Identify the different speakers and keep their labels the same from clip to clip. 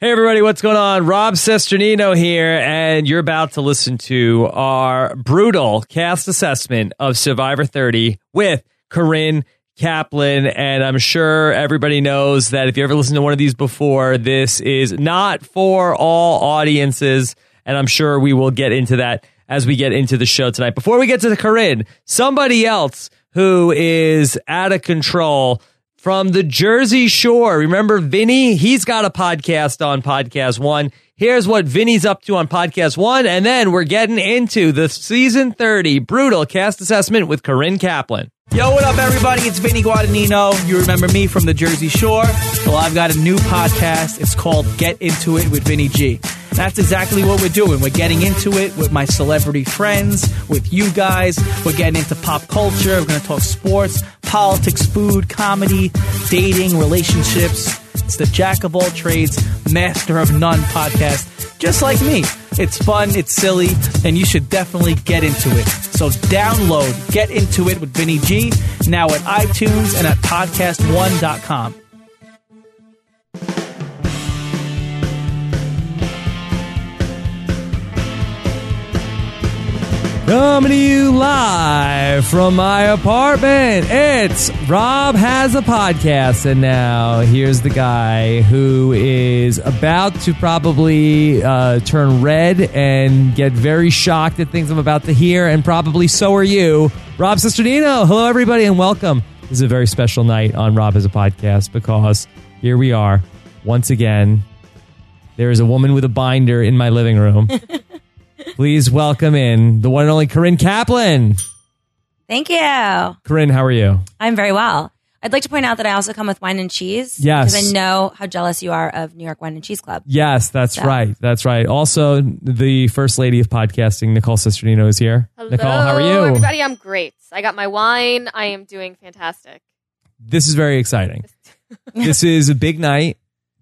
Speaker 1: Hey, everybody, what's going on? Rob Sesternino here, and you're about to listen to our brutal cast assessment of Survivor 30 with Corinne Kaplan. And I'm sure everybody knows that if you ever listened to one of these before, this is not for all audiences. And I'm sure we will get into that as we get into the show tonight. Before we get to Corinne, somebody else who is out of control from the Jersey Shore. Remember Vinny? He's got a podcast on Podcast One. Here's what Vinny's up to on Podcast One. And then we're getting into the season 30 brutal cast assessment with Corinne Kaplan.
Speaker 2: Yo, what up, everybody? It's Vinny Guadagnino. You remember me from the Jersey Shore? Well, I've got a new podcast. It's called Get Into It with Vinny G. That's exactly what we're doing. We're getting into it with my celebrity friends, with you guys. We're getting into pop culture. We're going to talk sports, politics, food, comedy, dating, relationships. It's the Jack of All Trades, Master of None podcast, just like me. It's fun, it's silly, and you should definitely get into it. So download Get Into It with Vinny G now at iTunes and at podcast1.com.
Speaker 1: Coming to you live from my apartment. It's Rob has a podcast, and now here's the guy who is about to probably uh, turn red and get very shocked at things I'm about to hear, and probably so are you, Rob Sesternino. Hello, everybody, and welcome. This is a very special night on Rob has a podcast because here we are once again. There is a woman with a binder in my living room. Please welcome in the one and only Corinne Kaplan.
Speaker 3: Thank you.
Speaker 1: Corinne, how are you?
Speaker 3: I'm very well. I'd like to point out that I also come with wine and cheese.
Speaker 1: Yes.
Speaker 3: Because I know how jealous you are of New York Wine and Cheese Club.
Speaker 1: Yes, that's
Speaker 3: Yeah.
Speaker 1: right. That's right. Also, the first lady of podcasting, Nicole Sisternino, is here.
Speaker 4: Hello,
Speaker 1: Nicole, how are you?
Speaker 4: Everybody, I'm great. I got my wine. I am doing fantastic.
Speaker 1: This is very exciting. this is a big night.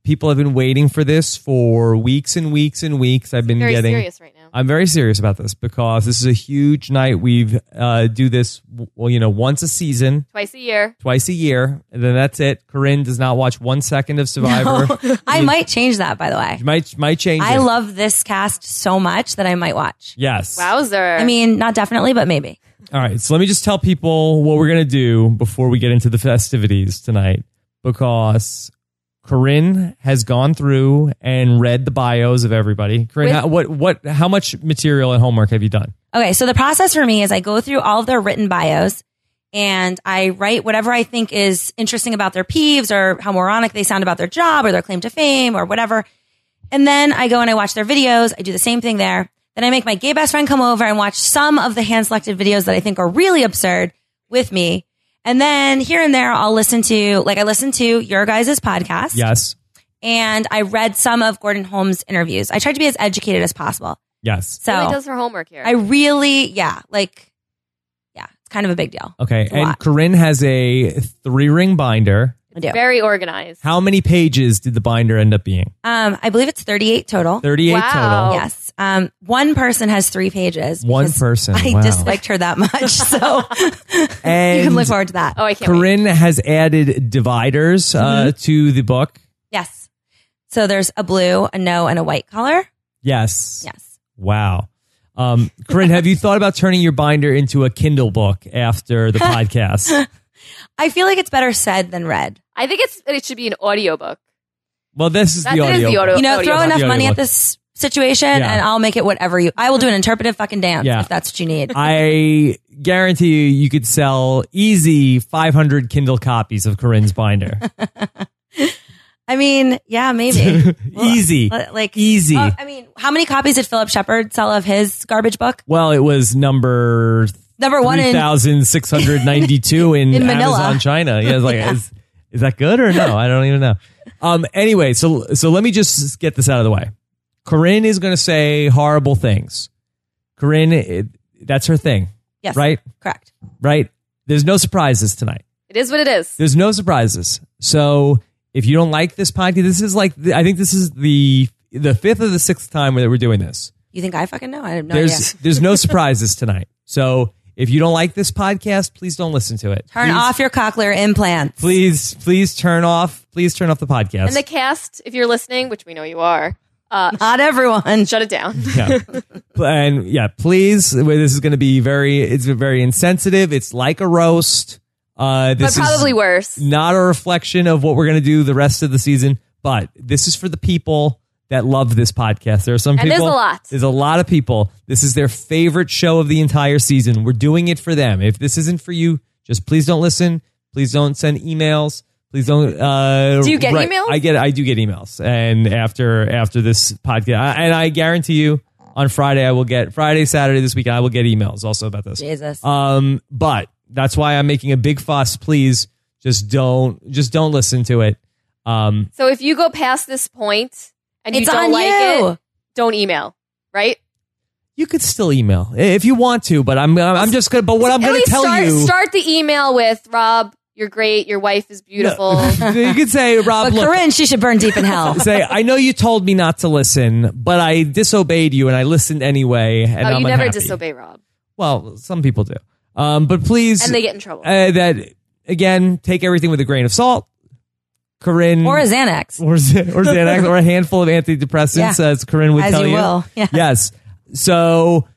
Speaker 1: People have been waiting for this for weeks and weeks and weeks. I've been
Speaker 4: Very
Speaker 1: getting.
Speaker 4: serious right now.
Speaker 1: I'm very serious about this because this is a huge night. We've uh, do this well, you know, once a season,
Speaker 4: Twice a year.
Speaker 1: twice a year, and then that's it. Corinne does not watch one second of Survivor.
Speaker 3: I might change that, by the way.
Speaker 1: You might might change.
Speaker 3: I
Speaker 1: it.
Speaker 3: love this cast so much that I might watch.
Speaker 1: Yes.
Speaker 4: Wowzer.
Speaker 3: I mean, not definitely, but maybe.
Speaker 1: All right. So let me just tell people what we're gonna do before we get into the festivities tonight, because Corinne has gone through and read the bios of everybody. Corinne,
Speaker 3: With-
Speaker 1: how, what what how much material and homework have you done?
Speaker 3: Okay, so the process for me is I go through all of their written bios and I write whatever I think is interesting about their peeves or how moronic they sound about their job or their claim to fame or whatever. And then I go and I watch their videos. I do the same thing there. Then I make my gay best friend come over and watch some of the hand selected videos that I think are really absurd with me. And then here and there, I'll listen to, like, I listen to your guys' podcast
Speaker 1: Yes.
Speaker 3: and I read some of Gordon Holmes' interviews. I tried to be as educated as possible.
Speaker 1: Yes.
Speaker 3: So
Speaker 4: Really does her homework here.
Speaker 3: I really, yeah, like, yeah, it's kind of a big deal.
Speaker 1: Okay.
Speaker 3: a
Speaker 1: And
Speaker 3: lot.
Speaker 1: Corinne has a three ring binder.
Speaker 3: I do.
Speaker 4: Very organized.
Speaker 1: How many pages did the binder end up being?
Speaker 3: Um, I believe it's 38 total.
Speaker 1: Thirty eight
Speaker 4: Wow.
Speaker 1: total.
Speaker 3: Yes. Um, one person has three pages.
Speaker 1: One
Speaker 3: because
Speaker 1: person.
Speaker 3: I
Speaker 1: wow.
Speaker 3: disliked her that much. So you
Speaker 1: And
Speaker 3: can look forward to that.
Speaker 4: oh, I can't wait.
Speaker 1: Corinne has added dividers uh,
Speaker 3: Mm-hmm.
Speaker 1: to the book.
Speaker 3: Yes. So there's a blue, a no, and a white color.
Speaker 1: Yes.
Speaker 3: Yes.
Speaker 1: Wow. Um, Corinne, have you thought about turning your binder into a Kindle book after the podcast?
Speaker 3: I feel like it's better said than read.
Speaker 4: I think it's it should be an audiobook.
Speaker 1: Well, this is
Speaker 4: That
Speaker 1: the
Speaker 4: is
Speaker 1: audio.
Speaker 4: the audio-
Speaker 3: You know, throw
Speaker 4: book.
Speaker 3: enough
Speaker 1: Audio
Speaker 3: money
Speaker 1: book.
Speaker 3: at this situation
Speaker 1: Yeah.
Speaker 3: and I'll make it whatever you, I will do an interpretive fucking dance
Speaker 1: Yeah.
Speaker 3: if that's what you need.
Speaker 1: I guarantee you, you could sell easy 500 Kindle copies of Corinne's binder.
Speaker 3: I mean, yeah, maybe. Well,
Speaker 1: easy.
Speaker 4: uh,
Speaker 3: Like
Speaker 1: Easy.
Speaker 3: Oh, I mean, how many copies did Philip Shepard sell of his garbage book?
Speaker 1: well, it was number
Speaker 3: Number one in
Speaker 1: 3,692 in,
Speaker 3: in Manila.
Speaker 1: Amazon, China. Yeah, it's like, Is, is that good or no? I don't even know. Um, anyway, so so let me just get this out of the way. Corinne is going to say horrible things. Corinne, it, that's her thing,
Speaker 3: yes,
Speaker 1: right?
Speaker 3: Correct.
Speaker 1: Right? There's no surprises tonight.
Speaker 4: It is what it is.
Speaker 1: There's no surprises. So if you don't like this podcast, this is like the, I think this is the the fifth or the sixth time that we're doing this
Speaker 4: Oh,
Speaker 3: You think I fucking know? I have no
Speaker 1: there's
Speaker 3: idea.
Speaker 1: there's no surprises tonight. So If you don't like this podcast, please don't listen to it.
Speaker 3: Turn
Speaker 1: please,
Speaker 3: off your cochlear implants.
Speaker 1: Please, please turn off. Please turn off the podcast.
Speaker 4: And the cast, if you're listening, which we know you are, uh,
Speaker 3: Not everyone.
Speaker 4: shut it down.
Speaker 1: yeah. And yeah, please. well, This is going to be very. It's very insensitive. It's like a roast. Uh,
Speaker 4: but
Speaker 1: this
Speaker 4: probably
Speaker 1: is
Speaker 4: worse.
Speaker 1: not a reflection of what we're going to do the rest of the season. But this is for the people that love this podcast. There are some
Speaker 4: And there's
Speaker 1: people.
Speaker 4: a lot.
Speaker 1: There's a lot of people. This is their favorite show of the entire season. We're doing it for them. If this isn't for you, just please don't listen. Please don't send emails. Please don't. Uh,
Speaker 4: Do you get
Speaker 1: write-
Speaker 4: emails?
Speaker 1: I get. I do get emails. And after after this podcast, I, and I guarantee you, on Friday I will get Friday, Saturday this week I will get emails also about this.
Speaker 3: Jesus.
Speaker 1: Um, but that's why I'm making a big fuss. Please just don't just don't listen to it. Um,
Speaker 4: So if you go past this point and you
Speaker 3: it's
Speaker 4: don't
Speaker 3: on
Speaker 4: like
Speaker 3: you.
Speaker 4: it, don't email, right?
Speaker 1: you could still email i- if you want to, but I'm I'm just gonna. But what I'm
Speaker 4: At
Speaker 1: gonna
Speaker 4: least
Speaker 1: tell
Speaker 4: start,
Speaker 1: you.
Speaker 4: start the email with Rob. You're great. Your wife is beautiful.
Speaker 1: you could say Rob.
Speaker 3: But
Speaker 1: look,
Speaker 3: Corinne, she should burn deep in hell.
Speaker 1: say I know you told me not to listen, but I disobeyed you and I listened anyway. And
Speaker 4: oh,
Speaker 1: I'm
Speaker 4: you never
Speaker 1: unhappy.
Speaker 4: disobey Rob,
Speaker 1: Well, some people do. Um, but please,
Speaker 4: and they get in trouble.
Speaker 1: uh, that again, take everything with a grain of salt. Corinne
Speaker 3: or a Xanax.
Speaker 1: or, Z- or Xanax or a handful of antidepressants,
Speaker 3: Yeah.
Speaker 1: as Corinne would
Speaker 3: As
Speaker 1: tell
Speaker 3: you
Speaker 1: you.
Speaker 3: will. Yeah.
Speaker 1: Yes. So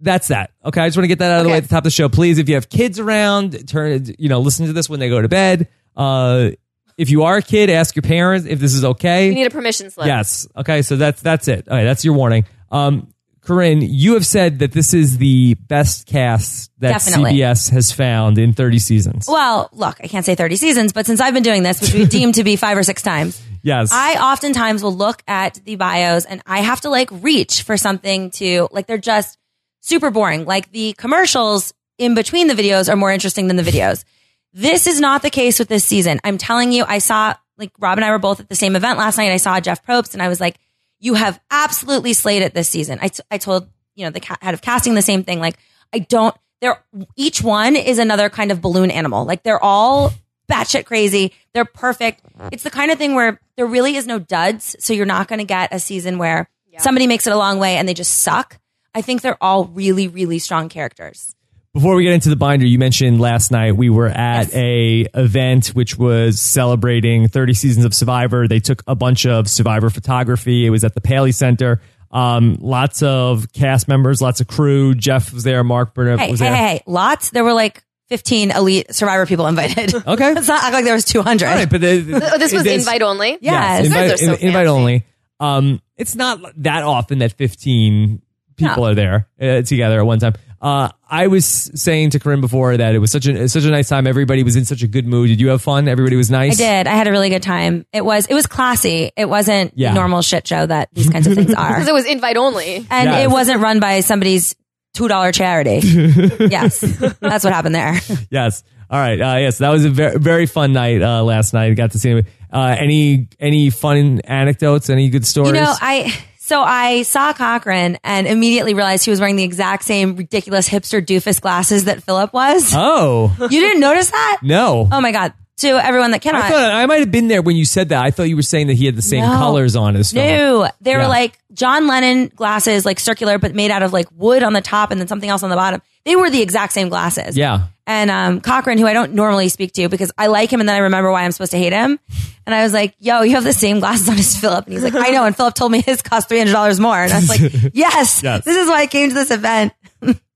Speaker 1: that's that. Okay, I just want to get that out of the way
Speaker 4: Okay.
Speaker 1: at the top of the show. Please, if you have kids around, turn you know listen to this when they go to bed. Uh, if you are a kid, ask your parents if this is okay.
Speaker 4: you need a permission slip.
Speaker 1: Yes. Okay. So that's that's it. All right. That's your warning. Um, Corinne, you have said that this is the best cast that
Speaker 3: Definitely.
Speaker 1: CBS has found in 30 seasons.
Speaker 3: Well, look, I can't say 30 seasons, but since I've been doing this, which we deem to be five or six times,
Speaker 1: yes.
Speaker 3: I oftentimes will look at the bios and I have to like reach for something to like they're just super boring. Like the commercials in between the videos are more interesting than the videos. This is not the case with this season. I'm telling you, I saw like Rob and I were both at the same event last night. I saw Jeff Probst and I was like, you have absolutely slayed it this season. I, t- I told, you know, the ca- head of casting the same thing. Like, I don't, they're, each one is another kind of balloon animal. Like, they're all batshit crazy. They're perfect. It's the kind of thing where there really is no duds. So you're not going to get a season where somebody makes it a long way and they just suck. I think they're all really, really strong characters.
Speaker 1: Before we get into the binder, you mentioned last night we were at a event which was celebrating 30 seasons of Survivor. They took a bunch of Survivor photography. It was at the Paley Center. Um, lots of cast members, lots of crew. Jeff was there. Mark Burnett
Speaker 3: Hey, hey,
Speaker 1: was
Speaker 3: hey,
Speaker 1: there.
Speaker 3: hey, lots. There were like 15 elite survivor people invited.
Speaker 1: Okay.
Speaker 3: Let's not act like there was 200.
Speaker 1: All right, but uh, the-
Speaker 4: Oh, this was
Speaker 1: this-
Speaker 4: invite only.
Speaker 3: Yes.
Speaker 1: Yes,
Speaker 4: You guys
Speaker 1: invite,
Speaker 4: are so
Speaker 1: in- invite
Speaker 4: fancy.
Speaker 1: only. Um, it's not that often that 15 people are there uh, together at one time. Uh, I was saying to Corinne before that it was such a such a nice time. Everybody was in such a good mood. Did you have fun? Everybody was
Speaker 3: I
Speaker 1: nice.
Speaker 3: did. I had a really good time. It was it was classy. It wasn't
Speaker 1: Yeah.
Speaker 3: normal shit show that these kinds of things are.
Speaker 4: Because it was invite only.
Speaker 3: And
Speaker 1: Yes.
Speaker 3: it wasn't run by somebody's two dollar charity. yes, that's what happened there.
Speaker 1: Yes. All right. Uh, yes, that was a very very fun night uh, last night. Got to see him. Uh, any any fun anecdotes? Any good stories?
Speaker 3: You know, I so I saw Cochran and immediately realized he was wearing the exact same ridiculous hipster doofus glasses that Philip was.
Speaker 1: oh
Speaker 3: You didn't notice that?
Speaker 1: no.
Speaker 3: Oh my god! To everyone that cannot,
Speaker 1: I thought I might have been there when you said that. I thought you were saying that he had the same
Speaker 3: No.
Speaker 1: colors on his.
Speaker 3: No, they
Speaker 1: Yeah.
Speaker 3: were like John Lennon glasses, like circular, but made out of like wood on the top and then something else on the bottom. They were the exact same glasses.
Speaker 1: Yeah.
Speaker 3: And um, Cochran, who I don't normally speak to because I like him and then I remember why I'm supposed to hate him. And I was like, yo, you have the same glasses on as Philip. And he's like, I know. And Philip told me his cost $300 more. And I was like, yes,
Speaker 1: Yes.
Speaker 3: this is why I came to this event.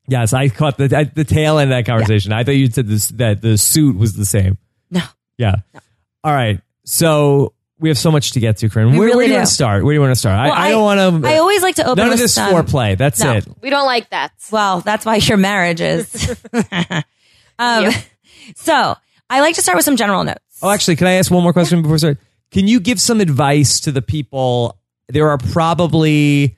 Speaker 1: Yes, I caught the at the tail end of that conversation. I thought you said this, that the suit was the same.
Speaker 3: No.
Speaker 1: Yeah. All right. So we have so much to get to, Corinne. Where,
Speaker 3: really
Speaker 1: where do you want
Speaker 3: do.
Speaker 1: to start? Where do you want to start?
Speaker 3: Well,
Speaker 1: I, I don't want to.
Speaker 3: I always like to open
Speaker 1: none of
Speaker 3: with
Speaker 1: this
Speaker 3: some-
Speaker 1: foreplay. That's
Speaker 3: No.
Speaker 1: it.
Speaker 4: We don't like that.
Speaker 3: Well, that's why your marriage is. um, So I like to start with some general notes.
Speaker 1: Oh, actually, can I ask one more question before we start? Can you give some advice to the people? There are probably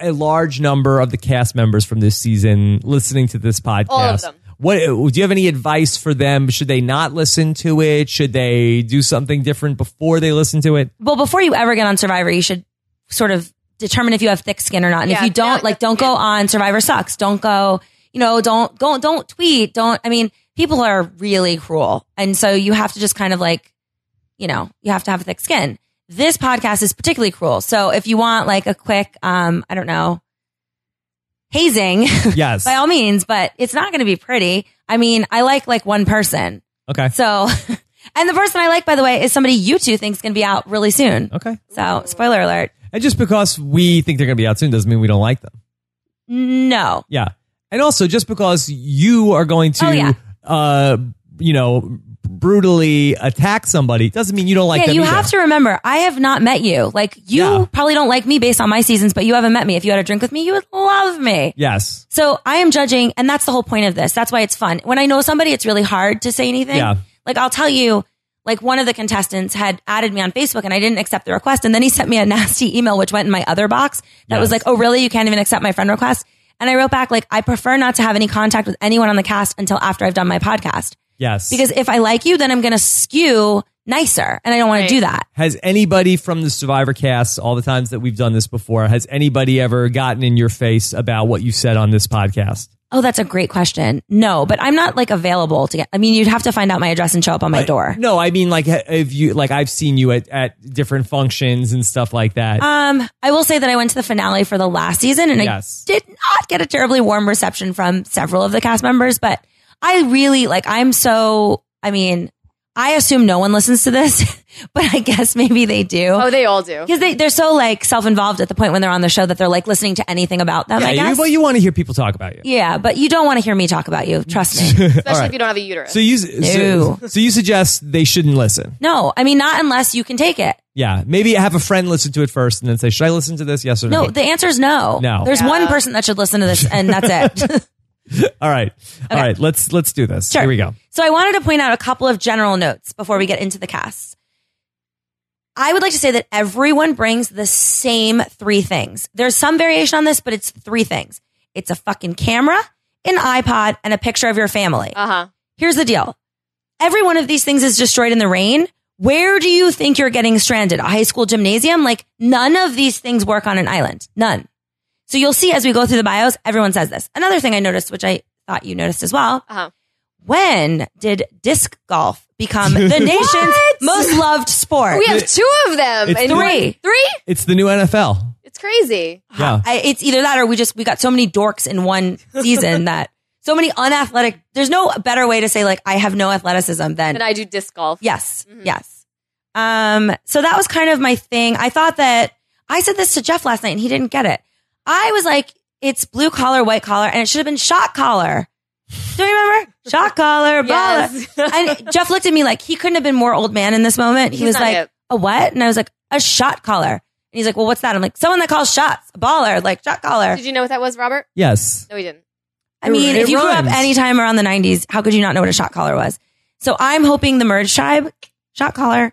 Speaker 1: a large number of the cast members from this season listening to this podcast.
Speaker 4: All of them.
Speaker 1: What do you have any advice for them? Should they not listen to it? Should they do something different before they listen to it?
Speaker 3: well before you ever get on survivor you should sort of determine if you have thick skin or not and if
Speaker 4: Yeah,
Speaker 3: you don't
Speaker 4: yeah,
Speaker 3: like don't go on survivor sucks don't go you know don't go don't tweet don't i mean people are really cruel and so you have to just kind of like you know you have to have thick skin this podcast is particularly cruel so if you want like a quick um i don't know hazing
Speaker 1: Yes.
Speaker 3: by all means, but it's not going to be pretty. I mean, I like like one person.
Speaker 1: Okay.
Speaker 3: So, and the person I like, by the way, is somebody you two think's going to be out really soon.
Speaker 1: Okay.
Speaker 3: So, spoiler alert.
Speaker 1: And just because we think they're going to be out soon doesn't mean we don't like them.
Speaker 3: No.
Speaker 1: Yeah. And also, just because you are going to,
Speaker 3: Oh, yeah.
Speaker 1: uh, you know, brutally attack somebody doesn't mean you don't like
Speaker 3: yeah,
Speaker 1: them.
Speaker 3: you
Speaker 1: either.
Speaker 3: have to remember, I have not met you. Like, you
Speaker 1: Yeah.
Speaker 3: probably don't like me based on my seasons, but you haven't met me. If you had a drink with me, you would love me.
Speaker 1: Yes.
Speaker 3: So I am judging, and that's the whole point of this. That's why it's fun. When I know somebody, it's really hard to say anything.
Speaker 1: Yeah.
Speaker 3: Like I'll tell you, like one of the contestants had added me on Facebook and I didn't accept the request. And then he sent me a nasty email, which went in my other box that was
Speaker 1: Yes.
Speaker 3: like, Oh, really? You can't even accept my friend request. And I wrote back, like, I prefer not to have any contact with anyone on the cast until after I've done my podcast.
Speaker 1: Yes.
Speaker 3: Because if I like you, then I'm going to skew nicer and I don't want
Speaker 4: Right.
Speaker 3: to do that.
Speaker 1: has anybody from the Survivor cast, all the times that we've done this before, has anybody ever gotten in your face about what you said on this podcast?
Speaker 3: Oh, that's a great question. No, but I'm not like available to get, I mean, you'd have to find out my address and show up on my door.
Speaker 1: No, I mean like if you like I've seen you at, at different functions and stuff like that.
Speaker 3: Um, I will say that I went to the finale for the last season and
Speaker 1: Yes.
Speaker 3: I did not get a terribly warm reception from several of the cast members, but I really like, I'm so, I mean, I assume no one listens to this, but I guess maybe they do.
Speaker 4: Oh, they all do.
Speaker 3: Because they, they're so like self involved at the point when they're on the show that they're like listening to anything about them, I
Speaker 1: yeah, you,
Speaker 3: guess.
Speaker 1: well, you want to hear people talk about you.
Speaker 3: yeah, but you don't want to hear me talk about you. Trust me.
Speaker 4: Especially
Speaker 1: All right.
Speaker 4: if you don't have a uterus.
Speaker 1: So you so,
Speaker 3: No.
Speaker 1: so you suggest they shouldn't listen.
Speaker 3: no, I mean, not unless you can take it.
Speaker 1: Yeah, maybe have a friend listen to it first and then say, "Should I listen to this? Yes or no?"
Speaker 3: No, the answer is no.
Speaker 1: No.
Speaker 3: There's
Speaker 4: Yeah.
Speaker 3: one person that should listen to this and that's it.
Speaker 1: All right, all right. Let's let's do this.
Speaker 3: Sure.
Speaker 1: Here we go.
Speaker 3: So I wanted to point out a couple of general notes before we get into the cast. I would like to say that everyone brings the same three things. There's some variation on this, but it's three things. It's a fucking camera, an iPod, and a picture of your family.
Speaker 4: uh huh.
Speaker 3: Here's the deal. Every one of these things is destroyed in the rain. Where do you think you're getting stranded? A high school gymnasium? Like none of these things work on an island. None. So you'll see as we go through the bios, everyone says this. Another thing I noticed, which I thought you noticed as well,
Speaker 4: Uh huh.
Speaker 3: when did disc golf become the nation's most loved sport?
Speaker 4: We have two of them.
Speaker 1: It's
Speaker 4: and
Speaker 3: three.
Speaker 4: Three?
Speaker 1: It's the new NFL.
Speaker 4: It's crazy.
Speaker 1: Yeah,
Speaker 3: I, it's either that or we just we got so many dorks in one season that so many unathletic. There's no better way to say like I have no athleticism than
Speaker 4: And I do disc golf.
Speaker 3: yes,
Speaker 4: Mm-hmm.
Speaker 3: yes. Um, so that was kind of my thing. I thought that I said this to Jeff last night and he didn't get it. I was like, it's blue collar, white collar, and it should have been shot collar. Do you remember shot collar, baller?
Speaker 4: Yes.
Speaker 3: and Jeff looked at me like he couldn't have been more old man in this moment. He
Speaker 4: He's
Speaker 3: was
Speaker 4: not
Speaker 3: like,
Speaker 4: hip.
Speaker 3: a what? And I was like, a shot caller. And he's like, well, what's that? I'm like, someone that calls shots, a baller, like shot caller.
Speaker 4: Did you know what that was, Robert?
Speaker 1: yes.
Speaker 4: No, he didn't.
Speaker 3: I mean,
Speaker 1: It
Speaker 3: if you grew up
Speaker 1: rhymes.
Speaker 3: any time around the 90s, how could you not know what a shot caller was? So I'm hoping the merge tribe, shot caller.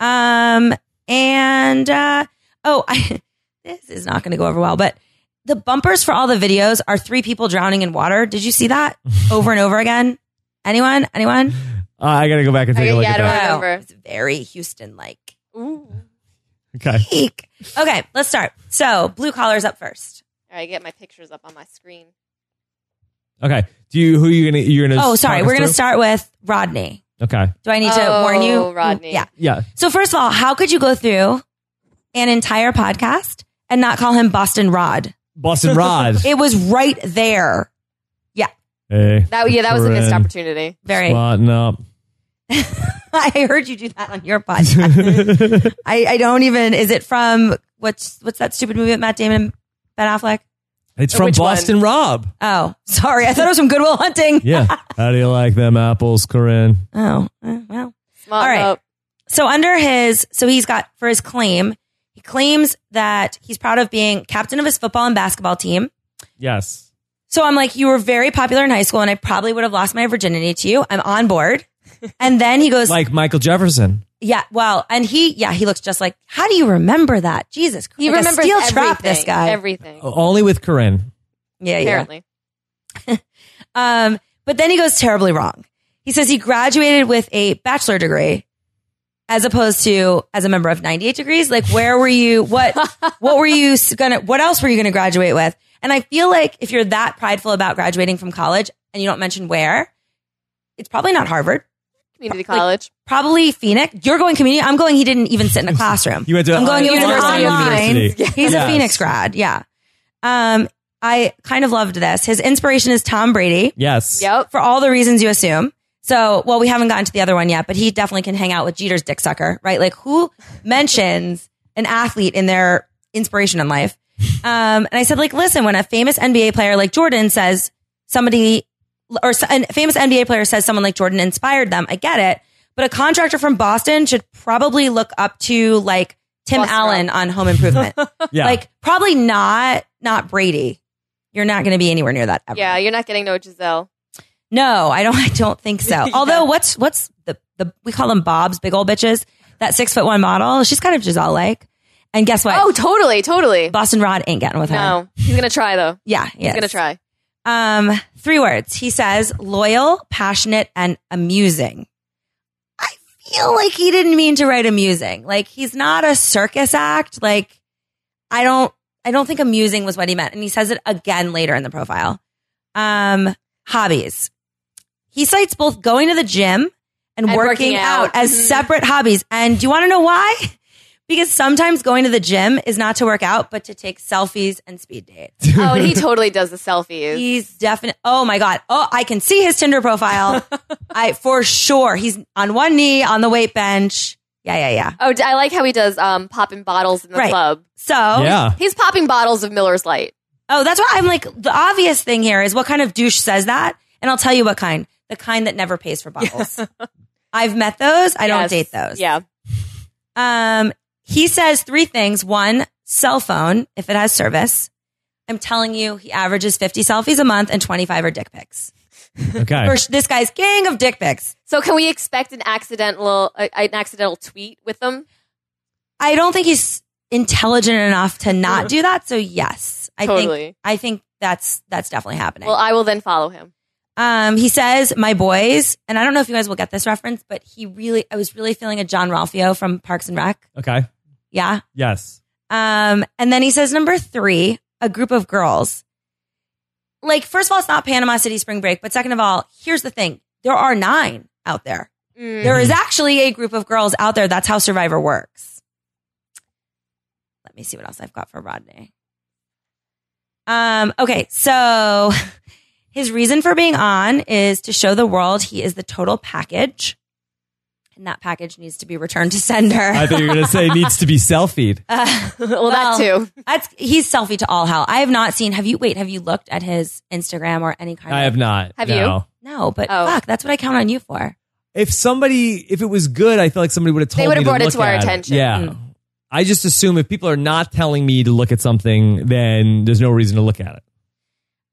Speaker 3: Um, and, uh, oh, I, this is not going to go over well, but the bumpers for all the videos are three people drowning in water. Did you see that over and over again? Anyone? Anyone?
Speaker 1: Uh, I gotta go back and take
Speaker 4: Okay,
Speaker 1: a look
Speaker 4: yeah,
Speaker 1: at
Speaker 4: I don't
Speaker 1: that.
Speaker 4: Over.
Speaker 3: It's very Houston like.
Speaker 4: Ooh. All
Speaker 1: Okay.
Speaker 3: Eek. Okay, let's start. So, blue collar's up first.
Speaker 4: right, get my pictures up on my screen.
Speaker 1: Okay. Do you who you gonna you're gonna?
Speaker 3: Oh,
Speaker 1: talk
Speaker 3: sorry.
Speaker 1: us
Speaker 3: We're going to
Speaker 1: through?
Speaker 3: start with Rodney.
Speaker 1: Okay.
Speaker 3: Do I need to
Speaker 4: Oh,
Speaker 3: warn you?
Speaker 4: Rodney.
Speaker 3: Yeah.
Speaker 1: Yeah.
Speaker 3: So, first of all, how could you go through an entire podcast and not call him Boston Rod?
Speaker 1: Boston Rod.
Speaker 3: It was right there.
Speaker 1: hey.
Speaker 4: That yeah, that was a
Speaker 1: Corinne,
Speaker 4: missed opportunity.
Speaker 3: Very.
Speaker 1: Squatting up.
Speaker 3: I heard you do that on your podcast. I, I don't even. Is it from what's what's that stupid movie with Matt Damon and Ben Affleck?
Speaker 1: it's from
Speaker 4: Which one?
Speaker 1: Boston Rob.
Speaker 3: Oh, sorry. I thought it was from Goodwill Hunting.
Speaker 1: Yeah. How do you like them apples, Corinne?
Speaker 3: Oh, eh, well.
Speaker 4: Small
Speaker 3: All right.
Speaker 4: note.
Speaker 3: So under his, so he's got for his claim, he claims that he's proud of being captain of his football and basketball team.
Speaker 1: Yes.
Speaker 3: So I'm like, you were very popular in high school and I probably would have lost my virginity to you. I'm on board. And then he goes,
Speaker 1: Like Michael Jefferson.
Speaker 3: yeah, well, and he, yeah, he looks just like, how do you remember that? Jesus Christ.
Speaker 4: He
Speaker 3: like a
Speaker 4: remembers
Speaker 3: steel
Speaker 4: everything.
Speaker 3: trap, this guy.
Speaker 4: Everything.
Speaker 1: Only with Corinne.
Speaker 3: yeah, yeah.
Speaker 4: Apparently.
Speaker 3: Um, but then he goes terribly wrong. He says he graduated with a bachelor degree as opposed to as a member of 98 degrees. Like, where were you? What, what were you s- gonna, what else were you gonna graduate with? And I feel like if you're that prideful about graduating from college and you don't mention where, it's probably not Harvard,
Speaker 4: Community college.
Speaker 3: probably Phoenix. You're going community. I'm going, he didn't even sit in a classroom.
Speaker 1: You went to
Speaker 3: I'm going
Speaker 1: Arlington
Speaker 3: University
Speaker 4: University
Speaker 3: of
Speaker 4: of
Speaker 3: Online.
Speaker 1: University.
Speaker 3: He's
Speaker 1: Yes.
Speaker 3: a Phoenix grad. Yeah. Um, I kind of loved this. His inspiration is Tom Brady
Speaker 1: Yes.
Speaker 4: Yep.
Speaker 3: for all the reasons you assume. So, well, we haven't gotten to the other one yet, but he definitely can hang out with Jeter's dick sucker, right? Like, who mentions an athlete in their inspiration in life? Um, and I said, like, listen, when a famous NBA player like Jordan says somebody, or s- a famous NBA player says someone like Jordan inspired them, I get it. But a contractor from Boston should probably look up to like Tim
Speaker 4: Boston
Speaker 3: Allen on Home Improvement.
Speaker 1: Yeah.
Speaker 3: Like, probably not, not Brady. You're not going to be anywhere near that ever.
Speaker 4: Yeah, you're not getting no Giselle.
Speaker 3: No, I don't. I don't think so. Although, what's what's the the we call them Bob's big old bitches. That six foot one model, she's kind of Giselle like. And guess what?
Speaker 4: Oh, totally, totally.
Speaker 3: Boston Rod ain't getting with her.
Speaker 4: No, he's gonna try though.
Speaker 3: Yeah, he
Speaker 4: He's
Speaker 3: is.
Speaker 4: gonna try.
Speaker 3: Um, three words. He says loyal, passionate, and amusing. I feel like he didn't mean to write amusing. Like he's not a circus act. Like I don't. I don't think amusing was what he meant. And he says it again later in the profile. Um, hobbies. He cites both going to the gym and,
Speaker 4: And
Speaker 3: working,
Speaker 4: working
Speaker 3: out,
Speaker 4: out.
Speaker 3: as
Speaker 4: Mhm.
Speaker 3: separate hobbies. And do you want to know why? Because sometimes going to the gym is not to work out, but to take selfies and speed dates.
Speaker 4: Oh, and he totally does the selfies.
Speaker 3: He's definite. Oh my god. Oh, I can see his Tinder profile. I for sure. He's on one knee on the weight bench. Yeah, yeah, yeah.
Speaker 4: Oh, d- I like how he does um, popping bottles in the
Speaker 3: Right.
Speaker 4: club.
Speaker 3: So,
Speaker 1: yeah.
Speaker 4: He's popping bottles of Miller's Light.
Speaker 3: oh, that's why I'm like the obvious thing here is what kind of douche says that, and I'll tell you what kind. The kind that never pays for bottles. I've met those. I don't
Speaker 4: Yes.
Speaker 3: date those.
Speaker 4: Yeah,
Speaker 3: Um, he says three things. One, cell phone if it has service. I'm telling you, he averages 50 selfies a month and 25 are dick pics.
Speaker 1: Okay.
Speaker 3: Or this guy's gang of dick pics.
Speaker 4: So can we expect an accidental uh, an accidental tweet with them?
Speaker 3: I don't think he's intelligent enough to not do that. So yes, I think
Speaker 4: Totally.
Speaker 3: I think that's that's definitely happening.
Speaker 4: Well, I will then follow him.
Speaker 3: um, he says, "My boys," and I don't know if you guys will get this reference, but he really, I was really feeling a John Ralphio from Parks and Rec.
Speaker 1: Okay.
Speaker 3: Yeah.
Speaker 1: Yes.
Speaker 3: Um, and then he says, number three, a group of girls. Like, first of all, it's not Panama City spring break, but second of all, here's the thing: there are nine out there.
Speaker 4: Mm.
Speaker 3: There is
Speaker 1: Mm-hmm.
Speaker 3: actually a group of girls out there. That's how Survivor works. Let me see what else I've got for Rodney. Um, okay, so his reason for being on is to show the world he is the total package. And that package needs to be returned to
Speaker 1: I
Speaker 3: sender.
Speaker 1: thought you were going to say needs to be selfied.
Speaker 3: Uh,
Speaker 4: well, that too.
Speaker 3: That's he's selfie to all hell. I have not seen. Have you? Wait, have you looked at his Instagram or any kind?
Speaker 1: I
Speaker 3: of,
Speaker 1: have not.
Speaker 4: Have
Speaker 1: no.
Speaker 4: you?
Speaker 3: No, but
Speaker 4: Oh.
Speaker 3: fuck, that's what I count on you for.
Speaker 1: If somebody, if it was good, I feel like somebody would have told
Speaker 4: They would
Speaker 1: me
Speaker 4: have brought it
Speaker 1: look
Speaker 4: to our
Speaker 1: at
Speaker 4: attention. Mm.
Speaker 1: Yeah. I just assume if people are not telling me to look at something, then there's no reason to look at it.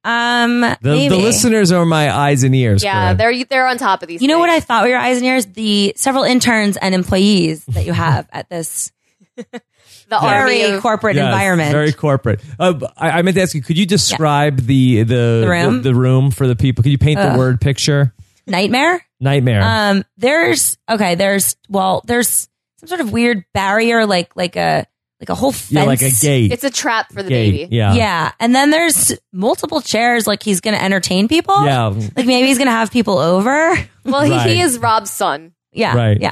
Speaker 3: Um,
Speaker 1: The,
Speaker 3: maybe.
Speaker 1: the listeners are my eyes and ears.
Speaker 4: Yeah,
Speaker 1: Corinne.
Speaker 4: they're they're on top of these.
Speaker 3: You know what I
Speaker 4: things.
Speaker 3: thought were your eyes and ears? The several interns and employees that you have at this
Speaker 4: the army
Speaker 3: very
Speaker 4: of-
Speaker 3: corporate
Speaker 1: Yes,
Speaker 3: environment.
Speaker 1: Very corporate. Uh, b- I, I meant to ask you, could you describe the, the,
Speaker 3: The room?
Speaker 1: the room for the people? Could you paint the
Speaker 3: Ugh.
Speaker 1: word picture?
Speaker 3: Nightmare.
Speaker 1: Nightmare.
Speaker 4: Uh,
Speaker 3: Um, there's okay. There's well, there's some sort of weird barrier, like like a like a whole fence.
Speaker 1: yeah, like a gate.
Speaker 4: It's a trap for the
Speaker 1: gate.
Speaker 4: baby.
Speaker 1: Yeah.
Speaker 3: Yeah, and then there's multiple chairs. Like he's gonna entertain people.
Speaker 1: Yeah.
Speaker 3: Like maybe he's gonna have people over.
Speaker 4: Well, he,
Speaker 1: Right.
Speaker 4: he is Rob's son.
Speaker 3: Yeah.
Speaker 1: Right.
Speaker 3: Yeah.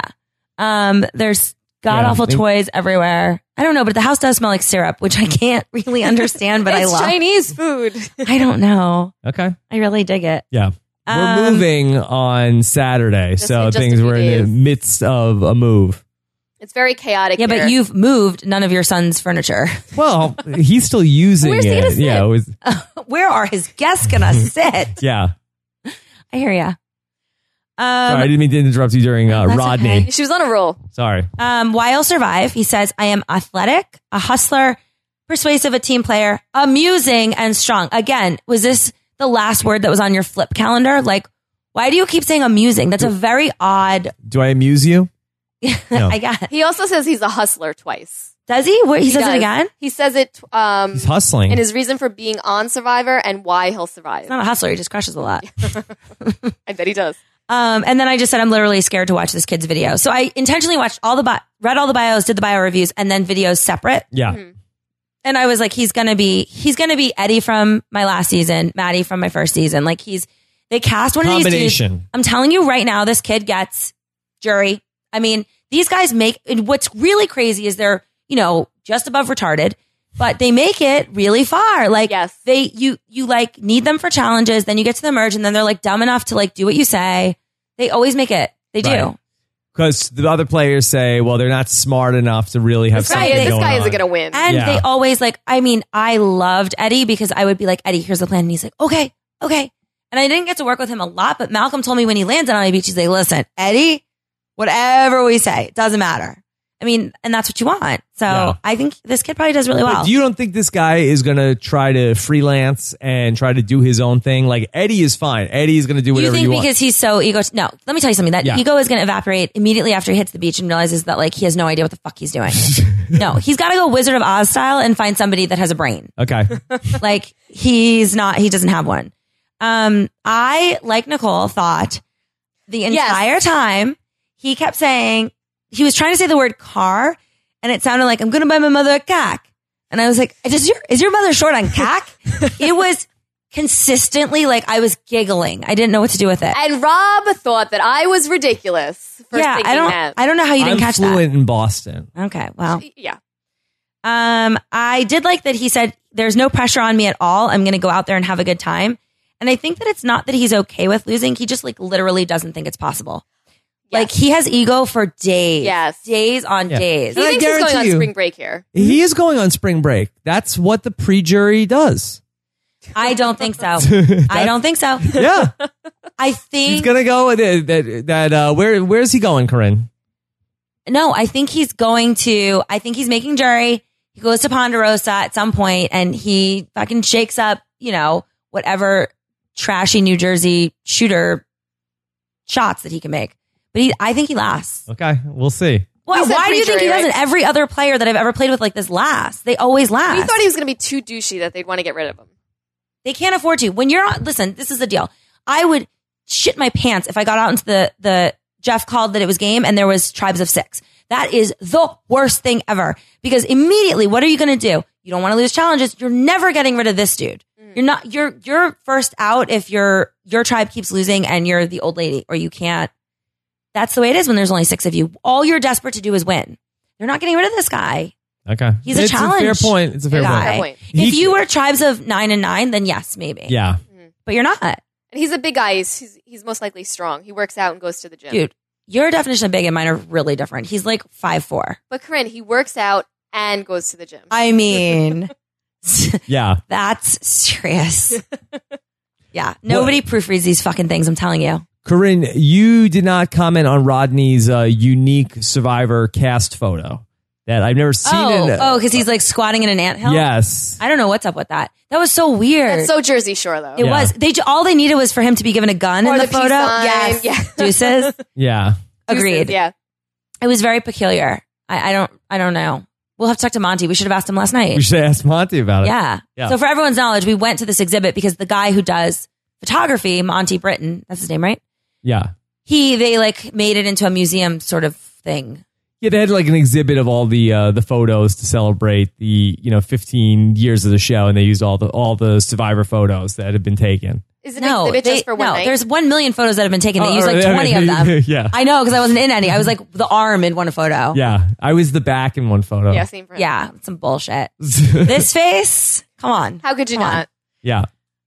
Speaker 3: Um, there's god
Speaker 1: Yeah,
Speaker 3: awful
Speaker 1: they-
Speaker 3: toys everywhere. I don't know, but the house does smell like syrup, which I can't really understand, but I
Speaker 4: it's
Speaker 3: love.
Speaker 4: Chinese food.
Speaker 3: I don't know.
Speaker 1: Okay.
Speaker 3: I really dig it.
Speaker 1: Yeah. We're
Speaker 3: Um,
Speaker 1: moving on Saturday,
Speaker 4: Just-
Speaker 1: so
Speaker 4: just a
Speaker 1: things
Speaker 4: few
Speaker 1: were in the
Speaker 4: days.
Speaker 1: midst of a move.
Speaker 4: It's very chaotic.
Speaker 3: Yeah,
Speaker 4: here.
Speaker 3: but you've moved none of your son's furniture.
Speaker 1: Well, he's still using
Speaker 4: Where's he
Speaker 1: it.
Speaker 4: gonna sit?
Speaker 1: Yeah, it was,
Speaker 3: Where are his guests gonna sit?
Speaker 1: yeah.
Speaker 3: I hear ya.
Speaker 1: Sorry, I
Speaker 3: Um,
Speaker 1: didn't mean to interrupt you during uh,
Speaker 3: That's
Speaker 1: Rodney.
Speaker 3: okay.
Speaker 4: she was on a roll.
Speaker 1: Sorry.
Speaker 3: um, why I'll survive? He says, "I am athletic, a hustler, persuasive, a team player, amusing, and strong." Again, was this the last word that was on your flip calendar? Like, why do you keep saying amusing? That's a very odd.
Speaker 1: Do I amuse you? No.
Speaker 3: I got.
Speaker 4: He also says he's a hustler twice.
Speaker 3: Does he? What, he, says
Speaker 4: does.
Speaker 3: it again.
Speaker 4: He says it um,
Speaker 1: He's hustling.
Speaker 4: and his reason for being on Survivor and why he'll survive.
Speaker 3: He's not a hustler. He just crushes a lot.
Speaker 4: I bet he does.
Speaker 3: Um, and then I just said I'm literally scared to watch this kid's video. So I intentionally watched all the bi- read all the bios, did the bio reviews, and then videos separate.
Speaker 1: yeah.
Speaker 3: And I was like, he's gonna be he's gonna be Eddie from my last season, Maddie from my first season. Like he's they cast one of these dudes.
Speaker 1: Combination.
Speaker 3: I'm telling you right now, this kid gets jury. I mean, these guys make and what's really crazy is they're you know just above retarded. but they make it really far. Like
Speaker 4: Yes.
Speaker 3: they you you like need them for challenges, then you get to the merge, and then they're like dumb enough to like do what you say. They always make it. They do.
Speaker 1: Right. Because the other players say, well, they're not smart enough to really have
Speaker 4: This guy,
Speaker 1: something
Speaker 4: is, this
Speaker 1: going
Speaker 4: guy
Speaker 1: on.
Speaker 4: isn't going to win.
Speaker 3: And
Speaker 1: Yeah.
Speaker 3: they always like, I mean, I loved Eddie because I would be like, Eddie, here's the plan. And he's like, okay, okay. And I didn't get to work with him a lot, but Malcolm told me when he lands on Honey Beach, he's like, listen, Eddie, whatever we say, it doesn't matter. I mean, and that's what you want. So
Speaker 1: Yeah.
Speaker 3: I think this kid probably does really well.
Speaker 1: But you don't think this guy is going to try to freelance and try to do his own thing? Like Eddie is fine. Eddie is going to do
Speaker 3: You
Speaker 1: whatever
Speaker 3: think
Speaker 1: you want.
Speaker 3: because he's so ego? No, let me tell you something. That
Speaker 1: Yeah.
Speaker 3: ego is going to evaporate immediately after he hits the beach and realizes that like he has no idea what the fuck he's doing. no, he's got to go Wizard of Oz style and find somebody that has a brain.
Speaker 1: okay.
Speaker 3: like he's not he doesn't have one um i like nicole thought the
Speaker 4: Yes.
Speaker 3: entire time he kept saying he was trying to say the word car and it sounded like i'm gonna buy my mother a cack and i was like is your, is your mother short on cack it was consistently like i was giggling i didn't know what to do with it
Speaker 4: And Rob thought that I was ridiculous for
Speaker 3: yeah
Speaker 4: thinking
Speaker 3: i don't
Speaker 4: that.
Speaker 3: i don't know how you didn't
Speaker 1: I'm
Speaker 3: catch
Speaker 1: fluent in Boston.
Speaker 3: that okay well
Speaker 4: yeah.
Speaker 3: Um, I did like that he said, There's no pressure on me at all. I'm going to go out there and have a good time. And I think that it's not that he's okay with losing. He just like literally doesn't think it's possible.
Speaker 4: Yes.
Speaker 3: Like he has ego for days.
Speaker 4: Yes.
Speaker 3: Days on
Speaker 1: Yeah.
Speaker 3: days.
Speaker 4: He
Speaker 1: I
Speaker 4: thinks he's going
Speaker 1: guarantee
Speaker 4: on
Speaker 1: you.
Speaker 4: spring break here.
Speaker 1: He is going on spring break. That's what the pre jury does.
Speaker 3: I don't think so. I
Speaker 1: That-
Speaker 3: don't think so.
Speaker 1: yeah.
Speaker 3: I
Speaker 1: He's
Speaker 3: think,
Speaker 1: going to go with it. That, that, uh, where, where's he going, Corinne?
Speaker 3: no, I think he's going to, I think he's making jury. He goes to Ponderosa at some point and he fucking shakes up, you know, whatever trashy New Jersey shooter shots that he can make. But he, I think he lasts.
Speaker 1: Okay. We'll see.
Speaker 3: Why,
Speaker 4: We said
Speaker 3: why do you think he
Speaker 4: pre-jury,
Speaker 3: doesn't?
Speaker 4: right?
Speaker 3: Every other player that I've ever played with like this lasts. They always last.
Speaker 4: We thought he was going to be too douchey that they'd want to get rid of him.
Speaker 3: they can't afford to. When you're on, listen, this is the deal. I would shit my pants if I got out into the the Jeff called that it was game and there was tribes of six. That is the worst thing ever because immediately, what are you going to do? You don't want to lose challenges. You're never getting rid of this dude. You're not. You're you're first out if your your tribe keeps losing and you're the old lady or you can't. That's the way it is when there's only six of you. All you're desperate to do is win. They're not getting rid of this guy.
Speaker 1: Okay.
Speaker 3: He's a
Speaker 1: it's
Speaker 3: challenge
Speaker 1: fair point. It's a fair
Speaker 3: guy.
Speaker 1: point.
Speaker 4: Fair point.
Speaker 3: If
Speaker 1: He-
Speaker 3: you were tribes of nine and nine, then yes, maybe.
Speaker 1: Yeah.
Speaker 3: But you're not.
Speaker 4: And he's a big guy. He's, he's, he's most likely strong. He works out and goes to the gym.
Speaker 3: Dude, your definition of big and mine are really different. He's like five four.
Speaker 4: But Corinne, he works out and goes to the gym.
Speaker 3: I mean
Speaker 1: Yeah.
Speaker 3: that's serious. Yeah. Nobody proofreads these fucking things, I'm telling you.
Speaker 1: Corinne, you did not comment on Rodney's uh, unique Survivor cast photo that I've never seen.
Speaker 3: oh,
Speaker 1: in,
Speaker 3: oh, because he's like squatting in an anthill.
Speaker 1: yes,
Speaker 3: I don't know what's up with that. That was so weird.
Speaker 4: That's so Jersey Shore, though.
Speaker 3: it
Speaker 1: Yeah.
Speaker 3: was. They ju- all they needed was for him to be given a gun
Speaker 4: Or
Speaker 3: in the,
Speaker 4: the peace
Speaker 3: photo.
Speaker 4: sign.
Speaker 3: Yes.
Speaker 4: Yeah.
Speaker 3: Deuces.
Speaker 1: yeah.
Speaker 3: Agreed.
Speaker 4: Yeah.
Speaker 3: It was very peculiar. I, I don't I don't know. We'll have to talk to Monty. We should have asked him last night.
Speaker 1: We should ask Monty about it.
Speaker 3: Yeah.
Speaker 1: Yeah.
Speaker 3: So for everyone's knowledge, we went to this exhibit because the guy who does photography, Monty Britton, that's his name, right?
Speaker 1: yeah,
Speaker 3: He they like made it into a museum sort of thing.
Speaker 1: yeah. They had like an exhibit of all the uh, the photos to celebrate the you know 15 years of the show, and they used all the all the Survivor photos that had been taken.
Speaker 4: Is it
Speaker 3: No,
Speaker 4: exhibit
Speaker 3: they-
Speaker 4: just for one
Speaker 3: no.
Speaker 4: night?
Speaker 3: There's one million photos that have been taken. They
Speaker 1: Oh,
Speaker 3: used like
Speaker 1: oh,
Speaker 3: 20 of
Speaker 1: yeah,
Speaker 3: them.
Speaker 1: yeah,
Speaker 3: I know because I wasn't in any. I was like the arm in one photo.
Speaker 1: yeah. I was the back in one photo.
Speaker 4: yeah, same for him.
Speaker 3: Yeah, some bullshit. this face, come on.
Speaker 4: How could you
Speaker 3: Come on.
Speaker 4: not?
Speaker 1: yeah.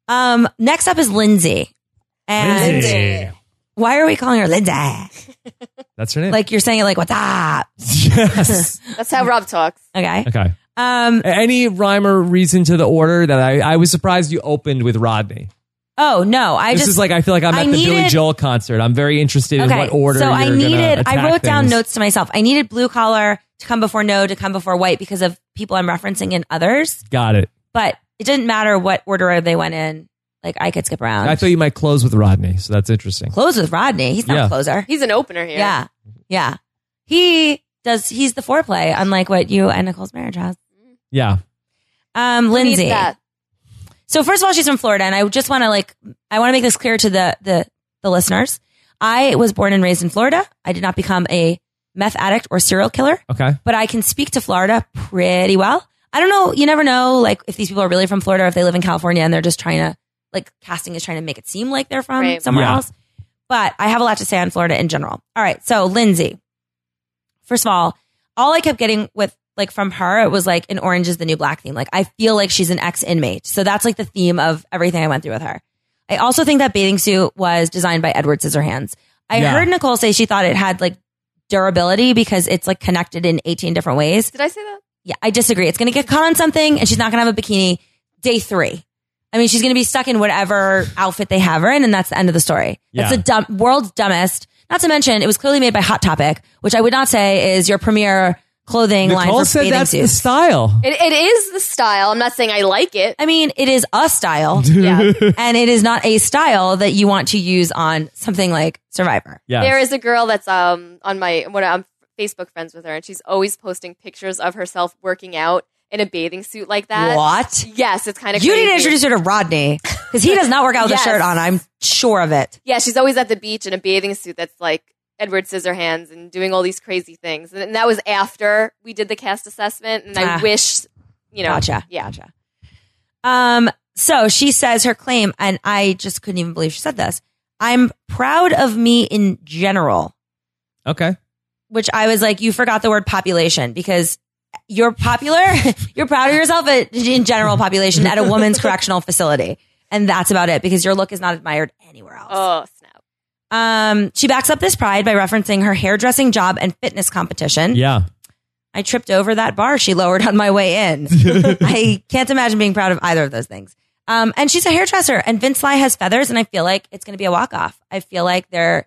Speaker 3: Um, next up is Lindsay, and
Speaker 4: Lindsay.
Speaker 3: why are we calling her Lindsay?
Speaker 1: That's her name.
Speaker 3: Like you're saying it like what's up?
Speaker 1: yes.
Speaker 4: That's how Rob talks.
Speaker 3: Okay.
Speaker 1: okay.
Speaker 3: Um.
Speaker 1: Any rhyme or reason to the order that I, I was surprised you opened with Rodney.
Speaker 3: Oh no, I
Speaker 1: this
Speaker 3: just
Speaker 1: is like I feel like I'm
Speaker 3: I
Speaker 1: at the Billy
Speaker 3: needed-
Speaker 1: Joel concert. I'm very interested in what order.
Speaker 3: So
Speaker 1: you're
Speaker 3: I
Speaker 1: gonna
Speaker 3: needed, I
Speaker 1: attack
Speaker 3: wrote down
Speaker 1: things.
Speaker 3: notes to myself. I needed blue collar to come before no, to come before white because of people I'm referencing in others.
Speaker 1: Got it.
Speaker 3: But it didn't matter what order they went in. Like I could skip around.
Speaker 1: I thought you might close with Rodney, so that's interesting.
Speaker 3: Close with Rodney. He's not
Speaker 1: Yeah.
Speaker 3: a closer.
Speaker 4: He's an opener here.
Speaker 3: Yeah. Yeah. He does, he's the foreplay, unlike what you and Nicole's marriage has.
Speaker 1: Yeah,
Speaker 3: Um,
Speaker 4: Who needs
Speaker 3: Lindsay.
Speaker 4: that?
Speaker 3: So first of all, she's from Florida, and I just want to like I want to make this clear to the the the listeners. I was born and raised in Florida. I did not become a meth addict or serial killer,
Speaker 1: okay.
Speaker 3: but I can speak to Florida pretty well. I don't know. You never know, like if these people are really from Florida or if they live in California and they're just trying to like casting is trying to make it seem like they're from
Speaker 4: Right.
Speaker 3: somewhere
Speaker 1: Yeah.
Speaker 3: else. But I have a lot to say on Florida in general. All right, so Lindsay. First of all, all I kept getting with like from her, it was like an orange is the new black theme. Like I feel like she's an ex inmate. So that's like the theme of everything I went through with her. I also think that bathing suit was designed by Edward Scissorhands. I
Speaker 2: Yeah.
Speaker 3: heard Nicole say she thought it had like durability because it's like connected in 18 different ways.
Speaker 4: Did I say that?
Speaker 3: Yeah, I disagree. It's going to get caught on something and she's not going to have a bikini day three. I mean, she's going to be stuck in whatever outfit they have her in, and that's the end of the story. That's
Speaker 1: Yeah.
Speaker 3: the dumb, world's dumbest. Not to mention, it was clearly made by Hot Topic, which I would not say is your premier clothing line
Speaker 1: Nicole
Speaker 3: for
Speaker 1: said
Speaker 3: bathing
Speaker 1: that's the
Speaker 3: suits.
Speaker 1: style.
Speaker 4: It, it is the style. I'm not saying I like it.
Speaker 3: I mean, it is a style,
Speaker 4: Yeah.
Speaker 3: and it is not a style that you want to use on something like Survivor.
Speaker 1: Yes.
Speaker 4: There is a girl that's um on my when I'm Facebook friends with her, and she's always posting pictures of herself working out in a bathing suit like that.
Speaker 3: what?
Speaker 4: Yes, it's kind of.
Speaker 3: You need to introduce her to Rodney because he does not work out with
Speaker 4: Yes.
Speaker 3: a shirt on. I'm sure of it.
Speaker 4: Yeah, she's always at the beach in a bathing suit that's like Edward Scissorhands and doing all these crazy things. And that was after we did the cast assessment, and
Speaker 3: Ah.
Speaker 4: I wish, you know,
Speaker 3: Gotcha.
Speaker 4: yeah,
Speaker 3: Gotcha. Um, so she says her claim, and I just couldn't even believe she said this. I'm proud of me in general,
Speaker 1: Okay.
Speaker 3: which I was like, you forgot the word population because you're popular. you're proud of yourself at, in general population at a woman's correctional facility. And that's about it because your look is not admired anywhere else.
Speaker 4: Oh snap!
Speaker 3: Um, she backs up this pride by referencing her hairdressing job and fitness competition.
Speaker 1: Yeah.
Speaker 3: I tripped over that bar she lowered on my way in. I can't imagine being proud of either of those things. Um, and she's a hairdresser, and Vince Sly has feathers, and I feel like it's going to be a walk off. I feel like they're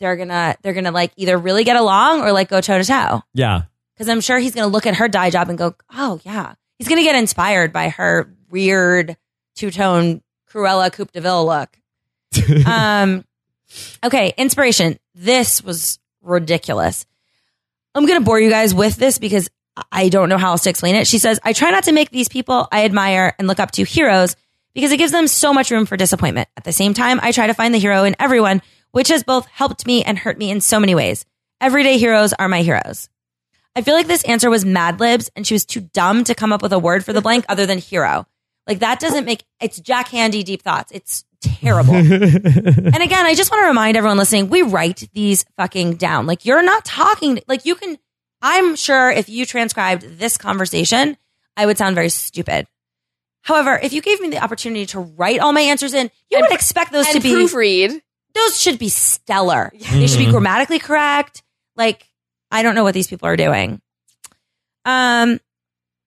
Speaker 3: they're gonna they're gonna like either really get along or like go toe to toe.
Speaker 1: Yeah.
Speaker 3: Because I'm sure he's going to look at her dye job and go, oh yeah, he's going to get inspired by her weird two tone Cruella Coupe de Ville look. um, okay, inspiration. This was ridiculous. I'm going to bore you guys with this because I don't know how else to explain it. She says, I try not to make these people I admire and look up to heroes because it gives them so much room for disappointment. At the same time, I try to find the hero in everyone, which has both helped me and hurt me in so many ways. Everyday heroes are my heroes. I feel like this answer was Mad Libs and she was too dumb to come up with a word for the blank other than hero. Like that doesn't make it's Jack Handy deep thoughts. It's terrible. and again, I just want to remind everyone listening, we write these fucking down. Like you're not talking like you can I'm sure if you transcribed this conversation, I would sound very stupid. However, if you gave me the opportunity to write all my answers in, you
Speaker 4: And
Speaker 3: would
Speaker 4: pr-
Speaker 3: expect those to
Speaker 4: And
Speaker 3: be
Speaker 4: proofread.
Speaker 3: those should be stellar. They should be
Speaker 1: Mhm.
Speaker 3: grammatically correct. Like, I don't know what these people are doing. Um,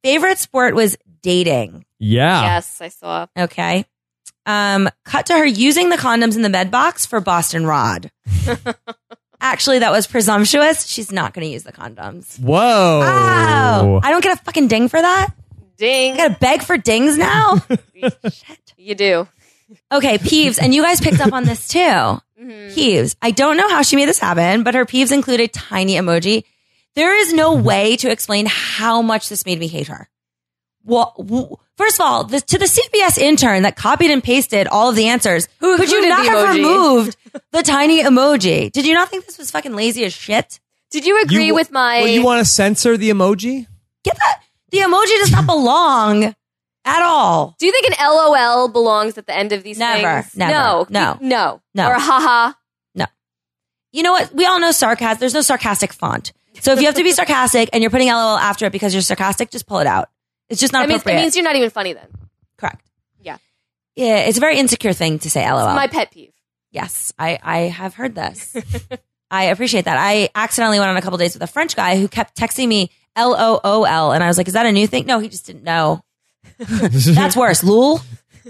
Speaker 3: favorite sport was dating.
Speaker 1: yeah.
Speaker 4: Yes, I saw.
Speaker 3: Okay. Um, cut to her using the condoms in the med box for Boston Rod. Actually, that was presumptuous. She's not going to use the condoms.
Speaker 1: Whoa.
Speaker 4: Oh,
Speaker 3: Ow. I don't get a fucking ding for that. I
Speaker 4: Ding,
Speaker 3: got to beg for dings now.
Speaker 4: you do.
Speaker 3: okay, Peeves, and you guys picked up on this too.
Speaker 4: Mhm.
Speaker 3: Peeves. I don't know how she made this happen, but her peeves include a tiny emoji. There is no way to explain how much this made me hate her. Well, first of all, this, to the CBS intern that copied and pasted all of the answers,
Speaker 4: Who
Speaker 3: could you
Speaker 4: included
Speaker 3: not
Speaker 4: the
Speaker 3: have
Speaker 4: emoji?
Speaker 3: removed the tiny emoji? Did you not think this was fucking lazy as shit?
Speaker 4: Did you agree
Speaker 1: You-
Speaker 4: with my?
Speaker 1: Well, you want to censor the emoji?
Speaker 3: Get that? The emoji does not belong at all.
Speaker 4: do you think an LOL belongs at the end of these
Speaker 3: Never,
Speaker 4: things?
Speaker 3: never, no,
Speaker 4: no, no,
Speaker 3: no.
Speaker 4: or a haha.
Speaker 3: You know what? We all know sarcasm. There's no sarcastic font. So if you have to be sarcastic and you're putting LOL after it because you're sarcastic, just pull it out. It's just not
Speaker 4: That means, it
Speaker 3: appropriate.
Speaker 4: means you're not even funny then.
Speaker 3: Correct.
Speaker 4: Yeah.
Speaker 3: Yeah, it's a very insecure thing to say LOL.
Speaker 4: It's my pet peeve.
Speaker 3: yes, I, I have heard this. I appreciate that. I accidentally went on a couple dates with a French guy who kept texting me LOOL. And I was like, is that a new thing? No, he just didn't know. That's worse. Lul.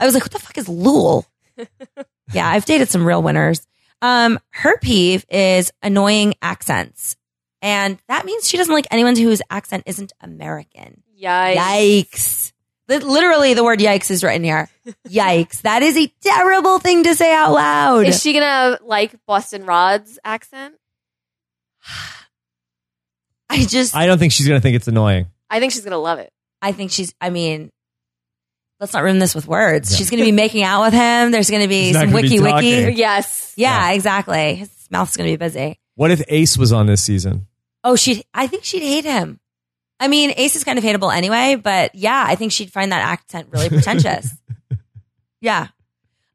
Speaker 3: I was like, what the fuck is Lul? Yeah, I've dated some real winners. Um, her peeve is annoying accents. And that means she doesn't like anyone whose accent isn't American.
Speaker 4: Yikes.
Speaker 3: Yikes. Li- Literally, the word yikes is written here. Yikes. That is a terrible thing to say out loud.
Speaker 4: Is she gonna like Boston Rod's accent?
Speaker 3: I just, I,
Speaker 1: I don't think she's going to think it's annoying.
Speaker 4: I think she's gonna love it.
Speaker 3: think she's, I mean, let's not ruin this with words. She's going to be making out with him. There's going to be
Speaker 1: She's not
Speaker 3: some
Speaker 1: gonna
Speaker 3: wiki
Speaker 1: be
Speaker 3: wiki.
Speaker 1: talking.
Speaker 4: Yes.
Speaker 3: Yeah, exactly. His mouth's going to be busy.
Speaker 1: What if Ace was on this season?
Speaker 3: Oh, she'd, I think she'd hate him. I mean, Ace is kind of hateable anyway, but yeah, I think she'd find that accent really pretentious. yeah.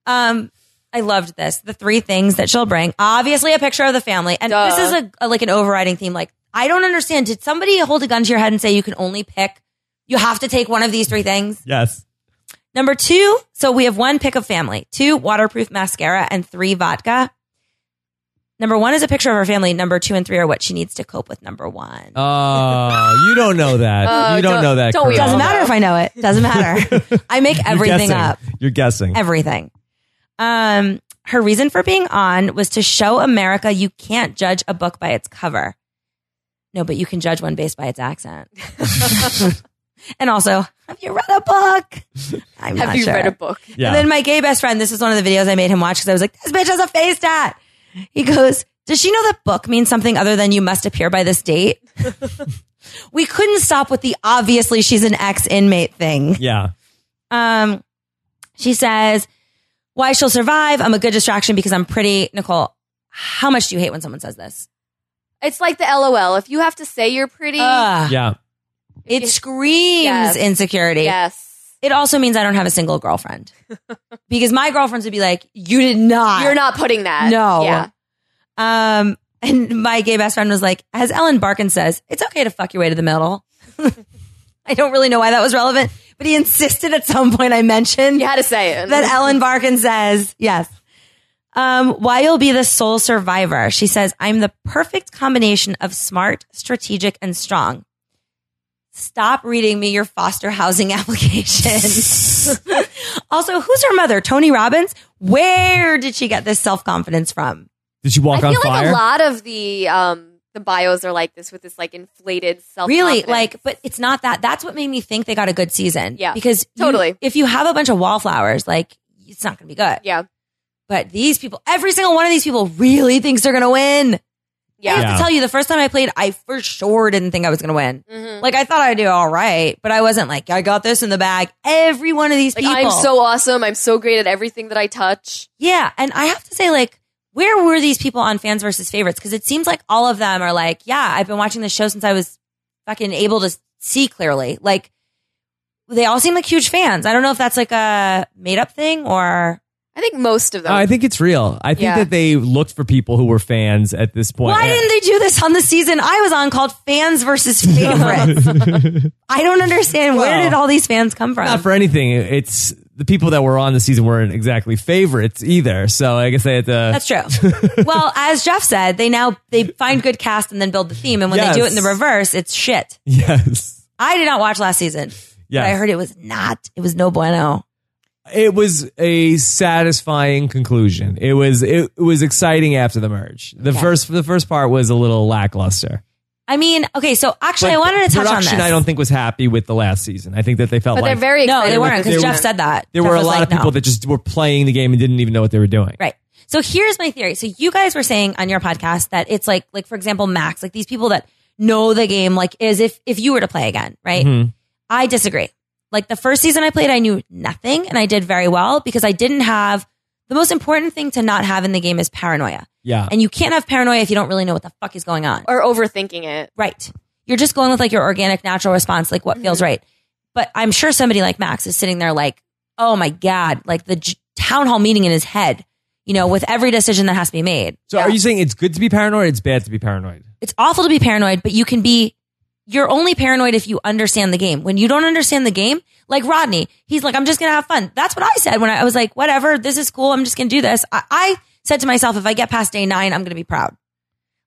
Speaker 3: Um, I loved this. The three things that she'll bring. Obviously a picture of the family. And
Speaker 4: Duh.
Speaker 3: this is a, a- like an overriding theme. Like I don't understand. Did somebody hold a gun to your head and say you can only pick? You have to take one of these three things.
Speaker 1: Yes.
Speaker 3: Number two, so we have one pick of family, two waterproof mascara, and three vodka. Number one is a picture of her family. Number two and three are what she needs to cope with number one.
Speaker 1: Oh, you don't know that.
Speaker 4: Oh,
Speaker 1: you don't,
Speaker 4: don't-
Speaker 1: know that.
Speaker 4: don't we
Speaker 1: Corinne.
Speaker 3: Doesn't matter if I know it. Doesn't matter. I make
Speaker 1: You're
Speaker 3: everything
Speaker 1: guessing.
Speaker 3: up.
Speaker 1: You're guessing.
Speaker 3: Everything. Um, her reason for being on was to show America you can't judge a book by its cover. No, but you can judge one based by its accent. and also, have you read a book? I'm
Speaker 4: Have
Speaker 3: not
Speaker 4: you
Speaker 3: sure.
Speaker 4: read a book?
Speaker 1: yeah.
Speaker 3: And then my gay best friend, this is one of the videos I made him watch because I was like, this bitch has a face tat. He goes, Does she know that book means something other than you must appear by this date? we couldn't stop with the obviously she's an ex inmate thing.
Speaker 1: yeah.
Speaker 3: Um, she says, Why she'll survive. I'm a good distraction because I'm pretty. Nicole, how much do you hate when someone says this?
Speaker 4: It's like the LOL. If you have to say you're pretty,
Speaker 3: Ugh.
Speaker 1: Yeah.
Speaker 3: It screams
Speaker 4: Yes.
Speaker 3: insecurity.
Speaker 4: yes,
Speaker 3: It also means I don't have a single girlfriend because my girlfriends would be like, You did not.
Speaker 4: you're not putting that.
Speaker 3: No.
Speaker 4: Yeah.
Speaker 3: Um, and my gay best friend was like, as Ellen Barkin says, it's okay to fuck your way to the middle. I don't really know why that was relevant, but he insisted at some point I mentioned
Speaker 4: You had to say it.
Speaker 3: that Ellen Barkin says, yes. Um, why you'll be the sole survivor. She says, I'm the perfect combination of smart, strategic, and strong. Stop reading me your foster housing application. also, who's her mother? Tony Robbins? Where did she get this self confidence from?
Speaker 1: Did you
Speaker 4: I
Speaker 1: walk
Speaker 4: feel
Speaker 1: on
Speaker 4: like
Speaker 1: fire?
Speaker 4: a lot of the um the bios are like this with this like inflated self.
Speaker 3: really like but it's not that that's what made me think they got a good season
Speaker 4: Yeah.
Speaker 3: because you-
Speaker 4: Totally.
Speaker 3: if you have a bunch of wallflowers like it's not gonna be good
Speaker 4: yeah,
Speaker 3: but these people every single one of these people really thinks they're gonna win i have
Speaker 4: yeah.
Speaker 1: Yeah.
Speaker 3: to tell you the first time i played i for sure didn't think i was gonna win
Speaker 4: Mhm.
Speaker 3: like i thought i'd do all right but i wasn't like i got this in the bag every one of these
Speaker 4: Like
Speaker 3: people
Speaker 4: I'm so awesome. I'm so great at everything that I touch.
Speaker 3: yeah and i have to say like where were these people on fans versus favorites because it seems like all of them are like yeah i've been watching this show since i was fucking able to see clearly. Like they all seem like huge fans. I don't know if that's like a made up thing or
Speaker 4: I think most of them.
Speaker 1: Uh, I think it's real. I think
Speaker 4: Yeah.
Speaker 1: that they looked for people who were fans at this point.
Speaker 3: why didn't they do this on the season I was on called fans versus favorites? I don't understand where
Speaker 1: Well,
Speaker 3: did all these fans come from?
Speaker 1: Not for anything. It's the people that were on the season weren't exactly favorites either. So I guess they had to.
Speaker 3: that's true. well, as Jeff said, they now they find good cast and then build the theme and when they do it in the
Speaker 1: Yes.
Speaker 3: reverse, it's shit.
Speaker 1: yes.
Speaker 3: I did not watch last season. But
Speaker 1: Yes.
Speaker 3: I heard it was not. It was no bueno.
Speaker 1: it was a satisfying conclusion. It was it, it was exciting after the merge. The first the first part was a little lackluster.
Speaker 3: I mean, okay, so actually I wanted to touch on this.
Speaker 1: production. I don't think was happy with the last season. I think that they felt
Speaker 4: but
Speaker 1: like
Speaker 4: they're very
Speaker 3: no,
Speaker 4: excited
Speaker 3: they
Speaker 4: with
Speaker 3: weren't
Speaker 4: this
Speaker 3: because Jeff
Speaker 4: one.
Speaker 3: said that.
Speaker 1: there
Speaker 3: Jeff
Speaker 1: were a
Speaker 3: was
Speaker 1: lot
Speaker 3: like,
Speaker 1: of people
Speaker 3: no.
Speaker 1: that just were playing the game and didn't even know what they were doing.
Speaker 3: Right. So here's my theory. So you guys were saying on your podcast that it's like, like for example, Max, like these people that know the game, like as if if you were to play again, right?
Speaker 1: Mhm.
Speaker 3: I disagree. Like the first season I played, I knew nothing and I did very well because I didn't have the most important thing to not have in the game is paranoia.
Speaker 1: Yeah.
Speaker 3: And you can't have paranoia if you don't really know what the fuck is going on.
Speaker 4: or overthinking it.
Speaker 3: Right. You're just going with like your organic natural response, like what
Speaker 4: Mm-hmm.
Speaker 3: feels right. But I'm sure somebody like Max is sitting there like, oh my God, like the j- town hall meeting in his head, you know, with every decision that has to be made.
Speaker 1: So are you saying it's good to be paranoid? It's bad to be paranoid.
Speaker 3: It's awful to be paranoid, but you can be, you're only paranoid if you understand the game. When you don't understand the game, like Rodney, he's like, I'm just going to have fun. That's what I said when I, I was like, whatever, this is cool. I'm just going to do this. I, I said to myself, if I get past day nine, I'm going to be proud.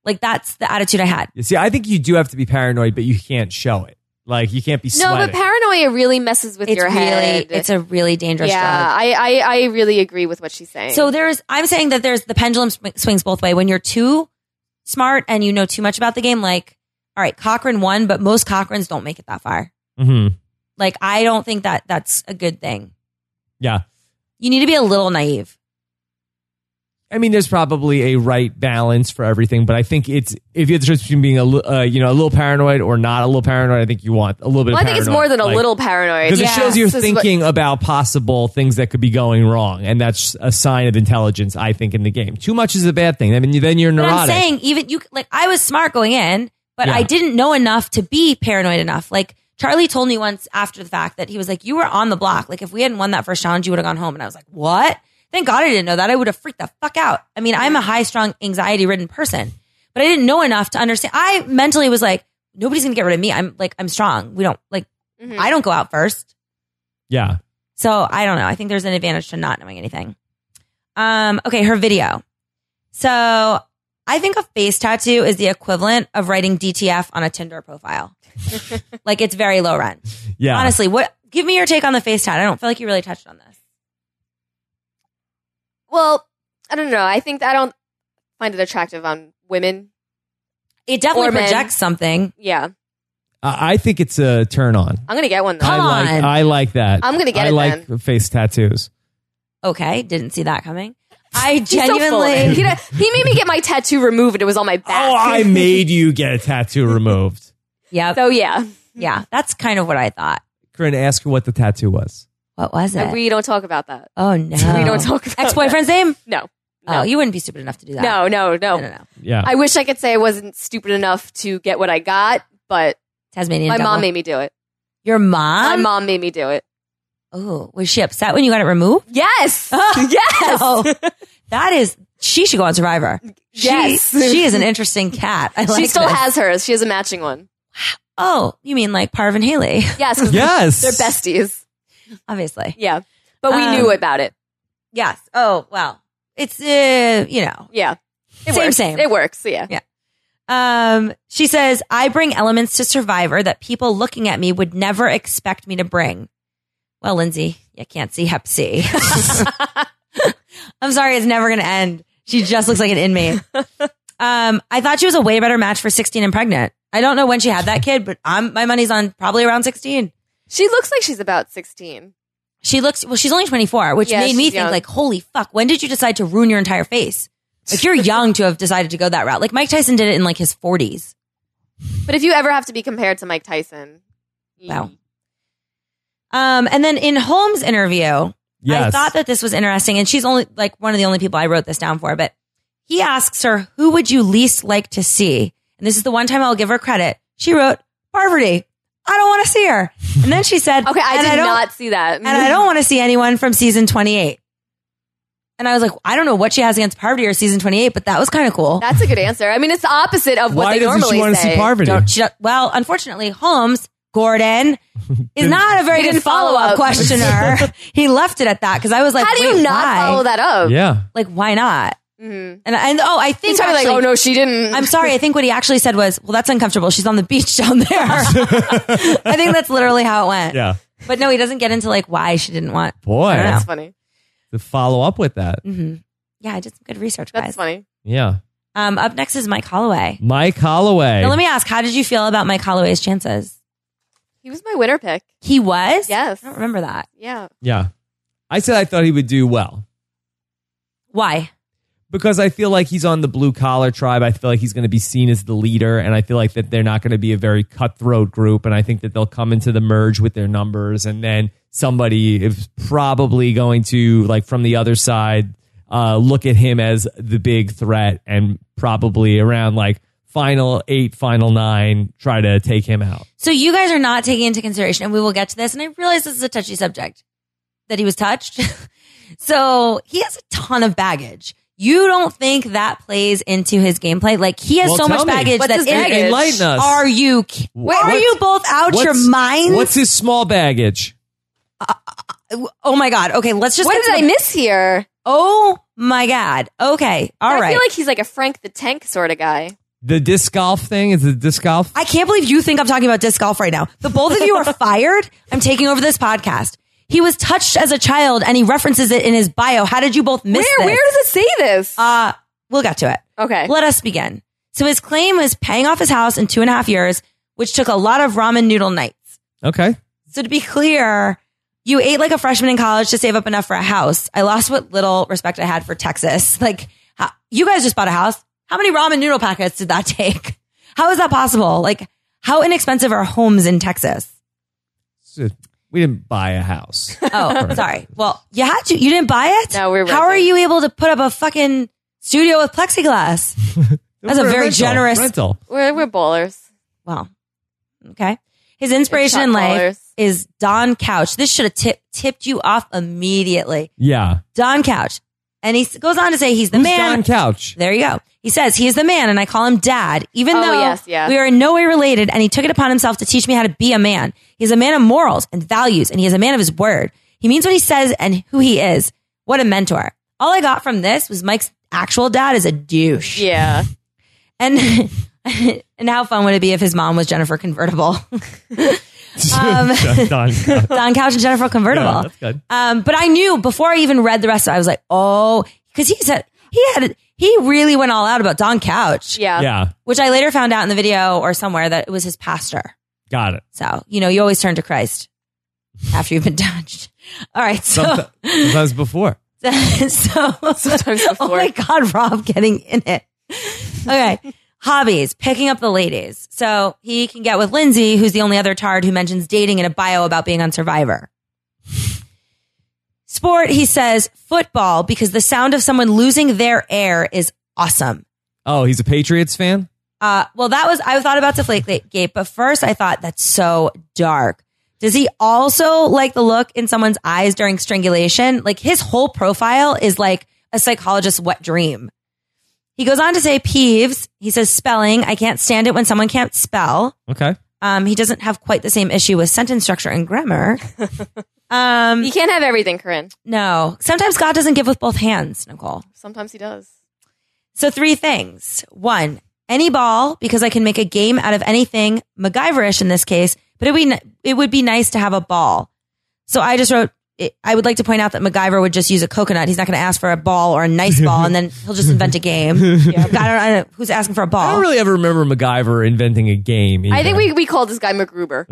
Speaker 3: Like that's the attitude I had.
Speaker 1: You see, I think you do have to be paranoid, but you can't show it. Like you can't be
Speaker 4: No,
Speaker 1: sweating.
Speaker 4: but paranoia really messes with
Speaker 3: It's
Speaker 4: your
Speaker 3: really,
Speaker 4: head.
Speaker 3: it's a really dangerous drug.
Speaker 4: yeah, I, I I really agree with what she's saying.
Speaker 3: So there's, I'm saying that there's the pendulum sw- swings both way. When you're too smart and you know too much about the game, like, all right, Cochrane won, but most Cochrans don't make it that far.
Speaker 1: Mhm.
Speaker 3: Like, I don't think that that's a good thing.
Speaker 1: Yeah.
Speaker 3: You need to be a little naive.
Speaker 1: I mean, there's probably a right balance for everything, but I think it's if you have the choice between being a li- uh, you know a little paranoid or not a little paranoid, I think you want a little bit.
Speaker 4: well, I
Speaker 1: of
Speaker 4: think it's
Speaker 1: paranoid.
Speaker 4: more than a
Speaker 1: Like,
Speaker 4: little paranoid.
Speaker 1: because
Speaker 3: Yeah.
Speaker 1: it shows you're
Speaker 4: This is what-
Speaker 1: thinking about possible things that could be going wrong, and that's a sign of intelligence, I think, in the game. Too much is a bad thing. I mean, then you're
Speaker 3: But I'm
Speaker 1: neurotic.
Speaker 3: saying even you, like, I was smart going in, but
Speaker 1: Yeah.
Speaker 3: I didn't know enough to be paranoid enough. Like, Charlie told me once after the fact that he was like, you were on the block. Like, if we hadn't won that first challenge, you would have gone home. And I was like, what? Thank God I didn't know that. I would have freaked the fuck out. I mean, I'm a high strung, anxiety ridden person. but I didn't know enough to understand. I mentally was like, nobody's gonna get rid of me. I'm like, I'm strong. We don't like,
Speaker 4: Mhm.
Speaker 3: I don't go out first.
Speaker 1: Yeah.
Speaker 3: So I don't know. I think there's an advantage to not knowing anything. Um, okay, her video. So I think a face tattoo is the equivalent of writing DTF on a Tinder profile. like it's very low rent.
Speaker 1: Yeah.
Speaker 3: Honestly, what give me your take on the face tat. I don't feel like you really touched on this.
Speaker 4: Well, I don't know. I think I don't find it attractive on women.
Speaker 3: It definitely
Speaker 4: Or men.
Speaker 3: projects something.
Speaker 4: Yeah,
Speaker 1: I I think it's a turn on.
Speaker 4: I'm gonna get one though.
Speaker 3: Come
Speaker 1: I like
Speaker 3: on.
Speaker 1: I like that.
Speaker 4: I'm gonna get
Speaker 1: I
Speaker 4: it
Speaker 1: like face tattoos.
Speaker 3: Okay, didn't see that coming. I
Speaker 4: He's so full of it.
Speaker 3: genuinely
Speaker 4: he, he made me get my tattoo removed. and It was on my back.
Speaker 1: Oh, I made you get a tattoo removed.
Speaker 3: Yep.
Speaker 4: so yeah,
Speaker 3: Yeah, that's kind of what I thought.
Speaker 1: Corinne, ask her what the tattoo was.
Speaker 3: What was it?
Speaker 4: we don't talk about that.
Speaker 3: oh no.
Speaker 4: We don't talk about
Speaker 3: Ex boyfriend's name?
Speaker 4: That. No,
Speaker 3: Oh,
Speaker 4: no,
Speaker 3: you wouldn't be stupid enough to do that.
Speaker 4: no, no, no,
Speaker 3: No, no, no.
Speaker 1: Yeah.
Speaker 4: I wish I could say I wasn't stupid enough to get what I got, but
Speaker 3: Tasmanian.
Speaker 4: my mom
Speaker 3: devil.
Speaker 4: made me do it.
Speaker 3: Your mom?
Speaker 4: my mom made me do it.
Speaker 3: Oh, was she upset when you got it removed?
Speaker 4: Yes, yes,
Speaker 3: Oh, that is. She should go on Survivor. She-
Speaker 4: Yes.
Speaker 3: she, is an interesting cat. I like
Speaker 4: she still
Speaker 3: this.
Speaker 4: has hers. She has a matching one.
Speaker 3: Oh, you mean like Parvin Haley?
Speaker 4: Yes, 'cause
Speaker 1: yes.
Speaker 4: they're besties.
Speaker 3: Obviously,
Speaker 4: Yeah, but we
Speaker 3: Um,
Speaker 4: knew about it.
Speaker 3: yes. Oh, well, it's uh, you know.
Speaker 4: Yeah, it
Speaker 3: Same,
Speaker 4: works.
Speaker 3: same.
Speaker 4: It works. Yeah.
Speaker 3: Um, she says I bring elements to Survivor that people looking at me would never expect me to bring. Well, Lindsay, you can't see Hep C. I'm sorry, it's never going to end. She just looks like an inmate. Um, I thought she was a way better match for 16 and pregnant. I don't know when she had that kid, but I'm, my money's on probably around 16.
Speaker 4: She looks like she's about 16.
Speaker 3: She looks, well, she's only 24, which
Speaker 4: Yeah,
Speaker 3: made me
Speaker 4: she's
Speaker 3: think
Speaker 4: young.
Speaker 3: like, holy fuck, when did you decide to ruin your entire face? Like you're young to have decided to go that route. Like Mike Tyson did it in like his 40s.
Speaker 4: But if you ever have to be compared to Mike Tyson,
Speaker 3: Wow. Um, and then in Holmes' interview,
Speaker 1: yes.
Speaker 3: I thought that this was interesting, and she's only like one of the only people I wrote this down for. But he asks her, "Who would you least like to see?" And this is the one time I'll give her credit. She wrote poverty. I don't want to see her. And then she said,
Speaker 4: Okay, I
Speaker 3: "And
Speaker 4: did
Speaker 3: don't-
Speaker 4: not see that.
Speaker 3: and I don't want to see anyone from season twenty eight. And I was like, I don't know what she has against poverty or season twenty eight, but that was kind of cool.
Speaker 4: That's a good answer. I mean, it's the opposite of what
Speaker 1: Why
Speaker 4: they
Speaker 1: doesn't
Speaker 4: normally
Speaker 1: she want to
Speaker 4: say.
Speaker 1: see poverty?
Speaker 3: Don't- she don't- well, unfortunately, Holmes Gordon is not a very
Speaker 4: He
Speaker 3: good
Speaker 4: didn't follow
Speaker 3: follow up
Speaker 4: up.
Speaker 3: questioner. he left it at that because I was like,
Speaker 4: How do you
Speaker 3: wait,
Speaker 4: not
Speaker 3: why?
Speaker 4: follow that up?
Speaker 1: yeah.
Speaker 3: Like, why not?
Speaker 4: Mhm.
Speaker 3: And and oh, I
Speaker 4: He's
Speaker 3: think
Speaker 4: probably like,
Speaker 3: actually-
Speaker 4: oh no, she didn't.
Speaker 3: I'm sorry. I think what he actually said was, "Well, that's uncomfortable. She's on the beach down there." I think that's literally how it went.
Speaker 1: Yeah.
Speaker 3: But no, he doesn't get into like why she didn't want. I don't
Speaker 1: Boy,
Speaker 4: That's funny. Mm-hmm.
Speaker 1: to follow up with that.
Speaker 3: Mhm. Yeah, I did some good research,
Speaker 4: That's
Speaker 3: guys.
Speaker 4: funny.
Speaker 1: Yeah.
Speaker 3: Um, up next is Mike Holloway.
Speaker 1: Mike Holloway.
Speaker 3: Now, let me ask, how did you feel about Mike Holloway's chances?
Speaker 4: He was my winner pick.
Speaker 3: He was.
Speaker 4: Yes.
Speaker 3: I don't remember that.
Speaker 4: Yeah.
Speaker 1: yeah. I said I thought he would do well.
Speaker 3: Why?
Speaker 1: because I feel like he's on the blue collar tribe. I feel like he's going to be seen as the leader, and I feel like that they're not going to be a very cutthroat group. And I think that they'll come into the merge with their numbers, and then somebody is probably going to like from the other side uh, look at him as the big threat, and probably around like final eight, final nine, try to take him out.
Speaker 3: So you guys are not taking into consideration, and we will get to this. And I realize this is a touchy subject that he was touched. so he has a ton of baggage. You don't think that plays into his gameplay? Like he has
Speaker 1: Well,
Speaker 3: so
Speaker 1: tell
Speaker 3: much
Speaker 1: me.
Speaker 3: baggage
Speaker 4: What's
Speaker 3: that
Speaker 4: his
Speaker 3: it-
Speaker 4: baggage?
Speaker 1: Enlighten us.
Speaker 3: Are you ki-
Speaker 1: Wait,
Speaker 3: are
Speaker 1: what-
Speaker 3: you both out your
Speaker 1: What's-
Speaker 3: minds?
Speaker 1: What's his small baggage?
Speaker 3: oh my god. Okay, let's just
Speaker 4: What
Speaker 3: get
Speaker 4: did
Speaker 3: to
Speaker 4: I
Speaker 3: the-
Speaker 4: miss here?
Speaker 3: Oh my god. Okay. All right.
Speaker 4: I feel like he's like a Frank the Tank sort of guy.
Speaker 1: The disc golf thing is the disc golf.
Speaker 3: I can't believe you think I'm talking about disc golf right now. The both of you are fired. I'm taking over this podcast. He was touched as a child and he references it in his bio. How did you both miss this?
Speaker 4: Where where does it say this?
Speaker 3: Uh, we'll get to it.
Speaker 4: okay.
Speaker 3: Let us begin. So his claim was paying off his house in two and a half years, which took a lot of ramen noodle nights.
Speaker 1: okay.
Speaker 3: So to be clear, you ate like a freshman in college to save up enough for a house. I lost what little respect I had for Texas. Like how, you guys just bought a house. How many ramen noodle packets did that take? How is that possible? Like how inexpensive are homes in Texas?
Speaker 1: So we didn't buy a house.
Speaker 3: Oh, sorry. Well, you had to. You didn't buy it.
Speaker 4: No, we were
Speaker 3: How are
Speaker 4: renting.
Speaker 3: you able to put up a fucking studio with plexiglass? That's a very
Speaker 1: Rental,
Speaker 3: generous-
Speaker 1: rental.
Speaker 4: We're we're bowlers.
Speaker 3: Well, okay. His inspiration
Speaker 4: Shot
Speaker 3: in life
Speaker 4: callers.
Speaker 3: is Don Couch. This should have tip, tipped you off immediately.
Speaker 1: Yeah.
Speaker 3: Don Couch, and he s- goes on to say he's the
Speaker 1: Who's Don
Speaker 3: man.
Speaker 1: Couch?
Speaker 3: there you go. He says he is the man, and I call him dad, even
Speaker 4: Oh,
Speaker 3: though
Speaker 4: yes, yeah.
Speaker 3: we are in no way related. And he took it upon himself to teach me how to be a man. He's a man of morals and values, and he is a man of his word. He means what he says and who he is. What a mentor. All I got from this was Mike's actual dad is a douche.
Speaker 4: Yeah.
Speaker 3: And and how fun would it be if his mom was Jennifer Convertible?
Speaker 1: Done. Yeah,
Speaker 3: Don Couch and Jennifer Convertible.
Speaker 1: that's good.
Speaker 3: Um, but I knew before I even read the rest of it, I was like, oh, because he said he had he really went all out about Don Couch,
Speaker 4: Yeah.
Speaker 1: Yeah,
Speaker 3: which I later found out in the video or somewhere that it was his pastor.
Speaker 1: got it.
Speaker 3: So you know, you always turn to Christ after you've been touched. All right, so
Speaker 1: Sometimes before.
Speaker 3: so oh
Speaker 4: before.
Speaker 3: my god, Rob getting in it. Okay. Hobbies, picking up the ladies. So he can get with Lindsay, who's the only other tard who mentions dating in a bio about being on Survivor. Sport, he says football because the sound of someone losing their air is awesome.
Speaker 1: Oh, he's a Patriots fan.
Speaker 3: Uh, well, that was, I thought about Deflategate, but first I thought that's so dark. Does he also like the look in someone's eyes during strangulation? Like his whole profile is like a psychologist's wet dream. He goes on to say peeves. He says spelling. I can't stand it when someone can't spell.
Speaker 1: Okay.
Speaker 3: Um, he doesn't have quite the same issue with sentence structure and grammar. um,
Speaker 4: You can't have everything, Corinne.
Speaker 3: no, sometimes God doesn't give with both hands, Nicole.
Speaker 4: Sometimes he does.
Speaker 3: So three things. One, any ball because I can make a game out of anything, MacGyverish in this case, but it would be, it would be nice to have a ball. So I just wrote, it- I would like to point out that MacGyver would just use a coconut. He's not going to ask for a ball or a nice ball, and then he'll just invent a game. I, don't, I don't know who's asking for a
Speaker 1: I
Speaker 3: ball.
Speaker 1: don't really ever remember MacGyver inventing a game.
Speaker 4: I
Speaker 1: either.
Speaker 4: think we, we called this guy MacGruber.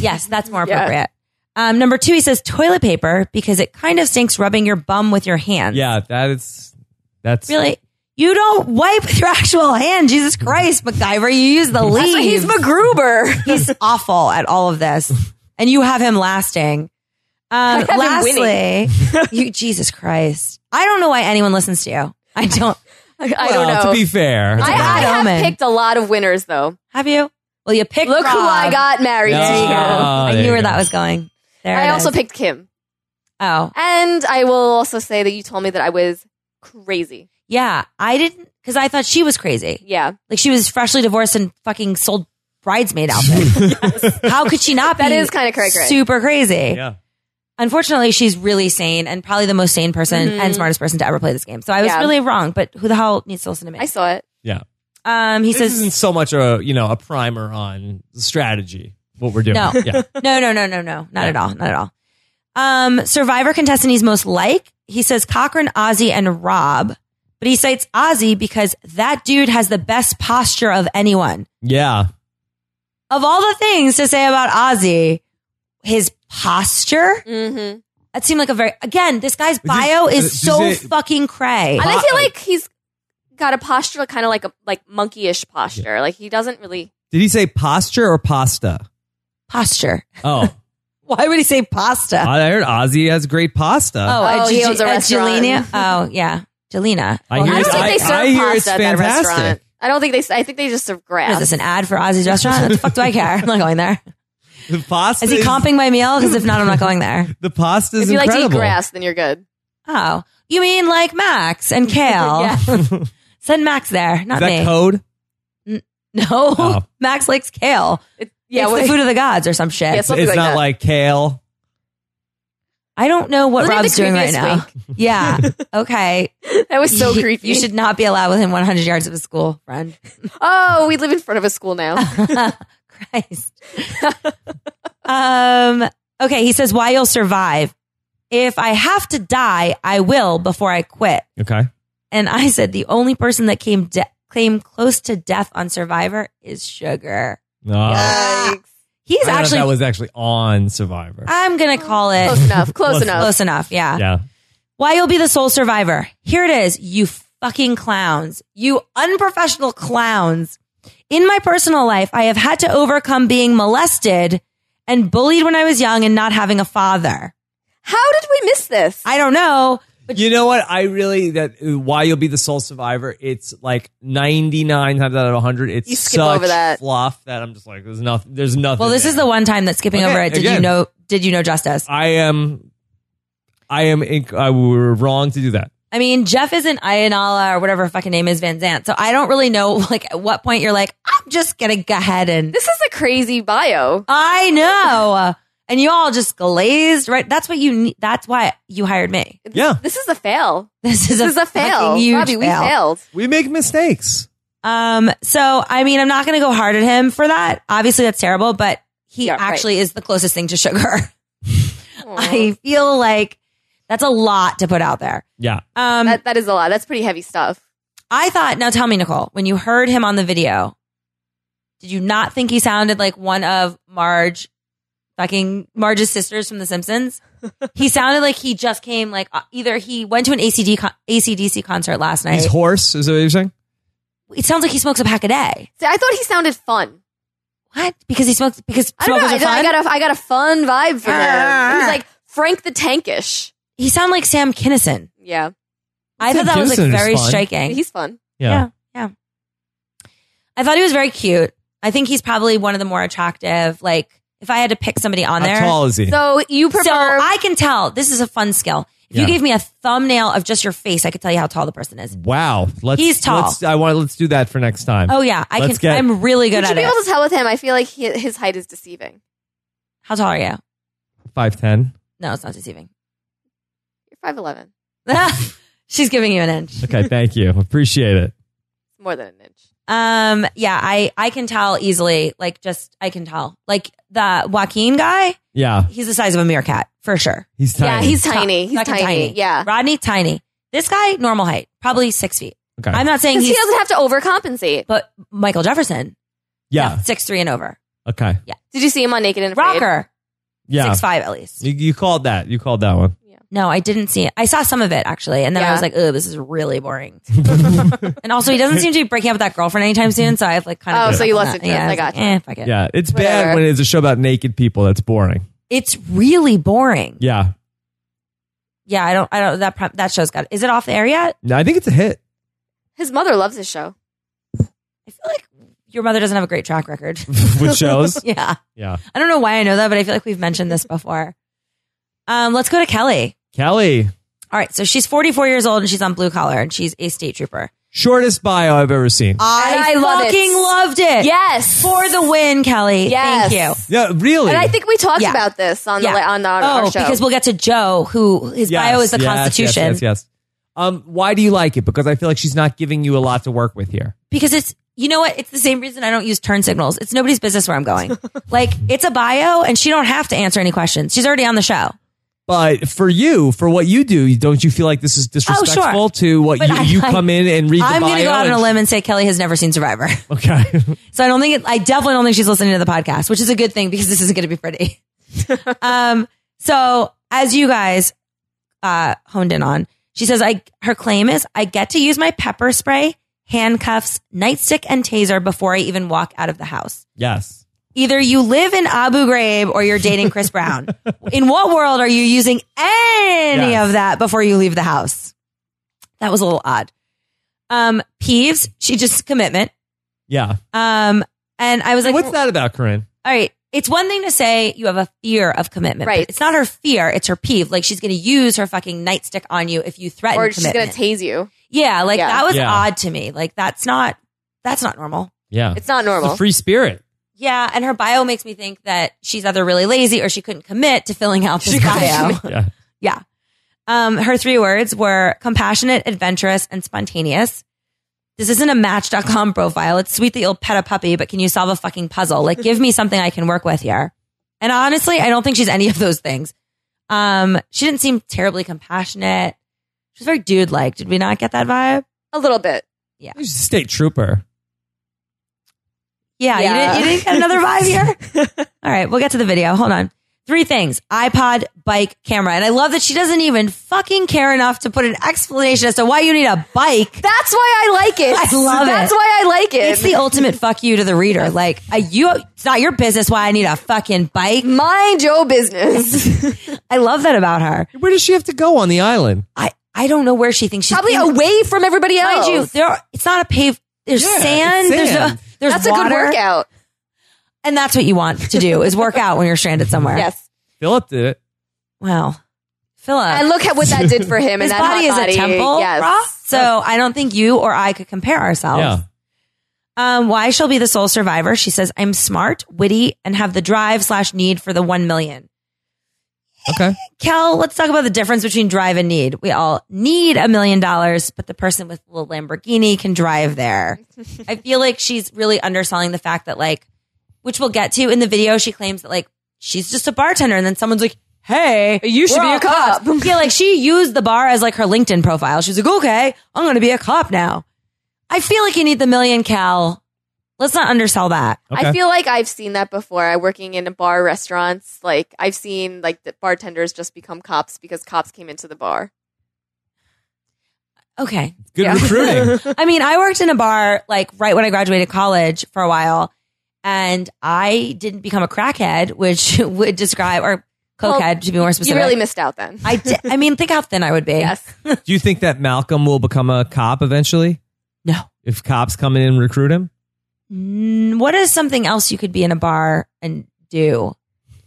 Speaker 3: yes, that's more
Speaker 4: Yeah.
Speaker 3: appropriate. Um, number two, he says toilet paper because it kind of stinks rubbing your bum with your hands.
Speaker 1: Yeah, that is. That's
Speaker 3: Really? You don't wipe with your actual hand. Jesus Christ, MacGyver. You use the leaves.
Speaker 4: So he's MacGruber.
Speaker 3: he's awful at all of this, and you have him lasting. Um,
Speaker 4: I have him
Speaker 3: lastly, you Jesus Christ, I don't know why anyone listens to you. I don't.
Speaker 4: I
Speaker 1: Well,
Speaker 4: don't know.
Speaker 1: To be fair,
Speaker 4: I, I
Speaker 3: bad
Speaker 4: have
Speaker 3: omen.
Speaker 4: picked a lot of winners, though.
Speaker 3: Have you? Well, you picked.
Speaker 4: Look who I
Speaker 3: Rob.
Speaker 4: got married
Speaker 1: Yeah.
Speaker 4: to.
Speaker 3: There you go.
Speaker 1: Ah,
Speaker 3: I
Speaker 1: there
Speaker 3: knew
Speaker 1: you
Speaker 3: where
Speaker 1: go.
Speaker 3: that was going. There.
Speaker 4: I
Speaker 3: it
Speaker 4: also
Speaker 3: is.
Speaker 4: picked Kim.
Speaker 3: Oh
Speaker 4: And I will also say that you told me that I was crazy.
Speaker 3: yeah, I didn't because I thought she was crazy.
Speaker 4: Yeah.
Speaker 3: Like she was freshly divorced and fucking sold bridesmaid outfit. How could she not?
Speaker 4: That
Speaker 3: be
Speaker 4: is kinda cray-cray.
Speaker 3: Super crazy.
Speaker 1: yeah.
Speaker 3: unfortunately, she's really sane and probably the most sane person and smartest person to ever play this game. So I was
Speaker 4: Mm-hmm. Yeah.
Speaker 3: really wrong, but who the hell needs to listen to me?
Speaker 4: I saw it.
Speaker 3: um, he
Speaker 1: This
Speaker 3: says,
Speaker 1: isn't so much a you know a primer on strategy. What we're doing.
Speaker 3: No.
Speaker 1: Yeah.
Speaker 3: no, no, no, no, no, not at all, not at all. Um, survivor contestant he's most like, he says Cochran, Ozzy, and Rob, but he cites Ozzy because that dude has the best posture of anyone.
Speaker 1: Yeah.
Speaker 3: Of all the things to say about Ozzy, his posture,
Speaker 4: Mm-hmm.
Speaker 3: that seemed like a very, again, this guy's
Speaker 1: But he's-
Speaker 3: bio
Speaker 1: uh,
Speaker 3: is
Speaker 1: does
Speaker 3: so
Speaker 1: it-
Speaker 3: fucking cray.
Speaker 4: And I feel like he's got a posture kind of like a like monkeyish posture. Like he doesn't really.
Speaker 1: Did he say posture or pasta?
Speaker 3: posture.
Speaker 1: Oh,
Speaker 3: Why would he say pasta?
Speaker 1: I uh, heard Ozzy has great pasta.
Speaker 3: Oh,
Speaker 4: Oh,
Speaker 3: at
Speaker 4: he
Speaker 3: Gigi-
Speaker 4: owns a
Speaker 3: at
Speaker 4: restaurant.
Speaker 3: Gelina? Oh, yeah. Jelena.
Speaker 1: I
Speaker 3: Well,
Speaker 1: hear
Speaker 4: I
Speaker 1: it's-
Speaker 4: don't think
Speaker 1: I-
Speaker 4: they serve
Speaker 1: I hear
Speaker 4: pasta
Speaker 1: it's
Speaker 4: at that
Speaker 1: fantastic.
Speaker 4: restaurant. I don't think they. I think they just serve grass.
Speaker 3: Is this an ad for Ozzy's restaurant? What the fuck do I care? I'm not going there.
Speaker 1: the pasta
Speaker 3: Is he comping my meal? Because if not, I'm not going there.
Speaker 1: The pasta
Speaker 4: if
Speaker 1: is
Speaker 4: you like
Speaker 1: incredible.
Speaker 4: to eat grass, then you're good.
Speaker 3: Oh, you mean like Max and Kale? Send Max there,
Speaker 1: Is
Speaker 3: not
Speaker 1: that
Speaker 3: me.
Speaker 1: code?
Speaker 3: no,
Speaker 1: Oh.
Speaker 3: Max likes kale.
Speaker 4: It,
Speaker 3: Yeah,
Speaker 4: yeah,
Speaker 3: it's
Speaker 4: well,
Speaker 3: the food of the gods or some shit.
Speaker 4: Yes. Something
Speaker 1: it's
Speaker 4: like
Speaker 1: not
Speaker 4: that.
Speaker 1: like kale.
Speaker 3: I don't know what
Speaker 4: Wasn't it
Speaker 3: Rob's
Speaker 4: the
Speaker 3: doing right
Speaker 4: creepiest
Speaker 3: now. Yeah. Okay.
Speaker 4: that was so
Speaker 3: You-
Speaker 4: creepy.
Speaker 3: You should not be allowed within 100 yards of a school, friend.
Speaker 4: Oh, we live in front of a school now.
Speaker 3: Christ. um, okay, he says, Why you'll survive. If I have to die, I will before I quit.
Speaker 1: Okay.
Speaker 3: And I said, The only person that came de- came close to death on Survivor is Sugar.
Speaker 1: No.
Speaker 4: Yikes.
Speaker 1: Uh, I
Speaker 3: He's
Speaker 1: don't know if
Speaker 3: actually, Ah.
Speaker 1: that was actually on Survivor.
Speaker 3: I'm going to call it
Speaker 4: Close enough. Close
Speaker 1: Close
Speaker 4: enough.
Speaker 3: close enough. Yeah.
Speaker 1: yeah.
Speaker 3: Why you'll be the sole survivor. Here it is, you fucking clowns. You unprofessional clowns. In my personal life, I have had to overcome being molested and bullied when I was young and not having a father.
Speaker 4: How did we miss this?
Speaker 3: I don't know.
Speaker 1: You know what? I really that why you'll be the sole survivor. It's like ninety nine times out of hundred. It's
Speaker 4: You skip
Speaker 1: such
Speaker 4: over that.
Speaker 1: fluff that I'm just like, there's nothing. There's nothing.
Speaker 3: Well, this is
Speaker 1: there.
Speaker 3: the one time that skipping
Speaker 1: Okay,
Speaker 3: over it. Did you
Speaker 1: again.
Speaker 3: know? Did you know justice?
Speaker 1: I am. I am. Inc- I we were wrong to do that.
Speaker 3: I mean, Jeff isn't Ayanala or whatever her fucking name is Van Zant. So I don't really know like at what point you're like, I'm just gonna go ahead and
Speaker 4: This is a crazy bio.
Speaker 3: I know. And you all just glazed right. That's what you need. That's why you hired me.
Speaker 1: Yeah.
Speaker 4: This is a fail.
Speaker 3: This is
Speaker 4: This is a fail.
Speaker 3: fucking huge
Speaker 4: Robbie, we
Speaker 3: fail.
Speaker 4: failed.
Speaker 1: We make mistakes.
Speaker 3: Um, so I mean, I'm not going to go hard at him for that. Obviously, that's terrible, but he
Speaker 4: Yeah, right.
Speaker 3: actually is the closest thing to sugar.
Speaker 4: Aw.
Speaker 3: I feel like that's a lot to put out there.
Speaker 1: Yeah.
Speaker 3: Um,
Speaker 4: that, that is a lot. That's pretty heavy stuff.
Speaker 3: I thought. Now, tell me, Nicole, when you heard him on the video, did you not think he sounded like one of Marge, fucking Marge's sisters from The Simpsons? he sounded like he just came, like uh, either he went to an ACD con- ACDC concert last night.
Speaker 1: He's hoarse. Is that what you're saying?
Speaker 3: it sounds like he smokes a pack a day.
Speaker 4: See, I thought he sounded fun.
Speaker 3: What? Because he smokes because
Speaker 4: I don't know.
Speaker 3: smokers
Speaker 4: I,
Speaker 3: are fun.
Speaker 4: I got a, I got a fun vibe from him.
Speaker 3: Ah.
Speaker 4: He's like Frank the Tankish.
Speaker 3: He sounded like Sam Kinison.
Speaker 4: Yeah,
Speaker 3: I
Speaker 1: Sam
Speaker 3: thought that was like
Speaker 1: Kinison is
Speaker 3: very
Speaker 1: fun.
Speaker 3: striking.
Speaker 4: he's fun.
Speaker 3: yeah, yeah. I thought he was very cute. I think he's probably one of the more attractive. Like, if I had to pick somebody on
Speaker 1: How
Speaker 3: there,
Speaker 1: tall is he?
Speaker 4: So you prefer?
Speaker 3: so I can tell this is a fun skill. If
Speaker 1: Yeah.
Speaker 3: you gave me a thumbnail of just your face, I could tell you how tall the person is.
Speaker 1: wow. Let's,
Speaker 3: He's tall.
Speaker 1: Let's, I want. Let's do that for next time.
Speaker 3: Oh yeah, I
Speaker 1: Let's
Speaker 3: can.
Speaker 1: get-
Speaker 3: I'm really good
Speaker 4: would you
Speaker 3: at
Speaker 4: be
Speaker 3: it.
Speaker 4: able to tell with him? I feel like he, his height is deceiving.
Speaker 3: how tall are you?
Speaker 1: Five ten.
Speaker 3: No, it's not deceiving.
Speaker 4: You're five eleven.
Speaker 3: She's giving you an inch.
Speaker 1: Okay. Thank you. Appreciate it.
Speaker 4: It's more than an inch.
Speaker 3: Um, yeah, I I can tell easily. Like, just I can tell. Like the Joaquin guy,
Speaker 1: Yeah.
Speaker 3: he's the size of a meerkat for sure.
Speaker 1: He's tiny.
Speaker 4: Yeah, he's tiny. He's
Speaker 3: Fucking
Speaker 4: tiny. Yeah,
Speaker 3: Rodney, tiny. This guy, normal height, probably six feet.
Speaker 1: okay.
Speaker 3: I'm not saying
Speaker 4: because
Speaker 3: he's,
Speaker 4: he doesn't have to overcompensate.
Speaker 3: but Michael Jefferson,
Speaker 1: yeah.
Speaker 3: six three and over.
Speaker 1: Okay.
Speaker 4: Did you see him on Naked and Afraid?
Speaker 3: Rocker,
Speaker 1: Yeah.
Speaker 3: six five at least.
Speaker 1: You, you called that. You called that one.
Speaker 3: No, I didn't see it. I saw some of it actually, and then I
Speaker 4: Yeah.
Speaker 3: was like, "Oh, this is really boring." and also, he doesn't seem to be breaking up with that girlfriend anytime soon. So I've like kind of
Speaker 4: Oh,
Speaker 3: given
Speaker 4: so
Speaker 3: up
Speaker 4: you
Speaker 3: on
Speaker 4: lost
Speaker 3: that.
Speaker 4: interest. I
Speaker 3: was
Speaker 4: gotcha.
Speaker 3: like, eh, fuck it.
Speaker 1: Yeah. It's bad
Speaker 4: Whatever.
Speaker 1: when it's a show about naked people. That's boring.
Speaker 3: It's really boring. Yeah,
Speaker 1: Yeah.
Speaker 3: I don't, I don't. That pro- that show's got. Is it off the air yet?
Speaker 1: No, I think it's a hit.
Speaker 4: His mother loves his show.
Speaker 3: I feel like your mother doesn't have a great track record.
Speaker 1: with shows.
Speaker 3: yeah.
Speaker 1: Yeah.
Speaker 3: I don't know why I know that, but I feel like we've mentioned this before. Um, let's go to Kelly.
Speaker 1: Kelly,
Speaker 3: All right, so she's 44 years old and she's on blue collar and she's a state trooper.
Speaker 1: shortest bio I've ever seen.
Speaker 3: Uh,
Speaker 4: And I love it.
Speaker 3: fucking loved it.
Speaker 4: Yes,
Speaker 3: For the win, Kelly.
Speaker 4: Yes.
Speaker 3: Thank you.
Speaker 1: yeah, really.
Speaker 4: And I think we talked
Speaker 3: Yeah.
Speaker 4: about this on
Speaker 3: Yeah.
Speaker 4: the on the, on
Speaker 3: Oh,
Speaker 4: our show.
Speaker 3: because we'll get to Joe, who his
Speaker 1: Yes,
Speaker 3: bio is the
Speaker 1: yes,
Speaker 3: Constitution.
Speaker 1: Yes, yes, yes. Um, why do you like it? Because I feel like she's not giving you a lot to work with here.
Speaker 3: Because it's, you know what? It's the same reason I don't use turn signals. It's nobody's business where I'm going. like, it's a bio and she don't have to answer any questions. She's already on the show.
Speaker 1: But for you, for what you do, don't you feel like this is disrespectful to what
Speaker 3: Oh, But
Speaker 1: you,
Speaker 3: I-
Speaker 1: you
Speaker 3: I-
Speaker 1: come in and read
Speaker 3: I'm
Speaker 1: the bio?
Speaker 3: going to go out on a
Speaker 1: and-
Speaker 3: limb and say Kelly has never seen Survivor.
Speaker 1: Okay.
Speaker 3: So I don't think it, I definitely don't think she's listening to the podcast, which is a good thing because this isn't going to be pretty. um, so as you guys uh, honed in on, she says, "I her claim is I get to use my pepper spray, handcuffs, nightstick, and taser before I even walk out of the house."
Speaker 1: yes.
Speaker 3: Either you live in Abu Ghraib or you're dating Chris Brown. in what world are you using any
Speaker 1: Yes.
Speaker 3: of that before you leave the house? That was a little odd. Um, Peeves, she just commitment.
Speaker 1: Yeah.
Speaker 3: Um, and I was like,
Speaker 1: What's that about, Corinne?
Speaker 3: all right. It's one thing to say you have a fear of commitment.
Speaker 4: Right.
Speaker 3: but It's not her fear. It's her peeve. Like she's going to use her fucking nightstick on you if you threaten
Speaker 4: or she's gonna
Speaker 3: commitment.
Speaker 4: tase you.
Speaker 3: yeah. Like
Speaker 4: Yeah.
Speaker 3: that was
Speaker 1: Yeah.
Speaker 3: odd to me. Like that's not, that's not normal.
Speaker 1: Yeah.
Speaker 4: It's not
Speaker 1: It's
Speaker 4: normal.
Speaker 1: a free spirit.
Speaker 3: Yeah. And her bio makes me think that she's either really lazy or she couldn't commit to filling out this bio.
Speaker 1: Yeah.
Speaker 3: yeah. Um, her three words were compassionate, adventurous, and spontaneous. This isn't a match.com profile. It's sweet that you'll pet a puppy, but can you solve a fucking puzzle? Like, give me something I can work with here. And honestly, I don't think she's any of those things. Um, she didn't seem terribly compassionate. She was very dude like. Did we not get that vibe?
Speaker 4: a little bit.
Speaker 1: She's a state trooper.
Speaker 3: Yeah, You, didn't,
Speaker 4: Yeah.
Speaker 3: you didn't get another vibe here? All right, we'll get to the video. Hold on. Three things iPod, bike, camera. And I love that she doesn't even fucking care enough to put an explanation as to why you need a bike.
Speaker 4: That's why I like it.
Speaker 3: I love
Speaker 4: That's
Speaker 3: it.
Speaker 4: why I like it.
Speaker 3: It's the ultimate fuck you to the reader. Like, uh, you, it's not your business why I need a fucking bike.
Speaker 4: mind your business.
Speaker 3: I love that about her.
Speaker 1: Where does she have to go on the island?
Speaker 3: I, I don't know where she thinks she's
Speaker 4: Probably
Speaker 3: in-
Speaker 4: away from everybody
Speaker 3: Mind
Speaker 4: else.
Speaker 3: you, there are, it's not a paved, there's
Speaker 1: Yeah, it's
Speaker 3: sand, there's,
Speaker 1: sand.
Speaker 3: a, there's
Speaker 4: That's a
Speaker 3: water.
Speaker 4: good workout.
Speaker 3: And that's what you want to do is work out when you're stranded somewhere.
Speaker 4: Yes.
Speaker 1: Philip did it.
Speaker 3: Wow. Philip.
Speaker 4: And look at what that did for him.
Speaker 3: his
Speaker 4: and that
Speaker 3: body is
Speaker 4: hot
Speaker 3: a temple,
Speaker 4: Yes.
Speaker 3: Ross, so I don't think you or I could compare ourselves.
Speaker 1: Yeah.
Speaker 3: Um, why she'll be the sole survivor? She says, "I'm smart, witty, and have the drive slash need for the one million.
Speaker 1: Okay.
Speaker 3: Kel, let's talk about the difference between drive and need. We all need a million dollars, but the person with the Lamborghini can drive there. I feel like she's really underselling the fact that, like, which we'll get to in the video, she claims that, like, she's just a bartender. And then someone's like, hey,
Speaker 4: You should
Speaker 3: we're
Speaker 4: be a
Speaker 3: all cops.
Speaker 4: cop.
Speaker 3: yeah, like, she used the bar as, like, her LinkedIn profile. She's like, okay, I'm going to be a cop now. I feel like you need the million, Cal. Let's not undersell that.
Speaker 1: Okay.
Speaker 4: I feel like I've seen that before. I working in a bar restaurants, like I've seen like the bartenders just become cops because cops came into the bar.
Speaker 3: Okay.
Speaker 1: Good
Speaker 4: Yeah.
Speaker 1: recruiting.
Speaker 3: I mean, I worked in a bar like right when I graduated college for a while, and I didn't become a crackhead, which would describe or cokehead to be more
Speaker 4: You
Speaker 3: specific.
Speaker 4: really missed out then.
Speaker 3: I di- I mean, think how thin I would be.
Speaker 4: yes.
Speaker 1: Do you think that Malcolm will become a cop eventually?
Speaker 3: No.
Speaker 1: If cops come in and recruit him?
Speaker 3: Mm, what is something else you could be in a bar and do?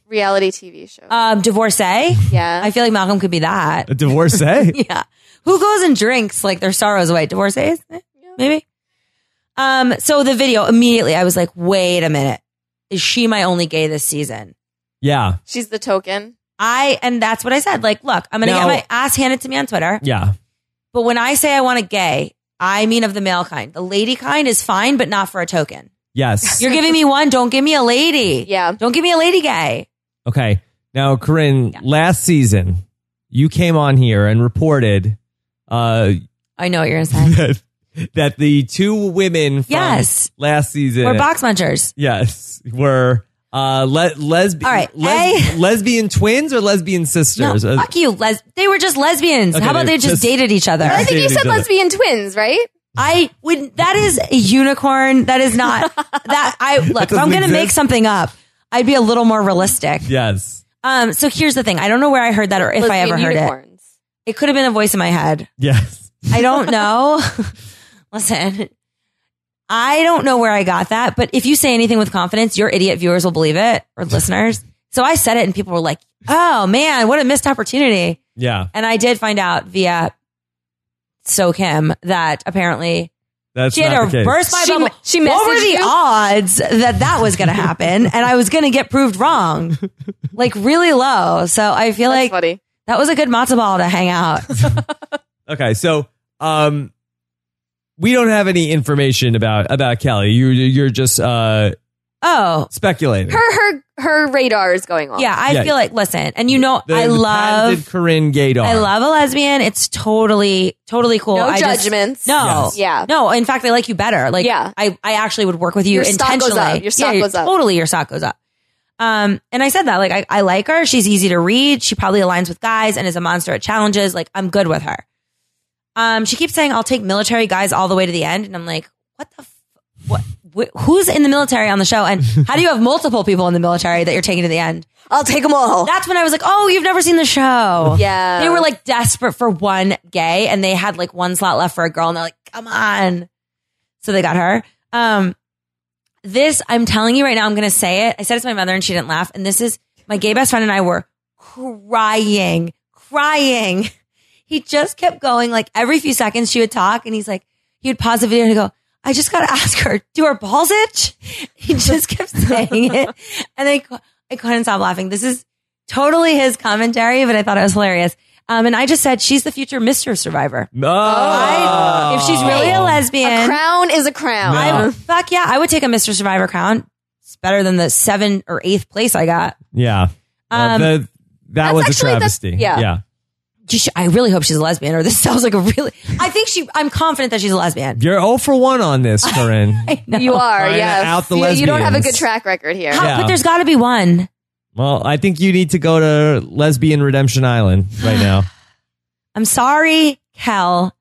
Speaker 4: Reality TV show.
Speaker 3: Um, divorcee.
Speaker 4: yeah.
Speaker 3: I feel like Malcolm could be that.
Speaker 1: A divorcee?
Speaker 3: yeah. Who goes and drinks like their sorrows away? Divorcees? Eh, Maybe. Um, so the video immediately, I was like, wait a minute. Is she my only gay this season?
Speaker 1: yeah.
Speaker 4: She's the token.
Speaker 3: I and that's what I said. Like, look, I'm gonna
Speaker 1: Now-
Speaker 3: get my ass handed to me on Twitter.
Speaker 1: Yeah.
Speaker 3: But when I say I want a gay, I mean of the male kind. The lady kind is fine, but not for a token.
Speaker 1: Yes.
Speaker 3: You're giving me one, don't give me a lady.
Speaker 4: Yeah.
Speaker 3: Don't give me a lady gay.
Speaker 1: Okay. Now, Corinne,
Speaker 3: Yeah.
Speaker 1: last season, you came on here and reported uh,
Speaker 3: I know what you're gonna say.
Speaker 1: that, that the two women from
Speaker 3: Yes.
Speaker 1: last season
Speaker 3: We're box munchers.
Speaker 1: yes, were uh, le- lesbian
Speaker 3: All right.
Speaker 1: les- lesbian twins or lesbian
Speaker 3: No,
Speaker 1: sisters? Uh,
Speaker 3: fuck you. Les- they were just lesbians.
Speaker 1: Okay,
Speaker 3: How
Speaker 1: they
Speaker 3: about they
Speaker 1: were
Speaker 3: just
Speaker 1: just-
Speaker 3: dated each other?
Speaker 4: I think you
Speaker 1: Dating
Speaker 4: said
Speaker 1: each other.
Speaker 4: lesbian twins, right?
Speaker 3: I would. That is a unicorn. That is not that. I look. If I'm
Speaker 1: doesn't
Speaker 3: gonna make
Speaker 1: exist.
Speaker 3: something up, I'd be a little more realistic.
Speaker 1: yes.
Speaker 3: Um. So here's the thing. I don't know where I heard that or if I
Speaker 4: Lesbian
Speaker 3: ever heard it.
Speaker 4: unicorns.
Speaker 3: It could have been a voice in my head.
Speaker 1: Yes.
Speaker 3: I don't know. Listen, I don't know where I got that, but if you say anything with confidence, your idiot viewers will believe it or listeners. So I said it and people were like, oh man, what a missed opportunity.
Speaker 1: Yeah.
Speaker 3: And I did find out via So Kim that apparently
Speaker 1: That's
Speaker 3: she had
Speaker 1: not the
Speaker 3: to
Speaker 1: case.
Speaker 3: burst my
Speaker 4: She-
Speaker 3: bubble.
Speaker 4: she
Speaker 3: what were
Speaker 4: messaged
Speaker 3: the
Speaker 4: you?
Speaker 3: odds that that was going to happen? and I was going to get proved wrong, like really low. So I feel
Speaker 4: That's
Speaker 3: like
Speaker 4: funny.
Speaker 3: that was a good matzo ball to hang out.
Speaker 1: Okay, so um, we don't have any information about about Kelly. You you're just uh
Speaker 3: Oh,
Speaker 1: speculating.
Speaker 4: Her her her radar is going off.
Speaker 3: Yeah, I
Speaker 1: Yeah.
Speaker 3: feel like listen, and you know,
Speaker 1: The-
Speaker 3: I
Speaker 1: the
Speaker 3: love,
Speaker 1: patented Corinne Gadar.
Speaker 3: I love a lesbian. It's totally, totally cool.
Speaker 4: No
Speaker 3: I just-
Speaker 4: judgments.
Speaker 3: no,
Speaker 1: Yes.
Speaker 4: Yeah.
Speaker 3: no. In fact, I like you better. Like,
Speaker 4: Yeah.
Speaker 3: I, I actually would work with you
Speaker 4: Your stock
Speaker 3: intentionally.
Speaker 4: goes up. Your stock
Speaker 3: yeah,
Speaker 4: goes up.
Speaker 3: Totally, your stock goes up. Um, and I said that like I, I like her. She's easy to read. She probably aligns with guys and is a monster at challenges. Like I'm good with her. Um, she keeps saying I'll take military guys all the way to the end, and I'm like, what the. F- what, wh- who's in the military on the show, and how do you have multiple people in the military that you're taking to the end?
Speaker 4: I'll take them all.
Speaker 3: That's when I was like, oh, you've never seen the show.
Speaker 4: yeah.
Speaker 3: They were like desperate for one gay and they had like one slot left for a girl and they're like, come on. So they got her. Um, this, I'm telling you right now, I'm going to say it. I said it to my mother and she didn't laugh. And this is my gay best friend and I were crying, crying. He just kept going like every few seconds she would talk and he's like, he would pause the video and he'd go, I just got to ask her, do her balls itch? He just kept saying it. And I, cou- I couldn't stop laughing. This is totally his commentary, but I thought it was hilarious. Um, and I just said, she's the future Mr. Survivor.
Speaker 1: Oh.
Speaker 3: I- if she's really a
Speaker 4: a
Speaker 3: lesbian,
Speaker 4: crown is a crown.
Speaker 1: No.
Speaker 3: I, fuck yeah, I would take a Mr. Survivor crown. It's better than the seven or eighth place I got.
Speaker 1: yeah, Uh,
Speaker 3: Um,
Speaker 1: the- that
Speaker 4: That's
Speaker 1: was a
Speaker 4: actually- that's-
Speaker 1: travesty.
Speaker 4: yeah.
Speaker 1: yeah,
Speaker 3: You should- I really hope she's a lesbian, or this sounds like a really. I think she. I'm confident that she's a lesbian.
Speaker 1: you're zero for one on this, Corinne.
Speaker 3: No.
Speaker 4: You are,
Speaker 1: Find
Speaker 4: yes.
Speaker 1: out the
Speaker 4: you, you don't have a good
Speaker 1: lesbians.
Speaker 4: track record here.
Speaker 3: How-
Speaker 1: Yeah.
Speaker 3: But there's got to be one.
Speaker 1: well, I think you need to go to Lesbian Redemption Island right now.
Speaker 3: I'm sorry, Kel.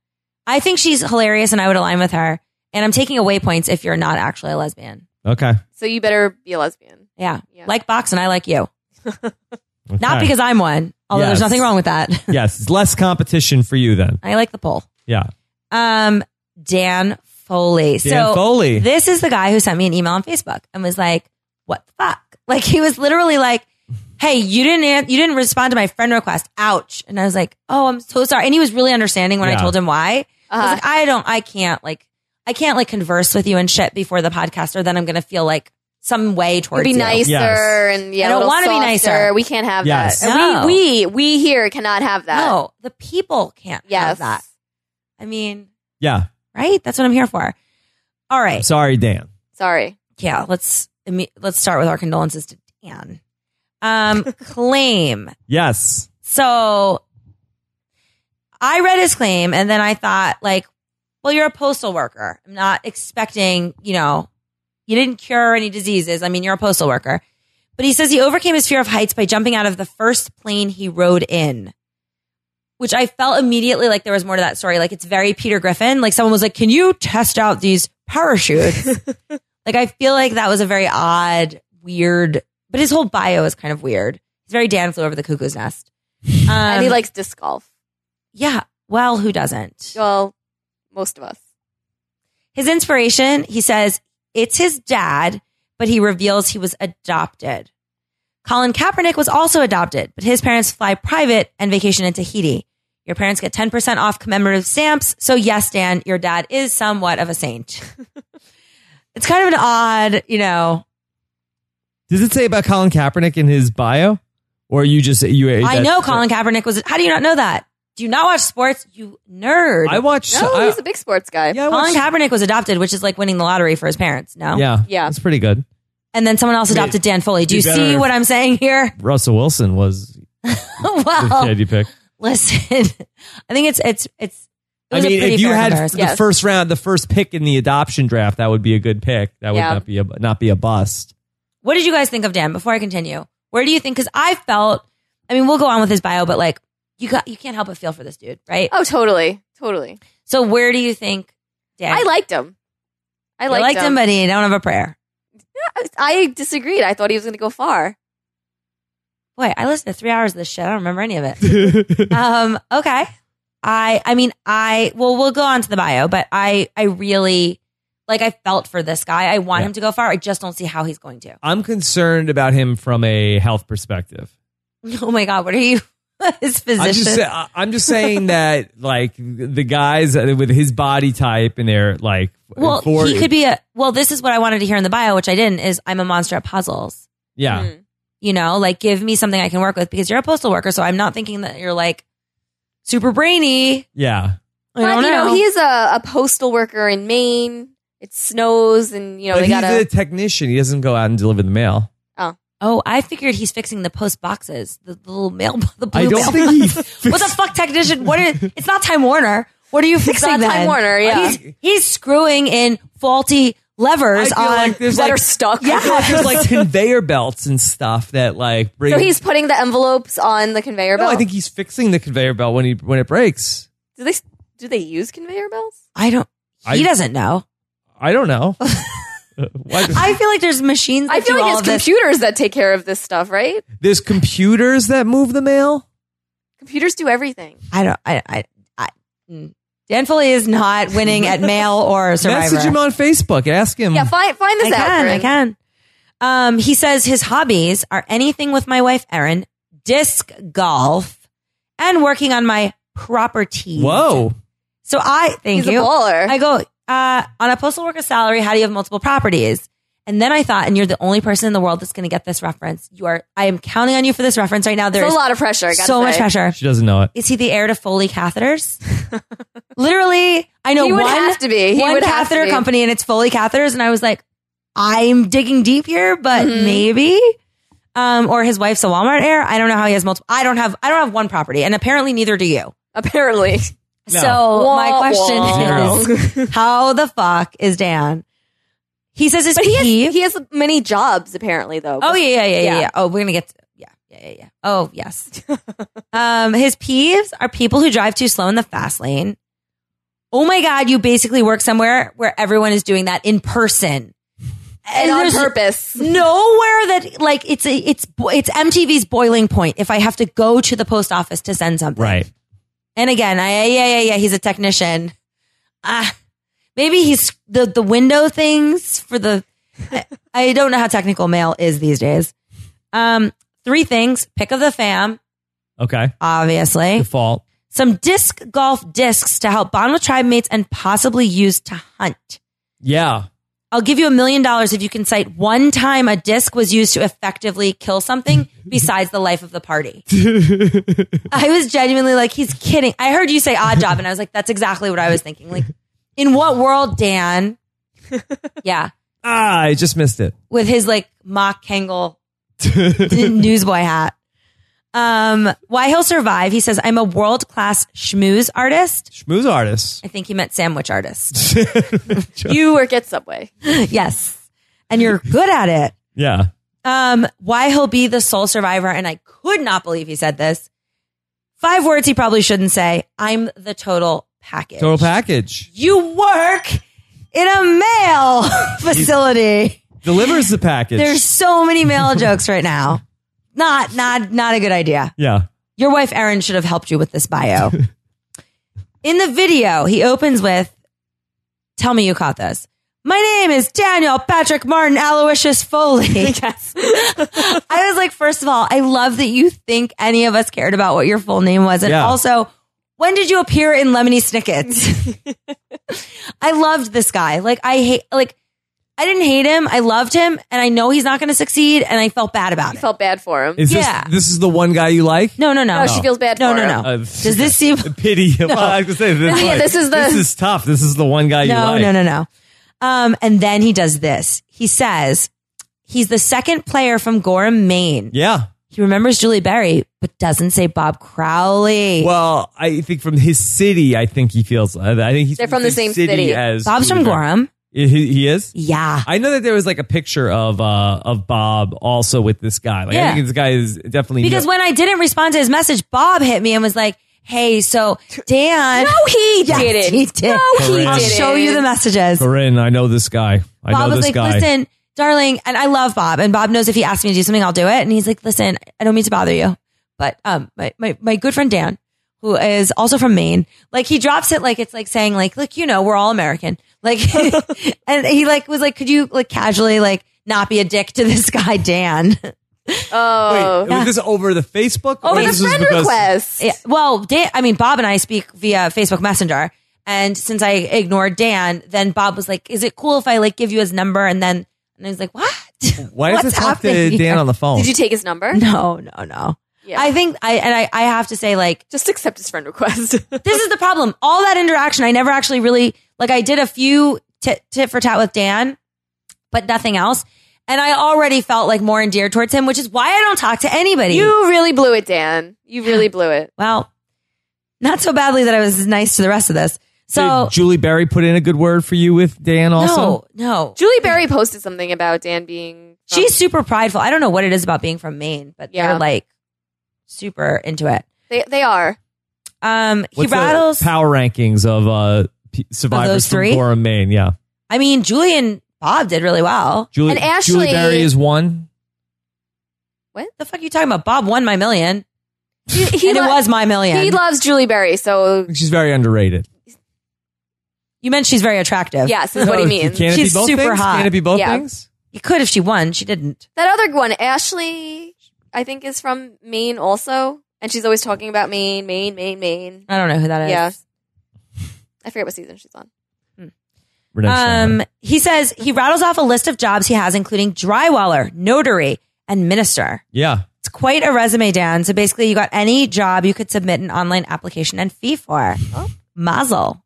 Speaker 3: I think she's hilarious, and I would align with her. And I'm taking away points if you're not actually a lesbian.
Speaker 1: Okay,
Speaker 4: So you better be a lesbian.
Speaker 3: Yeah,
Speaker 4: Yeah.
Speaker 3: like box, and I like you. Not
Speaker 1: Okay.
Speaker 3: because I'm one, although
Speaker 1: Yes.
Speaker 3: there's nothing wrong with that.
Speaker 1: yes, it's less competition for you then.
Speaker 3: I like the poll.
Speaker 1: Yeah,
Speaker 3: Um, Dan Foley.
Speaker 1: Dan
Speaker 3: so
Speaker 1: Foley.
Speaker 3: this is the guy who sent me an email on Facebook and was like, "What the fuck?" Like he was literally like, hey, you didn't an- you didn't respond to my friend request. Ouch. And I was like, oh, I'm so sorry. And he was really understanding when
Speaker 1: Yeah.
Speaker 3: I told him why. I was
Speaker 4: Uh-huh.
Speaker 3: like, I don't, I can't like, I can't like converse with you and shit before the podcast, or then I'm gonna feel like some way
Speaker 4: It'd
Speaker 3: towards
Speaker 4: be
Speaker 3: you.
Speaker 4: nicer
Speaker 1: Yes.
Speaker 4: and yeah,
Speaker 3: I don't
Speaker 4: want
Speaker 3: wanna
Speaker 4: to
Speaker 3: be nicer.
Speaker 4: We can't have
Speaker 1: Yes.
Speaker 4: that.
Speaker 3: No.
Speaker 4: And We, we we here cannot have that.
Speaker 3: No, the people can't
Speaker 4: Yes.
Speaker 3: have that. I mean,
Speaker 1: Yeah.
Speaker 3: right? That's what I'm here for. All
Speaker 1: I'm
Speaker 3: right.
Speaker 1: sorry, Dan.
Speaker 4: Sorry.
Speaker 3: yeah, let's imme- let's start with our condolences to Dan. Um, claim.
Speaker 1: Yes.
Speaker 3: So I read his claim, and then I thought, like, well, you're a postal worker. I'm not expecting, you know, you didn't cure any diseases. I mean, you're a postal worker. But he says he overcame his fear of heights by jumping out of the first plane he rode in, which I felt immediately like there was more to that story. Like, it's very Peter Griffin. Like, someone was like, can you test out these parachutes? Like I feel like that was a very odd, weird. But his whole bio is kind of weird. He's very Dan flew over the cuckoo's nest. Um,
Speaker 4: and he likes disc golf.
Speaker 3: yeah. Well, who doesn't?
Speaker 4: Well, most of us.
Speaker 3: His inspiration, he says, it's his dad, but he reveals he was adopted. Colin Kaepernick was also adopted, but his parents fly private and vacation in Tahiti. Your parents get 10% off commemorative stamps. So, yes, Dan, your dad is somewhat of a saint. it's kind of an odd, you know,
Speaker 1: Does it say about Colin Kaepernick in his bio? Or you just you
Speaker 3: I
Speaker 1: that's-
Speaker 3: know Colin Kaepernick was. How do you not know that? Do you not watch sports? You nerd.
Speaker 1: I watched
Speaker 4: No,
Speaker 1: I-
Speaker 4: he's a big sports guy.
Speaker 1: yeah, I
Speaker 3: Colin
Speaker 1: watched-
Speaker 3: Kaepernick was adopted, which is like winning the lottery for his parents. No,
Speaker 1: yeah.
Speaker 4: Yeah.
Speaker 1: That's pretty good.
Speaker 3: And then someone else
Speaker 1: I mean,
Speaker 3: adopted Dan Foley. Do
Speaker 1: be
Speaker 3: you see
Speaker 1: better-
Speaker 3: what I'm saying here?
Speaker 1: Russell Wilson was the
Speaker 3: well,
Speaker 1: kid you picked.
Speaker 3: listen. I think it's it's it's. It
Speaker 1: I
Speaker 3: was a
Speaker 1: mean,
Speaker 3: pretty
Speaker 1: if you
Speaker 3: fair
Speaker 1: had
Speaker 3: comparison.
Speaker 1: the
Speaker 4: Yes.
Speaker 1: first round, the first pick in the adoption draft, that would be a good pick. That would
Speaker 4: Yeah.
Speaker 1: not be a not be a bust.
Speaker 3: What did you guys think of Dan? Before I continue, where do you think? Because I felt. I mean, we'll go on with his bio, but like you got you can't help but feel for this dude, right?
Speaker 4: Oh, totally, totally.
Speaker 3: So where do you think Dan?
Speaker 4: I liked him. I
Speaker 3: You
Speaker 4: liked,
Speaker 3: liked him, but he don't have a prayer.
Speaker 4: I disagreed. I thought he was going to go far.
Speaker 3: Boy, I listened to three hours of this shit. I don't remember any of it. um, okay. I I mean I well we'll go on to the bio, but I I really like I felt for this guy. I want
Speaker 1: Yeah.
Speaker 3: him to go far. I just don't see how he's going to.
Speaker 1: I'm concerned about him from a health perspective.
Speaker 3: Oh my god, what are you his physician?
Speaker 1: I'm just, sa- I- I'm just saying that, like the guys with his body type and their like,
Speaker 3: well,
Speaker 1: for-
Speaker 3: he could be a well, this is what I wanted to hear in the bio, which I didn't, is I'm a monster at puzzles.
Speaker 1: yeah,
Speaker 4: Mm.
Speaker 3: You know, like give me something I can work with because you're a postal worker, so I'm not thinking that you're like super brainy.
Speaker 1: yeah.
Speaker 3: I don't
Speaker 4: but, you
Speaker 3: know.
Speaker 4: know, he's a, a postal worker in Maine. It snows, and you know
Speaker 1: but
Speaker 4: they
Speaker 1: he's
Speaker 4: gotta.
Speaker 1: a technician. He doesn't go out and deliver the mail.
Speaker 3: Oh, I figured he's fixing the post boxes, the, the little mail, the blue
Speaker 1: I don't
Speaker 3: mail
Speaker 1: think he
Speaker 3: boxes. what the fuck, technician? What is? It's not Time Warner. What are you fixing?
Speaker 4: not
Speaker 3: then?
Speaker 4: Time Warner, yeah.
Speaker 3: he's, he's screwing in faulty levers
Speaker 1: I feel
Speaker 3: on.
Speaker 1: like there's
Speaker 4: that
Speaker 1: like,
Speaker 4: are stuck.
Speaker 1: I feel like there's like conveyor belts and stuff that like bring.
Speaker 4: so he's putting the envelopes on the conveyor
Speaker 1: no,
Speaker 4: belt.
Speaker 1: I think he's fixing the conveyor belt when he when it breaks.
Speaker 4: do they do they use conveyor belts?
Speaker 3: I don't. He
Speaker 1: I-
Speaker 3: doesn't know.
Speaker 1: I don't know. Why does-
Speaker 3: I feel like there's machines. That
Speaker 4: I feel
Speaker 3: do
Speaker 4: like
Speaker 3: all
Speaker 4: it's
Speaker 3: of this.
Speaker 4: computers that take care of this stuff, right?
Speaker 1: there's computers that move the mail.
Speaker 4: Computers do everything.
Speaker 3: I don't. I. I. I mm. Dan Foley is not winning at mail or Survivor.
Speaker 1: Message him on Facebook. Ask him.
Speaker 4: Yeah, find find
Speaker 3: Mm. I
Speaker 4: this out.
Speaker 3: can. I
Speaker 4: Bryn.
Speaker 3: can. Um, he says his hobbies are anything with my wife Erin, disc golf, and working on my property.
Speaker 1: Whoa.
Speaker 3: So I thank
Speaker 4: He's
Speaker 3: you.
Speaker 4: a baller.
Speaker 3: I go uh, on a postal worker salary. How do you have multiple properties? And then I thought, and you're the only person in the world that's going to get this reference. You are. I am counting on you for this reference right now.
Speaker 4: it's
Speaker 3: There's
Speaker 4: a lot of pressure. I
Speaker 3: so
Speaker 4: gotta
Speaker 3: much
Speaker 4: say.
Speaker 3: pressure.
Speaker 1: She doesn't know it.
Speaker 3: Is he the heir to Foley catheters? Literally, I know
Speaker 4: He would
Speaker 3: one
Speaker 4: have to be. He
Speaker 3: one
Speaker 4: would have to
Speaker 3: catheter
Speaker 4: be.
Speaker 3: company and it's Foley catheters. And I was like, I'm digging deep here, but
Speaker 4: Mhm.
Speaker 3: maybe. Um, or his wife's a Walmart heir. I don't know how he has multiple. I don't have. I don't have one property, and apparently neither do you.
Speaker 4: Apparently,
Speaker 1: No.
Speaker 3: So my
Speaker 4: Wah,
Speaker 3: question
Speaker 4: wah.
Speaker 3: is, how the fuck is Dan? He says his
Speaker 4: but he has,
Speaker 3: peeve.
Speaker 4: he has many jobs apparently, though.
Speaker 3: oh yeah, yeah, yeah, yeah,
Speaker 4: Yeah.
Speaker 3: yeah. Oh, we're gonna get. To, yeah, yeah, yeah, yeah. Oh yes. um, his peeves are people who drive too slow in the fast lane. Oh my god, you basically work somewhere where everyone is doing that in person.
Speaker 4: and on
Speaker 3: there's
Speaker 4: purpose.
Speaker 3: Nowhere that like it's a, it's bo- it's MTV's boiling point. If I have to go to the post office to send something,
Speaker 1: Right.
Speaker 3: and again, I, yeah, yeah, yeah, he's a technician. Ah, maybe he's the the window things for the. I, I don't know how technical mail is these days. Um, Three things pick of the fam,
Speaker 1: Okay.
Speaker 3: obviously.
Speaker 1: Default.
Speaker 3: Some disc golf discs to help bond with tribe mates and possibly use to hunt.
Speaker 1: Yeah.
Speaker 3: I'll give you a million dollars if you can cite one time a disc was used to effectively kill something besides the life of the party. I was genuinely like, he's kidding. I heard you say odd job, and I was like, that's exactly what I was thinking. Like, in what world, Dan? Yeah,
Speaker 1: Ah, I just missed it.
Speaker 3: with his like mock Kangol newsboy hat. Um, why he'll survive? He says, "I'm a world class schmooze artist."
Speaker 1: Schmooze artist.
Speaker 3: I think he meant sandwich artist.
Speaker 4: You work at Subway.
Speaker 3: yes, and you're good at it.
Speaker 1: Yeah.
Speaker 3: Um, why he'll be the sole survivor, and I could not believe he said this. Five words he probably shouldn't say. I'm the total package.
Speaker 1: Total package.
Speaker 3: you work in a mail facility.
Speaker 1: Delivers the package.
Speaker 3: There's so many mail jokes right now. Not, not, not a good idea.
Speaker 1: yeah.
Speaker 3: Your wife Erin should have helped you with this bio. in the video, he opens with, "Tell me you caught this." My name is Daniel Patrick Martin Aloysius Foley.
Speaker 4: Yes.
Speaker 3: I was like, first of all, I love that you think any of us cared about what your full name was. And
Speaker 1: Yeah.
Speaker 3: also, when did you appear in Lemony Snicket's? I loved this guy. Like, I hate, like, I didn't hate him. I loved him. And I know he's not going to succeed. And I felt bad about it.
Speaker 4: Felt bad for him.
Speaker 1: Is
Speaker 3: Yeah.
Speaker 1: this this is the one guy you like?
Speaker 3: no, no, no.
Speaker 4: Oh, she feels bad
Speaker 3: No,
Speaker 4: for
Speaker 3: no,
Speaker 4: him.
Speaker 3: no.
Speaker 1: Uh,
Speaker 3: Does this seem.
Speaker 1: Pity. Well, I was gonna say, this, is
Speaker 4: Yeah,
Speaker 1: like-
Speaker 4: this is the-
Speaker 1: This is tough. This is the one guy you
Speaker 3: no,
Speaker 1: like.
Speaker 3: no, no, no. Um, and then he does this. He says he's the second player from Gorham, Maine.
Speaker 1: Yeah.
Speaker 3: He remembers Julie Berry, but doesn't say Bob Crowley.
Speaker 1: Well, I think from his city, I think he feels. I think he's
Speaker 4: They're from the same city.
Speaker 1: as
Speaker 3: Bob's from
Speaker 1: Uber.
Speaker 3: Gorham.
Speaker 1: He, he is.
Speaker 3: Yeah.
Speaker 1: I know that there was like a picture of uh of Bob also with this guy. Like I
Speaker 3: Yeah.
Speaker 1: think this guy is definitely
Speaker 3: Because when I didn't respond to his message, Bob hit me and was like, "Hey, so Dan."
Speaker 4: No, he
Speaker 3: Yes,
Speaker 4: didn't.
Speaker 3: He did.
Speaker 4: No, he
Speaker 1: Correct.
Speaker 3: I'll
Speaker 4: didn't.
Speaker 3: show you the messages.
Speaker 1: Corinne, I know this guy. I
Speaker 3: Bob
Speaker 1: know
Speaker 3: was
Speaker 1: this
Speaker 3: like,
Speaker 1: guy.
Speaker 3: "Listen, darling," and I love Bob. And Bob knows if he asks me to do something, I'll do it. And he's like, "Listen, I don't mean to bother you, but um, my my, my good friend Dan, who is also from Maine, like he drops it like it's like saying like, look, you know, we're all American, like, and he like was like, could you like casually like not be a dick to this guy Dan?"
Speaker 4: Oh.
Speaker 1: Wait, was this over the Facebook?
Speaker 4: Over
Speaker 1: or
Speaker 4: the
Speaker 1: this was
Speaker 4: friend
Speaker 1: because-
Speaker 4: request.
Speaker 3: Yeah, well, Dan, I mean, Bob and I speak via Facebook Messenger. And since I ignored Dan, then Bob was like, is it cool if I like give you his number? And then, and I was like, what?
Speaker 1: Why
Speaker 3: What's
Speaker 1: does it talk to
Speaker 3: happening
Speaker 1: Dan
Speaker 3: here?
Speaker 1: on the phone?
Speaker 4: Did you take his number?
Speaker 3: No, no, no.
Speaker 4: Yeah.
Speaker 3: I think I, and I, I have to say like,
Speaker 4: Just accept his friend request.
Speaker 3: this is the problem. All that interaction, I never actually really like. I did a few tit, tit for tat with Dan, but nothing else. And I already felt like more endeared towards him, which is why I don't talk to anybody.
Speaker 4: you really blew it, Dan. You really blew it.
Speaker 3: well, not so badly that I was nice to the rest of this. So
Speaker 1: Did Julie Berry put in a good word for you with Dan also?
Speaker 3: no, no,
Speaker 4: Julie Berry posted something about Dan being. from-
Speaker 3: she's super prideful. I don't know what it is about being from Maine, but
Speaker 4: Yeah.
Speaker 3: they're like super into it.
Speaker 4: They, they are.
Speaker 3: Um, he
Speaker 1: What's the
Speaker 3: rattles.
Speaker 1: power rankings of uh p- survivors
Speaker 3: those three?
Speaker 1: from Gorham, Maine. Yeah,
Speaker 3: I mean, Julie and Bob did really well.
Speaker 1: Julie,
Speaker 4: And Ashley-
Speaker 1: Julie Berry is one.
Speaker 3: The fuck you talking about? Bob won my million,
Speaker 4: He, he
Speaker 3: and it
Speaker 4: lo-
Speaker 3: was my million.
Speaker 4: He loves Julie Berry, so
Speaker 1: She's very underrated.
Speaker 3: You meant she's very attractive.
Speaker 4: yes, is what he
Speaker 1: Oh,
Speaker 4: means.
Speaker 1: Can it
Speaker 3: She's
Speaker 1: be both
Speaker 3: super
Speaker 1: things?
Speaker 3: hot.
Speaker 1: Can it be both
Speaker 4: Yeah.
Speaker 1: things?
Speaker 3: You could if she won. She didn't.
Speaker 4: That other one, Ashley, I think is from Maine also, and she's always talking about Maine, Maine, Maine, Maine.
Speaker 3: I don't know who that is.
Speaker 4: Yeah. I forget what season she's on.
Speaker 1: Renee Schneider.
Speaker 3: Um, he says he rattles off a list of jobs he has, including drywaller, notary, and minister.
Speaker 1: yeah.
Speaker 3: It's quite a resume, Dan. So basically, you got any job you could submit an online application and fee for. Mazel.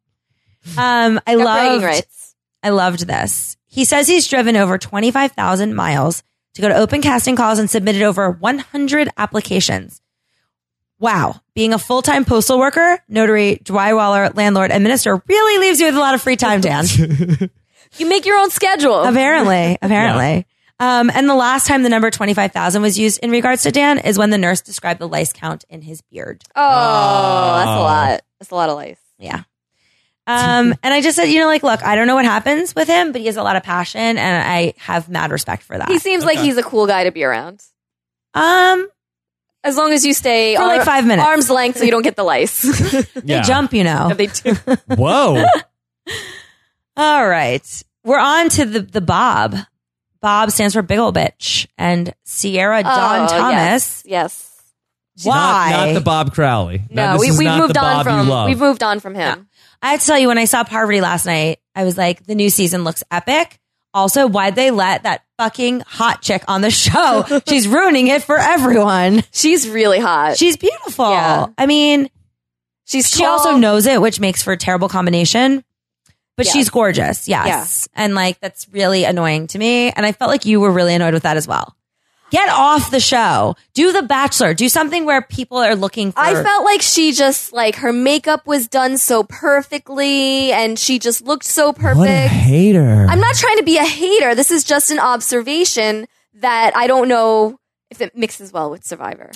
Speaker 3: Um, I
Speaker 4: Oh. Got bragging
Speaker 3: loved.
Speaker 4: rights.
Speaker 3: I loved this. He says he's driven over twenty five thousand miles to go to open casting calls and submitted over one hundred applications. Wow, being a full time postal worker, notary, drywaller, landlord, and minister really leaves you with a lot of free time, Dan.
Speaker 4: You make your own schedule.
Speaker 3: Apparently, apparently. Um, and the last time the number 25,000 was used in regards to Dan is when the nurse described the lice count in his beard.
Speaker 4: oh, that's
Speaker 1: Oh.
Speaker 4: a lot. That's a lot of life.
Speaker 3: Yeah. Um, and I just said, you know, like, look, I don't know what happens with him, but he has a lot of passion and I have mad respect
Speaker 1: Ah,
Speaker 3: for that.
Speaker 4: He seems like he's a cool guy to be around.
Speaker 3: um,
Speaker 4: As long as you stay
Speaker 3: For like
Speaker 4: ar-
Speaker 3: five minutes.
Speaker 4: arm's length, so you don't get the lice.
Speaker 3: they
Speaker 1: yeah.
Speaker 3: jump, you know.
Speaker 4: they do.
Speaker 1: Whoa.
Speaker 3: All right. We're on to the, the Bob. Bob stands for big ol' bitch, and Sierra
Speaker 4: Oh,
Speaker 3: Dawn Thomas.
Speaker 4: Yes. yes.
Speaker 3: Why?
Speaker 1: Not, not the Bob Crowley.
Speaker 4: No,
Speaker 1: this
Speaker 4: we,
Speaker 1: is
Speaker 4: we've
Speaker 1: not
Speaker 4: moved
Speaker 1: the
Speaker 4: on
Speaker 1: Bob you
Speaker 4: from
Speaker 1: love.
Speaker 4: we've moved on from him.
Speaker 3: I have to tell you, when I saw Poverty last night, I was like, the new season looks epic. Also, why'd they let that fucking hot chick on the show? She's ruining it for everyone.
Speaker 4: She's really hot.
Speaker 3: She's beautiful.
Speaker 4: Yeah.
Speaker 3: I mean,
Speaker 4: she's
Speaker 3: she
Speaker 4: tall.
Speaker 3: also knows it, which makes for a terrible combination. But
Speaker 4: Yeah.
Speaker 3: she's gorgeous, yes. And like that's really annoying to me. And I felt like you were really annoyed with that as well. Get off the show. Do the Bachelor. Do something where people are looking for.
Speaker 4: I felt like she just like her makeup was done so perfectly and she just looked so
Speaker 1: what a
Speaker 4: perfect.
Speaker 1: hater.
Speaker 4: I'm not trying to be a hater. This is just an observation that I don't know if it mixes well with Survivor.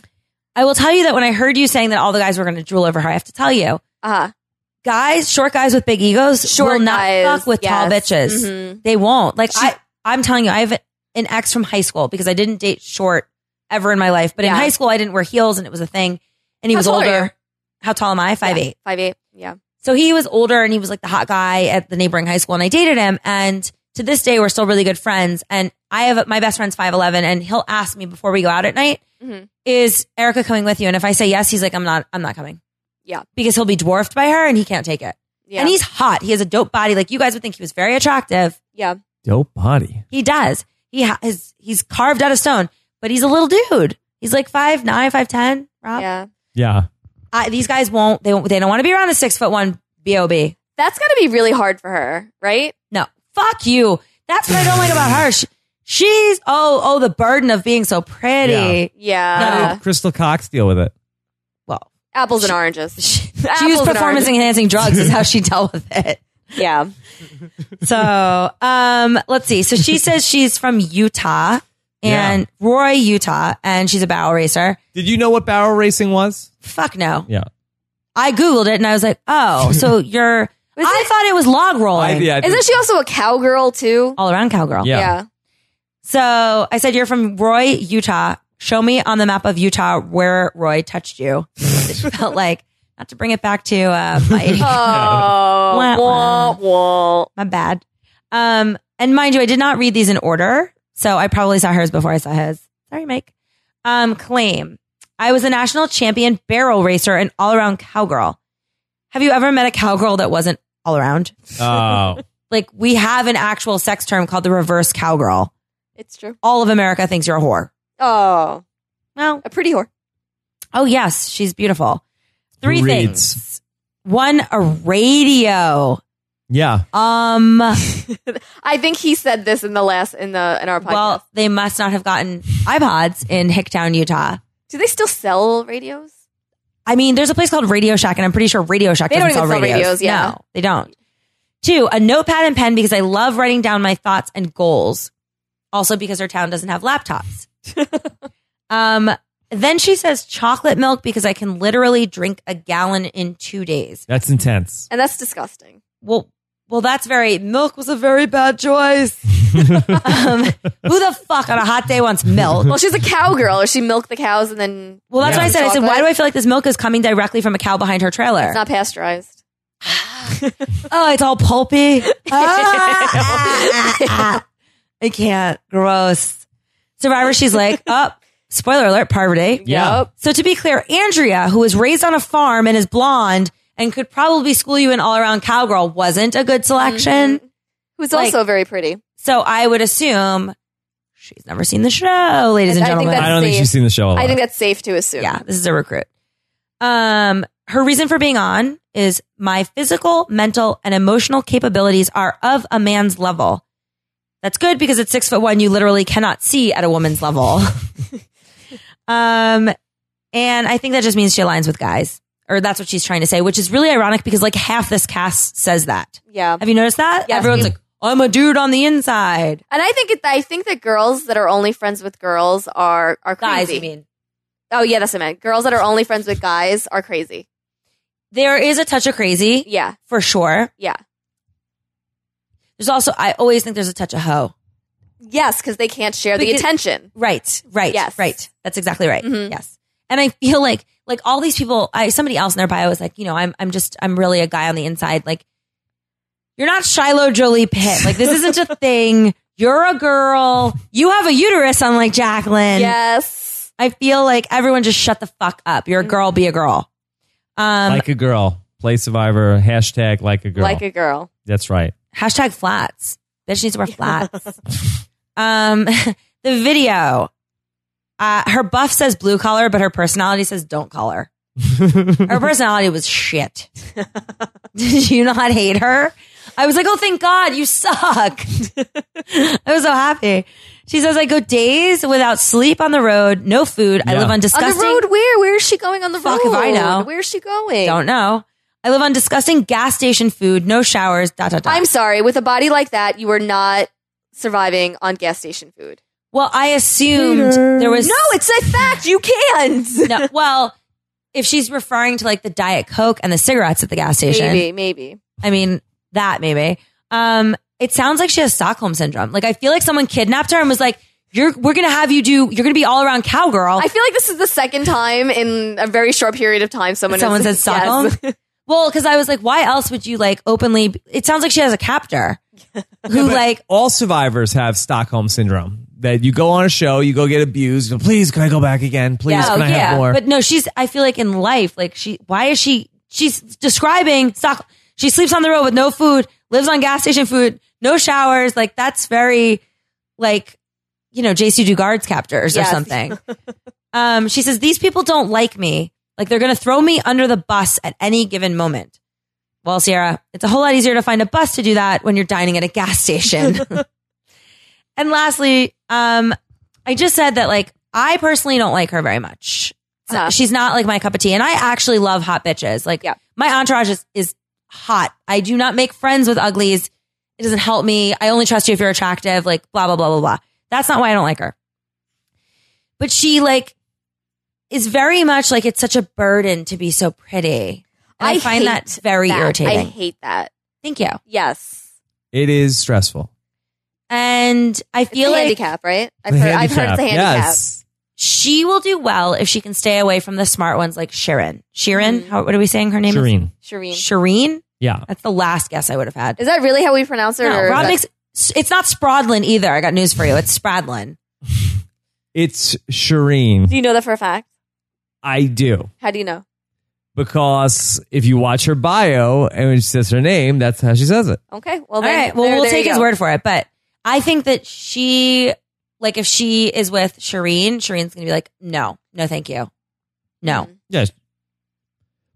Speaker 3: I will tell you that when I heard you saying that all the guys were going to drool over her, I have to tell you,
Speaker 4: Uh,
Speaker 3: guys, short guys with big egos,
Speaker 4: Short
Speaker 3: will not
Speaker 4: guys,
Speaker 3: fuck with tall
Speaker 4: yes.
Speaker 3: bitches.
Speaker 4: Mhm.
Speaker 3: They won't. Like
Speaker 4: She-
Speaker 3: I, I'm telling you, I have an ex from high school because I didn't date short ever in my life. But in
Speaker 4: Yeah.
Speaker 3: high school, I didn't wear heels, and it was a thing. And he
Speaker 4: How
Speaker 3: was
Speaker 4: tall are you?
Speaker 3: older. How tall am I? Five eight.
Speaker 4: five eight. Yeah.
Speaker 3: So he was older and he was like the hot guy at the neighboring high school and I dated him and to this day we're still really good friends and I have my best friend's 5'11 and he'll ask me before we go out at night
Speaker 4: Mhm.
Speaker 3: is Erica coming with you and if I say yes he's like I'm not I'm not coming.
Speaker 4: Yeah.
Speaker 3: Because he'll be dwarfed by her and he can't take it.
Speaker 4: Yeah.
Speaker 3: And he's hot. He has a dope body like you guys would think he was very attractive.
Speaker 4: yeah.
Speaker 1: Dope body.
Speaker 3: He does. He ha- his, he's carved out of stone, but he's a little dude. He's like 5'9, 5'10, Rob.
Speaker 4: Yeah.
Speaker 1: Yeah.
Speaker 3: I, these guys won't they won't, they don't want to be around a 6 foot 1 BOB.
Speaker 4: That's got to be really hard for her, right?
Speaker 3: No, fuck you. That's what I don't like about her. She, she's oh oh the burden of being so pretty.
Speaker 1: Yeah.
Speaker 4: Yeah.
Speaker 1: Crystal Cox deal with it.
Speaker 3: Well,
Speaker 4: Apples and oranges.
Speaker 3: she, she
Speaker 4: Apples
Speaker 3: was
Speaker 4: and
Speaker 3: performance enhancing drugs is how she dealt with it.
Speaker 4: Yeah.
Speaker 3: So um, let's see. So she says she's from Utah and Roy, Utah, and she's a barrel racer.
Speaker 1: Did you know what barrel racing was?
Speaker 3: Fuck no.
Speaker 1: Yeah.
Speaker 3: I googled it and I was like, oh, so you're. I
Speaker 4: it-
Speaker 3: thought it was log
Speaker 4: Oh,
Speaker 3: rolling.
Speaker 1: I, yeah I did.
Speaker 4: Isn't she also a cowgirl too?
Speaker 3: All around cowgirl.
Speaker 1: Yeah.
Speaker 3: So I said, You're from Roy, Utah. Show me on the map of Utah where Roy touched you. it felt like, not to bring it back to uh, my,
Speaker 4: Oh,
Speaker 3: Wah, wah.
Speaker 4: wah, wah.
Speaker 3: my bad. Um, and mind you, I did not read these in order. So I probably saw hers before I saw his. Sorry, Mike. Um, claim I was a national champion barrel racer and all around cowgirl. Have you ever met a cowgirl that wasn't all around?
Speaker 1: Oh.
Speaker 3: Like, we have an actual sex term called the reverse cowgirl.
Speaker 4: It's true.
Speaker 3: All of America thinks you're a whore.
Speaker 4: Oh,
Speaker 3: Well,
Speaker 4: a pretty whore.
Speaker 3: Oh yes, she's beautiful. Three
Speaker 1: Who reads?
Speaker 3: things. One, a radio.
Speaker 1: Yeah.
Speaker 3: Um,
Speaker 4: I think he said this in the last in the in our podcast.
Speaker 3: well, they must not have gotten iPods in Hicktown, Utah.
Speaker 4: Do they still sell radios?
Speaker 3: I mean, there's a place called Radio Shack, and I'm pretty sure Radio Shack
Speaker 4: They don't
Speaker 3: doesn't
Speaker 4: even
Speaker 3: sell
Speaker 4: sell
Speaker 3: radios.
Speaker 4: radios, yeah.
Speaker 3: No, they don't. Two, a notepad and pen because I love writing down my thoughts and goals. Also because her town doesn't have laptops. um, then she says chocolate milk because I can literally drink a gallon in two days.
Speaker 1: That's intense.
Speaker 4: And that's disgusting.
Speaker 3: well, well, that's very milk was a very bad choice. um, who the fuck on a hot day wants milk?
Speaker 4: Well, she's a cowgirl, or she milked the cows and then
Speaker 3: Well, that's
Speaker 1: Yeah.
Speaker 3: what I said. I said, why
Speaker 4: Chocolate.
Speaker 3: do I feel like this milk is coming directly from a cow behind her trailer?
Speaker 4: it's not pasteurized.
Speaker 3: oh, it's all pulpy. Ah, ah, ah. I can't. Gross. Survivor, she's like, oh, spoiler alert, poverty.
Speaker 1: Yeah.
Speaker 4: Yup.
Speaker 3: So to be clear, Andrea, who was raised on a farm and is blonde and could probably school you an all around cowgirl, wasn't a good selection.
Speaker 4: Mm-hmm. Who's
Speaker 3: Like-
Speaker 4: also very pretty.
Speaker 3: So I would assume she's never seen the show, ladies and
Speaker 4: I think
Speaker 3: gentlemen.
Speaker 1: I don't think
Speaker 4: safe.
Speaker 1: she's seen the show. A lot.
Speaker 4: I think that's safe to assume.
Speaker 3: yeah, this is a recruit. Um, her reason for being on is my physical, mental, and emotional capabilities are of a man's level. That's good because at six foot one, you literally cannot see at a woman's level. um, and I think that just means she aligns with guys, or that's what she's trying to say, which is really ironic because like half this cast says that.
Speaker 4: yeah.
Speaker 3: Have you noticed that?
Speaker 4: Yes.
Speaker 3: Everyone's like, I'm a dude on the inside.
Speaker 4: And I think it, I think that girls that are only friends with girls are are crazy.
Speaker 3: Guys, you mean?
Speaker 4: Oh yeah, that's what I meant. Girls that are only friends with guys are crazy.
Speaker 3: There is a touch of crazy
Speaker 4: Yeah,
Speaker 3: for sure.
Speaker 4: yeah,
Speaker 3: There's also I always think there's a touch of hoe.
Speaker 4: yes, because they can't share the
Speaker 3: Because-
Speaker 4: attention.
Speaker 3: Right, right,
Speaker 4: Yes.
Speaker 3: right. That's exactly right.
Speaker 4: Mhm.
Speaker 3: Yes, and I feel like like all these people. I somebody else in their bio was like, you know, I'm I'm just I'm really a guy on the inside. Like, you're not Shiloh Jolie Pitt. Like this isn't a thing. you're a girl, you have a uterus. I'm like, Jacqueline,
Speaker 4: Yes.
Speaker 3: I feel like everyone just shut the fuck up. You're a girl, be a girl. Um,
Speaker 1: like a girl. Play Survivor. Hashtag like a girl.
Speaker 4: Like a girl.
Speaker 1: That's right.
Speaker 3: hashtag flats. Bitch needs to wear flats. um, the video, uh, her buff says blue collar, but her personality says don't collar. Her personality was shit. Did you not hate her? I was like, oh, thank God, you suck. I was so happy. She says, I go days without sleep on the road, no food. I
Speaker 1: Yeah.
Speaker 3: live on
Speaker 4: On
Speaker 3: disgusting.
Speaker 4: the road, where? Where is she going on the
Speaker 3: Fuck
Speaker 4: road?
Speaker 3: if I know.
Speaker 4: Where's she going?
Speaker 3: Don't know. I live on disgusting gas station food, no showers, dot, dot, dot.
Speaker 4: I'm sorry. With a body like that, you are not surviving on gas station food.
Speaker 3: well, I assumed there was.
Speaker 4: it's a fact. You can't.
Speaker 3: no, well, if she's referring to like the Diet Coke and the cigarettes at the gas station,
Speaker 4: Maybe, maybe.
Speaker 3: I mean, that maybe. Um, it sounds like she has Stockholm syndrome. Like, I feel like someone kidnapped her and was like, you're, we're going to have you do, you're going to be all around cowgirl.
Speaker 4: I feel like this is the second time in a very short period of time someone
Speaker 3: someone said
Speaker 4: has,
Speaker 3: Stockholm.
Speaker 4: Yes.
Speaker 3: well, cause I was like, why else would you like openly, it sounds like she has a captor who like,
Speaker 1: all survivors have Stockholm syndrome. That you go on a show, you go get abused. and, Please, can I go back again? Please,
Speaker 3: oh,
Speaker 1: can I have more?
Speaker 3: But no, she's, I feel like in life, like she, why is she, she's describing Stockholm. She sleeps on the road with no food, lives on gas station food, no showers. Like that's very like, you know, JC Dugard's captors or
Speaker 4: Yes.
Speaker 3: something. um, she says, these people don't like me. Like they're going to throw me under the bus at any given moment. Well, Sierra, it's a whole lot easier to find a bus to do that when you're dining at a gas station. and lastly, um, I just said that like I personally don't like her very much. So
Speaker 4: Uh-huh.
Speaker 3: She's not like my cup of tea, and I actually love hot bitches. Like
Speaker 4: Yeah.
Speaker 3: my entourage is, is hot. I do not make friends with uglies. It doesn't help me. I only trust you if you're attractive. Like blah blah blah blah blah. That's not why I don't like her. But she like is very much like it's such a burden to be so pretty. And I,
Speaker 4: I
Speaker 3: find
Speaker 4: hate
Speaker 3: that very
Speaker 4: That.
Speaker 3: irritating.
Speaker 4: I hate that.
Speaker 3: Thank you.
Speaker 4: Yes.
Speaker 1: it is stressful.
Speaker 3: And I
Speaker 4: It's a
Speaker 3: feel like
Speaker 4: handicap, right? I've heard, I've heard it's a handicap.
Speaker 1: Yes.
Speaker 3: she will do well if she can stay away from the smart ones like Sharon. Sharon,
Speaker 4: Mhm.
Speaker 3: how, what are we saying her name
Speaker 1: Shireen.
Speaker 4: Shireen.
Speaker 3: is? Shireen.
Speaker 1: Yeah.
Speaker 3: That's the last guess I would have had.
Speaker 4: Is that really how we pronounce it?
Speaker 3: No,
Speaker 4: or is
Speaker 3: Rob
Speaker 4: that-
Speaker 3: makes, it's not Sprodlin either. I got news for you. It's Spradlin.
Speaker 1: It's Shireen.
Speaker 4: Do you know that for a fact?
Speaker 1: I do.
Speaker 4: How do you know?
Speaker 1: Because if you watch her bio and when she says her name, that's how she says it.
Speaker 4: Okay. Well,
Speaker 3: All
Speaker 4: then,
Speaker 3: right. Well,
Speaker 4: there-
Speaker 3: we'll
Speaker 4: there you
Speaker 3: take his
Speaker 4: go.
Speaker 3: word for it. But I think that she, like, if she is with Shireen, Shireen's going to be like, no, no, thank you. No.
Speaker 4: Mm-hmm.
Speaker 1: Yes.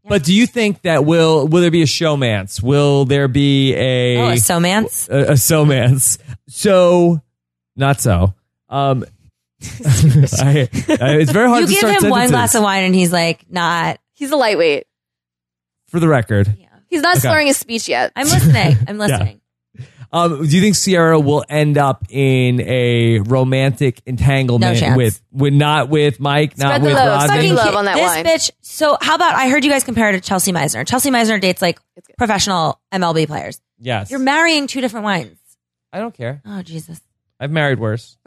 Speaker 1: But do you think that will will there be a showmance? Will there be a
Speaker 3: Oh, a somance?
Speaker 1: a, a somance. So, not so. Um, I, I- it's very hard
Speaker 3: You
Speaker 1: to
Speaker 3: give him
Speaker 1: start
Speaker 3: one
Speaker 1: sentences.
Speaker 3: glass of wine and he's like, not.
Speaker 4: He's a lightweight.
Speaker 1: For the record,
Speaker 4: He's not
Speaker 1: Okay.
Speaker 4: slurring his speech yet.
Speaker 3: I'm listening. I'm listening.
Speaker 1: um, do you think Sierra will end up in a romantic
Speaker 3: No
Speaker 1: entanglement
Speaker 3: chance.
Speaker 1: with, with not with Mike, not
Speaker 4: Spread the
Speaker 1: with
Speaker 4: love, spread
Speaker 1: Rodney?
Speaker 4: the love
Speaker 3: Fucking
Speaker 4: on that
Speaker 3: this
Speaker 4: wine.
Speaker 3: bitch. So how about I heard you guys compare her to Chelsea Meisner. Chelsea Meisner dates like
Speaker 4: It's good.
Speaker 3: professional MLB players.
Speaker 1: Yes,
Speaker 3: You're marrying two different wines.
Speaker 1: I don't care.
Speaker 3: Oh Jesus!
Speaker 1: I've married worse.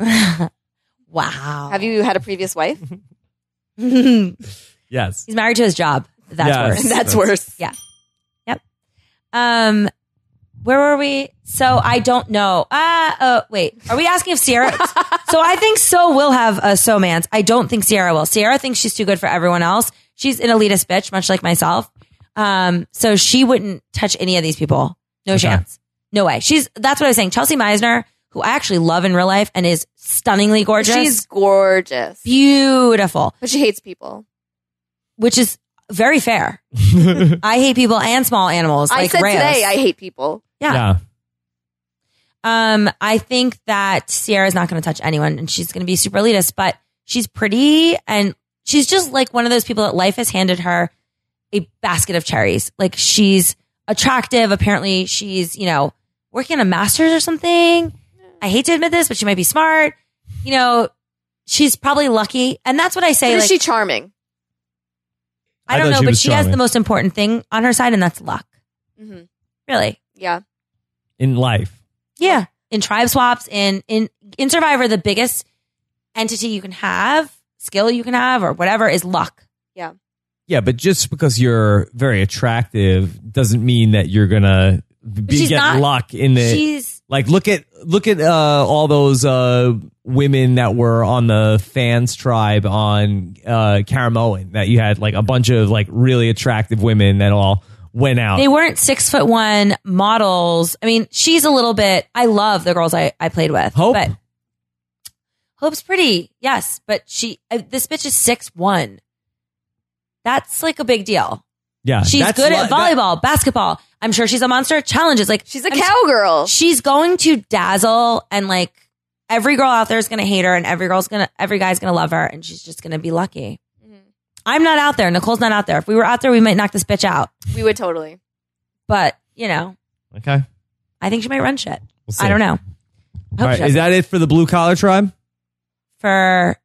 Speaker 3: Wow.
Speaker 4: Have you had a previous wife?
Speaker 3: He's
Speaker 1: Yes,
Speaker 3: married to his job. That's
Speaker 1: Yes.
Speaker 3: worse.
Speaker 4: That's worse.
Speaker 3: Um, where were we? So I don't know. Uh, oh, wait. Are we asking if Sierra? so I think So will have a So man's. I don't think Sierra will. Sierra thinks she's too good for everyone else. She's an elitist bitch, much like myself. Um, so she wouldn't touch any of these people. No chance. No way. She's, that's what I was saying. Chelsea Meisner, who I actually love in real life and is stunningly gorgeous.
Speaker 4: She's gorgeous,
Speaker 3: beautiful,
Speaker 4: but she hates people.
Speaker 3: which is very fair. I hate people and small animals.
Speaker 4: I
Speaker 3: like
Speaker 4: said
Speaker 3: rails.
Speaker 4: today I hate people.
Speaker 3: yeah.
Speaker 1: yeah.
Speaker 3: Um, I think that Sierra's not going to touch anyone and she's going to be super elitist, but she's pretty and she's just like one of those people that life has handed her a basket of cherries. Like she's attractive. Apparently she's, you know, working on a master's or something. I hate to admit this, but she might be smart. You know, she's probably lucky. And that's what I say.
Speaker 4: But is
Speaker 3: like,
Speaker 4: she charming?
Speaker 3: I
Speaker 1: I
Speaker 3: don't
Speaker 1: thought
Speaker 3: know,
Speaker 1: she
Speaker 3: but
Speaker 1: was
Speaker 3: she has
Speaker 1: charming.
Speaker 3: the most important thing on her side and that's luck.
Speaker 4: hmm
Speaker 3: Really.
Speaker 4: Yeah.
Speaker 1: in life.
Speaker 3: Yeah. In tribe swaps, in in in Survivor, the biggest entity you can have, skill you can have, or whatever is luck.
Speaker 1: Yeah, but just because you're very attractive doesn't mean that you're gonna be,
Speaker 3: she's
Speaker 1: get
Speaker 3: not-
Speaker 1: luck in the
Speaker 3: She's
Speaker 1: like. Look at look at uh, all those uh, women that were on the fans tribe on uh, Karamoan. That you had like a bunch of like really attractive women that all went out.
Speaker 3: They weren't six foot one models. I mean, she's a little bit. I love the girls I, I played with.
Speaker 1: Hope?
Speaker 3: but Hope's pretty, yes, but she uh, this bitch is six one. That's like a big deal.
Speaker 1: yeah,
Speaker 3: She's
Speaker 1: that's
Speaker 3: good
Speaker 1: li-
Speaker 3: at
Speaker 1: that-
Speaker 3: volleyball, basketball. I'm sure she's a monster at challenges. Like
Speaker 4: She's a
Speaker 3: I'm
Speaker 4: cowgirl.
Speaker 3: she's going to dazzle and like every girl out there is going to hate her and every girl's going to every guy's going to love her and she's just going to be lucky
Speaker 4: Mm-hmm.
Speaker 3: i'm not out there nicole's not out there if we were out there we might knock this bitch out
Speaker 4: We would totally.
Speaker 3: but you know
Speaker 1: okay,
Speaker 3: i think she might run shit
Speaker 1: we'll see.
Speaker 3: i don't know I
Speaker 1: All
Speaker 3: hope
Speaker 1: right,
Speaker 3: she
Speaker 1: is
Speaker 3: does.
Speaker 1: that it for the blue collar tribe?
Speaker 3: for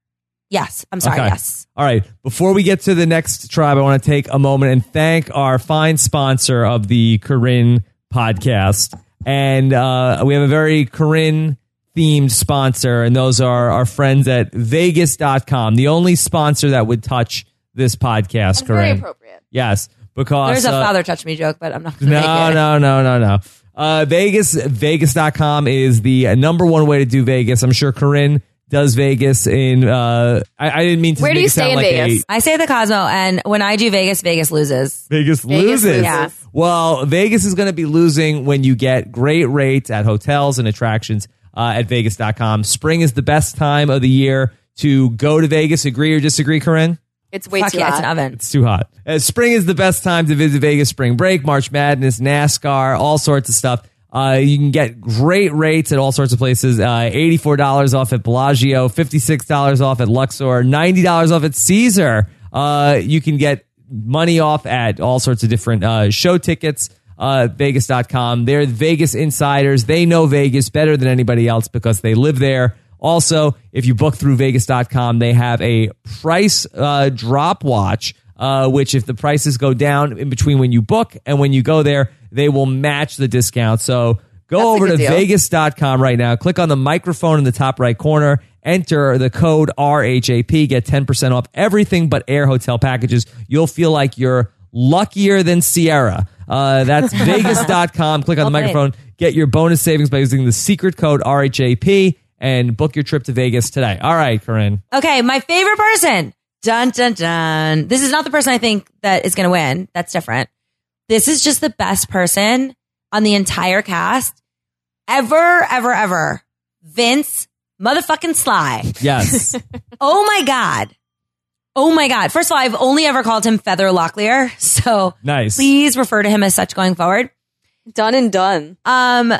Speaker 3: yes i'm sorry
Speaker 1: Okay.
Speaker 3: yes
Speaker 1: All right. Before we get to the next tribe, I want to take a moment and thank our fine sponsor of the Corinne podcast. And uh, we have a very Corinne themed sponsor, and those are our friends at Vegas.com, the only sponsor that would touch this podcast,
Speaker 4: That's very
Speaker 1: Corinne.
Speaker 4: appropriate.
Speaker 1: Yes. Because
Speaker 3: there's a
Speaker 1: uh,
Speaker 3: father touch me joke but i'm not gonna
Speaker 1: no,
Speaker 3: make it
Speaker 1: no, no, no, no. Uh, Vegas, Vegas.com is the number one way to do Vegas. I'm sure Corinne does Vegas in, uh, I, I didn't mean to
Speaker 4: Where do
Speaker 1: make
Speaker 4: you
Speaker 1: it sound
Speaker 4: stay in
Speaker 1: like a-
Speaker 4: Vegas?
Speaker 3: i say the cosmo and when i do vegas vegas loses
Speaker 1: Vegas, loses.
Speaker 4: loses.
Speaker 3: Yeah.
Speaker 1: Well, Vegas is going to be losing when you get great rates at hotels and attractions uh, at Vegas.com. Spring is the best time of the year to go to Vegas. Agree or disagree, Corinne?
Speaker 4: It's way
Speaker 3: Fuck
Speaker 4: too
Speaker 3: yeah, it's
Speaker 4: hot.
Speaker 3: an oven
Speaker 1: It's too hot. Uh, spring is the best time to visit Vegas. Spring break, March Madness, NASCAR, all sorts of stuff. Uh, you can get great rates at all sorts of places. Uh, $84 off at Bellagio, $56 off at Luxor, $90 off at Caesar. Uh, you can get money off at all sorts of different uh, show tickets. Uh, Vegas.com. They're Vegas insiders. They know Vegas better than anybody else because they live there. Also, if you book through Vegas.com, they have a price uh, drop watch, uh, which if the prices go down in between when you book and when you go there, they will match the discount. So go
Speaker 4: That's a
Speaker 1: over
Speaker 4: good
Speaker 1: to
Speaker 4: deal.
Speaker 1: Vegas.com right now. Click on the microphone in the top right corner. Enter the code RHAP. Get 10% off everything but air hotel packages. You'll feel like you're luckier than Sierra. Uh, that's Vegas.com. Click on the
Speaker 3: Well played.
Speaker 1: microphone. Get your bonus savings by using the secret code RHAP and book your trip to Vegas today. All right, Corinne.
Speaker 3: Okay, my favorite person. Dun dun dun. This is not the person I think that is going to win. That's different. This is just the best person on the entire cast ever, ever, ever. Vince motherfucking Sly.
Speaker 1: Yes.
Speaker 3: Oh my God. Oh my God. First of all, I've only ever called him Feather Locklear. So
Speaker 1: nice.
Speaker 3: please refer to him as such going forward.
Speaker 4: Done and done.
Speaker 3: Um,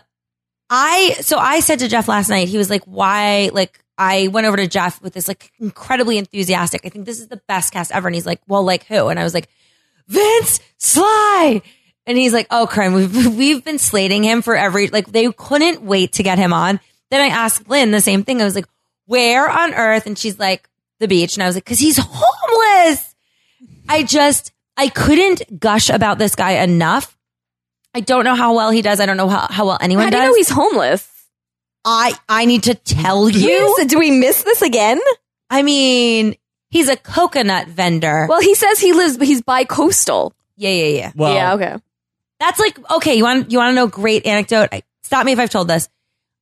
Speaker 3: I so I said to Jeff last night. He was like, "Why?" Like I went over to Jeff with this like incredibly enthusiastic. I think this is the best cast ever, and he's like, "Well, like who?" And I was like, "Vince Sly." And he's like, "Oh, Karen, we've we've been slating him for every like they couldn't wait to get him on." Then I asked Lynn the same thing. I was like, "Where on earth?" And she's like, "The beach." And I was like, "Cause he's homeless." I just I couldn't gush about this guy enough. I don't know how well he does. I don't know how, how well anyone
Speaker 4: How do
Speaker 3: does.
Speaker 4: you know he's homeless?
Speaker 3: I I need to tell you.
Speaker 4: Yes, do we miss this again?
Speaker 3: I mean, he's a coconut vendor.
Speaker 4: Well, he says he lives, but he's bi-coastal.
Speaker 3: yeah, yeah, yeah.
Speaker 1: well,
Speaker 4: yeah, okay.
Speaker 3: That's like okay. You want you want to know a great anecdote? I, stop me if I've told this.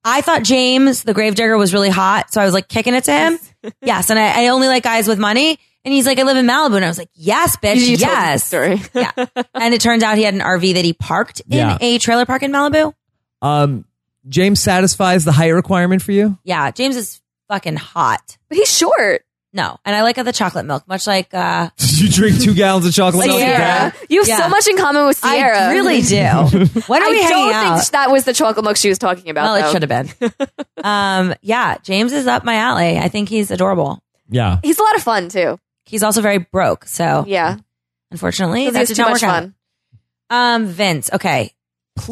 Speaker 3: I thought James the Gravedigger was really hot, so I was like kicking it to him. yes, and I, I only like guys with money. And he's like, I live in Malibu, and I was like, Yes, bitch,
Speaker 4: You told
Speaker 3: yes.
Speaker 4: this story.
Speaker 3: yeah. And it turns out he had an RV that he parked in
Speaker 1: Yeah.
Speaker 3: a trailer park in Malibu.
Speaker 1: um, James satisfies the height requirement for you.
Speaker 3: Yeah, James is fucking hot.
Speaker 4: But he's short.
Speaker 3: No, and I like the chocolate milk, much like uh,
Speaker 1: you drink two gallons of chocolate milk a
Speaker 4: Sierra.
Speaker 1: day.
Speaker 4: You have
Speaker 3: Yeah.
Speaker 4: so much in common with Sierra.
Speaker 3: I really do. When are
Speaker 4: I
Speaker 3: we hanging
Speaker 4: don't
Speaker 3: out?
Speaker 4: think that was the chocolate milk she was talking about.
Speaker 3: well,
Speaker 4: though.
Speaker 3: it should have been. um, yeah, James is up my alley. I think he's adorable.
Speaker 1: Yeah.
Speaker 4: He's a lot of fun too.
Speaker 3: He's also very broke, so
Speaker 4: Yeah,
Speaker 3: unfortunately, that
Speaker 4: Because
Speaker 3: did
Speaker 4: he's too
Speaker 3: not
Speaker 4: much
Speaker 3: work out.
Speaker 4: fun.
Speaker 3: Um, Vince, okay.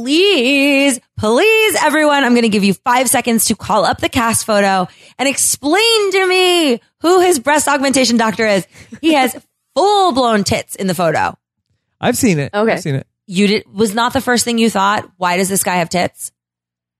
Speaker 3: Please, please, everyone, I'm going to give you five seconds to call up the cast photo and explain to me who his breast augmentation doctor is. He has full blown tits in the photo.
Speaker 1: I've seen it.
Speaker 4: Okay.
Speaker 1: I've seen it.
Speaker 3: You did, was not the first thing you thought. Why does this guy have tits?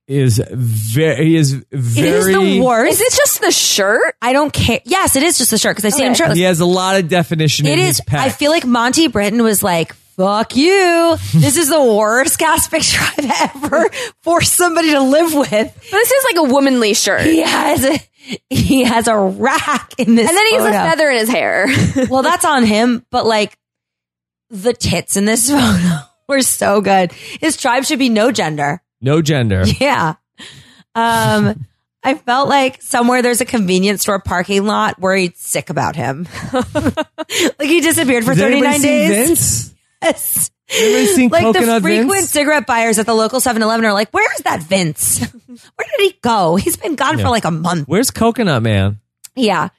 Speaker 1: It Is very. He is very.
Speaker 3: it is the worst.
Speaker 4: Is it just the shirt?
Speaker 3: I don't care. Yes, it is just a shirt because I see him
Speaker 4: Okay.
Speaker 3: shirtless.
Speaker 1: He has a lot of definition
Speaker 3: It
Speaker 1: in
Speaker 3: is.
Speaker 1: his pack.
Speaker 3: I feel like Monty Britton was like, fuck you. This is the worst cast picture I've ever forced somebody to live with.
Speaker 4: But this is like a womanly shirt.
Speaker 3: He has a, he has a rack in this
Speaker 4: And then he has a
Speaker 3: photo.
Speaker 4: feather in his hair.
Speaker 3: Well, that's on him, but like the tits in this photo were so good. His tribe should be no gender.
Speaker 1: No gender.
Speaker 3: Yeah. Um, I felt like somewhere there's a convenience store parking lot worried sick about him. like he disappeared for
Speaker 1: Has anybody
Speaker 3: 39
Speaker 1: seen
Speaker 3: days.
Speaker 1: Vince?
Speaker 3: Yes.
Speaker 1: Anybody seen
Speaker 3: Like the
Speaker 1: Coconut
Speaker 3: frequent
Speaker 1: Vince?
Speaker 3: cigarette buyers at the local 7 Eleven are like, where's that Vince? Where did he go? He's been gone
Speaker 1: Yeah.
Speaker 3: for like a month.
Speaker 1: Where's Coconut Man?
Speaker 3: Yeah.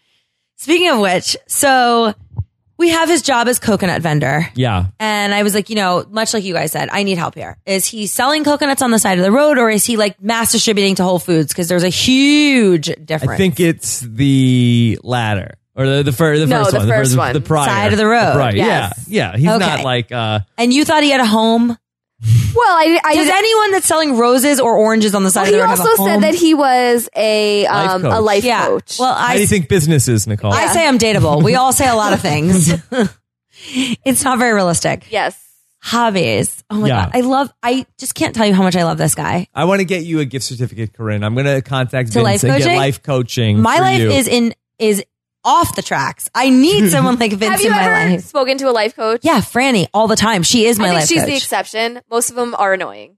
Speaker 3: Speaking of which, so we have his job as coconut vendor.
Speaker 1: Yeah.
Speaker 3: And I was like, you know, much like you guys said, I need help here. Is he selling coconuts on the side of the road or is he like mass distributing to Whole Foods? Cause there's a huge difference.
Speaker 1: I think it's the latter or the the, fir- the
Speaker 4: No,
Speaker 1: first
Speaker 4: the
Speaker 1: one,
Speaker 4: first
Speaker 1: the,
Speaker 4: one.
Speaker 1: the prior
Speaker 3: Side of the road,
Speaker 1: right?
Speaker 4: yes.
Speaker 1: Yeah, yeah. He's not
Speaker 3: Okay.
Speaker 1: like uh,
Speaker 3: and you thought he had a home.
Speaker 4: well, I, I
Speaker 3: Does anyone that's selling roses or oranges on the side
Speaker 4: Well,
Speaker 3: of the
Speaker 4: he
Speaker 3: road have a
Speaker 4: also said
Speaker 3: home?
Speaker 4: that he was a
Speaker 1: Life
Speaker 4: um, a
Speaker 1: coach.
Speaker 4: life
Speaker 3: yeah.
Speaker 4: coach.
Speaker 3: Well,
Speaker 1: how
Speaker 3: I,
Speaker 1: do you think business is, Nicole?
Speaker 3: I say I'm dateable. We all say a lot of things. it's not very realistic.
Speaker 4: yes.
Speaker 3: Hobbies. Oh my
Speaker 1: Yeah.
Speaker 3: God. I love, I just can't tell you how much I love this guy.
Speaker 1: I want to get you a gift certificate, Corinne. I'm going to contact
Speaker 3: To
Speaker 1: Vince
Speaker 3: life
Speaker 1: and get
Speaker 3: coaching?
Speaker 1: life coaching.
Speaker 3: My
Speaker 1: for
Speaker 3: life
Speaker 1: you.
Speaker 3: is in, is off the tracks. I need someone like Vince
Speaker 4: Have you
Speaker 3: in my
Speaker 4: ever
Speaker 3: life.
Speaker 4: spoken to a life coach?
Speaker 3: Yeah, Franny all the time. She is my
Speaker 4: I think
Speaker 3: life
Speaker 4: she's
Speaker 3: coach.
Speaker 4: the exception. Most of them are annoying.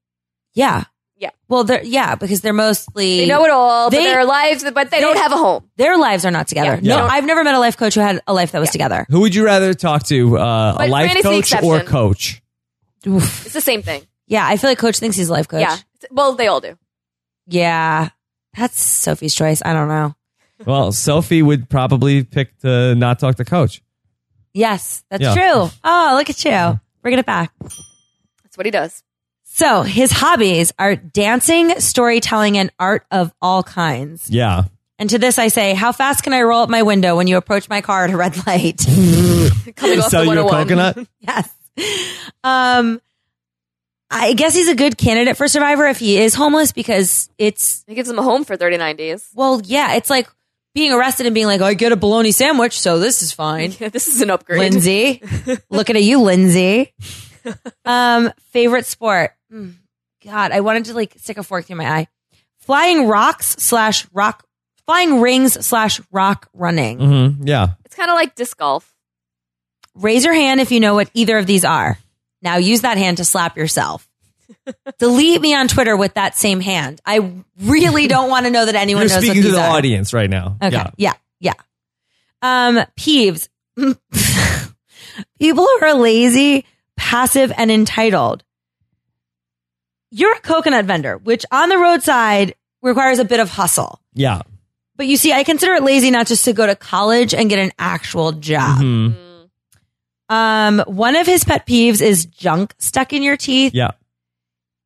Speaker 3: yeah,
Speaker 4: Yeah.
Speaker 3: Well, they're yeah because they're mostly
Speaker 4: They know it all,
Speaker 3: They-
Speaker 4: but their lives, but they, don't have a home.
Speaker 3: their lives are not together.
Speaker 1: Yeah.
Speaker 3: No,
Speaker 1: Yeah.
Speaker 3: I've never met a life coach who had a life that was together.
Speaker 1: Who would you rather talk to, uh, a
Speaker 4: But
Speaker 1: life
Speaker 4: Fran is the
Speaker 1: coach or
Speaker 4: exception.
Speaker 1: coach?
Speaker 3: Oof.
Speaker 4: It's the same thing.
Speaker 3: Yeah, I feel like coach thinks he's a life coach.
Speaker 4: Yeah. Well, they all do.
Speaker 3: Yeah. That's Sophie's choice. I don't know.
Speaker 1: Well, Sophie would probably pick to not talk to coach.
Speaker 3: Yes, that's
Speaker 1: Yeah.
Speaker 3: true. Oh, look at you. Bringing it back.
Speaker 4: That's what he does.
Speaker 3: So his hobbies are dancing, storytelling, and art of all kinds.
Speaker 1: Yeah,
Speaker 3: And to this I say, how fast can I roll up my window when you approach my car at a red light?
Speaker 4: Coming off oh
Speaker 1: sell
Speaker 4: the
Speaker 1: you a
Speaker 4: 101.
Speaker 1: coconut.
Speaker 3: Yes. Um, I guess he's a good candidate for Survivor if he is homeless because it's,
Speaker 4: He gives them a home for 39 days.
Speaker 3: well, yeah, it's like being arrested and being like, I get a bologna sandwich, so this is fine.
Speaker 4: Yeah, this is an upgrade.
Speaker 3: Lindsay, looking at you, Lindsay. Um, favorite sport? Mm, God, I wanted to like stick a fork through my eye. Flying rocks slash rock, flying rings slash rock running.
Speaker 1: Mm-hmm. Yeah,
Speaker 4: It's kind of like disc golf.
Speaker 3: Raise your hand if you know what either of these are. Now use that hand to slap yourself. Delete me on Twitter with that same hand. I really don't want to know that anyone
Speaker 1: you're
Speaker 3: knows what
Speaker 1: speaking
Speaker 3: these
Speaker 1: to the
Speaker 3: are.
Speaker 1: audience right now.
Speaker 3: Okay.
Speaker 1: Yeah,
Speaker 3: Yeah. Yeah. Um, peeves. People who are lazy, passive, and entitled. You're a coconut vendor, which on the roadside requires a bit of hustle.
Speaker 1: yeah.
Speaker 3: But you see, I consider it lazy not just to go to college and get an actual job.
Speaker 1: Mhm.
Speaker 4: Mm.
Speaker 3: Um, one of his pet peeves is junk stuck in your teeth.
Speaker 1: Yeah.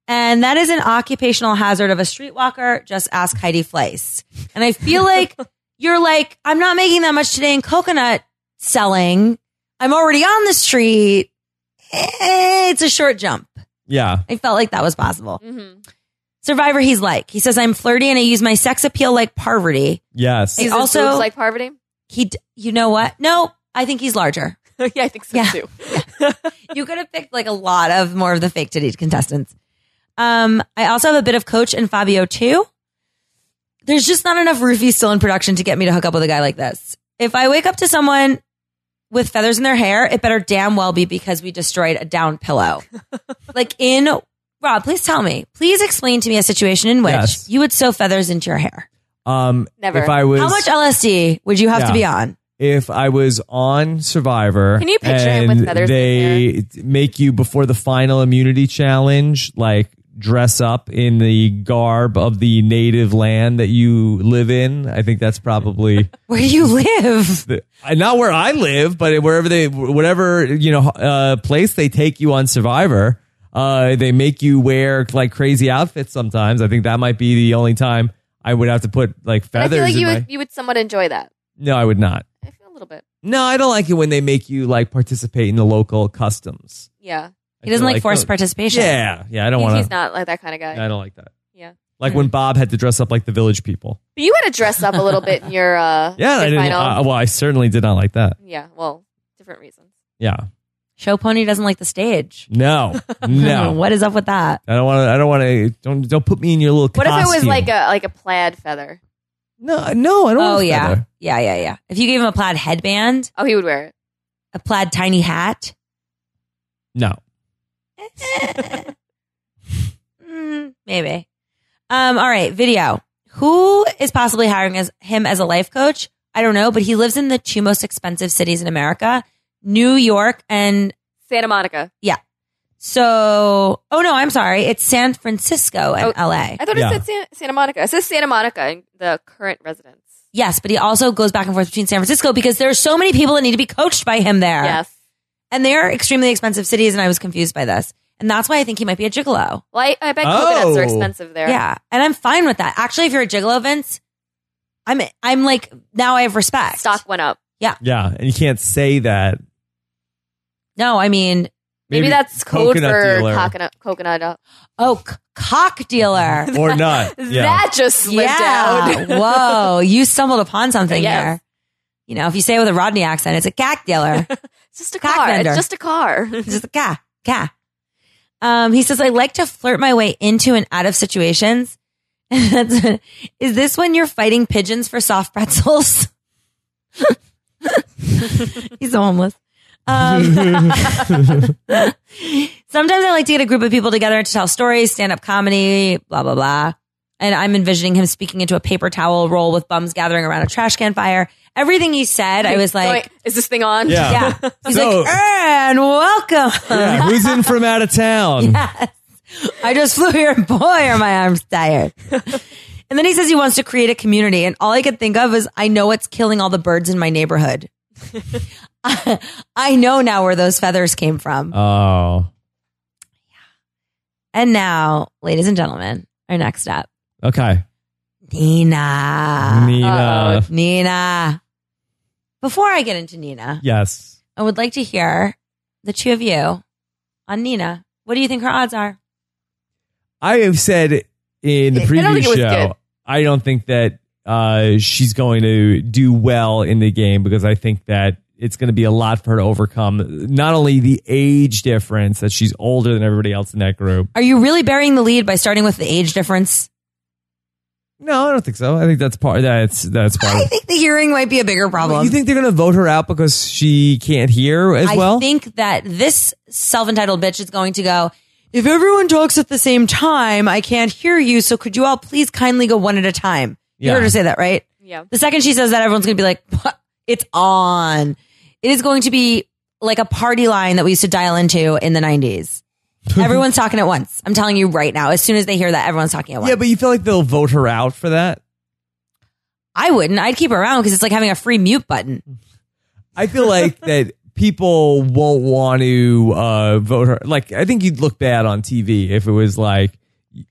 Speaker 3: And that is an occupational hazard of a streetwalker. Just ask Heidi Fleiss. And I feel like you're like, I'm not making that much today in coconut selling. I'm already on the street. Eh, It's a short jump.
Speaker 1: Yeah.
Speaker 3: I felt like that was possible.
Speaker 4: Mhm.
Speaker 3: Survivor, he's like, he says, I'm flirty and I use my sex appeal like poverty.
Speaker 1: Yes.
Speaker 4: He's
Speaker 3: also-
Speaker 4: also like poverty.
Speaker 3: He, d- you know what? No, I think he's larger.
Speaker 4: yeah, I think so
Speaker 3: Yeah.
Speaker 4: too.
Speaker 3: you could have picked like a lot of more of the fake titty contestants. Um, I also have a bit of Coach and Fabio too. There's just not enough roofies still in production to get me to hook up with a guy like this. If I wake up to someone with feathers in their hair, it better damn well be because we destroyed a down pillow. like in Rob, please tell me, please explain to me a situation in which
Speaker 1: Yes.
Speaker 3: you would sew feathers into your hair.
Speaker 1: Um,
Speaker 4: Never.
Speaker 1: If I was,
Speaker 3: How much LSD would you have
Speaker 1: Yeah.
Speaker 3: to be on?
Speaker 1: if I was on Survivor,
Speaker 4: Can you picture him with
Speaker 1: and
Speaker 4: feathers in
Speaker 1: They make you before the final immunity challenge, like dress up in the garb of the native land that you live in. I think that's probably
Speaker 3: Where do you live?
Speaker 1: the, uh, not where I live, but wherever they, whatever you know, uh, place they take you on Survivor. Uh, they make you wear like crazy outfits sometimes. I think that might be the only time I would have to put like
Speaker 4: But I
Speaker 1: feathers.
Speaker 4: feel like
Speaker 1: in
Speaker 4: you
Speaker 1: my,
Speaker 4: would, you would somewhat enjoy that.
Speaker 1: no, I would not.
Speaker 4: I feel a little bit.
Speaker 1: No, I don't like it when they make you like participate in the local customs. I
Speaker 4: Yeah.
Speaker 3: He doesn't
Speaker 1: feel
Speaker 3: like forced
Speaker 1: oh,
Speaker 3: participation.
Speaker 1: Yeah, yeah, I don't
Speaker 4: He-
Speaker 1: want
Speaker 4: He's
Speaker 1: to.
Speaker 4: not like that kind of guy.
Speaker 1: I don't like that.
Speaker 4: Yeah.
Speaker 1: Like when Bob had to dress up like the village people.
Speaker 4: But you had to dress up a little bit in your uh
Speaker 1: Yeah, I didn't.
Speaker 4: final.
Speaker 1: Uh, well, I certainly did not like that.
Speaker 4: yeah, well, different reasons.
Speaker 1: Yeah,
Speaker 3: Show Pony doesn't like the stage.
Speaker 1: No, no.
Speaker 3: what is up with that?
Speaker 1: I don't want to. I don't want to. Don't don't put me in your little.
Speaker 4: What if it was
Speaker 1: costume.
Speaker 4: like a like a plaid feather?
Speaker 1: no, no? I don't.
Speaker 3: Oh
Speaker 1: want a
Speaker 3: yeah,
Speaker 1: feather.
Speaker 3: yeah, yeah, yeah. If you gave him a plaid headband,
Speaker 4: Oh, he would wear it.
Speaker 3: a plaid tiny hat,
Speaker 1: No.
Speaker 3: Mm, maybe. Um, all right, video. Who is possibly hiring as him as a life coach? I don't know, but he lives in the two most expensive cities in America, New York and
Speaker 4: Santa Monica.
Speaker 3: so. Oh no, I'm sorry. It's San Francisco and L.A.
Speaker 4: I thought
Speaker 1: Yeah.
Speaker 4: it said San- Santa Monica. It says Santa Monica, and the current residence.
Speaker 3: Yes, but he also goes back and forth between San Francisco because there are so many people that need to be coached by him there.
Speaker 4: Yes.
Speaker 3: And they are extremely expensive cities, and I was confused by this. And that's why I think he might be a gigolo.
Speaker 4: Well, I, I bet
Speaker 1: Oh.
Speaker 4: coconuts are expensive there.
Speaker 3: Yeah. And I'm fine with that. Actually, if you're a gigolo, Vince, I'm I'm like now I have respect.
Speaker 4: Stock went up.
Speaker 1: Yeah, and you can't say that.
Speaker 3: No, I mean,
Speaker 4: Maybe, that's code
Speaker 1: coconut
Speaker 4: for
Speaker 1: dealer.
Speaker 4: coconut. Coconut uh, up.
Speaker 3: oh, c- cock dealer.
Speaker 1: or not. Yeah.
Speaker 4: That just slid
Speaker 3: yeah.
Speaker 4: down.
Speaker 3: Whoa, you stumbled upon something
Speaker 4: Yes.
Speaker 3: there. You know, if you say it with a Rodney accent, it's a cack dealer.
Speaker 4: It's just a
Speaker 3: Cock
Speaker 4: car.
Speaker 3: vendor.
Speaker 4: It's just a car.
Speaker 3: It's just a ca, ca. Um, he says, I like to flirt my way into and out of situations. That's- Is this when you're fighting pigeons for soft pretzels? He's homeless. Um, sometimes I like to get a group of people together to tell stories, stand up comedy, blah, blah, blah. And I'm envisioning him speaking into a paper towel roll with bums gathering around a trash can fire. Everything you said, I was like,
Speaker 4: Wait, is this thing on?
Speaker 1: Yeah.
Speaker 3: yeah. He's
Speaker 1: So-
Speaker 3: like, and welcome.
Speaker 1: Yeah, Who's in from out of town?
Speaker 3: I just flew here, boy, are my arms tired. and then he says he wants to create a community, and all I could think of is I know what's killing all the birds in my neighborhood. I, know now where those feathers came from.
Speaker 1: Oh,
Speaker 3: And now, ladies and gentlemen, our next up,
Speaker 1: okay.
Speaker 3: Nina.
Speaker 1: Nina.
Speaker 3: Nina. Before I get into Nina,
Speaker 1: Yes.
Speaker 3: I would like to hear the two of you on Nina. What do you think her odds are?
Speaker 1: I have said in the
Speaker 4: I don't think
Speaker 1: previous
Speaker 4: it was
Speaker 1: show,
Speaker 4: good.
Speaker 1: I don't think that uh, she's going to do well in the game because I think that it's going to be a lot for her to overcome. Not only the age difference that she's older than everybody else in that group.
Speaker 3: Are you really burying the lead by starting with the age difference?
Speaker 1: No, I don't think so. I think that's part. That's that's part.
Speaker 3: I
Speaker 1: of
Speaker 3: think the hearing might be a bigger problem.
Speaker 1: You think they're going to vote her out because she can't hear as
Speaker 3: I
Speaker 1: well?
Speaker 3: think that this self-entitled bitch is going to go. If everyone talks at the same time, I can't hear you. So could you all please kindly go one at a time? You
Speaker 1: Yeah.
Speaker 3: heard her say that, right?
Speaker 4: Yeah.
Speaker 3: The second she says that, everyone's going to be like, "What? "It's on." It is going to be like a party line that we used to dial into in the '90s. everyone's talking at once. I'm telling you right now. As soon as they hear that, everyone's talking at once.
Speaker 1: yeah, but you feel like they'll vote her out for that.
Speaker 3: I wouldn't. I'd keep her around because it's like having a free mute button.
Speaker 1: I feel like that people won't want to uh, vote her. Like, I think you'd look bad on TV if it was like.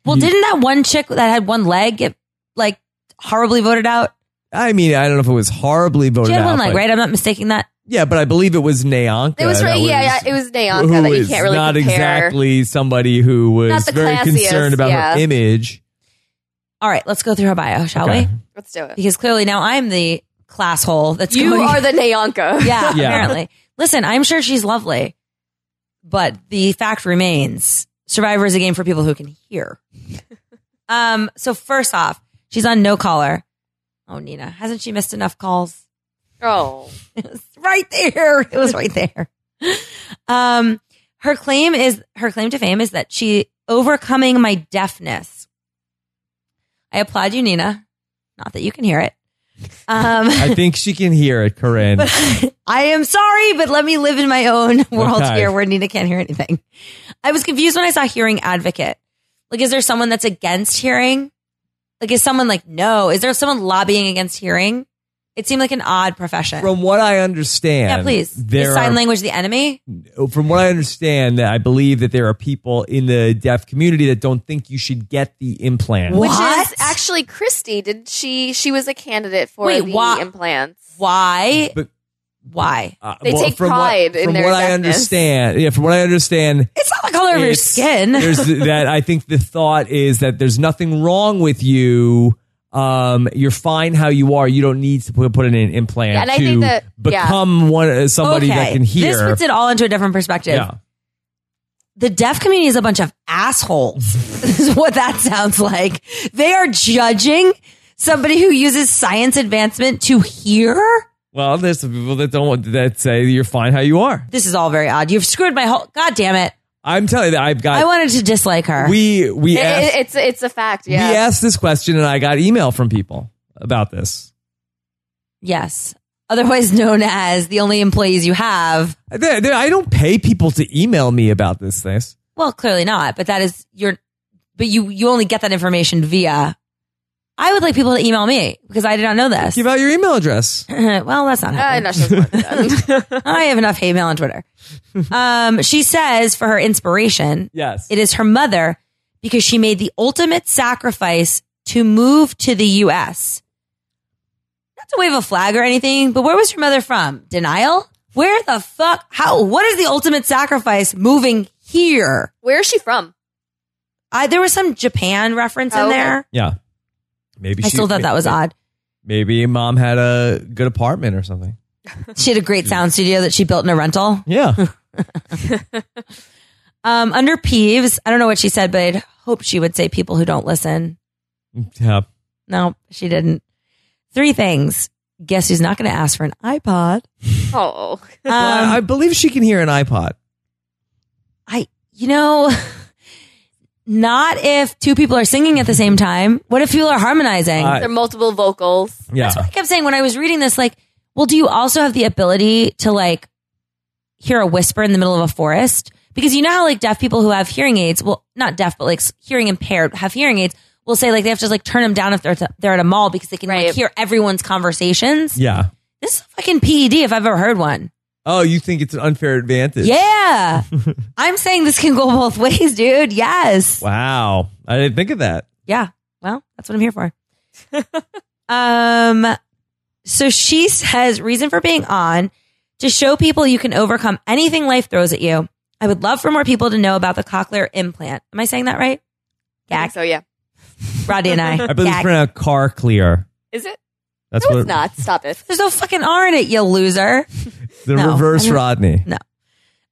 Speaker 3: Well,
Speaker 1: you-
Speaker 3: didn't that one chick that had one leg get like horribly voted out?
Speaker 1: I mean, I don't know if it was horribly voted
Speaker 3: She had
Speaker 1: out.
Speaker 3: one leg,
Speaker 1: but-
Speaker 3: right? I'm not mistaking that.
Speaker 1: Yeah, but I believe it was Nayanka.
Speaker 4: It was,
Speaker 1: that
Speaker 4: right. yeah, yeah, it was Neonka that
Speaker 1: who
Speaker 4: you
Speaker 1: is
Speaker 4: can't really
Speaker 1: not
Speaker 4: compare.
Speaker 1: exactly somebody who was
Speaker 4: Not the
Speaker 1: very
Speaker 4: classiest,
Speaker 1: concerned about
Speaker 4: yeah.
Speaker 1: her image.
Speaker 3: All right, let's go through her bio, shall
Speaker 1: Okay.
Speaker 3: we?
Speaker 4: Let's do it.
Speaker 3: Because clearly now I'm the class hole that's
Speaker 4: You
Speaker 3: going-
Speaker 4: are the Neonka.
Speaker 3: yeah,
Speaker 1: Yeah.
Speaker 3: apparently. Listen, I'm sure she's lovely, but the fact remains Survivor is a game for people who can hear. um, so first off, she's on no caller. Oh, Nina, hasn't she missed enough calls?
Speaker 4: Oh.
Speaker 3: It was right there. It was right there. Um, her claim is her claim to fame is that she overcoming my deafness. I applaud you, Nina. Not that you can hear it. Um,
Speaker 1: I think she can hear it, Corinne.
Speaker 3: but I am sorry, but let me live in my own world
Speaker 1: Okay.
Speaker 3: here where Nina can't hear anything. I was confused when I saw hearing advocate. Like, is there someone that's against hearing? Like, is someone like no? Is there someone lobbying against hearing? It seemed like an odd profession.
Speaker 1: From what I understand,
Speaker 3: Yeah, please.
Speaker 1: There
Speaker 3: Is sign
Speaker 1: are
Speaker 3: language the enemy?
Speaker 1: from what I understand, I believe that there are people in the deaf community that don't think you should get the implant.
Speaker 3: What?
Speaker 4: Which is actually Christy. Did she? She was a candidate for
Speaker 3: Wait,
Speaker 4: the
Speaker 3: why-
Speaker 4: implants.
Speaker 3: Why?
Speaker 1: But
Speaker 3: Why?
Speaker 1: uh,
Speaker 4: They take
Speaker 1: from
Speaker 4: pride
Speaker 1: what,
Speaker 4: in
Speaker 1: from
Speaker 4: their
Speaker 1: what I
Speaker 4: deafness.
Speaker 1: understand. Yeah, from what I understand,
Speaker 3: It's not the color of your
Speaker 1: it's-
Speaker 3: skin.
Speaker 1: there's that I think the thought is that there's nothing wrong with you. um, you're fine how you are. You don't need to put, put in an implant
Speaker 4: Yeah, and I
Speaker 1: to
Speaker 4: think that- yeah.
Speaker 1: become one uh, somebody
Speaker 3: okay.
Speaker 1: that can hear.
Speaker 3: This puts it all into a different perspective.
Speaker 1: yeah.
Speaker 3: the deaf community is a bunch of assholes is what that sounds like they are judging somebody who uses science advancement to hear
Speaker 1: Well, there's some people that don't want that say you're fine how you are.
Speaker 3: this is all very odd you've screwed my whole god damn it
Speaker 1: I'm telling you, that I've
Speaker 3: i
Speaker 1: got
Speaker 3: wanted to dislike her
Speaker 1: we we
Speaker 4: It-
Speaker 1: asked,
Speaker 4: it- it's it's a fact. Yeah.
Speaker 1: we asked this question, and I got email from people about this.
Speaker 3: yes otherwise known as the only employees you have
Speaker 1: They- they- I don't pay people to email me about this things.
Speaker 3: well clearly not but that is your but you you only get that information via i would like people to email me because i did not know this
Speaker 1: Give out your email address.
Speaker 3: well that's not
Speaker 4: Uh,
Speaker 3: happening.
Speaker 4: no, she's not done.
Speaker 3: I have enough hate mail on Twitter. Um, she says for her inspiration,
Speaker 1: Yes.
Speaker 3: it is her mother because she made the ultimate sacrifice to move to the U.S. Not to wave a flag or anything, but where was your mother from? Denial? Where the fuck? How? What is the ultimate sacrifice? Moving here?
Speaker 4: Where is she from?
Speaker 3: I, there was some Japan reference
Speaker 4: Oh,
Speaker 3: in
Speaker 4: okay.
Speaker 3: there.
Speaker 1: yeah. Maybe
Speaker 3: I
Speaker 1: she-
Speaker 3: still thought that was
Speaker 1: may-
Speaker 3: odd.
Speaker 1: Maybe mom had a good apartment or something.
Speaker 3: She had a great sound studio that she built in a rental.
Speaker 1: Yeah.
Speaker 3: Um, under Peeves, I don't know what she said, but I hope she would say people who don't listen.
Speaker 1: yeah.
Speaker 3: No, she didn't. Three things. Guess who's not going to ask for an iPod?
Speaker 4: Oh,
Speaker 3: Um,
Speaker 1: Well, I- I
Speaker 3: I,
Speaker 1: believe she can hear an iPod.
Speaker 3: you know, not if two people are singing at the same time. What if people are harmonizing?
Speaker 1: Uh,
Speaker 4: there are multiple vocals.
Speaker 1: Yeah.
Speaker 3: I kept saying when I was reading this, like, well, do you also have the ability to like hear a whisper in the middle of a forest? Because you know how like deaf people who have hearing aids, well, not deaf, but like s- hearing impaired have hearing aids, will say like they have to like turn them down if they're, at- they're at a mall because they can like
Speaker 4: Right.
Speaker 3: hear everyone's conversations.
Speaker 1: Yeah.
Speaker 3: This is a fucking PED if I've ever heard one.
Speaker 1: Oh, you think it's an unfair advantage?
Speaker 3: Yeah. I'm saying this can go both ways, dude. Yes.
Speaker 1: Wow. I didn't think of that.
Speaker 3: Yeah. Well, that's what I'm here for. um so she says reason for being on to show people you can overcome anything life throws at you. I would love for more people to know about the cochlear implant. Am I saying that right?
Speaker 4: I
Speaker 3: Gag.
Speaker 4: think so yeah,
Speaker 3: Roddy and I.
Speaker 1: I believe it's
Speaker 3: Gag.
Speaker 1: pronounced car clear.
Speaker 4: is it?
Speaker 1: That's
Speaker 4: No,
Speaker 1: what
Speaker 4: it's not. Stop it.
Speaker 3: There's no fucking R in it, you loser.
Speaker 1: the
Speaker 3: No,
Speaker 1: reverse
Speaker 3: I don't-
Speaker 1: Rodney.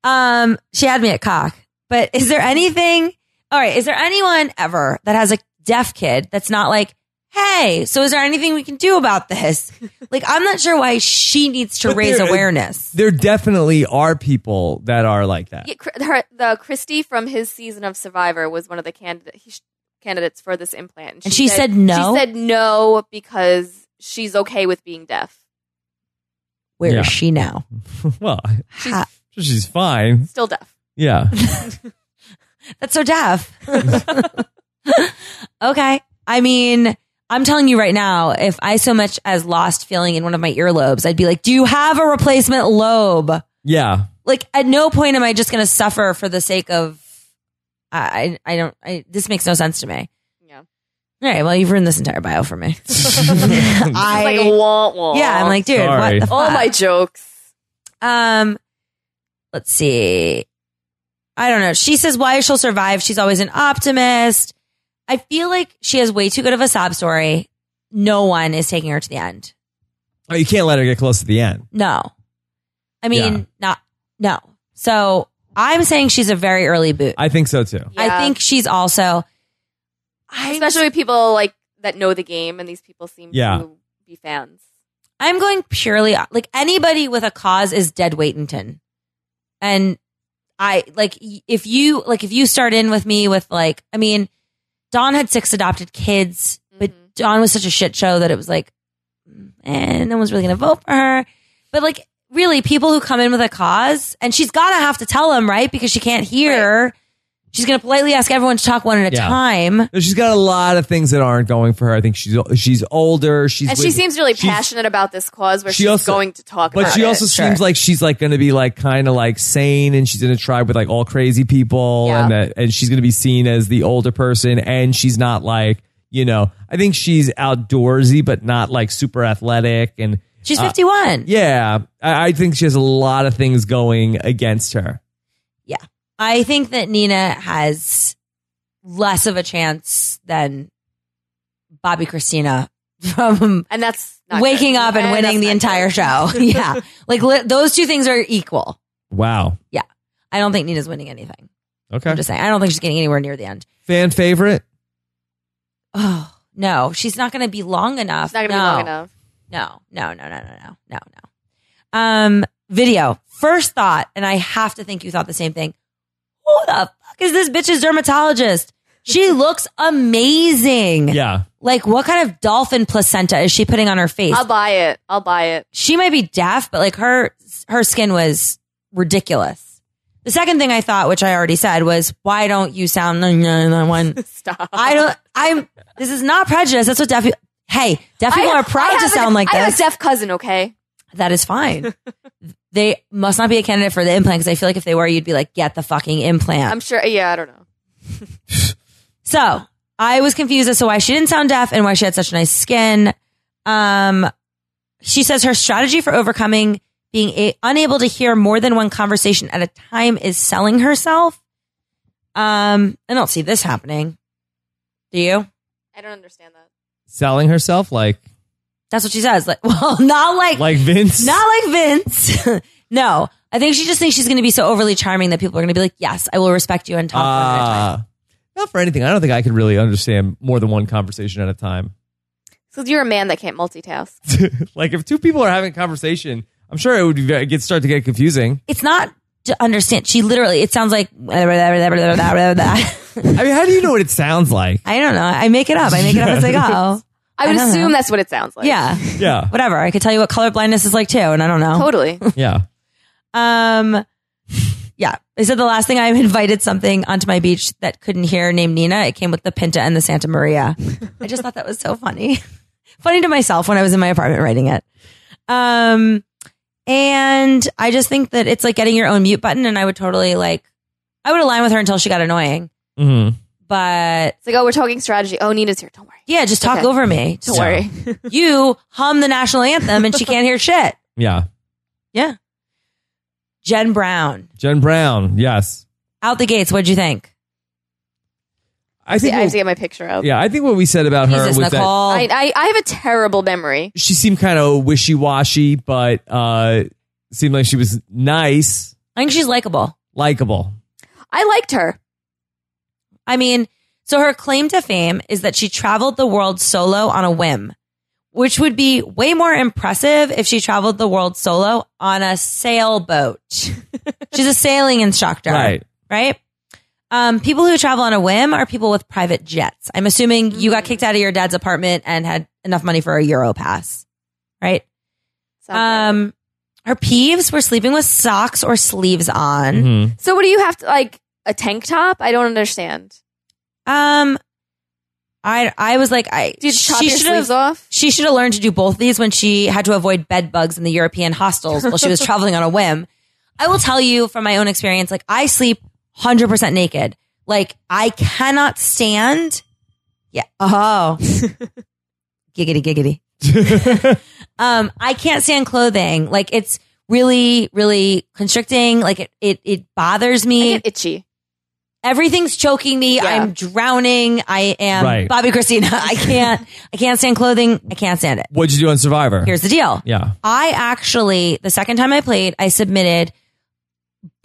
Speaker 3: Um, she had me at cock. But is there anything? All right, is there anyone ever that has a deaf kid that's not like, hey? So is there anything we can do about this? like, I'm not sure why she needs to
Speaker 1: But
Speaker 3: raise
Speaker 1: there-
Speaker 3: awareness.
Speaker 1: There definitely are people that are like that.
Speaker 4: Yeah, Cr- her, the Christy from his season of Survivor was one of the candidate, he, sh- candidates for this implant.
Speaker 3: And she said no?
Speaker 4: She said no because she's okay with being deaf.
Speaker 3: Where is
Speaker 1: Yeah.
Speaker 3: she now?
Speaker 1: well,
Speaker 4: She's
Speaker 3: Ha-
Speaker 1: she's fine.
Speaker 4: still deaf.
Speaker 1: Yeah.
Speaker 3: That's so deaf. okay. I mean, I'm telling you right now, if I so much as lost feeling in one of my earlobes, I'd be like, do you have a replacement lobe?
Speaker 1: Yeah.
Speaker 3: like at no point am I just going to suffer for the sake of I I I don't I this makes no sense to me.
Speaker 4: Yeah.
Speaker 3: All right, well you've ruined this entire bio for me.
Speaker 4: She's like
Speaker 3: I
Speaker 4: wah wah.
Speaker 3: yeah, I'm like dude,
Speaker 1: Sorry.
Speaker 3: what the fuck?
Speaker 4: all my jokes.
Speaker 3: um let's see. I don't know. She says why she'll survive. She's always an optimist. I feel like she has way too good of a sob story. No one is taking her to the end.
Speaker 1: Oh, you can't let her get close to the end.
Speaker 3: No. I mean,
Speaker 1: Yeah.
Speaker 3: not no. So I'm saying she's a very early boot.
Speaker 1: I think so too.
Speaker 3: I
Speaker 4: Yeah.
Speaker 3: think she's also. I,
Speaker 4: especially with people like that know the game, and these people seem
Speaker 1: Yeah.
Speaker 4: to be fans.
Speaker 3: I'm going purely like anybody with a cause is dead Waitington, and I like y- if you like if you start in with me with like I mean, Dawn had six adopted kids, but
Speaker 4: Mhm.
Speaker 3: Dawn was such a shit show that it was like, and no one's really gonna vote for her. But like really, people who come in with a cause, and she's gotta have to tell them right because she can't hear. She's gonna politely ask everyone to talk one at a
Speaker 1: Yeah.
Speaker 3: time.
Speaker 1: She's got a lot of things that aren't going for her. I think she's she's older. She's
Speaker 4: And she
Speaker 1: with-
Speaker 4: seems really
Speaker 1: she's-
Speaker 4: passionate about this cause, where
Speaker 1: She
Speaker 4: she's
Speaker 1: also-
Speaker 4: going to talk.
Speaker 1: But
Speaker 4: about
Speaker 1: she
Speaker 4: it.
Speaker 1: also seems like she's like going to be like kind of like sane, and she's in a tribe with like all crazy people,
Speaker 4: Yeah.
Speaker 1: and that and she's going to be seen as the older person, and she's not like you know. I think she's outdoorsy, but not like super athletic, and
Speaker 3: She's
Speaker 1: Uh,
Speaker 3: 51.
Speaker 1: yeah, I, I think she has a lot of things going against her.
Speaker 3: I think that Nina has less of a chance than Bobby Christina from
Speaker 4: and that's not
Speaker 3: waking
Speaker 4: good. Eh,
Speaker 3: up and winning
Speaker 4: that's
Speaker 3: the entire
Speaker 4: not good.
Speaker 3: show. yeah. Like li- those two things are equal.
Speaker 1: Wow.
Speaker 3: I don't think Nina's winning anything.
Speaker 1: Okay.
Speaker 3: I'm just saying. I don't think she's getting anywhere near the end.
Speaker 1: Fan favorite?
Speaker 3: Oh, no. She's not going to be long enough.
Speaker 4: It's not gonna
Speaker 3: no.
Speaker 4: be long enough.
Speaker 3: No, no, no, no, no, no, no, no. Um, video. First thought, and I have to think you thought the same thing. Who the fuck is this bitch's dermatologist? She looks amazing.
Speaker 1: Yeah.
Speaker 3: Like, what kind of dolphin placenta is she putting on her face?
Speaker 4: I'll buy it. I'll buy it.
Speaker 3: she might be deaf, but like her her skin was ridiculous. The second thing I thought, which I already said, was why don't you sound like that one?
Speaker 4: Stop.
Speaker 3: I don't. I'm. This is not prejudice. That's what deaf. peo- Hey, deaf people are proud to
Speaker 4: have
Speaker 3: sound
Speaker 4: an-
Speaker 3: like
Speaker 4: I
Speaker 3: this.
Speaker 4: have a deaf cousin. Okay,
Speaker 3: That is fine. they must not be a candidate for the implant because I feel like if they were, you'd be like, get the fucking implant.
Speaker 4: I'm sure. Yeah, I don't know.
Speaker 3: so I was confused as to why she didn't sound deaf and why she had such nice skin. Um, she says her strategy for overcoming being a- unable to hear more than one conversation at a time is selling herself. Um, I don't see this happening. Do you?
Speaker 4: I don't understand that.
Speaker 1: Selling herself like
Speaker 3: That's what she says. Like, well, not like
Speaker 1: like Vince.
Speaker 3: Not like Vince. no, I think she just thinks she's going to be so overly charming that people are going to be like, "Yes, I will respect you and talk." to you at a time."
Speaker 1: Ah. not for anything. I don't think I could really understand more than one conversation at a time.
Speaker 4: So you're a man that can't multitask.
Speaker 1: like if two people are having a conversation, I'm sure it would be very, get start to get confusing.
Speaker 3: It's not to understand. She literally. It sounds like I
Speaker 1: I mean, how do you know what it sounds like?
Speaker 3: don't know. I make it up. I make it up as I go.
Speaker 4: I would
Speaker 3: I don't
Speaker 4: assume
Speaker 3: know.
Speaker 4: that's what it sounds like.
Speaker 3: Yeah,
Speaker 1: Yeah,
Speaker 3: whatever. I could tell you what color blindness is like too, and I don't know.
Speaker 4: totally.
Speaker 1: yeah.
Speaker 3: Um, yeah. I said the last thing I invited something onto my beach that couldn't hear named Nina. It came with the Pinta and the Santa Maria. I just thought that was so funny. funny to myself when I was in my apartment writing it. Um, and I just think that it's like getting your own mute button. And I would totally like, I would align with her until she got annoying.
Speaker 1: Mm-hmm.
Speaker 3: But
Speaker 4: It's like, oh, we're talking strategy. Oh, Nina's here. Don't worry.
Speaker 3: yeah, just talk
Speaker 4: Okay.
Speaker 3: over me. Just-
Speaker 4: Don't
Speaker 1: Yeah.
Speaker 4: worry.
Speaker 3: you hum the national anthem and she can't hear shit.
Speaker 1: Yeah,
Speaker 3: Jen Brown,
Speaker 1: Jen Brown. Yes,
Speaker 3: out the gates. What'd you think?
Speaker 1: I think.
Speaker 4: I have to
Speaker 1: what-
Speaker 4: get my picture up.
Speaker 1: yeah, I think what we said about her
Speaker 3: Jesus,
Speaker 1: was that
Speaker 3: Nicole.
Speaker 4: I, I I have a terrible memory.
Speaker 1: she seemed kind of wishy washy, but uh seemed like she was nice,
Speaker 3: I think she's likable.
Speaker 1: likable.
Speaker 4: I liked her.
Speaker 3: I mean, so her claim to fame is that she traveled the world solo on a whim, which would be way more impressive if she traveled the world solo on a sailboat. She's a sailing instructor,
Speaker 1: Right.
Speaker 3: Right? Um, people who travel on a whim are people with private jets. I'm assuming you got kicked out of your dad's apartment and had enough money for a Euro pass, right?
Speaker 4: Sounds
Speaker 3: Um, her peeves were sleeping with socks or sleeves on.
Speaker 1: Mhm.
Speaker 4: bad. so what do you have to like a tank top? I don't understand.
Speaker 3: Um, I I was like, I
Speaker 4: Do you just chop your
Speaker 3: should've-
Speaker 4: sleeves off?
Speaker 3: She should have learned to do both of these when she had to avoid bed bugs in the European hostels while she was traveling on a whim. I will tell you from my own experience, like I sleep 100% naked. Like I cannot stand. Yeah. Oh. giggity, giggity. um, I can't stand clothing. Like it's really, really constricting. Like it, it, it bothers
Speaker 4: I
Speaker 3: me.
Speaker 4: get itchy.
Speaker 3: Everything's choking me.
Speaker 4: Yeah.
Speaker 3: I'm drowning. I am
Speaker 1: Right.
Speaker 3: Bobby Christina. I can't, I can't stand clothing. I can't stand it.
Speaker 1: What'd you do on Survivor?
Speaker 3: Here's the deal.
Speaker 1: yeah.
Speaker 3: I actually, the second time I played, I submitted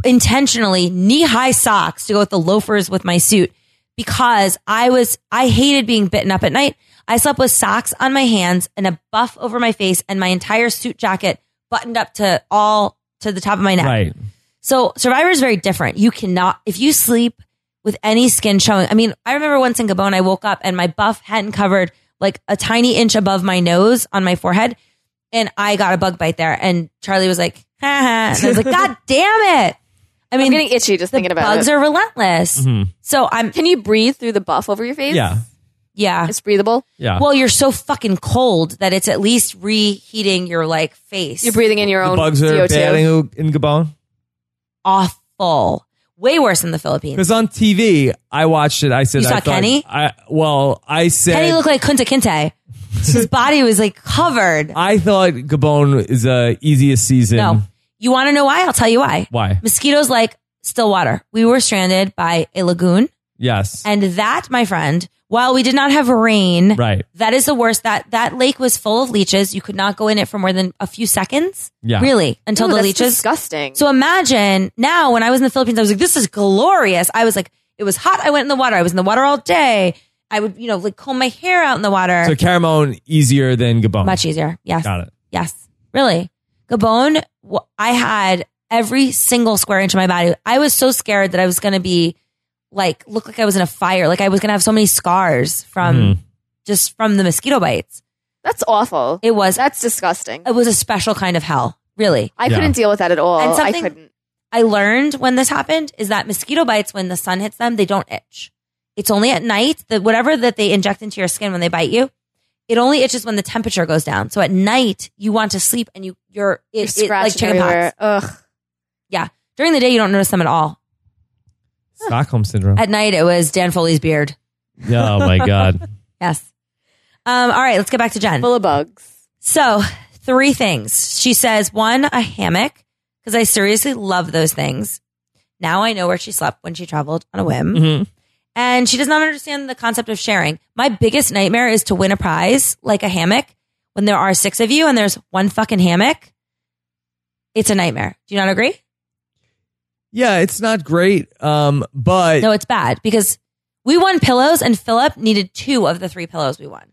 Speaker 3: intentionally knee high socks to go with the loafers with my suit because I was, I hated being bitten up at night. I slept with socks on my hands and a buff over my face and my entire suit jacket buttoned up to all to the top of my neck.
Speaker 1: Right.
Speaker 3: So Survivor is very different. You cannot, if you sleep with any skin showing. I mean, I remember once in Gabon, I woke up and my buff hadn't covered like a tiny inch above my nose on my forehead. And I got a bug bite there. And Charlie was like, ha ha. And I was like, God damn it. I
Speaker 4: I'm
Speaker 3: mean,
Speaker 4: getting itchy just thinking about
Speaker 3: bugs
Speaker 4: it.
Speaker 3: are relentless. So I'm,
Speaker 4: Can you breathe through the buff over your face?
Speaker 1: Yeah.
Speaker 3: yeah.
Speaker 4: It's breathable.
Speaker 1: Yeah.
Speaker 3: Well, you're so fucking cold that it's at least reheating your like face.
Speaker 4: You're breathing in your
Speaker 1: the
Speaker 4: own
Speaker 1: bugs are
Speaker 4: CO2.
Speaker 1: bad in, in Gabon.
Speaker 3: awful. Way worse in the Philippines.
Speaker 1: Because on TV, I watched it. I said,
Speaker 3: You saw
Speaker 1: I thought-
Speaker 3: Kenny?
Speaker 1: I, well, I said,
Speaker 3: Kenny looked like Kunta Kinte. His body was like covered.
Speaker 1: I thought Gabon is the easiest season.
Speaker 3: No. You want to know why? I'll tell you why.
Speaker 1: Why?
Speaker 3: Mosquitoes like still water. We were stranded by a lagoon,
Speaker 1: Yes.
Speaker 3: and that, my friend, While we did not have rain,
Speaker 1: Right.
Speaker 3: that is the worst. That that lake was full of leeches. You could not go in it for more than a few seconds.
Speaker 1: Yeah.
Speaker 3: Really, until
Speaker 4: Ooh,
Speaker 3: the
Speaker 4: that's
Speaker 3: leeches.
Speaker 4: disgusting.
Speaker 3: So imagine now when I was in the Philippines, I was like, this is glorious. I was like, it was hot. I went in the water. I was in the water all day. I would, you know, like comb my hair out in the water.
Speaker 1: So Caramone easier than Gabon.
Speaker 3: Much easier. Yes.
Speaker 1: Got it.
Speaker 3: Yes. Really. Gabon, wh- I had every single square inch of my body. I was so scared that I was going to be like, look like I was in a fire. Like I was going to have so many scars from
Speaker 1: Mhm.
Speaker 3: just from the mosquito bites.
Speaker 4: that's awful.
Speaker 3: It was,
Speaker 4: that's disgusting.
Speaker 3: it was a special kind of hell. Really.
Speaker 4: I
Speaker 1: Yeah.
Speaker 4: couldn't deal with that at all.
Speaker 3: And
Speaker 4: I
Speaker 3: something-
Speaker 4: couldn't.
Speaker 3: I learned when this happened is that mosquito bites, when the sun hits them, they don't itch. It's only at night that whatever that they inject into your skin when they bite you, it only itches when the temperature goes down. So at night, you want to sleep and you you're,
Speaker 4: You're
Speaker 3: it, it, like
Speaker 4: scratching
Speaker 3: chicken pox.
Speaker 4: everywhere. Ugh.
Speaker 3: During the day, you don't notice them at all.
Speaker 1: Stockholm syndrome.
Speaker 3: At night, it was Dan Foley's beard.
Speaker 1: oh my god.
Speaker 3: Yes. Um, all right, let's get back to Jen.
Speaker 4: Full of bugs.
Speaker 3: So, three things. She says one, a hammock, because I seriously love those things. Now I know where she slept when she traveled on a whim.
Speaker 1: Mhm.
Speaker 3: And she does not understand the concept of sharing. My biggest nightmare is to win a prize, like a hammock, when there are six of you and there's one fucking hammock. It's a nightmare. Do you not agree?
Speaker 1: Yeah, it's not great. Um, but
Speaker 3: No, it's bad because we won pillows and Philip needed two of the three pillows we won.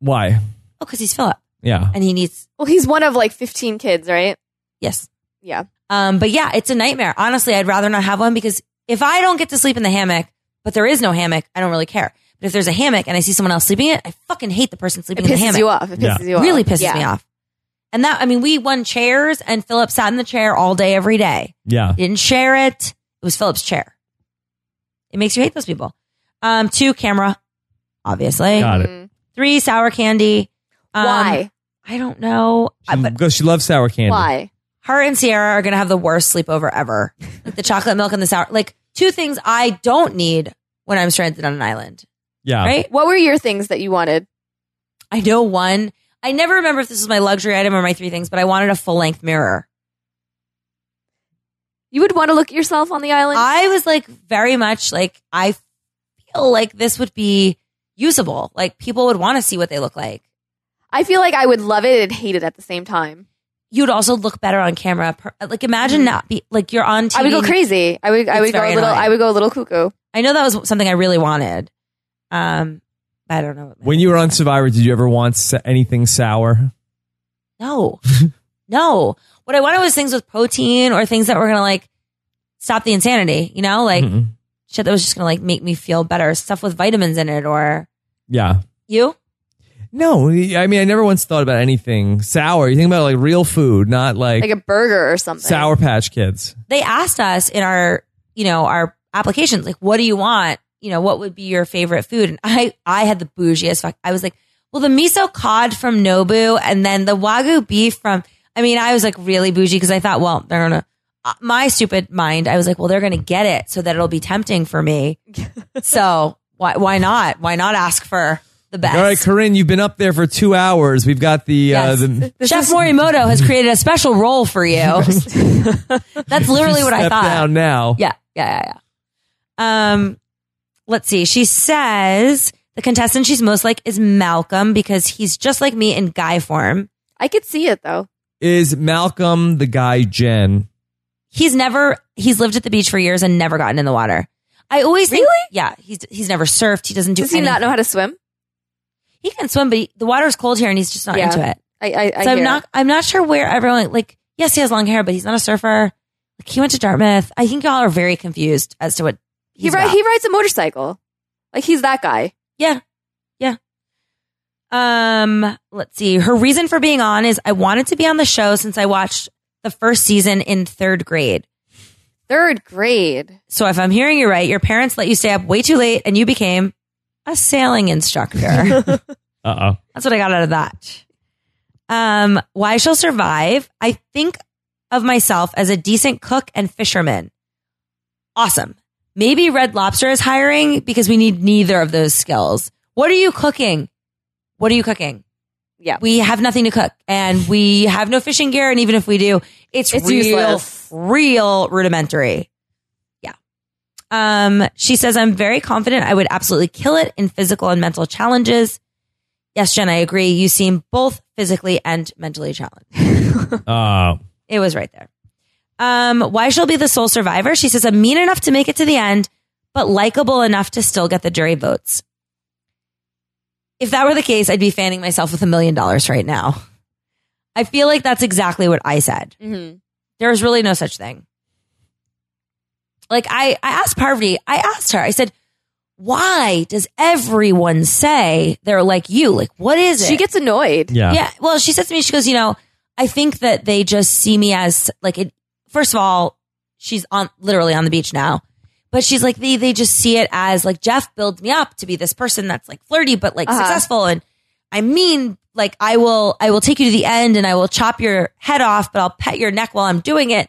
Speaker 1: why?
Speaker 3: Oh, because he's Philip
Speaker 1: Yeah.
Speaker 3: and he needs
Speaker 4: Well, he's one of like 15 kids, right?
Speaker 3: yes.
Speaker 4: Yeah.
Speaker 3: Um, but yeah, it's a nightmare. Honestly, I'd rather not have one because if I don't get to sleep in the hammock, but there is no hammock, I don't really care. But if there's a hammock and I see someone else sleeping in it, I fucking hate the person
Speaker 4: It
Speaker 3: sleeping in the
Speaker 4: pisses
Speaker 3: hammock.
Speaker 4: you off. It
Speaker 1: Yeah.
Speaker 4: pisses you off.
Speaker 3: Really pisses
Speaker 4: Yeah.
Speaker 3: me off. And that I mean, we won chairs and Philip sat in the chair all day every day.
Speaker 1: Yeah.
Speaker 3: Didn't share it. It was Philip's chair. It makes you hate those people. Um, two camera, obviously.
Speaker 1: Got it.
Speaker 4: Mm.
Speaker 3: Three sour candy. Um,
Speaker 4: Why?
Speaker 3: I don't know. I-
Speaker 1: She,
Speaker 3: Uh, but
Speaker 1: because she loves sour candy.
Speaker 4: Why?
Speaker 3: her and Sierra are gonna have the worst sleepover ever. Like the chocolate milk and the sour. Like two things I don't need when I'm stranded on an island.
Speaker 1: Yeah.
Speaker 3: Right?
Speaker 4: What were your things that you wanted?
Speaker 3: I know one. I never remember if this was my luxury item or my three things, but I wanted a full length mirror.
Speaker 4: You would want to look at yourself on the island.
Speaker 3: I was like very much like I feel like this would be usable. Like people would want to see what they look like.
Speaker 4: I feel like I would love it and hate it at the same time.
Speaker 3: You'd also look better on camera. Per- Like imagine not be like you're on TV.
Speaker 4: I would go crazy. I would. I
Speaker 3: It's
Speaker 4: would go a
Speaker 3: very
Speaker 4: little.
Speaker 3: annoying.
Speaker 4: I would go a little cuckoo.
Speaker 3: I know that was something I really wanted. Um, I don't know. What my-
Speaker 1: When you were on Survivor, did you ever want sa- anything sour?
Speaker 3: no, no. What I wanted was things with protein or things that were gonna like stop the insanity. You know, like
Speaker 1: Mhm.
Speaker 3: shit that was just gonna like make me feel better. Stuff with vitamins in it or
Speaker 1: Yeah.
Speaker 3: you.
Speaker 1: No, I mean, I never once thought about anything sour. You think about like real food, not like,
Speaker 4: like a burger or something.
Speaker 1: Sour Patch Kids.
Speaker 3: they asked us in our you know our applications like what do you want you know what would be your favorite food and i i had the bougiest fuck i was like well the miso cod from nobu and then the wagyu beef from i mean i was like really bougie because i thought well they're gonna uh, my stupid mind i was like well they're gonna get it so that it'll be tempting for me so why why not why not ask for the best
Speaker 1: All right, Corinne, you've been up there for two hours. We've got the
Speaker 3: Yes.
Speaker 1: uh, the
Speaker 3: Chef Morimoto has created a special role for you. That's literally what I
Speaker 1: step
Speaker 3: thought.
Speaker 1: down now.
Speaker 3: Yeah, yeah, yeah, yeah. Um, let's see. She says the contestant she's most like is Malcolm because he's just like me in guy form.
Speaker 4: I could see it though.
Speaker 1: Is Malcolm the guy Jen?
Speaker 3: He's never he's lived at the beach for years and never gotten in the water. I always think, really yeah he's he's never surfed. He doesn't do.
Speaker 4: Does he not know how to swim?
Speaker 3: He can swim, but he, the water's cold here and he's just not
Speaker 4: Yeah.
Speaker 3: into it.
Speaker 4: I. I, I
Speaker 3: So I'm
Speaker 4: hear
Speaker 3: not I'm not sure where everyone like. Yes, he has long hair, but he's not a surfer. Like he went to Dartmouth. I think y'all are very confused as to what
Speaker 4: it. He
Speaker 3: he's
Speaker 4: ri-
Speaker 3: about.
Speaker 4: He rides a motorcycle. Like he's that guy.
Speaker 3: Um, let's see. Her reason for being on is I wanted to be on the show since I watched the first season in third grade.
Speaker 4: Third grade.
Speaker 3: So if I'm hearing you right, your parents let you stay up way too late and you became a sailing instructor.
Speaker 1: Uh oh.
Speaker 3: That's what I got out of that. Um, why she'll survive. I think of myself as a decent cook and fisherman. Awesome. Maybe Red Lobster is hiring because we need neither of those skills. What are you cooking? What are you cooking?
Speaker 4: Yeah.
Speaker 3: We have nothing to cook and we have no fishing gear. And even if we do, it's,
Speaker 4: It's
Speaker 3: real,
Speaker 4: useless.
Speaker 3: real rudimentary. Yeah. Um, she says, I'm very confident I would absolutely kill it in physical and mental challenges. Yes, Jen, I agree. You seem both physically and mentally challenged.
Speaker 1: Uh,
Speaker 3: It was right there. Um, why she'll be the sole survivor? She says, I'm mean enough to make it to the end, but likable enough to still get the jury votes. If that were the case, I'd be fanning myself with a million dollars right now. I feel like that's exactly what I said.
Speaker 4: Mhm.
Speaker 3: There's really no such thing. Like I, I asked Parvati, I asked her, I said, why does everyone say they're like you? Like, what is it?
Speaker 4: She gets annoyed.
Speaker 1: yeah.
Speaker 3: Yeah. Well, she said to me, she goes, you know, I think that they just see me as like it. First of all, she's on literally on the beach now, but she's like they they just see it as like Jeff builds me up to be this person that's like flirty but like
Speaker 4: Uh-huh.
Speaker 3: successful and I mean like I will I will take you to the end and I will chop your head off but I'll pet your neck while I'm doing it.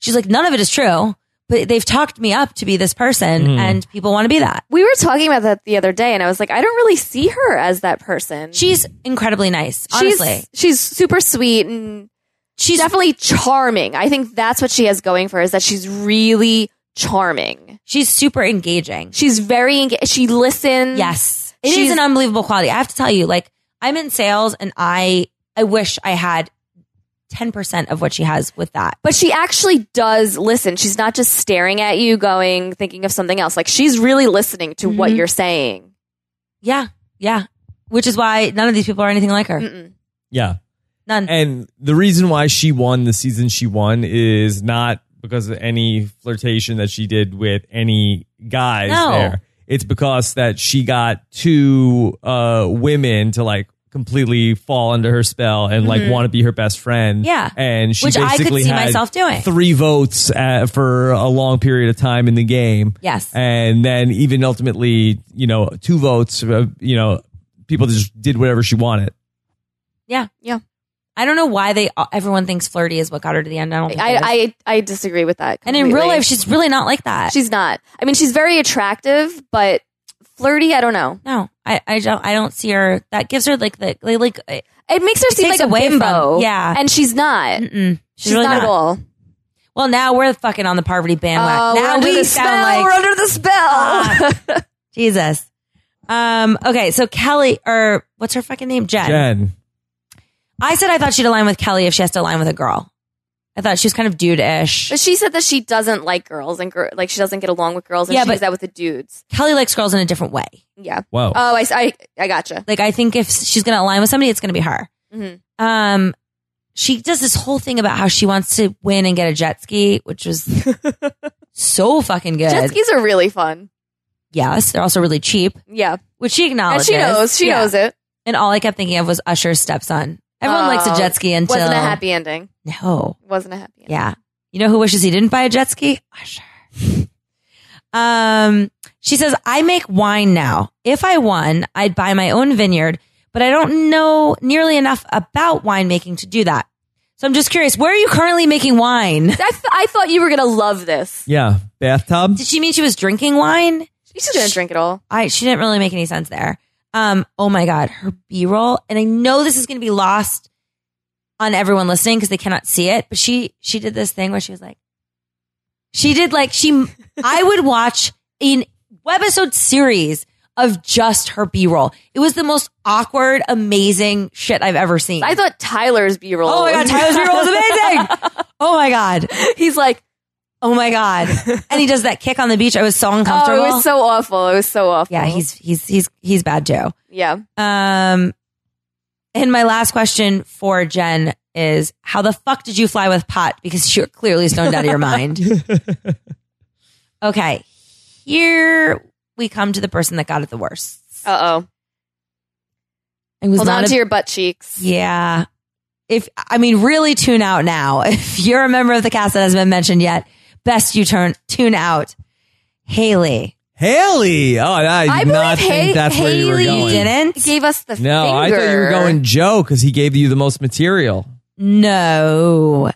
Speaker 3: She's like none of it is true, but they've talked me up to be this person
Speaker 1: Mm.
Speaker 3: and people want to be that.
Speaker 4: We were talking about that the other day, and I was like, I don't really see her as that person.
Speaker 3: She's incredibly nice,
Speaker 4: she's
Speaker 3: honestly.
Speaker 4: she's super sweet and she's definitely charming. I think that's what she has going for her, is that she's really charming.
Speaker 3: She's super engaging.
Speaker 4: She's very engaged. She listens.
Speaker 3: Yes. it is
Speaker 4: She's-
Speaker 3: an unbelievable quality. I have to tell you, like I'm in sales and I I wish I had 10% of what she has with that.
Speaker 4: But she actually does listen. She's not just staring at you, going, thinking of something else. Like she's really listening to what
Speaker 3: Mhm.
Speaker 4: you're saying.
Speaker 3: Yeah. Yeah. Which is why none of these people are anything like her.
Speaker 4: Mm-mm.
Speaker 1: Yeah.
Speaker 3: None.
Speaker 1: And the reason why she won the season she won is not because of any flirtation that she did with any guys
Speaker 3: No.
Speaker 1: there. It's because that she got two uh, women to like completely fall under her spell and like want to be her best friend.
Speaker 3: Mm-hmm. Yeah.
Speaker 1: And she
Speaker 3: Which I could
Speaker 1: basically
Speaker 3: see
Speaker 1: had
Speaker 3: myself doing.
Speaker 1: three votes uh for a long period of time in the game.
Speaker 3: Yes.
Speaker 1: And then even ultimately, you know, two votes, uh, you know, people just did whatever she wanted.
Speaker 3: yeah.
Speaker 4: Yeah.
Speaker 3: I don't know why they everyone thinks flirty is what got her to the end. I don't think it is.
Speaker 4: I, I I disagree with that.
Speaker 3: And in real
Speaker 4: completely.
Speaker 3: life she's really not like that.
Speaker 4: she's not. I mean, she's very attractive, but flirty. I don't know.
Speaker 3: no. I, I don't I don't see her. That gives her like the like, like uh,
Speaker 4: It makes her seem
Speaker 3: takes
Speaker 4: like a
Speaker 3: away
Speaker 4: bimbo.
Speaker 3: from- yeah.
Speaker 4: and she's not.
Speaker 3: mm-mm.
Speaker 4: She's, not, at all.
Speaker 3: Well, now we're fucking on the poverty bandwagon.
Speaker 4: Oh, we're
Speaker 3: now
Speaker 4: under
Speaker 3: we
Speaker 4: the
Speaker 3: sound
Speaker 4: spell.
Speaker 3: like Ah.
Speaker 4: we're under the spell.
Speaker 3: Jesus. Um, okay, so Kelly, or what's her fucking name? Jen.
Speaker 1: Jen.
Speaker 3: I said I thought she'd align with Kelly if she has to align with a girl. I thought she was kind of dude ish.
Speaker 4: But she said that she doesn't like girls and gir- like she doesn't get along with girls. And
Speaker 3: Yeah,
Speaker 4: she
Speaker 3: but-
Speaker 4: does that with the dudes.
Speaker 3: Kelly likes girls in a different way.
Speaker 4: Yeah.
Speaker 1: Whoa.
Speaker 4: Oh, I s- I, I gotcha.
Speaker 3: Like, I think if she's going to align with somebody, it's going to be her.
Speaker 4: Mhm.
Speaker 3: Um, she does this whole thing about how she wants to win and get a jet ski, which was so fucking good.
Speaker 4: Jet skis are really fun.
Speaker 3: yes, they're also really cheap,
Speaker 4: Yeah,
Speaker 3: which she
Speaker 4: and
Speaker 3: acknowledges.
Speaker 4: she knows. She
Speaker 3: Yeah.
Speaker 4: knows it.
Speaker 3: And all I kept thinking of was Usher's stepson. Everyone likes a
Speaker 4: Oh,
Speaker 3: jet ski until
Speaker 4: Wasn't a happy ending.
Speaker 3: no.
Speaker 4: Wasn't a happy. Ending.
Speaker 3: Yeah. You know who wishes he didn't buy a jet ski? Usher. um, she says, I make wine now. If I won, I'd buy my own vineyard, but I don't know nearly enough about winemaking to do that. So I'm just curious, where are you currently making wine?
Speaker 4: I, th- I thought you were gonna love this.
Speaker 1: Yeah, bathtub.
Speaker 3: Did she mean she was drinking wine?
Speaker 4: She's just gonna drink it all.
Speaker 3: I she didn't really make any sense there. Um, oh my god, her B roll, and I know this is going to be lost on everyone listening because they cannot see it. But she she did this thing where she was like, she did like she. I would watch an webisode series of just her B roll. It was the most awkward, amazing shit I've ever seen.
Speaker 4: I thought Tyler's B roll.
Speaker 3: oh my god, Tyler's B roll was amazing. oh my god,
Speaker 4: He's like,
Speaker 3: oh my god, and he does that kick on the beach. I was so uncomfortable.
Speaker 4: oh, it was so awful. It was so awful.
Speaker 3: yeah, he's he's he's he's bad Joe.
Speaker 4: yeah.
Speaker 3: Um, and my last question for Jen is how the fuck did you fly with pot? Because you're clearly stoned out of your mind. Okay. Here we come to the person that got it the worst.
Speaker 4: Uh oh.
Speaker 3: It was
Speaker 4: Hold
Speaker 3: not
Speaker 4: on
Speaker 3: a-
Speaker 4: to your butt cheeks.
Speaker 3: yeah. If I mean, really tune out now. If you're a member of the cast that hasn't been mentioned yet, best you turn tune out. Haley,
Speaker 1: Haley. Oh, I did
Speaker 4: I
Speaker 1: not
Speaker 4: believe
Speaker 1: think
Speaker 4: Ha-
Speaker 1: that's where
Speaker 4: Haley
Speaker 1: you were
Speaker 3: you
Speaker 1: going.
Speaker 3: didn't.
Speaker 4: Gave us the
Speaker 1: No,
Speaker 4: finger.
Speaker 1: I thought you were going Joe because he gave you the most material.
Speaker 3: No,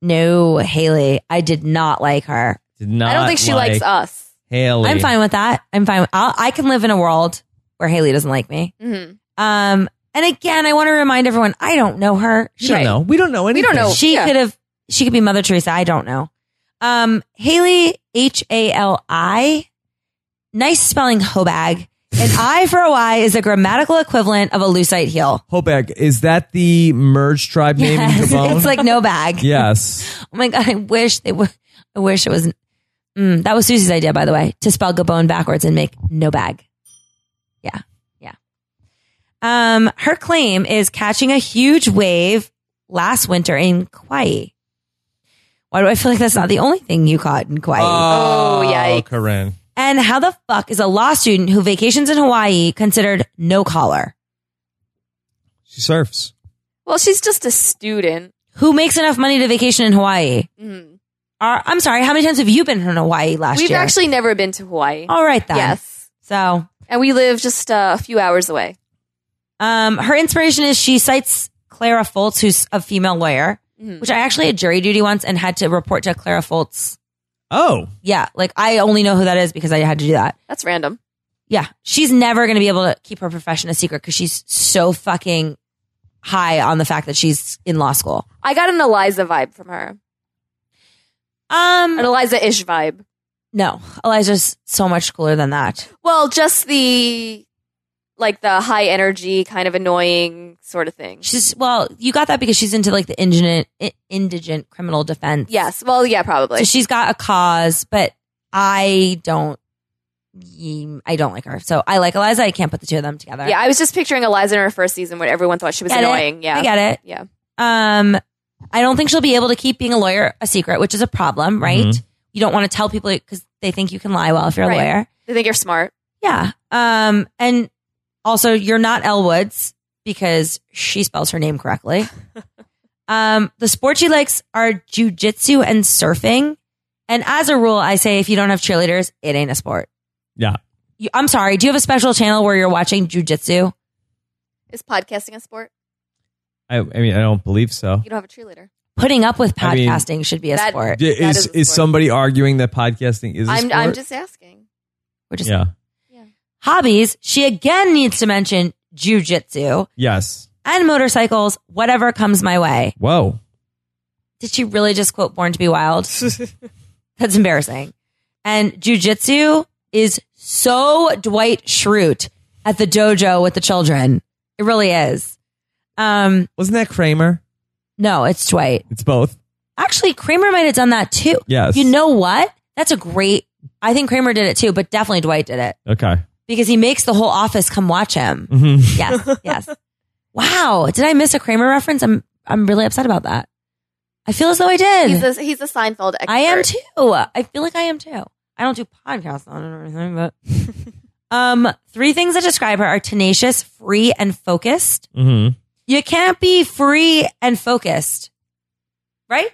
Speaker 3: no, Haley, I did not like her.
Speaker 1: Did not.
Speaker 4: I don't think she likes uh,
Speaker 1: like
Speaker 4: us.
Speaker 1: Haley.
Speaker 3: I'm fine with that. I'm fine. with- I'll, I can live in a world where Haley doesn't like me.
Speaker 4: hmm
Speaker 3: Um, and again, I want to remind everyone, I don't know her.
Speaker 1: We don't know. We don't know anything.
Speaker 4: don't know.
Speaker 3: She
Speaker 4: Yeah.
Speaker 3: could have. She could be Mother Teresa. I don't know. Um, Haley H A L I, nice spelling hobag. An I for a Y is a grammatical equivalent of a lucite heel.
Speaker 1: Hobeg, is that the merge tribe name in
Speaker 3: Yes.
Speaker 1: Gabon?
Speaker 3: It's like no bag.
Speaker 1: yes.
Speaker 3: Oh my god, I wish they would. I wish it was. Mm, that was Susie's idea, by the way, to spell Gabon backwards and make no bag. Yeah, yeah. Um, her claim is catching a huge wave last winter in Kauai. Why do I feel like that's not the only thing you caught in Kauai?
Speaker 1: Uh,
Speaker 4: Oh, yikes.
Speaker 1: Corinne.
Speaker 3: and how the fuck is a law student who vacations in Hawaii considered no collar?
Speaker 1: She surfs.
Speaker 4: Well, she's just a student.
Speaker 3: Who makes enough money to vacation in Hawaii?
Speaker 4: Mhm.
Speaker 3: Are, I'm sorry, how many times have you been in Hawaii last
Speaker 4: We've
Speaker 3: year?
Speaker 4: actually never been to Hawaii.
Speaker 3: All right then.
Speaker 4: yes.
Speaker 3: So
Speaker 4: And we live just uh, a few hours away.
Speaker 3: Um, her inspiration is she cites Clara Foltz, who's a female lawyer,
Speaker 4: Mhm.
Speaker 3: which I actually had jury duty once and had to report to Clara Foltz.
Speaker 1: Oh.
Speaker 3: Yeah, like I only know who that is because I had to do that.
Speaker 4: That's random.
Speaker 3: Yeah, she's never going to be able to keep her profession a secret because she's so fucking high on the fact that she's in law school.
Speaker 4: I got an Eliza vibe from her, an
Speaker 3: Um,
Speaker 4: Eliza ish vibe.
Speaker 3: no, Eliza's so much cooler than that.
Speaker 4: Well, just the like the high energy, kind of annoying sort of thing.
Speaker 3: She's well, you got that because she's into like the indigent, i- indigent criminal defense.
Speaker 4: Yes. Well, yeah, probably.
Speaker 3: So she's got a cause, but I don't. I don't like her. So I like Eliza. I can't put the two of them together.
Speaker 4: yeah, I was just picturing Eliza in her first season when everyone thought she was
Speaker 3: Get it?
Speaker 4: annoying. Yeah.
Speaker 3: I get it.
Speaker 4: Yeah.
Speaker 3: Um, I don't think she'll be able to keep being a lawyer a secret, which is a problem, right?
Speaker 1: Mhm.
Speaker 3: You don't want to tell people because they think you can lie well if you're
Speaker 4: Right.
Speaker 3: a lawyer.
Speaker 4: They think you're smart.
Speaker 3: Yeah. Um, and also you're not Elle Woods because she spells her name correctly. um, the sports she likes are jujitsu and surfing. And as a rule, I say if you don't have cheerleaders, it ain't a sport.
Speaker 1: Yeah.
Speaker 3: You, I'm sorry. Do you have a special channel where you're watching jujitsu?
Speaker 4: Is podcasting a sport?
Speaker 1: I, I mean, I don't believe so.
Speaker 4: You don't have a cheerleader.
Speaker 3: Putting up with
Speaker 1: I mean,
Speaker 3: podcasting should be a
Speaker 4: that-
Speaker 3: sport.
Speaker 1: D-
Speaker 4: That
Speaker 1: Is,
Speaker 4: is
Speaker 1: is,
Speaker 4: a sport.
Speaker 1: somebody arguing that podcasting is a
Speaker 4: I'm
Speaker 1: sport?
Speaker 4: I'm just asking.
Speaker 3: We're just
Speaker 1: Yeah.
Speaker 3: hobbies. She again needs to mention jujitsu
Speaker 1: Yes.
Speaker 3: and motorcycles, whatever comes my way.
Speaker 1: Whoa.
Speaker 3: Did she really just quote Born to Be Wild? That's embarrassing. And jujitsu is so Dwight Schrute at the dojo with the children. It really is. Um,
Speaker 1: Wasn't that Kramer?
Speaker 3: no, it's Dwight.
Speaker 1: It's both.
Speaker 3: Actually, Kramer might have done that too.
Speaker 1: Yes.
Speaker 3: You know what? That's a great. I think Kramer did it too, but definitely Dwight did it
Speaker 1: Okay.
Speaker 3: because he makes the whole office come watch him.
Speaker 1: hmm
Speaker 3: Yes, yes. Wow, did I miss a Kramer reference? I'm I'm really upset about that. I feel as though I did.
Speaker 4: He's a he's a Seinfeld expert.
Speaker 3: I am too. I feel like I am too. I don't do podcasts on it or anything, but um, three things that describe her are tenacious, free, and focused.
Speaker 1: hmm
Speaker 3: You can't be free and focused, right?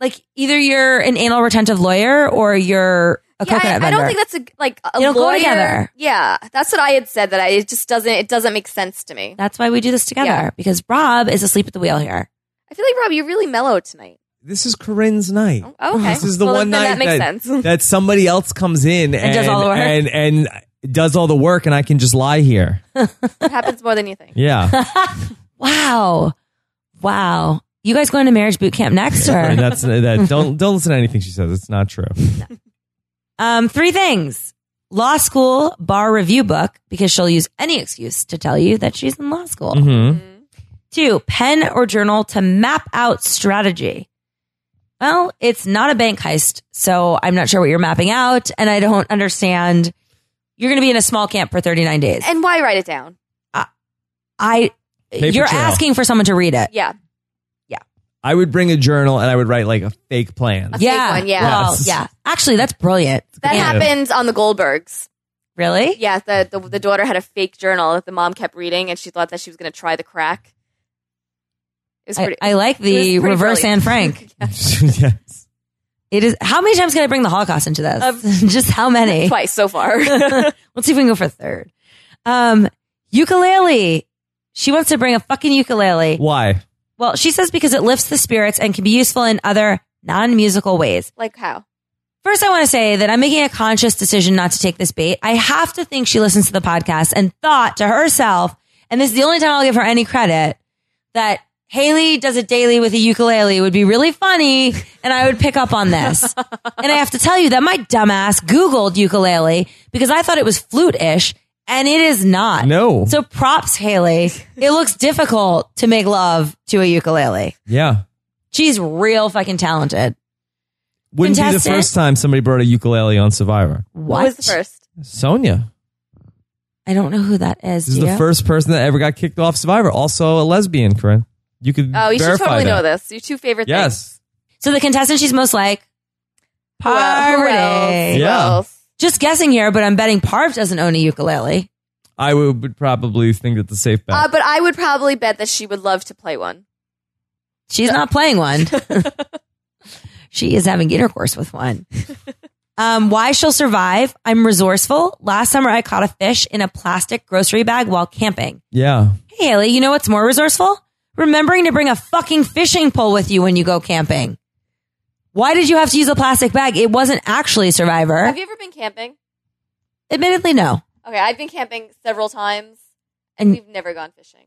Speaker 3: Like either you're an anal retentive lawyer or you're a
Speaker 4: Yeah, I-
Speaker 3: coconut
Speaker 4: I,
Speaker 3: vendor.
Speaker 4: don't think that's a like a
Speaker 3: They don't go
Speaker 4: lawyer-
Speaker 3: together.
Speaker 4: Yeah, that's what I had said. That I, it just doesn't it doesn't make sense to me.
Speaker 3: that's why we do this together
Speaker 4: Yeah.
Speaker 3: because Rob is asleep at the wheel here.
Speaker 4: I feel like Rob, you're really mellow tonight.
Speaker 1: This is Corinne's night.
Speaker 4: Oh, Okay,
Speaker 1: This is the
Speaker 4: Well,
Speaker 1: one
Speaker 4: then
Speaker 1: night
Speaker 4: that makes
Speaker 1: that,
Speaker 4: sense.
Speaker 1: that somebody else comes in and,
Speaker 3: does all the work.
Speaker 1: and and does all the work, and I can just lie here.
Speaker 4: it happens more than you think.
Speaker 1: Yeah,
Speaker 3: Wow. Wow. You guys going to marriage boot camp next
Speaker 1: and
Speaker 3: or
Speaker 1: that's uh, that. Don't don't listen to anything she says. It's not true.
Speaker 3: um three things. Law school bar review book because she'll use any excuse to tell you that she's in law school.
Speaker 1: Mm-hmm.
Speaker 3: Two, pen or journal to map out strategy. Well, it's not a bank heist, so I'm not sure what you're mapping out and I don't understand. You're going to be in a small camp for 39 days.
Speaker 4: And why write it down?
Speaker 3: I
Speaker 1: Paper
Speaker 3: you're
Speaker 1: trail.
Speaker 3: asking for someone to read it.
Speaker 4: Yeah,
Speaker 1: I would bring a journal and I would write like a fake plan.
Speaker 4: A fake
Speaker 3: yeah.
Speaker 4: one, yeah.
Speaker 3: Well,
Speaker 1: Yes.
Speaker 3: yeah. Actually, that's brilliant.
Speaker 4: that
Speaker 1: Yeah.
Speaker 4: happened on the Goldbergs.
Speaker 3: Really?
Speaker 4: Yeah, the, the the daughter had a fake journal that the mom kept reading, and she thought that she was going to try the crack. It was
Speaker 3: I,
Speaker 4: pretty.
Speaker 3: I like the
Speaker 4: it was pretty
Speaker 3: reverse Anne
Speaker 4: brilliant.
Speaker 3: Frank.
Speaker 1: yes.
Speaker 3: It is how many times can I bring the Holocaust into this?
Speaker 4: Um,
Speaker 3: Just how many?
Speaker 4: Twice so far.
Speaker 3: Let's see if we can go for a third. Um, ukulele. She wants to bring a fucking ukulele.
Speaker 1: Why?
Speaker 3: Well, she says because it lifts the spirits and can be useful in other non-musical ways.
Speaker 4: like how?
Speaker 3: First, I want to say that I'm making a conscious decision not to take this bait. I have to think she listens to the podcast and thought to herself, and this is the only time I'll give her any credit, that Haley does it daily with a ukulele would be really funny, and I would pick up on this. and I have to tell you that my dumbass Googled ukulele because I thought it was flute ish, and it is not.
Speaker 1: No.
Speaker 3: So props, Haley. It looks difficult to make love to a ukulele.
Speaker 1: Yeah.
Speaker 3: She's real fucking talented.
Speaker 1: Wouldn't be
Speaker 3: Contestant?
Speaker 1: the first time somebody brought a ukulele on Survivor.
Speaker 3: What?
Speaker 4: was the first?
Speaker 1: Sonia.
Speaker 3: I don't know who that is.
Speaker 1: This
Speaker 3: Do
Speaker 1: is the
Speaker 3: you?
Speaker 1: first person that ever got kicked off Survivor. Also a lesbian, Corinne. You could
Speaker 4: Oh, you should
Speaker 1: verify
Speaker 4: totally
Speaker 1: that.
Speaker 4: know this. Your two favorite things.
Speaker 1: Yes.
Speaker 3: So the contestant she's most like.
Speaker 4: Who el- who else?
Speaker 3: Parvati.
Speaker 4: Who
Speaker 1: Yeah.
Speaker 4: else?
Speaker 3: Just guessing here, but I'm betting Parv doesn't own a ukulele.
Speaker 1: I would, would probably think that the safe bet.
Speaker 4: Uh, but I would probably bet that she would love to play one.
Speaker 3: She's not playing one. she is having intercourse with one. Um, why she'll survive? I'm resourceful. Last summer, I caught a fish in a plastic grocery bag while camping.
Speaker 1: yeah.
Speaker 3: Hey, Haley, you know what's more resourceful? Remembering to bring a fucking fishing pole with you when you go camping. Why did you have to use a plastic bag? It wasn't actually Survivor.
Speaker 4: Have you ever been camping?
Speaker 3: Admittedly, no.
Speaker 4: Okay, I've been camping several times.
Speaker 3: And-
Speaker 4: And we've never gone fishing.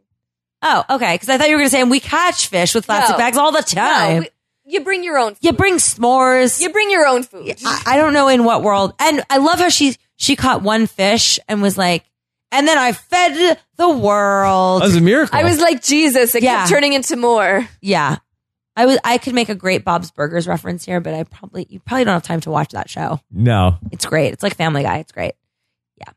Speaker 3: Oh, okay. Because I thought you were going to say, and we catch fish with plastic
Speaker 4: No.
Speaker 3: bags all the time.
Speaker 4: No, we- you bring your own. Food.
Speaker 3: you bring s'mores.
Speaker 4: You bring your own food.
Speaker 3: I, I don't know in what world. And I love how she she caught one fish and was like, and then I fed the world.
Speaker 1: That was a miracle.
Speaker 4: I was like Jesus. It
Speaker 3: Yeah.
Speaker 4: kept turning into more.
Speaker 3: yeah, I was. I could make a great Bob's Burgers reference here, but I probably you probably don't have time to watch that show.
Speaker 1: no.
Speaker 3: It's great. It's like Family Guy. It's great. Yeah.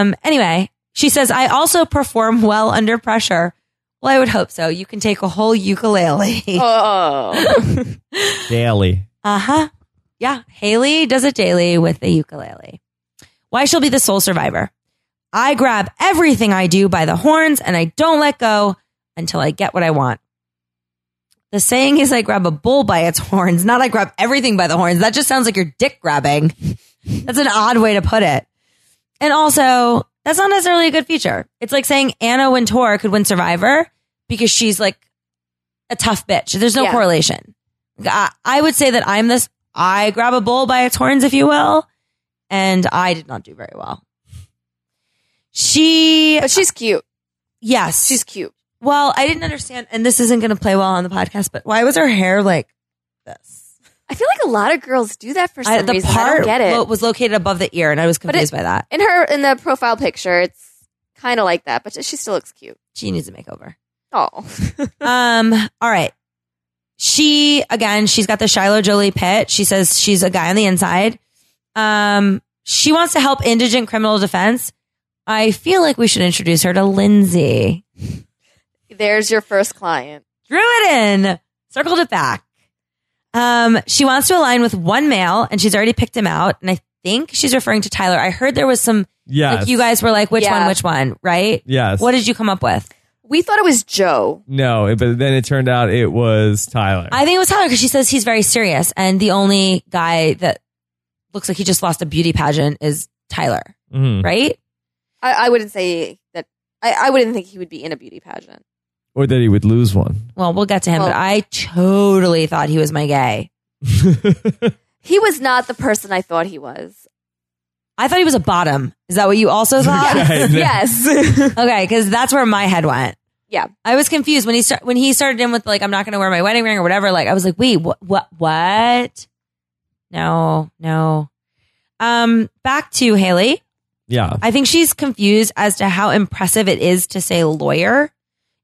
Speaker 3: Um. Anyway, she says I also perform well under pressure. Well, I would hope so. You can take a whole ukulele.
Speaker 4: Oh,
Speaker 1: Daily.
Speaker 3: Uh huh. Yeah. Haley does it daily with the ukulele. Why she'll be the sole survivor. I grab everything I do by the horns and I don't let go until I get what I want. The saying is I grab a bull by its horns, not I grab everything by the horns. That just sounds like you're dick grabbing. That's an odd way to put it. And also, that's not necessarily a good feature. It's like saying Anna Wintour could win Survivor because she's like a tough bitch. There's no
Speaker 4: Yeah.
Speaker 3: correlation. I, I would say that I'm this. I grab a bull by its horns, if you will, and I did not do very well. She,
Speaker 4: but she's cute.
Speaker 3: yes,
Speaker 4: She's cute.
Speaker 3: well. I didn't understand, and this isn't going to play well on the podcast. But why was her hair like this?
Speaker 4: I feel like a lot of girls do that for some
Speaker 3: I, the
Speaker 4: reason.
Speaker 3: part
Speaker 4: I don't get it.
Speaker 3: lo- was located above the ear, and I was
Speaker 4: But it-
Speaker 3: confused by that.
Speaker 4: in her in the profile picture, it's kind of like that, but she still looks cute.
Speaker 3: She needs a makeover.
Speaker 4: Oh,
Speaker 3: um. All right. She again. She's got the Shiloh Jolie pit. She says she's a guy on the inside. Um. She wants to help indigent criminal defense. I feel like we should introduce her to Lindsay
Speaker 4: there's your first client.
Speaker 3: drew it in, circled it back. Um, she wants to align with one male, and she's already picked him out. And I think she's referring to Tyler. I heard there was some
Speaker 1: Yes.
Speaker 3: like you guys were like, which
Speaker 4: Yeah.
Speaker 3: one, which one, right?
Speaker 1: Yes.
Speaker 3: What did you come up with?
Speaker 4: We thought it was Joe.
Speaker 1: no, but then it turned out it was Tyler.
Speaker 3: I think it was Tyler because she says he's very serious, and the only guy that looks like he just lost a beauty pageant is Tyler,
Speaker 1: Mhm.
Speaker 3: right?
Speaker 4: I, I wouldn't say that. I, I wouldn't think he would be in a beauty pageant.
Speaker 1: Or that he would lose one.
Speaker 3: Well, we'll get to him, but
Speaker 4: Well-
Speaker 3: I totally thought he was my gay.
Speaker 4: He was not the person I thought he was.
Speaker 3: I thought he was a bottom. Is that what you also thought?
Speaker 1: Okay.
Speaker 4: yes.
Speaker 3: Okay, because that's where my head went.
Speaker 4: Yeah.
Speaker 3: I was confused when he start, when he started in with like I'm not going to wear my wedding ring or whatever. Like I was like, wait, what, what, what? No, no. Um, back to Haley.
Speaker 1: yeah.
Speaker 3: I think she's confused as to how impressive it is to say lawyer.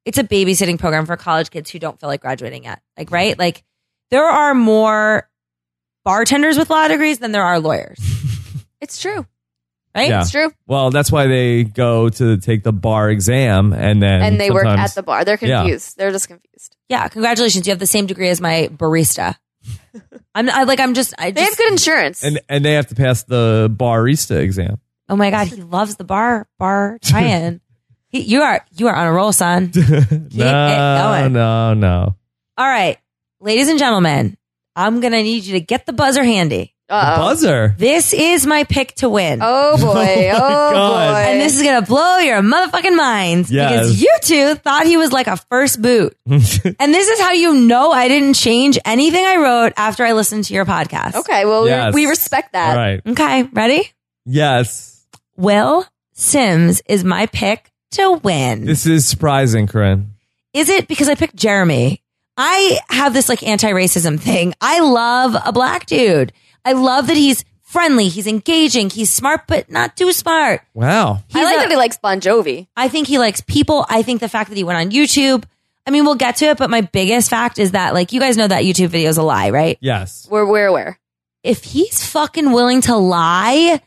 Speaker 3: It's a babysitting program for college kids who don't feel like graduating yet. Like, right? Like, there are more bartenders with law degrees than there are lawyers,
Speaker 4: It's true.
Speaker 3: right?
Speaker 1: Yeah.
Speaker 4: It's true.
Speaker 1: Well, that's why they go to take the bar exam and then
Speaker 4: And, they work
Speaker 1: sometimes-
Speaker 4: at the bar. They're
Speaker 1: Yeah.
Speaker 4: confused. They're just confused.
Speaker 3: Yeah, congratulations. You have the same degree as my barista. I'm I, like, I'm just, I
Speaker 4: They
Speaker 3: just,
Speaker 4: have good insurance.
Speaker 1: and and they have to pass the barista exam.
Speaker 3: oh my God, he loves the bar, bar trying. he, you are, you are on a roll, son.
Speaker 1: no,
Speaker 3: going.
Speaker 1: no, no.
Speaker 3: All right, ladies and gentlemen, I'm going to need you to get the buzzer handy.
Speaker 1: The
Speaker 4: Uh-oh.
Speaker 1: buzzer.
Speaker 3: This is my pick to win.
Speaker 4: Oh boy.
Speaker 1: Oh, my
Speaker 4: Oh,
Speaker 1: God.
Speaker 4: boy.
Speaker 3: And this is going to blow your motherfucking minds
Speaker 1: Yes.
Speaker 3: because you two thought he was like a first boot. and this is how you know I didn't change anything I wrote after I listened to your podcast.
Speaker 4: okay. Well, we-
Speaker 1: Yes.
Speaker 4: we respect that.
Speaker 1: All right.
Speaker 3: Okay, ready?
Speaker 1: Yes.
Speaker 3: Will Sims is my pick to win.
Speaker 1: This is surprising, Corinne.
Speaker 3: Is it because I picked Jeremy? I have this like anti racism thing. I love a black dude. I love that he's friendly, he's engaging, he's smart, but not too smart.
Speaker 1: Wow.
Speaker 4: I like
Speaker 3: a-
Speaker 4: that he likes Bon Jovi.
Speaker 3: I think he likes people. I think the fact that he went on YouTube. I mean, we'll get to it, but my biggest fact is that, like, you guys know that YouTube video is a lie, right?
Speaker 1: Yes.
Speaker 4: We're we're aware.
Speaker 3: If he's fucking willing to lie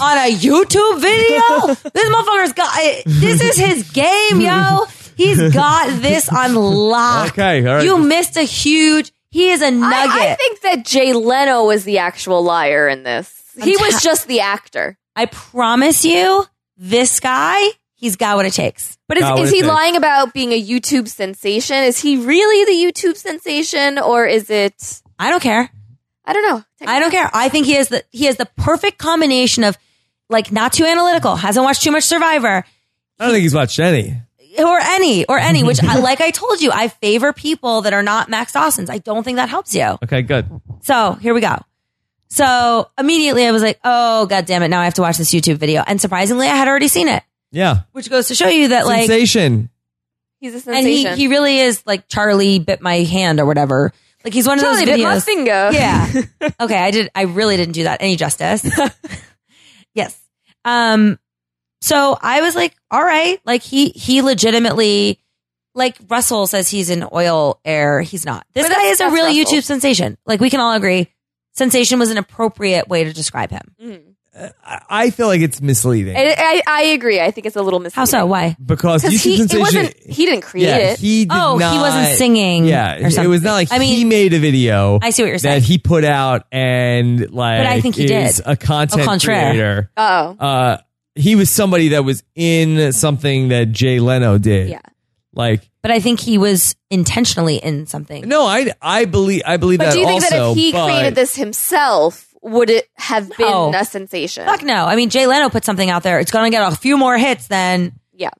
Speaker 3: on a YouTube video, this motherfucker's got I- this is his game, yo. He's got this on lock.
Speaker 1: Okay, all right.
Speaker 3: You missed a huge. He is a nugget.
Speaker 4: I, I think that Jay Leno was the actual liar in this. He
Speaker 3: I'm
Speaker 4: was
Speaker 3: ta-
Speaker 4: just the actor.
Speaker 3: I promise you, this guy, he's got what it takes.
Speaker 4: But is,
Speaker 1: Got what
Speaker 4: is
Speaker 1: it
Speaker 4: he
Speaker 1: takes.
Speaker 4: lying about being a YouTube sensation? Is he really the YouTube sensation, or is it?
Speaker 3: I don't care.
Speaker 4: I don't know.
Speaker 3: I don't care. I think he has the he has the perfect combination of like not too analytical, hasn't watched too much Survivor
Speaker 1: I don't think he's watched any.
Speaker 3: or any or any. Which, I, like I told you, I favor people that are not Max Dawson's. I don't think that helps you.
Speaker 1: Okay, good.
Speaker 3: So here we go. So immediately I was like, oh god damn it! Now I have to watch this YouTube video. And surprisingly, I had already seen it,
Speaker 1: Yeah.
Speaker 3: which goes to show you that like
Speaker 1: Sensation.
Speaker 4: He's a
Speaker 3: and he
Speaker 4: sensation.
Speaker 3: he really is like Charlie bit my hand or whatever. Like he's one of
Speaker 4: Charlie
Speaker 3: those
Speaker 4: did my
Speaker 3: videos.
Speaker 4: finger.
Speaker 3: Yeah. okay, I did. I really didn't do that any justice. yes. Um. So I was like, all right, like he he legitimately, like Russell says he's an oil heir. He's not. This guy
Speaker 4: But that's-
Speaker 3: is a
Speaker 4: that's
Speaker 3: real
Speaker 4: Russell.
Speaker 3: YouTube sensation. Like we can all agree, sensation was an appropriate way to describe him.
Speaker 4: Mhm.
Speaker 1: I- I feel like it's misleading
Speaker 4: I, I I agree. I think it's a little misleading.
Speaker 3: How so? Why?
Speaker 1: because
Speaker 4: Because
Speaker 1: YouTube
Speaker 4: he, it
Speaker 1: sensation.
Speaker 4: wasn't. He didn't create
Speaker 1: yeah,
Speaker 4: it.
Speaker 1: he did
Speaker 3: Oh, he
Speaker 1: not-
Speaker 3: wasn't singing.
Speaker 1: Yeah,
Speaker 3: or something.
Speaker 1: it was not like
Speaker 3: I mean,
Speaker 1: he made a video.
Speaker 3: I see what you're saying.
Speaker 1: that he put out and like.
Speaker 3: But I think he
Speaker 1: is
Speaker 3: did.
Speaker 1: a content
Speaker 3: Au contraire.
Speaker 1: creator.
Speaker 4: oh,
Speaker 1: Uh, he was somebody that was in something that Jay Leno did.
Speaker 4: yeah.
Speaker 1: Like
Speaker 3: but I think he was intentionally in something.
Speaker 1: no, I I believe I believe
Speaker 4: But
Speaker 1: that
Speaker 4: do you think
Speaker 1: also.
Speaker 4: that if he
Speaker 1: but-
Speaker 4: created this himself, would it have
Speaker 3: No.
Speaker 4: been a sensation?
Speaker 3: Fuck no. I mean, Jay Leno put something out there. It's going to get a few more hits than
Speaker 4: Yeah.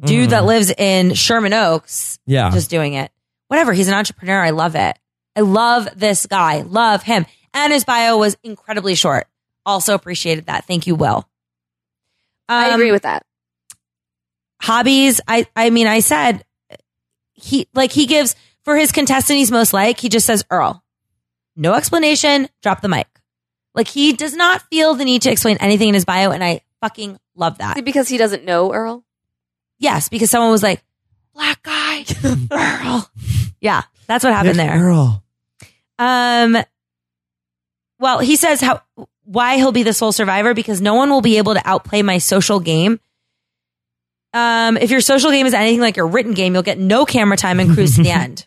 Speaker 3: dude that lives in Sherman Oaks
Speaker 1: yeah,
Speaker 3: just doing it. Whatever. He's an entrepreneur. I love it. I love this guy. Love him. And his bio was incredibly short. Also appreciated that. Thank you, Will.
Speaker 4: I
Speaker 3: Um,
Speaker 4: agree with that.
Speaker 3: hobbies. I I mean, I said he like he gives for his contestant he's most like. He just says Earl, no explanation. Drop the mic. Like he does not feel the need to explain anything in his bio, and I fucking love
Speaker 4: Is
Speaker 3: that.
Speaker 4: it because he doesn't know Earl?
Speaker 3: Yes, because someone was like, black guy, Earl. Yeah, that's what happened
Speaker 1: Nick
Speaker 3: there.
Speaker 1: Earl.
Speaker 3: Um, well, he says how why he'll be the sole survivor because no one will be able to outplay my social game. Um, if your social game is anything like your written game, you'll get no camera time and cruise to the end,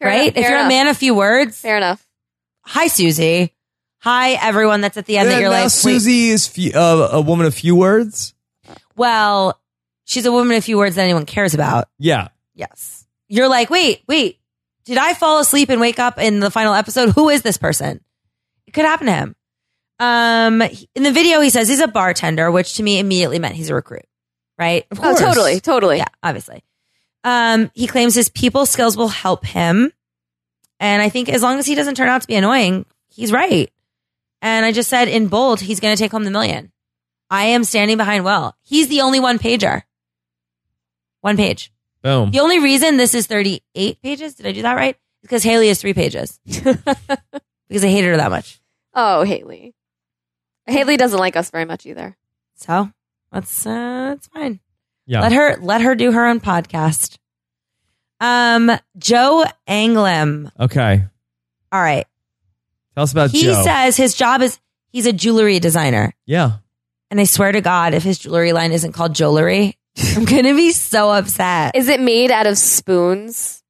Speaker 4: Fair
Speaker 3: right?
Speaker 4: enough,
Speaker 3: if
Speaker 4: fair
Speaker 3: you're a
Speaker 4: enough,
Speaker 3: man of few words,
Speaker 4: fair enough.
Speaker 3: hi Susie, hi everyone that's at the end that
Speaker 1: And
Speaker 3: you're
Speaker 1: now
Speaker 3: like, Wait,
Speaker 1: Susie is few, uh, a woman of few words.
Speaker 3: well, she's a woman of few words that anyone cares about.
Speaker 1: Yeah,
Speaker 3: Yes, you're like, wait, wait, did I fall asleep and wake up in the final episode? Who is this person? It could happen to him. Um, he- in the video, he says he's a bartender, which to me immediately meant he's a recruit, right?
Speaker 1: of
Speaker 4: Oh,
Speaker 1: course.
Speaker 4: totally, totally.
Speaker 3: Yeah, obviously. Um, he claims his people skills will help him, and I think as long as he doesn't turn out to be annoying, he's right. And I just said in bold, he's going to take home the million. I am standing behind Will. He's the only one pager. One page.
Speaker 1: Boom.
Speaker 3: The only reason this is 38 pages, did I do that right? Because Haley is three pages. because I hated her that much.
Speaker 4: Oh, Haley. Haley doesn't like us very much either.
Speaker 3: So that's uh, that's fine.
Speaker 1: Yeah.
Speaker 3: Let her let her do her own podcast. Um, Joe Anglem.
Speaker 1: Okay.
Speaker 3: All right,
Speaker 1: Tell us about
Speaker 3: he
Speaker 1: Joe.
Speaker 3: says his job is he's a jewelry designer,
Speaker 1: yeah.
Speaker 3: and I swear to God, if his jewelry line isn't called jewelry, I'm gonna be so upset.
Speaker 4: Is it made out of spoons?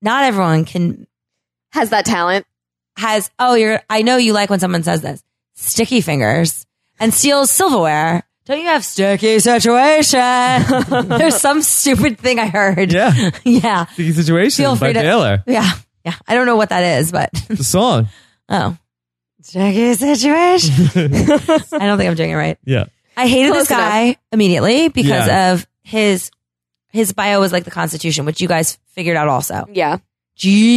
Speaker 3: Not everyone can
Speaker 4: Has that talent?
Speaker 3: has oh you're I know you like when someone says this sticky fingers and steals silverware. Don't you have sticky situation? There's some stupid thing I heard.
Speaker 1: Yeah.
Speaker 3: yeah.
Speaker 1: Sticky situation
Speaker 3: Feel
Speaker 1: by
Speaker 3: free to-
Speaker 1: Taylor.
Speaker 3: Yeah. Yeah. I don't know what that is, but
Speaker 1: The song.
Speaker 3: oh. Sticky situation. I don't think I'm doing it right.
Speaker 1: yeah.
Speaker 3: I hated this
Speaker 4: Close enough.
Speaker 3: guy immediately because
Speaker 1: Yeah.
Speaker 3: of his his bio was like the constitution, which you guys figured out also.
Speaker 4: Yeah.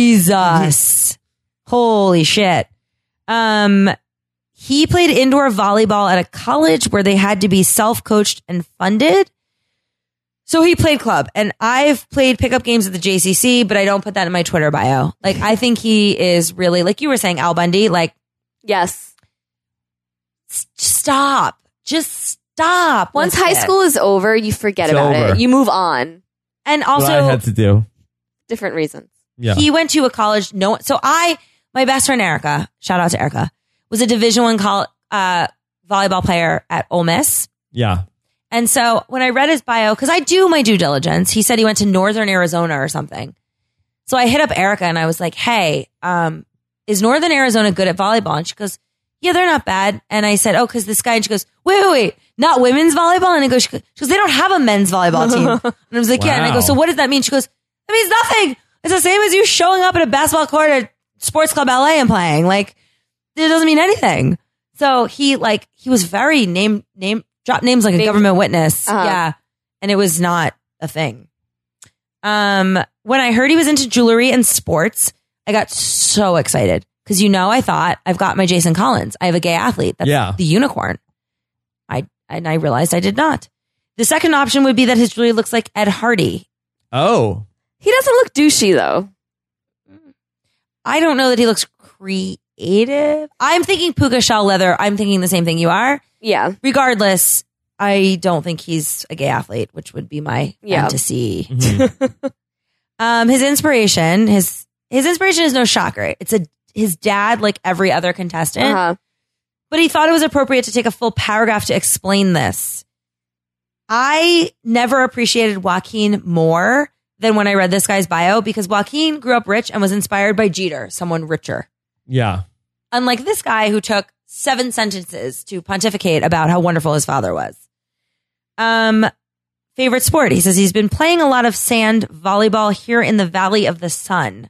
Speaker 3: Jesus. Holy shit. Um, he played indoor volleyball at a college where they had to be self coached and funded. So he played club, and I've played pickup games at the JCC, but I don't put that in my Twitter bio. Like, I think he is really, like you were saying, Al Bundy, like,
Speaker 4: Yes.
Speaker 3: s- stop. Just stop.
Speaker 4: Once
Speaker 3: with
Speaker 4: high
Speaker 3: it.
Speaker 4: school is over, you forget
Speaker 1: It's
Speaker 4: about
Speaker 1: over.
Speaker 4: it. You move on.
Speaker 3: And
Speaker 1: what I
Speaker 3: also,
Speaker 1: had to do.
Speaker 4: Different reasons.
Speaker 1: Yeah.
Speaker 3: he went to a college. No, so I, my best friend Erica, shout out to Erica, was a Division One col- uh, volleyball player at Ole Miss.
Speaker 1: yeah.
Speaker 3: And so when I read his bio, because I do my due diligence, he said he went to Northern Arizona or something. So I hit up Erica and I was like, hey, um, is Northern Arizona good at volleyball? And she goes, yeah, they're not bad. And I said, oh, because this guy, and she goes, wait, wait, wait, not women's volleyball? And I go, she goes, she goes, they don't have a men's volleyball team. and I was like, yeah. And I go,
Speaker 1: Wow.
Speaker 3: so what does that mean? She goes, that means nothing. It's the same as you showing up at a basketball court at Sports Club LA and playing. Like, it doesn't mean anything. So he like he was very name name drop names like a
Speaker 4: Name-
Speaker 3: government witness.
Speaker 4: Uh-huh.
Speaker 3: Yeah. And it was not a thing. Um when I heard he was into jewelry and sports, I got so excited. Cause you know I thought I've got my Jason Collins. I have a gay athlete. That's
Speaker 1: Yeah.
Speaker 3: the unicorn. I and I realized I did not. The second option would be that his jewelry looks like Ed Hardy.
Speaker 1: Oh.
Speaker 4: He doesn't look douchey though.
Speaker 3: I don't know that he looks creative. I'm thinking puka shell leather. I'm thinking the same thing you are.
Speaker 4: Yeah.
Speaker 3: regardless, I don't think he's a gay athlete, which would be my
Speaker 4: Yeah.
Speaker 3: fantasy.
Speaker 1: Mhm.
Speaker 3: Um, his inspiration, his his inspiration is no shocker. It's a his dad, like every other contestant,
Speaker 4: Uh-huh.
Speaker 3: but he thought it was appropriate to take a full paragraph to explain this. I never appreciated Joaquin more than when I read this guy's bio because Joaquin grew up rich and was inspired by Jeter, someone richer.
Speaker 1: yeah.
Speaker 3: Unlike this guy who took seven sentences to pontificate about how wonderful his father was. Um, favorite sport? He says he's been playing a lot of sand volleyball here in the Valley of the Sun.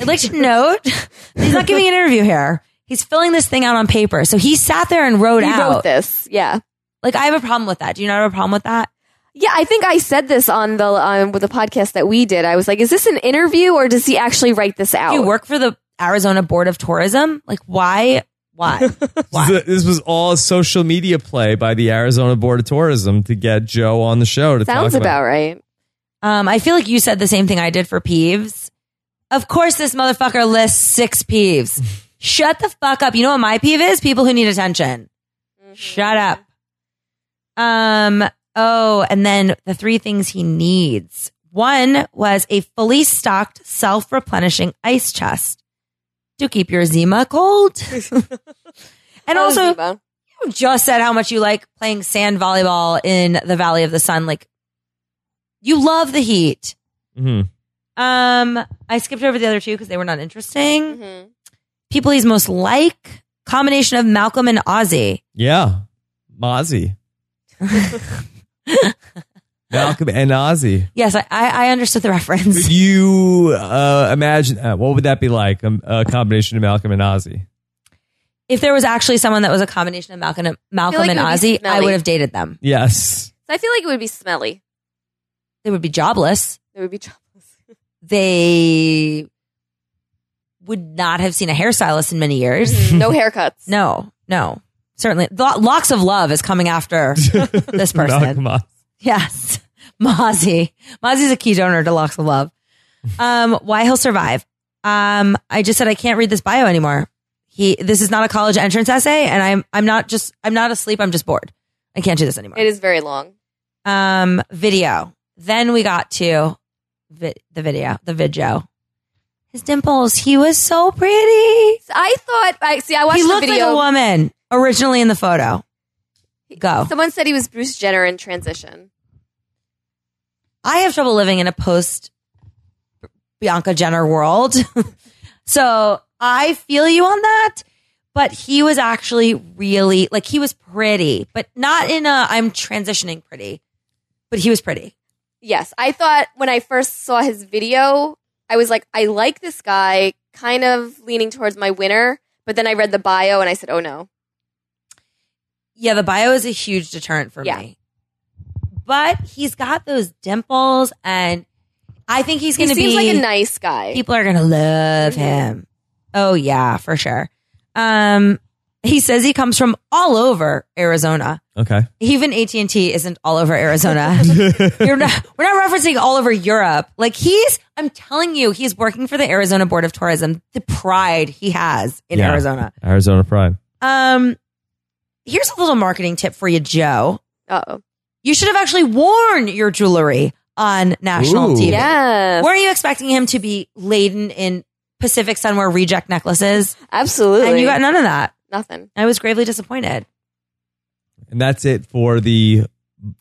Speaker 3: I'd like to note he's not giving an interview here. He's filling this thing out on paper. So he sat there and wrote
Speaker 4: He
Speaker 3: out.
Speaker 4: wrote this. Yeah.
Speaker 3: Like I have a problem with that. Do you not have a problem with that?
Speaker 4: Yeah, I think I said this on the um, with the podcast that we did. I was like, "Is this an interview or does he actually write this out?"
Speaker 3: You work for the Arizona Board of Tourism. Like why? Why?
Speaker 1: This, is- this was all a social media play by the Arizona Board of Tourism to get Joe on the show to
Speaker 4: Sounds
Speaker 1: talk
Speaker 4: about
Speaker 1: about.
Speaker 4: right.
Speaker 3: Um, I feel like you said the same thing I did for Peeves. Of course, this motherfucker lists six peeves. Shut the fuck up. You know what my peeve is? People who need attention. Shut up. Um, oh, and then the three things he needs. One was a fully stocked, self replenishing ice chest to keep your Zima cold. and also, you just said how much you like playing sand volleyball in the Valley of the Sun. Like, you love the heat.
Speaker 1: Mhm.
Speaker 3: Um, I skipped over the other two because they were not interesting.
Speaker 4: Mhm.
Speaker 3: People he's most like combination of Malcolm and Ozzy.
Speaker 1: Yeah. Mozzie. Malcolm and Ozzy.
Speaker 3: Yes, I, I, I understood the
Speaker 1: Could
Speaker 3: reference.
Speaker 1: you uh, imagine uh, what would that be like? Um, a combination of Malcolm and Ozzy.
Speaker 3: If there was actually someone that was a combination of Malcolm and Malcolm
Speaker 4: like
Speaker 3: and
Speaker 4: it would be
Speaker 3: Ozzy, I
Speaker 4: smelly.
Speaker 3: would have dated them.
Speaker 1: Yes.
Speaker 4: I feel like it would be smelly.
Speaker 3: They would be jobless.
Speaker 4: It would be jobless.
Speaker 3: They would not have seen a hairstylist in many years.
Speaker 4: no haircuts.
Speaker 3: No, no, certainly. Lo- Locks of Love is coming after this person.
Speaker 1: Malcolm Oz-
Speaker 3: Yes. Mozzie. Mozzie's a key donor to Locks of Love. Um, why he'll survive. Um, I just said I can't read this bio anymore. He this is not a college entrance essay, and I'm I'm not just I'm not asleep, I'm just bored. I can't do this anymore.
Speaker 4: It is very long.
Speaker 3: Um video. Then we got to vi- the video, the video. His dimples, he was so pretty.
Speaker 4: So I thought. I see. I watched
Speaker 3: He
Speaker 4: the
Speaker 3: looked like
Speaker 4: video.
Speaker 3: a woman originally in the photo. Go.
Speaker 4: Someone said he was Bruce Jenner in transition.
Speaker 3: I have trouble living in a post Bianca Jenner world. so I feel you on that. But he was actually really like he was pretty, but not in a I'm transitioning pretty. But he was pretty.
Speaker 4: Yes, I thought when I first saw his video, I was like, I like this guy, kind of leaning towards my winner. But then I read the bio and I said, oh no.
Speaker 3: Yeah, the bio is a huge deterrent for
Speaker 4: Yeah.
Speaker 3: me. But he's got those dimples and I think he's
Speaker 4: He
Speaker 3: gonna
Speaker 4: seems
Speaker 3: be
Speaker 4: like a nice guy.
Speaker 3: People are gonna love him. Oh yeah, for sure. Um, He says he comes from all over Arizona.
Speaker 1: Okay.
Speaker 3: Even AT and T isn't all over Arizona. You're not, we're not referencing all over Europe. Like he's, I'm telling you, he's working for the Arizona Board of Tourism. The pride he has in
Speaker 1: Yeah.
Speaker 3: Arizona.
Speaker 1: Arizona Prime.
Speaker 3: Um, here's a little marketing tip for you, Joe.
Speaker 4: Uh oh.
Speaker 3: You should have actually worn your jewelry on national
Speaker 1: Ooh.
Speaker 3: TV.
Speaker 4: Yes.
Speaker 3: Were you expecting him to be laden in Pacific Sunwear reject necklaces?
Speaker 4: Absolutely.
Speaker 3: And you got none of that.
Speaker 4: nothing.
Speaker 3: I was gravely disappointed.
Speaker 1: And that's it for the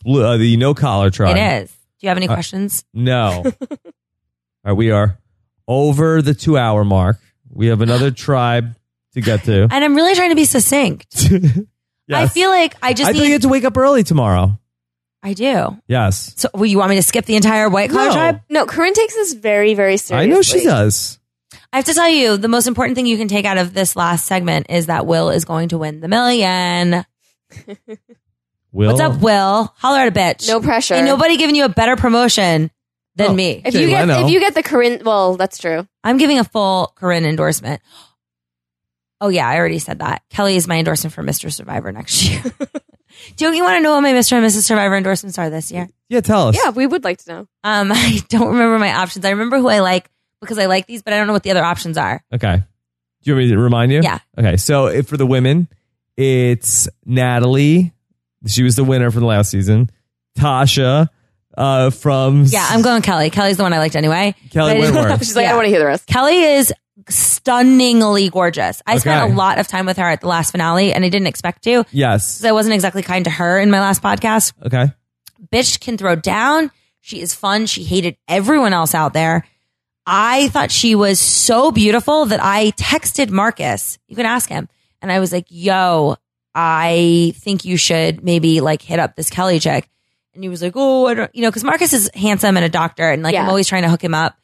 Speaker 1: blue- uh, the no collar tribe.
Speaker 3: It is. Do you have any
Speaker 1: Uh,
Speaker 3: questions?
Speaker 1: No. All right, we are over the two hour mark. We have another tribe to get to.
Speaker 3: And I'm really trying to be succinct. I feel like I just
Speaker 1: I thought you
Speaker 3: need.
Speaker 1: had to wake up early tomorrow.
Speaker 3: I do.
Speaker 1: Yes.
Speaker 3: So, well, you want me to skip the entire White Collar
Speaker 1: No.
Speaker 3: Tribe?
Speaker 4: No, Corinne takes this very, very seriously.
Speaker 1: I know she does.
Speaker 3: I have to tell you, the most important thing you can take out of this last segment is that Will is going to win the million.
Speaker 1: Will.
Speaker 3: What's up, Will? Holler at a bitch.
Speaker 4: No pressure.
Speaker 3: Ain't nobody giving you a better promotion than
Speaker 1: Oh.
Speaker 3: me.
Speaker 4: If
Speaker 1: Jay
Speaker 4: you get
Speaker 1: Leno.
Speaker 4: if you get the Corinne, well, that's true.
Speaker 3: I'm giving a full Corinne endorsement. Oh yeah, I already said that. Kelly is my endorsement for Mr. Survivor next year. don't you want to know what my Mr. and Mrs. Survivor endorsements are this year?
Speaker 1: Yeah, tell us.
Speaker 4: Yeah, we would like to know.
Speaker 3: Um, I don't remember my options. I remember who I like because I like these, but I don't know what the other options are.
Speaker 1: Okay. Do you want me to remind you?
Speaker 3: Yeah.
Speaker 1: Okay. So if for the women, it's Natalie. She was the winner from the last season. Tasha uh, from
Speaker 3: Yeah, I'm going Kelly. Kelly's the one I liked anyway.
Speaker 1: Kelly
Speaker 3: But-
Speaker 1: Wentworth.
Speaker 4: She's like, I
Speaker 3: Yeah.
Speaker 4: don't want to hear the rest.
Speaker 3: Kelly is stunningly gorgeous. I spent
Speaker 1: Okay.
Speaker 3: a lot of time with her at the last finale, and I didn't expect to.
Speaker 1: Yes.
Speaker 3: because I wasn't exactly kind to her in my last podcast.
Speaker 1: Okay.
Speaker 3: Bitch can throw down. She is fun. She hated everyone else out there. I thought she was so beautiful that I texted Marcus. You can ask him. And I was like, yo, I think you should maybe like hit up this Kelly chick. And he was like, oh, I don't, you know, because Marcus is handsome and a doctor. And like, I'm
Speaker 4: Yeah.
Speaker 3: always trying to hook him up.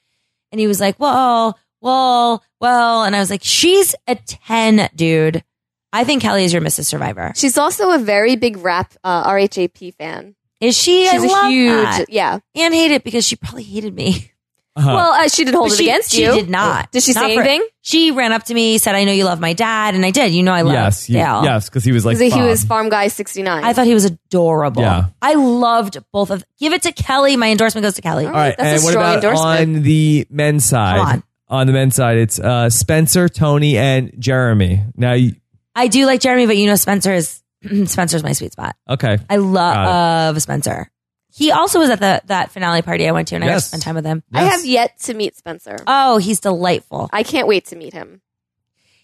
Speaker 3: And he was like, well, well, well. And I was like, she's a 10, dude. I think Kelly is your Mrs. Survivor.
Speaker 4: She's also a very big rap uh, RHAP fan.
Speaker 3: Is she?
Speaker 4: She's
Speaker 3: I
Speaker 4: a
Speaker 3: love
Speaker 4: huge
Speaker 3: that.
Speaker 4: yeah.
Speaker 3: and hate it because she probably hated me.
Speaker 1: Uh-huh.
Speaker 4: Well, uh, she didn't hold
Speaker 3: But
Speaker 4: it
Speaker 3: she,
Speaker 4: against
Speaker 3: she
Speaker 4: you.
Speaker 3: did not.
Speaker 4: Did she
Speaker 3: Not
Speaker 4: say
Speaker 3: for-
Speaker 4: anything?
Speaker 3: She ran up to me, said, "I know you love my dad," and I did. You know, I love
Speaker 1: yes. you-
Speaker 3: Dale.
Speaker 1: yes. Because he was like,
Speaker 4: 'Cause he
Speaker 1: Bob.
Speaker 4: was Farm Guy sixty nine.
Speaker 3: I thought he was adorable.
Speaker 1: Yeah.
Speaker 3: I loved both of. Give it to Kelly. My endorsement goes to Kelly.
Speaker 4: All
Speaker 1: All right.
Speaker 4: That's a
Speaker 1: and what
Speaker 4: strong
Speaker 1: about
Speaker 4: endorsement.
Speaker 1: on the men's side?
Speaker 3: Come on.
Speaker 1: the men's side, it's uh, Spencer, Tony, and Jeremy. Now, you-
Speaker 3: I do like Jeremy, but you know, Spencer is Spencer's my sweet spot.
Speaker 1: okay.
Speaker 3: I love Spencer. He also was at the that finale party I went to, and I got to
Speaker 1: Yes.
Speaker 3: spend time with him.
Speaker 4: I
Speaker 1: Yes.
Speaker 4: have yet to meet Spencer.
Speaker 3: Oh, he's delightful.
Speaker 4: I can't wait to meet him.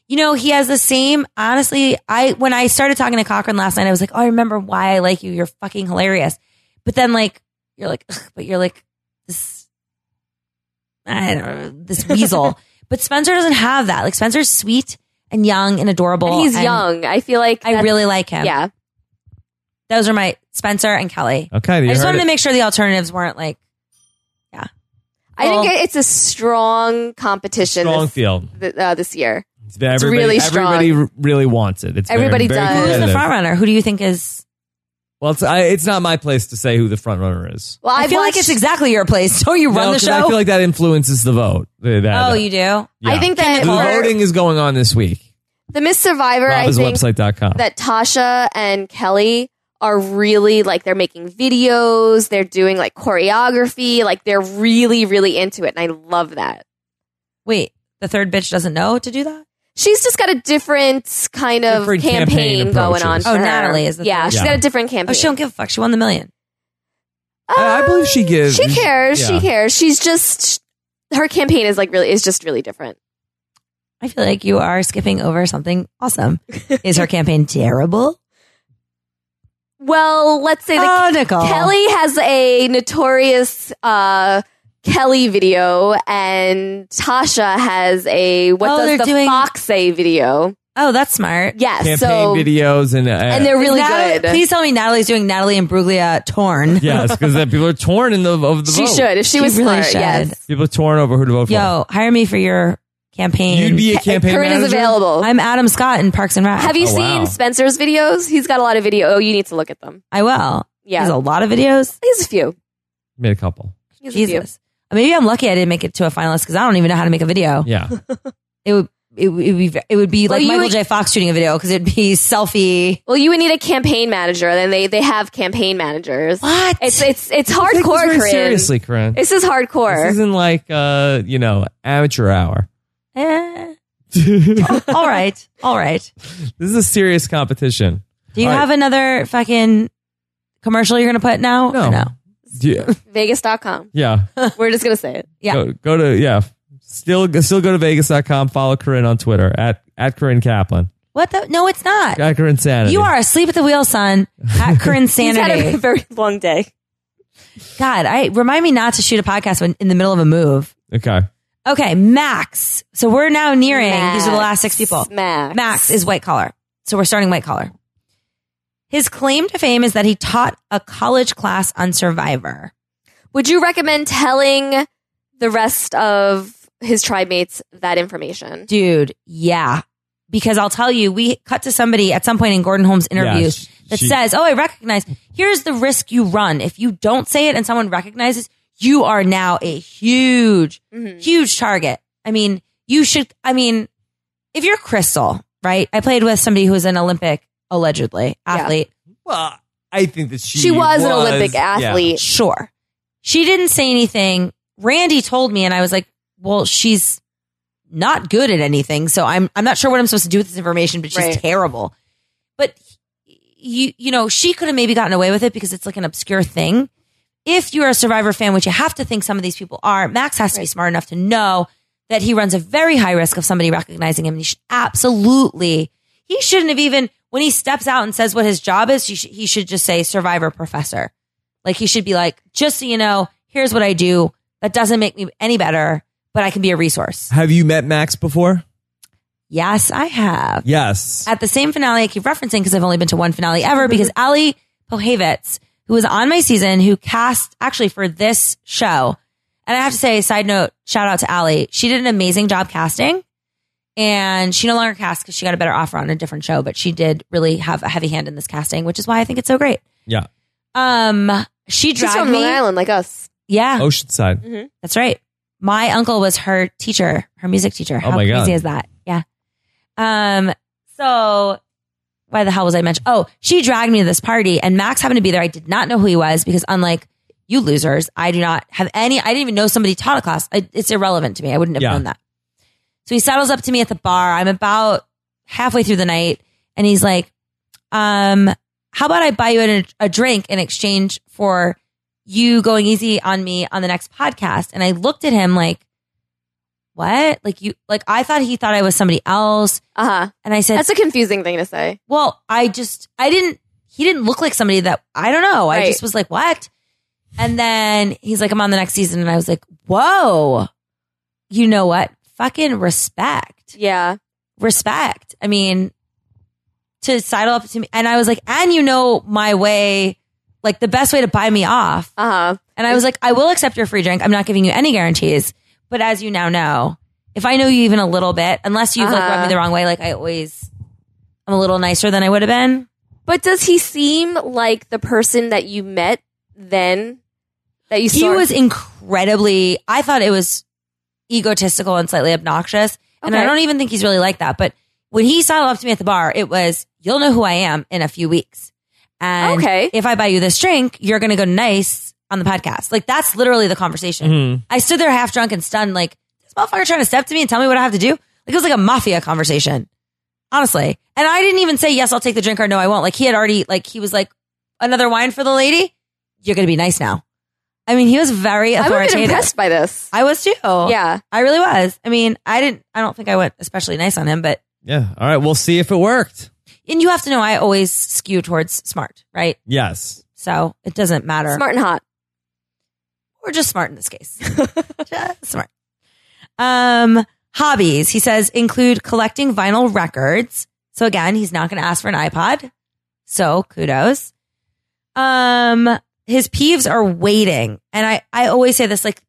Speaker 3: You know, he has the same. Honestly, I when I started talking to Cochran last night, I was like, "Oh, I remember why I like you. You're fucking hilarious." But then, like, you're like, Ugh, but you're like this. I don't know this weasel. but Spencer doesn't have that. Like Spencer's sweet and young and adorable.
Speaker 4: And he's
Speaker 3: and
Speaker 4: young. I feel like
Speaker 3: I
Speaker 4: that's-
Speaker 3: really like him.
Speaker 4: yeah.
Speaker 3: those are my Spencer and Kelly.
Speaker 1: Okay. Uh, You
Speaker 3: I just
Speaker 1: heard
Speaker 3: wanted
Speaker 1: it.
Speaker 3: to make sure the alternatives weren't like
Speaker 4: I
Speaker 3: Well-
Speaker 4: think it- it's a strong competition.
Speaker 1: strong
Speaker 4: this,
Speaker 1: field.
Speaker 4: th- uh, this year.
Speaker 1: It's, very-
Speaker 4: It's
Speaker 1: everybody,
Speaker 4: really strong.
Speaker 1: Everybody r- really wants it. It's very-
Speaker 4: Everybody
Speaker 1: very
Speaker 4: does. Who's the
Speaker 3: who's the
Speaker 1: competitive.
Speaker 3: front runner. Who do you think is?
Speaker 1: Well, it's, I, it's not my place to say who the front runner is.
Speaker 4: Well,
Speaker 3: I
Speaker 4: I've
Speaker 3: feel
Speaker 4: watched-
Speaker 3: like it's exactly your place. Don't you run
Speaker 1: No,
Speaker 3: the
Speaker 1: 'cause
Speaker 3: show?
Speaker 1: I feel like that influences the vote. Uh, that-
Speaker 3: oh, you do.
Speaker 1: yeah.
Speaker 4: I think that
Speaker 1: the
Speaker 4: for
Speaker 1: voting is going on this week.
Speaker 4: the Miss Survivor. I think
Speaker 1: Robiswebsite.com.
Speaker 4: that Tasha and Kelly are really like they're making videos, they're doing like choreography, like they're really, really into it. And I love that.
Speaker 3: Wait, the third bitch doesn't know to do that.
Speaker 4: She's just got a different kind of
Speaker 1: Different
Speaker 4: campaign,
Speaker 1: campaign
Speaker 4: going on.
Speaker 1: approaches.
Speaker 4: for
Speaker 3: Oh,
Speaker 4: her.
Speaker 3: Natalie is the
Speaker 4: yeah,
Speaker 3: third.
Speaker 4: she's
Speaker 1: Yeah.
Speaker 4: got a different campaign. Oh,
Speaker 3: Oh, she don't give a fuck. She won the million.
Speaker 1: I, I believe she gives.
Speaker 4: she cares.
Speaker 1: Yeah.
Speaker 4: She cares. She's just her campaign is like really is just really different.
Speaker 3: I feel like you are skipping over something awesome. Is her campaign terrible?
Speaker 4: Well, let's say that
Speaker 3: Oh, Nicole.
Speaker 4: Kelly has a notorious uh, Kelly video, and Tasha has a what
Speaker 3: Oh, they're
Speaker 4: does the
Speaker 3: doing-
Speaker 4: Fox say video.
Speaker 3: Oh, that's smart.
Speaker 4: Yeah,
Speaker 1: Campaign
Speaker 4: so
Speaker 1: videos and. Uh,
Speaker 4: and they're really
Speaker 3: Natalie-
Speaker 4: good.
Speaker 3: Please tell me Natalie's doing Natalie and Bruglia torn.
Speaker 1: yes, because people are torn in the of the
Speaker 4: she
Speaker 1: vote.
Speaker 4: should if she,
Speaker 3: She
Speaker 4: was
Speaker 3: really
Speaker 4: smart.
Speaker 3: should.
Speaker 4: Yes,
Speaker 1: People are torn over who to vote
Speaker 3: Yo, hire me for your
Speaker 1: for.
Speaker 3: campaign.
Speaker 1: You'd be a campaign
Speaker 4: Corinne is
Speaker 1: manager.
Speaker 4: available.
Speaker 3: I'm Adam Scott in Parks and Rec.
Speaker 4: Have you
Speaker 1: Oh,
Speaker 4: seen
Speaker 1: wow.
Speaker 4: Spencer's videos? He's got a lot of video. Oh, you need to look at them.
Speaker 3: I will.
Speaker 4: Yeah,
Speaker 3: There's a lot of videos.
Speaker 4: he's a few.
Speaker 1: Made a couple.
Speaker 4: He's a few.
Speaker 3: Jesus. Maybe I'm lucky I didn't make it to a finalist because I don't even know how to make a video.
Speaker 1: Yeah.
Speaker 3: It would it, would be it would be
Speaker 4: Well,
Speaker 3: like
Speaker 4: you
Speaker 3: Michael
Speaker 4: would-
Speaker 3: J. Fox shooting a video because it'd be selfie.
Speaker 4: Well, you would need a campaign manager, and they they have campaign managers.
Speaker 3: What?
Speaker 4: It's it's
Speaker 1: Take
Speaker 4: it's
Speaker 1: this
Speaker 4: hardcore,
Speaker 1: very
Speaker 4: Corinne.
Speaker 1: seriously, Corinne.
Speaker 4: This is hardcore.
Speaker 1: This isn't like uh, you know, amateur hour.
Speaker 3: Eh.
Speaker 1: this
Speaker 3: all right, all right.
Speaker 1: is a serious competition.
Speaker 3: Do you
Speaker 1: All right.
Speaker 3: have another fucking commercial you're gonna put now?
Speaker 1: No.
Speaker 3: Or no.
Speaker 1: Do you-
Speaker 4: Vegas.com.
Speaker 1: yeah.
Speaker 4: We're just gonna say it.
Speaker 3: Yeah.
Speaker 1: Go, go to yeah. Still still go to vegas.com, follow Corinne on Twitter at at Corinne Kaplan.
Speaker 3: What the? No, it's not.
Speaker 1: At Corinne Sanity.
Speaker 3: You are asleep at the wheel, son. At Corinne
Speaker 4: He's had a
Speaker 3: Sanity.
Speaker 4: very long day.
Speaker 3: God, I remind me not to shoot a podcast when in the middle of a move.
Speaker 1: Okay.
Speaker 3: Okay, Max. So we're now nearing. These are the
Speaker 4: Max.
Speaker 3: last six people.
Speaker 4: Max.
Speaker 3: Max is white collar. So we're starting white collar. His claim to fame is that he taught a college class on Survivor.
Speaker 4: Would you recommend telling the rest of his tribe mates that information?
Speaker 3: Dude, yeah. Because I'll tell you, we cut to somebody at some point in Gordon Holmes' interviews
Speaker 1: Yeah,
Speaker 3: that
Speaker 1: she-
Speaker 3: says, Oh, I recognize. Here's the risk you run. If you don't say it and someone recognizes, you are now a huge,
Speaker 4: Mhm.
Speaker 3: huge target. I mean, you should, I mean, if you're Crystal, right? I played with somebody who was an Olympic, allegedly,
Speaker 4: Yeah.
Speaker 3: athlete.
Speaker 1: Well, I think that she
Speaker 4: She was, an
Speaker 1: was-
Speaker 4: Olympic
Speaker 1: yeah.
Speaker 4: athlete.
Speaker 3: Sure. She didn't say anything. Randy told me and I was like, well, she's not good at anything. So I'm, I'm not sure what I'm supposed to do with this information, but she's
Speaker 4: Right.
Speaker 3: terrible. But you, you know, she could have maybe gotten away with it because it's like an obscure thing. If you're a survivor fan, which you have to think some of these people are, Max has to be
Speaker 4: Right.
Speaker 3: smart enough to know that he runs a very high risk of somebody recognizing him. And he should absolutely, he shouldn't have even, when he steps out and says what his job is, he, sh- he should just say survivor professor. Like he should be like, just so you know, here's what I do. That doesn't make me any better, but I can be a resource.
Speaker 1: Have you met Max before?
Speaker 3: Yes, I have.
Speaker 1: Yes.
Speaker 3: At the same finale, I keep referencing because I've only been to one finale ever because
Speaker 4: Mm-hmm.
Speaker 3: Ali Pohevitz, who was on my season, who cast actually for this show. And I have to say, side note, shout out to Ali. She did an amazing job casting and she no longer casts because she got a better offer on a different show, but she did really have a heavy hand in this casting, which is why I think it's so great.
Speaker 1: Yeah.
Speaker 3: Um, she
Speaker 4: She's
Speaker 3: dragged
Speaker 4: from
Speaker 3: me.
Speaker 4: Long Island, like us.
Speaker 3: Yeah.
Speaker 1: Oh. Oceanside.
Speaker 3: That's right. My uncle was her teacher, her music teacher. How
Speaker 1: Oh my
Speaker 3: crazy
Speaker 1: God.
Speaker 3: is that? Yeah. Um, so why the hell was I mentioned? Oh, she dragged me to this party and Max happened to be there. I did not know who he was because unlike you losers, I do not have any, I didn't even know somebody taught a class. I, it's irrelevant to me. I wouldn't have
Speaker 1: Yeah.
Speaker 3: known that. So he saddles up to me at the bar. I'm about halfway through the night and he's like, um, how about I buy you a, a drink in exchange for you going easy on me on the next podcast? And I looked at him like, what? Like you, like I thought he thought I was somebody else.
Speaker 4: Uh huh.
Speaker 3: And I said,
Speaker 4: That's a confusing thing to say.
Speaker 3: well, I just, I didn't, he didn't look like somebody that, I don't know. I
Speaker 4: Right.
Speaker 3: just was like, what? And then he's like, I'm on the next season. And I was like, whoa, you know what? Fucking respect.
Speaker 4: Yeah.
Speaker 3: Respect. I mean, to sidle up to me. And I was like, and you know my way, like the best way to buy me off.
Speaker 4: Uh huh.
Speaker 3: And I was like, I will accept your free drink. I'm not giving you any guarantees. But as you now know, if I know you even a little bit, unless you've like
Speaker 4: Uh-huh.
Speaker 3: rubbed me the wrong way, like I always, I'm a little nicer than I would have been.
Speaker 4: But does he seem like the person that you met then? That you
Speaker 3: He
Speaker 4: saw?
Speaker 3: was incredibly, I thought it was egotistical and slightly obnoxious. And I
Speaker 4: Okay.
Speaker 3: don't even think he's really like that. But when he sidled up to me at the bar, it was, you'll know who I am in a few weeks. And
Speaker 4: Okay.
Speaker 3: if I buy you this drink, you're going to go nice on the podcast. Like that's literally the conversation.
Speaker 1: Mhm.
Speaker 3: I stood there half drunk and stunned, like, this motherfucker trying to step to me and tell me what I have to do. Like, it was like a mafia conversation, honestly. And I didn't even say, yes, I'll take the drink or no, I won't. Like, he had already, like, he was like, another wine for the lady. You're going to be nice now. I mean, he was very
Speaker 4: I'm a bit
Speaker 3: authoritative.
Speaker 4: impressed by this.
Speaker 3: I was too.
Speaker 4: Yeah.
Speaker 3: I really was. I mean, I didn't, I don't think I went especially nice on him, but,
Speaker 1: Yeah. All right. We'll see if it worked.
Speaker 3: and you have to know I always skew towards smart, right?
Speaker 1: Yes.
Speaker 3: So it doesn't matter.
Speaker 4: Smart and hot.
Speaker 3: We're just smart in this case. just smart. Um, hobbies, he says, include collecting vinyl records. So again, he's not going to ask for an iPod. So kudos. Um, his peeves are waiting. And I, I always say this, like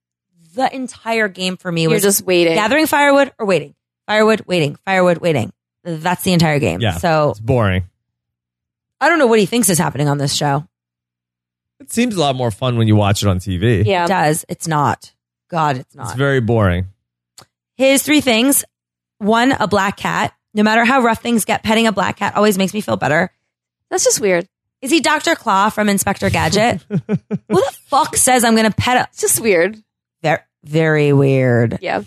Speaker 3: the entire game for me
Speaker 4: You're
Speaker 3: was
Speaker 4: just waiting.
Speaker 3: gathering firewood or waiting, firewood, waiting, firewood, waiting. That's the entire game.
Speaker 1: Yeah.
Speaker 3: So
Speaker 1: It's boring.
Speaker 3: I don't know what he thinks is happening on this show.
Speaker 1: It seems a lot more fun when you watch it on TV.
Speaker 3: It
Speaker 4: Yeah.
Speaker 3: does. It's not. God, it's not.
Speaker 1: It's very boring.
Speaker 3: His three things one, a black cat. No matter how rough things get, petting a black cat always makes me feel better.
Speaker 4: That's just weird.
Speaker 3: Is he Dr. Claw from Inspector Gadget? Who the fuck says I'm going to pet a.
Speaker 4: It's just weird.
Speaker 3: Very, very weird.
Speaker 4: Yeah.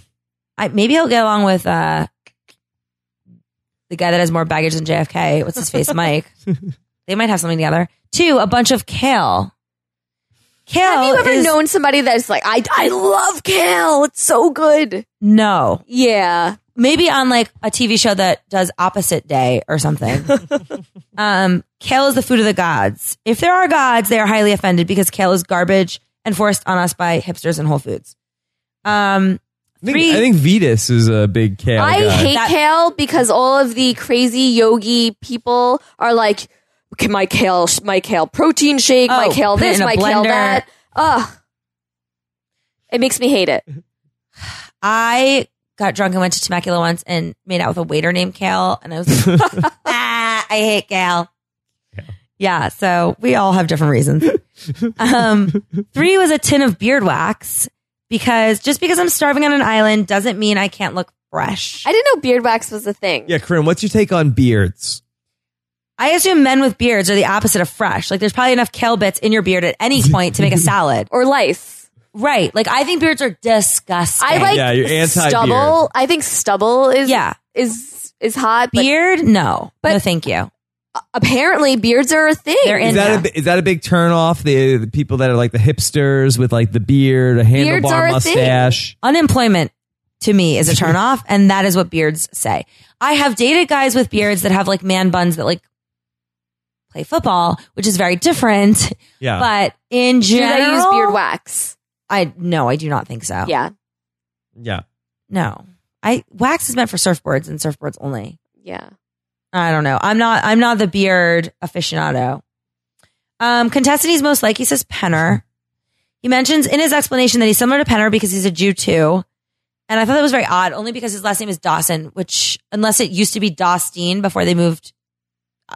Speaker 3: I, maybe he'll get along with uh, the guy that has more baggage than JFK. What's his face? Mike. They might have something together. Two, a bunch of kale. Kale.
Speaker 4: Have you ever
Speaker 3: is-
Speaker 4: known somebody that's like, I, I love kale. It's so good.
Speaker 3: No.
Speaker 4: Yeah.
Speaker 3: maybe on like a TV show that does opposite day or something. um, kale is the food of the gods. If there are gods, they are highly offended because kale is garbage and forced on us by hipsters and Whole Foods. Um,
Speaker 1: I think,
Speaker 3: Three-
Speaker 1: I think Vetus is a big kale
Speaker 4: I
Speaker 1: guy.
Speaker 4: hate
Speaker 3: That-
Speaker 4: kale because all of the crazy yogi people are like, "Can my kale, sh- my kale protein shake, my
Speaker 3: Oh,
Speaker 4: kale
Speaker 3: put it
Speaker 4: this,
Speaker 3: in a
Speaker 4: my kale
Speaker 3: blender.
Speaker 4: that. Ugh. It makes me hate it.
Speaker 3: I got drunk and went to Temecula once and made out with a waiter named Kale, and I was like, ah, I hate Kale. Yeah, so we all have different reasons. Um, three was a tin of beard wax because just because I'm starving on an island doesn't mean I can't look fresh.
Speaker 4: I didn't know beard wax was a thing.
Speaker 1: Yeah, Corinne, what's your take on beards?
Speaker 3: I assume men with beards are the opposite of fresh. Like there's probably enough kale bits in your beard at any point to make a salad.
Speaker 4: Or lice.
Speaker 3: Right. Like I think beards are disgusting.
Speaker 4: I like
Speaker 1: Yeah, you're anti-beard.
Speaker 4: stubble. I think stubble is
Speaker 3: Yeah.
Speaker 4: is is hot. But
Speaker 3: beard. No.
Speaker 4: But-
Speaker 3: no, thank you.
Speaker 4: apparently, beards are a thing.
Speaker 3: They're in
Speaker 1: Is that, a, bi- is that a big turn off? The, the people that are like the hipsters with like the beard, a
Speaker 4: are
Speaker 1: handlebar
Speaker 4: a thing.
Speaker 1: mustache.
Speaker 3: Unemployment to me is a turnoff, and that is what beards say. I have dated guys with beards that have like man buns that like play football, which is very different.
Speaker 1: Yeah.
Speaker 3: But in
Speaker 4: Do
Speaker 3: general,
Speaker 4: they use beard wax?
Speaker 3: I no, I do not think so.
Speaker 4: Yeah,
Speaker 1: yeah.
Speaker 3: No. I wax is meant for surfboards and surfboards only.
Speaker 4: yeah.
Speaker 3: I don't know. I'm not. I'm not the beard aficionado. Um, contestant he's most like. He says Penner. He mentions in his explanation that he's similar to Penner because he's a Jew too, and I thought that was very odd. Only because his last name is Dawson, which unless it used to be Dostine before they moved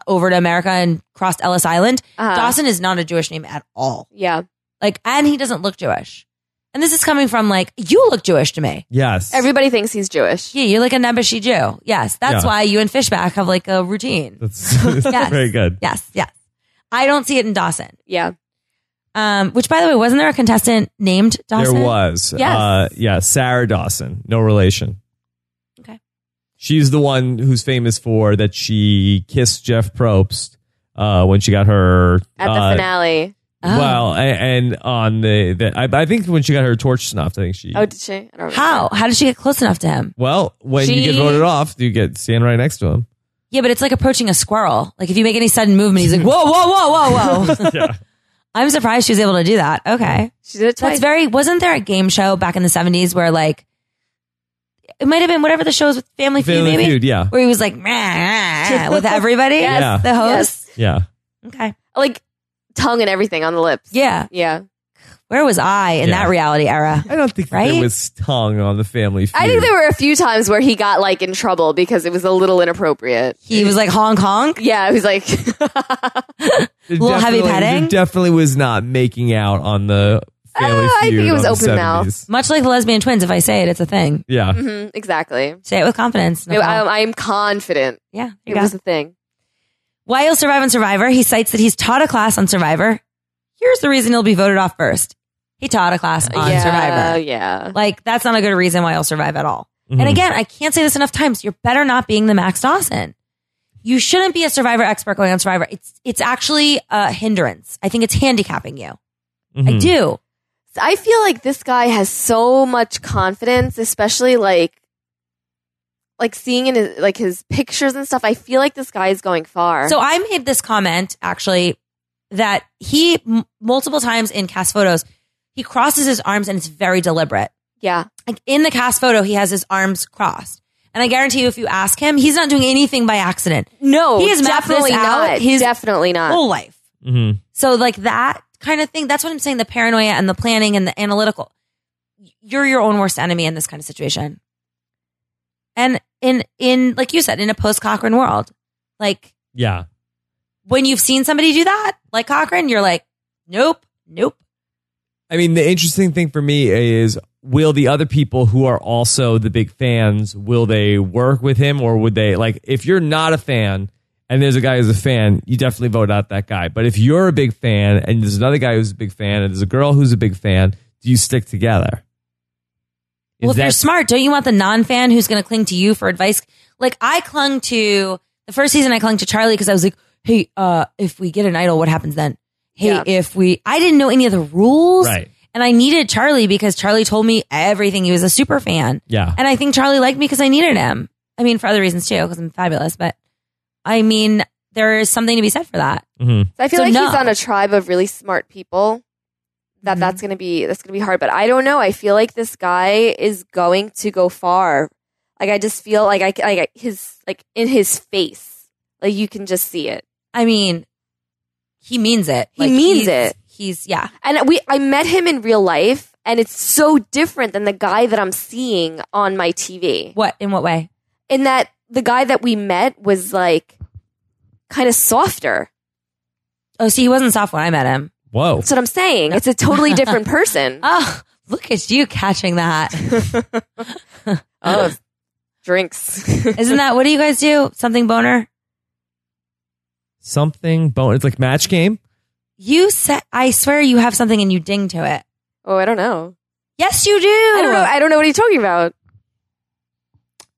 Speaker 3: over to America and crossed Ellis Island,
Speaker 4: Uh-huh.
Speaker 3: Dawson is not a Jewish name at all.
Speaker 4: Yeah,
Speaker 3: Like, and he doesn't look Jewish. And this is coming from like you look Jewish to me.
Speaker 1: Yes.
Speaker 4: everybody thinks he's Jewish.
Speaker 3: Yeah, you're like a Nebuchadnezzar Jew. Yes, that's
Speaker 1: Yeah.
Speaker 3: why you and Fishback have like a routine.
Speaker 1: That's, that's
Speaker 3: Yes.
Speaker 1: very good.
Speaker 3: Yes, yes. I don't see it in Dawson.
Speaker 4: Yeah,
Speaker 3: Um, which by the way, wasn't there a contestant named Dawson?
Speaker 1: There was.
Speaker 4: Yes.
Speaker 1: Uh, yeah, Sarah Dawson, no relation.
Speaker 3: Okay.
Speaker 1: She's the one who's famous for that she kissed Jeff Probst uh, when she got her.
Speaker 4: at the
Speaker 1: uh,
Speaker 4: finale.
Speaker 3: Oh.
Speaker 1: Well, a- and, on the, the I, I think when she got her torch snuffed, I think she.
Speaker 4: Oh, did she? I don't remember.
Speaker 3: How? How did she get close enough to him?
Speaker 1: Well, when you get
Speaker 4: She-
Speaker 1: voted off, you get stand right next to him.
Speaker 3: Yeah, but it's like approaching a squirrel. Like if you make any sudden movement, he's like, whoa, whoa, whoa, whoa, whoa.
Speaker 1: Yeah.
Speaker 3: I'm surprised she was able to do that. Okay.
Speaker 4: She did it twice.
Speaker 3: That's very, wasn't there a game show back in the 70s where like, it might have been whatever the show was with Family,
Speaker 1: Family
Speaker 3: Feud, maybe?
Speaker 1: Feud, yeah.
Speaker 3: Where he was like, "Meh," with everybody?
Speaker 4: Yes.
Speaker 1: Yeah.
Speaker 3: The host?
Speaker 4: Yes.
Speaker 1: Yeah.
Speaker 3: Okay.
Speaker 4: Like tongue and everything on the lips.
Speaker 3: Yeah.
Speaker 4: Yeah.
Speaker 3: Where was I in
Speaker 1: Yeah.
Speaker 3: that reality era?
Speaker 1: I don't think that
Speaker 3: Right?
Speaker 1: there was tongue on the family feud.
Speaker 4: I think there were a few times where he got like in trouble because it was a little inappropriate.
Speaker 3: He was like Hong Kong.
Speaker 4: Yeah, he was like,
Speaker 1: There
Speaker 3: little heavy
Speaker 1: definitely- there
Speaker 3: petting?
Speaker 1: definitely was not making out on the family
Speaker 4: Oh, I
Speaker 1: feud.
Speaker 4: think it was
Speaker 1: on the
Speaker 4: open mouth.
Speaker 1: 70s.
Speaker 3: Much like the lesbian twins, if I say it, it's a thing.
Speaker 1: Yeah.
Speaker 4: Mhm, exactly.
Speaker 3: Say it with confidence.
Speaker 4: No,
Speaker 3: Nicole.
Speaker 4: I, I'm confident
Speaker 3: Uh-huh. yeah. there you
Speaker 4: it
Speaker 3: go.
Speaker 4: was a thing.
Speaker 3: Why he'll survive on Survivor, he cites that he's taught a class on Survivor. Here's the reason he'll be voted off first. He taught a class on
Speaker 4: yeah,
Speaker 3: Survivor.
Speaker 4: Yeah.
Speaker 3: Like, that's not a good reason why he'll survive at all.
Speaker 1: Mhm.
Speaker 3: And again, I can't say this enough times. You're better not being the Max Dawson. You shouldn't be a Survivor expert going on Survivor. It's, it's actually a hindrance. I think it's handicapping you. I
Speaker 1: Mhm.
Speaker 3: do.
Speaker 4: I feel like this guy has so much confidence, especially like like seeing in his like his pictures and stuff. I feel like this guy is going far.
Speaker 3: So I made this comment actually that he m- multiple times in cast photos, he crosses his arms and it's very deliberate.
Speaker 4: yeah,
Speaker 3: like in the cast photo, he has his arms crossed. And I guarantee you, if you ask him, he's not doing anything by accident.
Speaker 4: no,
Speaker 3: He has mapped
Speaker 4: definitely
Speaker 3: this out.
Speaker 4: not.
Speaker 3: He's-
Speaker 4: definitely not.
Speaker 3: Whole life.
Speaker 1: Mhm.
Speaker 3: So like that kind of thing. That's what I'm saying. The paranoia and the planning and the analytical. You're your own worst enemy in this kind of situation. And in, in, like you said, in a post Cochrane world, like
Speaker 1: Yeah.
Speaker 3: when you've seen somebody do that, like Cochrane, you're like, nope, nope.
Speaker 1: I mean, the interesting thing for me is will the other people who are also the big fans will they work with him or would they like if you're not a fan and there's a guy who's a fan you definitely vote out that guy but if you're a big fan and there's another guy who's a big fan and there's a girl who's a big fan do you stick together Is
Speaker 3: Well, if you're
Speaker 1: that-
Speaker 3: smart, don't you want the non fan who's going to cling to you for advice? Like I clung to the first season, I clung to Charlie because I was like, hey, uh, if we get an idol, what happens then? Hey,
Speaker 4: Yeah.
Speaker 3: if we, I didn't know any of the rules.
Speaker 1: Right.
Speaker 3: And I needed Charlie because Charlie told me everything. He was a super fan.
Speaker 1: yeah
Speaker 3: And I think Charlie liked me because I needed him. I mean, for other reasons too, because I'm fabulous. But I mean, there is something to be said for that.
Speaker 1: Mm-hmm.
Speaker 4: So I feel
Speaker 3: So
Speaker 4: like
Speaker 3: no.
Speaker 4: he's on a tribe of really smart people. That that's gonna be that's gonna be hard. But I don't know. I feel like this guy is going to go far. Like I just feel like I c- like I- his like in his face. Like you can just see it.
Speaker 3: I mean, he means it.
Speaker 4: He means
Speaker 3: he's-
Speaker 4: it.
Speaker 3: He's, yeah.
Speaker 4: And we I met him in real life, and it's so different than the guy that I'm seeing on my TV.
Speaker 3: What, in what way?
Speaker 4: In that the guy that we met was like kind of softer.
Speaker 3: Oh, see, he wasn't soft when I met him.
Speaker 1: whoa
Speaker 4: That's what I'm saying. It's a totally different person.
Speaker 3: Oh, look at you catching that.
Speaker 4: oh, drinks.
Speaker 3: Isn't that what do you guys do? Something boner?
Speaker 1: something bone it's like match game
Speaker 3: You said, I swear you have something and you ding to it.
Speaker 4: oh, I don't know.
Speaker 3: Yes, you do.
Speaker 4: I don't know. I don't know what he's talking about.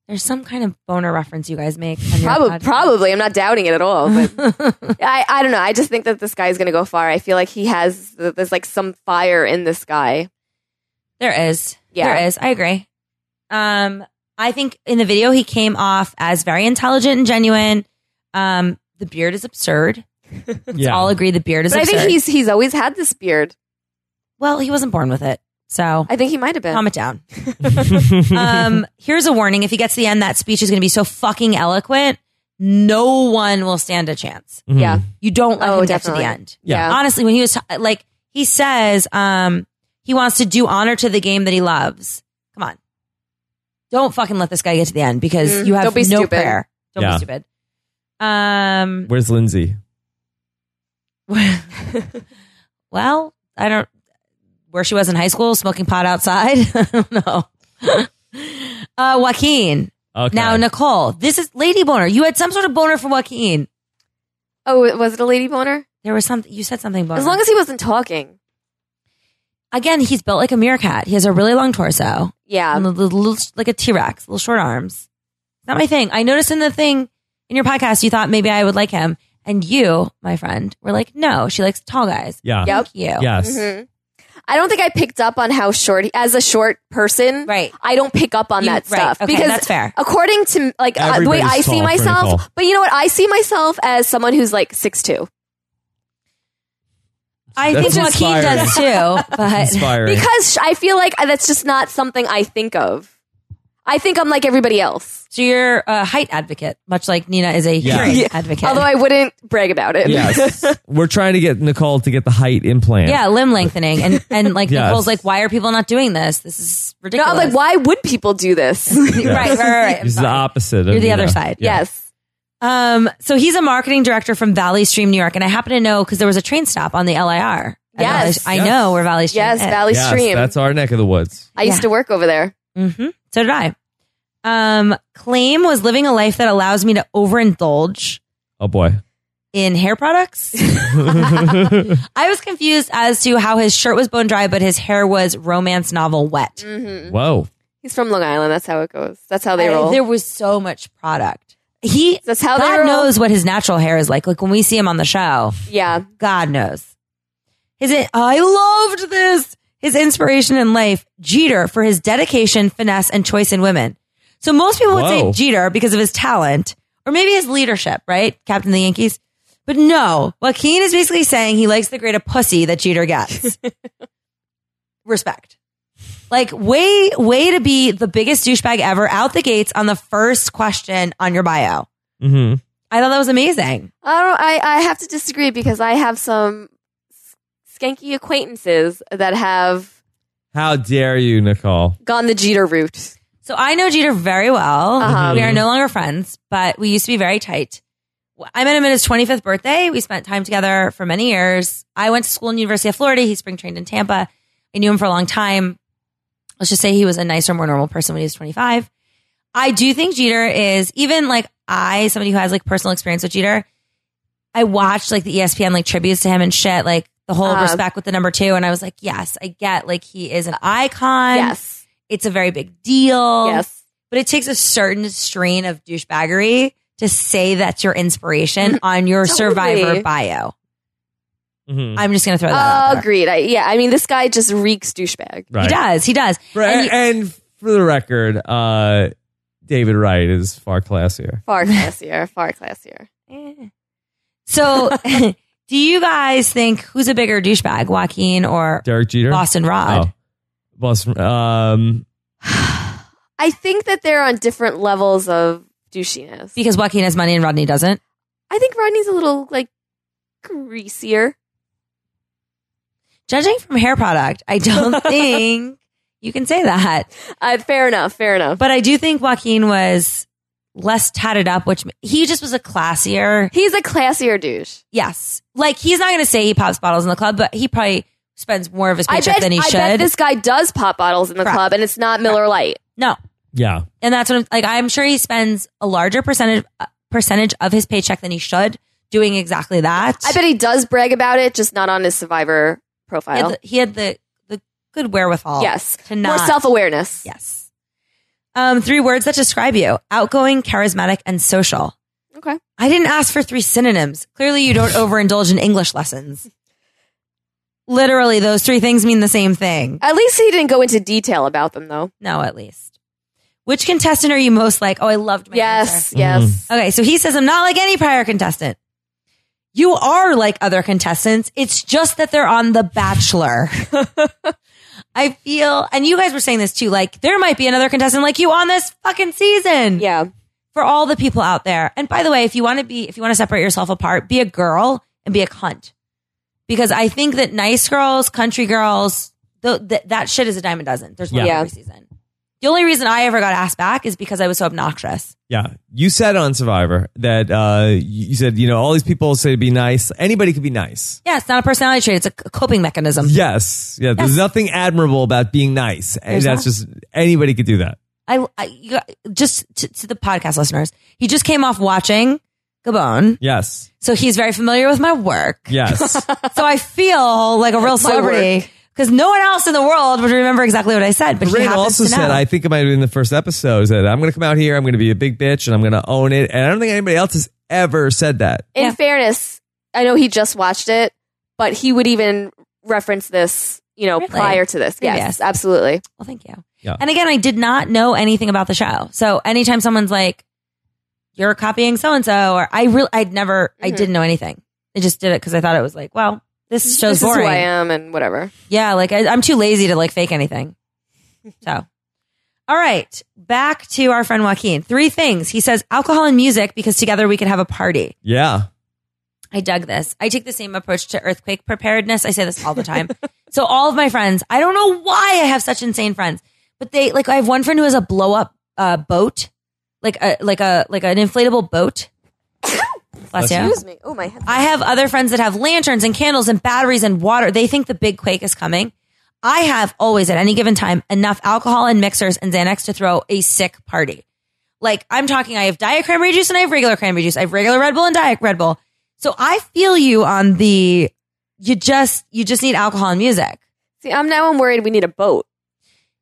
Speaker 3: There's some kind of boner reference you guys make. on your
Speaker 4: Probably,
Speaker 3: podcast.
Speaker 4: probably. I'm not doubting it at all. But I, I don't know. I just think that this guy's going to go far. I feel like he has there's like some fire in this guy.
Speaker 3: There is.
Speaker 4: Yeah.
Speaker 3: There is. I agree. Um, I think in the video he came off as very intelligent and genuine. Um, the beard is absurd.
Speaker 1: yeah
Speaker 3: All agree the beard is
Speaker 4: But I
Speaker 3: absurd.
Speaker 4: think he's he's always had this beard.
Speaker 3: well, he wasn't born with it. So
Speaker 4: I think he might have been.
Speaker 3: calm it down. um, here's a warning. If he gets to the end, that speech is going to be so fucking eloquent. No one will stand a chance.
Speaker 1: Mhm.
Speaker 4: Yeah.
Speaker 3: You don't let
Speaker 4: Oh,
Speaker 3: him
Speaker 4: definitely.
Speaker 3: get to the end.
Speaker 1: Yeah.
Speaker 3: Honestly, when he was t- like, he says, um, he wants to do honor to the game that he loves. Come on. Don't fucking let this guy get to the end because
Speaker 4: Mm,
Speaker 3: you have
Speaker 4: don't be
Speaker 3: no
Speaker 4: stupid.
Speaker 3: prayer. Don't
Speaker 1: Yeah.
Speaker 3: be stupid. Um,
Speaker 1: where's lindsay
Speaker 3: well, I don't, where she was in high school, smoking pot outside. I don't know. uh, Joaquin.
Speaker 1: okay
Speaker 3: Now, Nicole, this is Lady Boner. You had some sort of boner for Joaquin.
Speaker 4: Oh, was it a lady boner?
Speaker 3: There was something, you said something boner.
Speaker 4: As long as he wasn't talking.
Speaker 3: Again, he's built like a meerkat. He has a really long torso.
Speaker 4: Yeah.
Speaker 3: and the little, little- like a T Rex, little short arms. Not my thing. I noticed in the thing in your podcast, you thought maybe I would like him, and you, my friend, were like, "No, she likes tall guys."
Speaker 1: yeah
Speaker 4: Yep.
Speaker 3: Thank you.
Speaker 1: yes
Speaker 4: hmm I don't think I picked up on how short. he- As a short person,
Speaker 3: Right.
Speaker 4: I don't pick up on
Speaker 3: You-
Speaker 4: that
Speaker 3: right.
Speaker 4: stuff
Speaker 3: Okay,
Speaker 4: because
Speaker 3: that's fair.
Speaker 4: According to like uh, the way
Speaker 1: Everybody's
Speaker 4: I
Speaker 1: tall
Speaker 4: see
Speaker 1: for Nicole.
Speaker 4: myself, but you know what? I see myself as someone who's like six two.
Speaker 3: I
Speaker 1: That's
Speaker 3: think Joaquin
Speaker 1: inspiring.
Speaker 3: does too, but
Speaker 1: inspiring
Speaker 4: because I feel like uh, that's just not something I think of. I think I'm like everybody else,
Speaker 3: so you're a height advocate, much like Nina is a
Speaker 1: Yeah.
Speaker 3: hearing
Speaker 1: Yeah.
Speaker 3: advocate.
Speaker 4: although I wouldn't brag about it.
Speaker 1: yes we're trying to get nicole to get the height implant
Speaker 3: yeah, limb lengthening, and and like
Speaker 1: Yes.
Speaker 3: Nicole's like, why are people not doing this? This is
Speaker 4: no,
Speaker 3: ridiculous.
Speaker 4: I'm like, why would people do this?
Speaker 3: right, right, right, right. I'm
Speaker 1: It's the
Speaker 3: sorry.
Speaker 1: opposite. Of,
Speaker 3: You're the
Speaker 1: you
Speaker 3: other
Speaker 1: know,
Speaker 3: side.
Speaker 1: yeah.
Speaker 4: Yes.
Speaker 3: Um, so he's a marketing director from Valley Stream, New York, and I happen to know because there was a train stop on the LIR. at
Speaker 4: Yes.
Speaker 3: Valley- I
Speaker 1: Yes.
Speaker 3: know where Valley Stream
Speaker 4: Yes,
Speaker 3: is.
Speaker 4: Valley
Speaker 1: Yes,
Speaker 4: Stream.
Speaker 1: That's our neck of the woods.
Speaker 4: I used
Speaker 3: Yeah.
Speaker 4: to work over there.
Speaker 3: hmm So did I. Um, Claim was living a life that allows me to overindulge
Speaker 1: Oh boy.
Speaker 3: in hair products. I was confused as to how his shirt was bone dry, but his hair was romance novel wet.
Speaker 4: hmm
Speaker 1: Whoa.
Speaker 4: He's from Long Island. That's how it goes. That's how they
Speaker 3: I-
Speaker 4: roll.
Speaker 3: there was so much product. He
Speaker 4: That's how they
Speaker 3: God
Speaker 4: roll.
Speaker 3: knows what his natural hair is like. Like when we see him on the show,
Speaker 4: Yeah.
Speaker 3: God knows. His I loved this. His inspiration in life, Jeter, for his dedication, finesse, and choice in women. So most people would
Speaker 1: Whoa.
Speaker 3: say Jeter because of his talent or maybe his leadership, right? Captain of the Yankees. But no, Joaquin is basically saying he likes the grade of pussy that Jeter gets. Respect. Like way, way to be the biggest douchebag ever out the gates on the first question on your bio.
Speaker 1: hmm
Speaker 3: I thought that was amazing.
Speaker 4: I don't. I, I have to disagree because I have some s- skanky acquaintances that have
Speaker 1: How dare you, Nicole?
Speaker 4: gone the Jeter route.
Speaker 3: So I know Jeter very well.
Speaker 4: Uh-huh.
Speaker 3: We are no longer friends, but we used to be very tight. I met him at his 25th birthday. We spent time together for many years. I went to school in University of Florida. He spring trained in Tampa. I knew him for a long time. let's just say he was a nicer, more normal person when he was 25. I do think Jeter is even like I, somebody who has like personal experience with Jeter, I watched like the E ESPN like tributes to him and shit, like the whole
Speaker 4: Uh,
Speaker 3: respect with the number two. And I was like, yes, I get like he is an icon.
Speaker 4: yes.
Speaker 3: It's a very big deal.
Speaker 4: Yes.
Speaker 3: But it takes a certain strain of douchebaggery to say that's your inspiration on your
Speaker 4: Totally.
Speaker 3: survivor bio.
Speaker 1: Mhm.
Speaker 3: I'm just going to
Speaker 4: Oh,
Speaker 3: throw that out there.
Speaker 4: Agreed. I, yeah. I mean, this guy just reeks douchebag.
Speaker 3: He
Speaker 1: Right.
Speaker 3: does. He does.
Speaker 1: Right.
Speaker 3: and you-
Speaker 1: And, for the record, uh, David Wright is far classier.
Speaker 4: Far classier. far classier.
Speaker 3: Eh. So, do you guys think who's a bigger douchebag, Joaquin or
Speaker 1: Derek Jeter.
Speaker 3: Boston Rod?
Speaker 1: Oh. Boston. Um,
Speaker 4: I think that they're on different levels of douchiness.
Speaker 3: Because Joaquin has money and Rodney doesn't.
Speaker 4: I think Rodney's a little like greasier.
Speaker 3: Judging from hair product, I don't think you can say that.
Speaker 4: Uh, fair enough. Fair enough.
Speaker 3: But I do think Joaquin was less tatted up, which he just was a classier.
Speaker 4: He's a classier douche.
Speaker 3: Yes. Like, he's not going to say he pops bottles in the club, but he probably spends more of his
Speaker 4: I
Speaker 3: paycheck
Speaker 4: bet,
Speaker 3: than he
Speaker 4: I
Speaker 3: should.
Speaker 4: bet this guy does pop bottles in the
Speaker 3: Correct.
Speaker 4: club, and it's not Miller Lite.
Speaker 3: no.
Speaker 1: yeah.
Speaker 3: and that's what I'm like. I'm sure he spends a larger percentage uh, percentage of his paycheck than he should doing exactly that.
Speaker 4: I bet he does brag about it, just not on his Survivor
Speaker 3: he had
Speaker 4: profile.
Speaker 3: the, he had the, the good wherewithal.
Speaker 4: yes,
Speaker 3: Oh, to not
Speaker 4: more self awareness.
Speaker 3: Yes. Um, three words that describe you: outgoing, charismatic, and social.
Speaker 4: Okay.
Speaker 3: I didn't ask for three synonyms. Clearly, you don't overindulge in English lessons. Literally, those three things mean the same thing.
Speaker 4: At least he didn't go into detail about them, though.
Speaker 3: No, at least. Which contestant are you most like? Oh, I loved my answer.
Speaker 4: yes,
Speaker 1: Mhm.
Speaker 4: yes.
Speaker 3: Okay, so he says, I'm not like any prior contestant. You are like other contestants. It's just that they're on The Bachelor. I feel, and you guys were saying this too, like there might be another contestant like you on this fucking season
Speaker 4: Yeah,
Speaker 3: for all the people out there. And by the way, if you want to be, if you want to separate yourself apart, be a girl and be a cunt. Because I think that nice girls, country girls, th- th- that shit is a dime a dozen. There's one
Speaker 4: Yeah.
Speaker 3: every season. The only reason I ever got asked back is because I was so obnoxious.
Speaker 1: Yeah. You said on Survivor that uh, you said, you know, all these people say to be nice. Anybody could be nice.
Speaker 3: Yeah, it's not a personality trait. It's a c- coping mechanism.
Speaker 1: Yes. Yeah. There's
Speaker 3: Yes.
Speaker 1: nothing admirable about being nice. And
Speaker 3: There's
Speaker 1: that's just anybody could do that.
Speaker 3: I, I you got- just to, to the podcast listeners, he just came off watching Gabon,
Speaker 1: Yes.
Speaker 3: so he's very familiar with my work.
Speaker 1: Yes.
Speaker 3: So I feel like a real celebrity because no one else in the world would remember exactly what I said. But he
Speaker 1: Rain
Speaker 3: happens
Speaker 1: also
Speaker 3: to
Speaker 1: said,
Speaker 3: know.
Speaker 1: I think it might have been the first episode, is that I'm going to come out here, I'm going to be a big bitch, and I'm going to own it. And I don't think anybody else has ever said that.
Speaker 4: In
Speaker 3: Yeah.
Speaker 4: fairness, I know he just watched it, but he would even reference this, you know,
Speaker 3: Really?
Speaker 4: prior to this. Yes,
Speaker 3: Previous.
Speaker 4: absolutely.
Speaker 3: Well, thank you.
Speaker 1: Yeah.
Speaker 3: And again, I did not know anything about the show. So anytime someone's like, "You're copying so and so," or I really, I'd never, I
Speaker 4: Mhm.
Speaker 3: didn't know anything. I just did it because I thought it was like, well, this show's
Speaker 4: this is who
Speaker 3: boring.
Speaker 4: I am, and whatever.
Speaker 3: Yeah, like I, I'm too lazy to like fake anything. So, all right, back to our friend Joaquin. Three things he says: alcohol and music, because together we could have a party.
Speaker 1: Yeah.
Speaker 3: I dug this. I take the same approach to earthquake preparedness. I say this all the time. so all of my friends, I don't know why I have such insane friends, but they like I have one friend who has a blow up uh, boat, like a like a like an inflatable boat. Bless
Speaker 1: Bless
Speaker 3: you.
Speaker 1: you.
Speaker 4: Excuse me. Oh my head.
Speaker 3: I have other friends that have lanterns and candles and batteries and water. They think the big quake is coming. I have always, at any given time, enough alcohol and mixers and Xanax to throw a sick party. Like I'm talking, I have diet cranberry juice and I have regular cranberry juice. I have regular Red Bull and diet Red Bull. So I feel you on the. You just you just need alcohol and music.
Speaker 4: See, I'm now. I'm worried. We need a boat.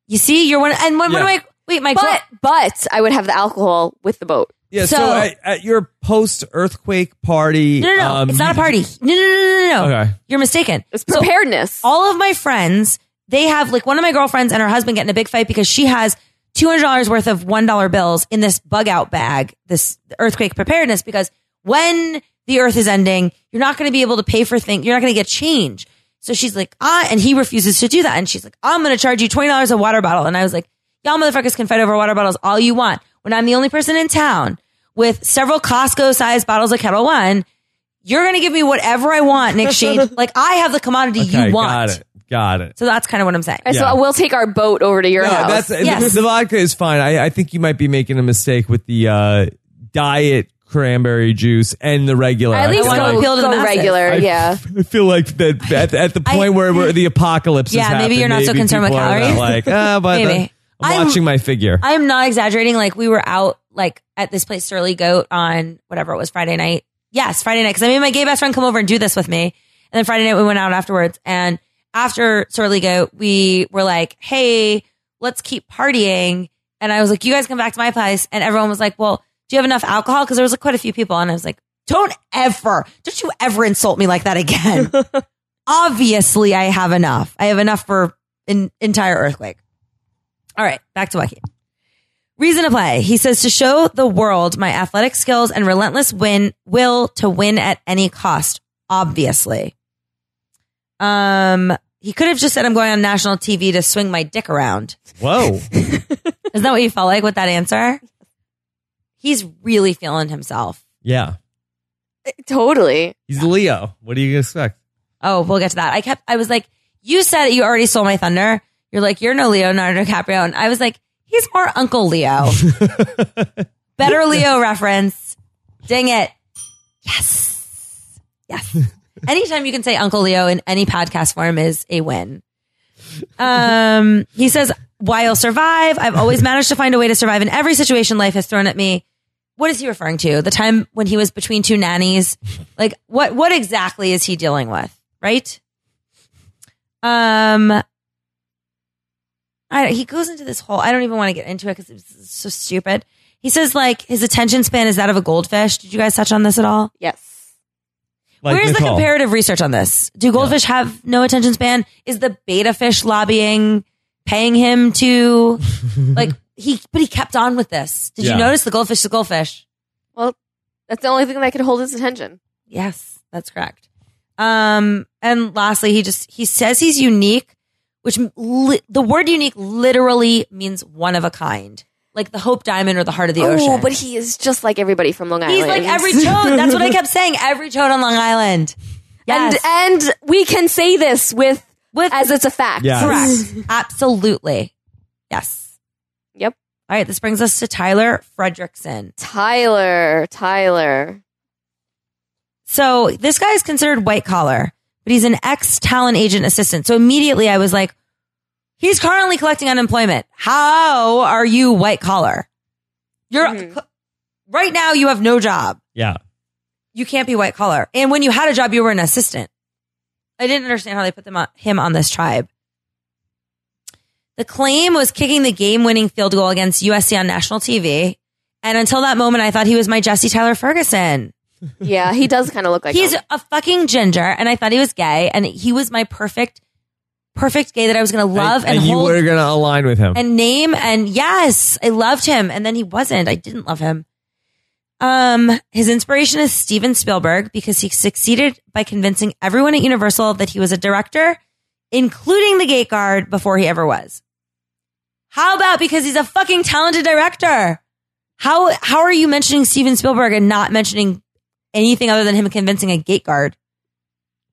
Speaker 3: You see, you're one. And when, when
Speaker 1: Yeah.
Speaker 3: do I wait? My
Speaker 4: But but I would have the alcohol with the boat.
Speaker 1: Yeah. So,
Speaker 3: So-
Speaker 1: at, at your post earthquake party.
Speaker 3: no no no,
Speaker 1: um,
Speaker 3: it's not a
Speaker 1: you-
Speaker 3: party. No no no no no. no.
Speaker 1: Okay.
Speaker 3: You're mistaken.
Speaker 4: It's
Speaker 3: So- Oh.
Speaker 4: preparedness.
Speaker 3: all of my friends, they have like one of my girlfriends and her husband get in a big fight because she has $200 worth of $1 bills in this bug out bag, this earthquake preparedness, because when the earth is ending, you're not going to be able to pay for things. You're not going to get change. So she's like, ah, and he refuses to do that. And she's like, I'm going to charge you $20 a water bottle. And I was like, y'all motherfuckers can fight over water bottles all you want. When I'm the only person in town with several Costco sized bottles of Kettle One, you're going to give me whatever I want in exchange. like I have the commodity
Speaker 1: Okay,
Speaker 3: you want.
Speaker 1: Got it. Got it.
Speaker 3: So that's kind of what I'm saying.
Speaker 4: All right,
Speaker 1: Yeah.
Speaker 4: So we'll take our boat over to your house.
Speaker 1: that's
Speaker 3: Yes.
Speaker 1: the, the vodka is fine. I, I think you might be making a mistake with the uh, diet cranberry juice and the regular.
Speaker 4: At least
Speaker 3: I wanna
Speaker 4: go,
Speaker 3: appeal to the
Speaker 4: go
Speaker 3: masses.
Speaker 4: regular.
Speaker 1: I,
Speaker 4: yeah.
Speaker 1: I feel like that at, at the point where, where the apocalypse.
Speaker 3: Yeah,
Speaker 1: has
Speaker 3: maybe
Speaker 1: happened,
Speaker 3: you're not so concerned with
Speaker 1: people are not
Speaker 3: calories.
Speaker 1: Like, ah, but
Speaker 3: Maybe.
Speaker 1: the- I'm
Speaker 3: I'm-
Speaker 1: watching my figure.
Speaker 3: I am not exaggerating. Like we were out like at this place, Surly Goat, on whatever it was Friday night. Yes, Friday night. Because I made my gay best friend come over and do this with me. And then Friday night we went out afterwards. And after Surly Goat, we were like, "Hey, let's keep partying." And I was like, "You guys come back to my place." And everyone was like, "Well, do you have enough alcohol?" Because there was like quite a few people. And I was like, "Don't ever, don't you ever insult me like that again." Obviously, I have enough. I have enough for an entire earthquake. All right, back to Wacky. Reason to play. He says to show the world my athletic skills and relentless win will to win at any cost. Obviously. Um, he could have just said, "I'm going on national TV to swing my dick around."
Speaker 1: Whoa.
Speaker 3: Isn't that what you felt like with that answer? He's really feeling himself.
Speaker 1: Yeah.
Speaker 4: Totally.
Speaker 1: He's Leo. What do you expect?
Speaker 3: Oh, we'll get to that. I kept. I was like, "You said you already stole my thunder." You're like, "You're no Leonardo DiCaprio," and I was like, "He's more Uncle Leo." Better Leo reference. Ding it. Yes. Yes. Anytime you can say Uncle Leo in any podcast form is a win. Um, he says, while survive, I've always managed to find a way to survive in every situation life has thrown at me. What is he referring to? The time when he was between two nannies? Like what what exactly is he dealing with? Right? Um I, he goes into this whole. I don't even want to get into it because it's so stupid. He says like his attention span is that of a goldfish. Did you guys touch on this at all?
Speaker 4: Yes.
Speaker 1: Like
Speaker 3: Where's the
Speaker 1: Nicole.
Speaker 3: comparative research on this? Do goldfish have no attention span? Is the beta fish lobbying paying him to like he? But he kept on with this. Did
Speaker 1: Yeah.
Speaker 3: you notice the goldfish? The goldfish.
Speaker 4: Well, that's the only thing that could hold his attention.
Speaker 3: Yes, that's correct. Um, and lastly, he just he says he's unique, which li- the word unique literally means one of a kind, like the Hope Diamond or the heart of the
Speaker 4: Oh,
Speaker 3: ocean.
Speaker 4: but he is just like everybody from Long Island.
Speaker 3: He's like every toad. That's what I kept saying. Every toad on Long Island. Yes.
Speaker 4: And and we can say this with,
Speaker 3: With-
Speaker 4: as it's a fact.
Speaker 1: Yeah.
Speaker 3: correct. Absolutely. Yes.
Speaker 4: Yep.
Speaker 3: All right. This brings us to Tyler Fredrickson.
Speaker 4: Tyler. Tyler.
Speaker 3: So this guy is considered white collar, but he's an ex talent agent assistant. So immediately I was like, he's currently collecting unemployment. How are you white collar? You're right now you have no job.
Speaker 1: Yeah.
Speaker 3: you can't be white collar. And when you had a job, you were an assistant. I didn't understand how they put them on, him on this tribe. The claim was kicking the game winning field goal against USC on national TV. And until that moment, I thought he was my Jesse Tyler Ferguson.
Speaker 4: Yeah, he does kind of look like
Speaker 3: He's
Speaker 4: him.
Speaker 3: a fucking ginger, and I thought he was gay, and he was my perfect, perfect gay that I was going to love and,
Speaker 1: and you
Speaker 3: hold
Speaker 1: were going to align with him.
Speaker 3: and name and yes, I loved him. And then he wasn't. I didn't love him. Um, his inspiration is Steven Spielberg because he succeeded by convincing everyone at Universal that he was a director, including the gate guard before he ever was. How about because he's a fucking talented director? How how are you mentioning Steven Spielberg and not mentioning anything other than him convincing a gate guard?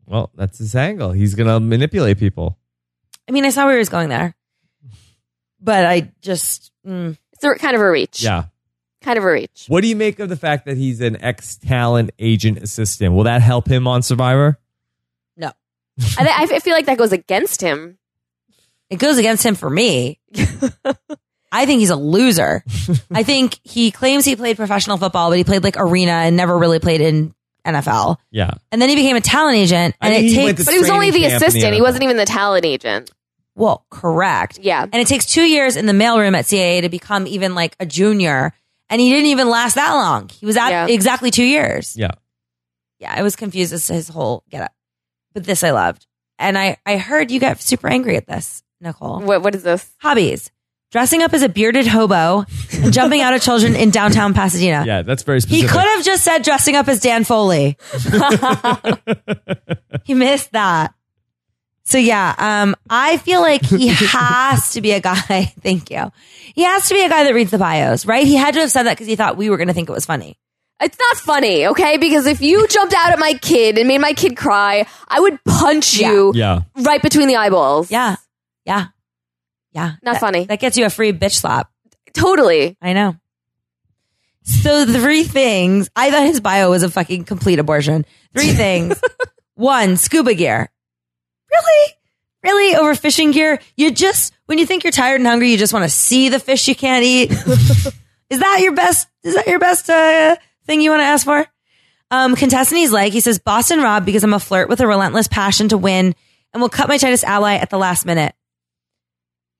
Speaker 1: well, that's his angle. He's going to manipulate people.
Speaker 3: I mean, I saw where he was going there, but I just mm,
Speaker 4: It's a- kind of a reach.
Speaker 1: Yeah.
Speaker 4: Kind of a reach.
Speaker 1: What do you make of the fact that he's an ex talent agent assistant? Will that help him on Survivor?
Speaker 3: no.
Speaker 4: I, thi- I f- I feel like that goes against him.
Speaker 3: it goes against him for me. I think he's a loser. I think he claims he played professional football, but he played like arena and never really played in NFL.
Speaker 1: Yeah.
Speaker 3: And then he became a talent agent,
Speaker 1: I
Speaker 3: and
Speaker 1: mean,
Speaker 3: it
Speaker 1: he went to-
Speaker 3: takes
Speaker 4: But he was only
Speaker 1: Training
Speaker 4: the
Speaker 1: camp in the
Speaker 4: assistant. He
Speaker 1: NFL.
Speaker 4: wasn't even the talent agent.
Speaker 3: well, correct,
Speaker 4: Yeah.
Speaker 3: and it takes two years in the mailroom at CAA to become even like a junior, and he didn't even last that long. He was at
Speaker 4: Yeah.
Speaker 3: exactly two years.
Speaker 1: Yeah.
Speaker 3: yeah, I was confused as to his whole getup, but this I loved, and I I heard you got super angry at this, Nicole.
Speaker 4: What, what is this?
Speaker 3: hobbies dressing up as a bearded hobo and jumping out at children in downtown Pasadena.
Speaker 1: Yeah. That's very
Speaker 3: He
Speaker 1: specific.
Speaker 3: could have just said dressing up as Dan Foley. he missed that. So yeah, um, I feel like he has to be a guy. Thank you. He has to be a guy that reads the bios, right? He had to have said that because he thought we were going to think it was funny.
Speaker 4: It's not funny, okay? Because if you jumped out at my kid and made my kid cry, I would punch
Speaker 3: Yeah.
Speaker 4: you
Speaker 1: Yeah.
Speaker 4: right between the eyeballs.
Speaker 3: Yeah, yeah, yeah.
Speaker 4: Not
Speaker 3: That-
Speaker 4: funny.
Speaker 3: That gets you a free bitch slap.
Speaker 4: Totally.
Speaker 3: I know. So three things. I thought his bio was a fucking complete abortion. Three things. One, scuba gear. Really? Really? Over fishing gear? You just, when you think you're tired and hungry, you just want to see the fish you can't eat. is that your best, is that your best, uh, thing you want to ask for? Um, Contestinee's like, he says, Boston Rob, because I'm a flirt with a relentless passion to win and will cut my tightest ally at the last minute.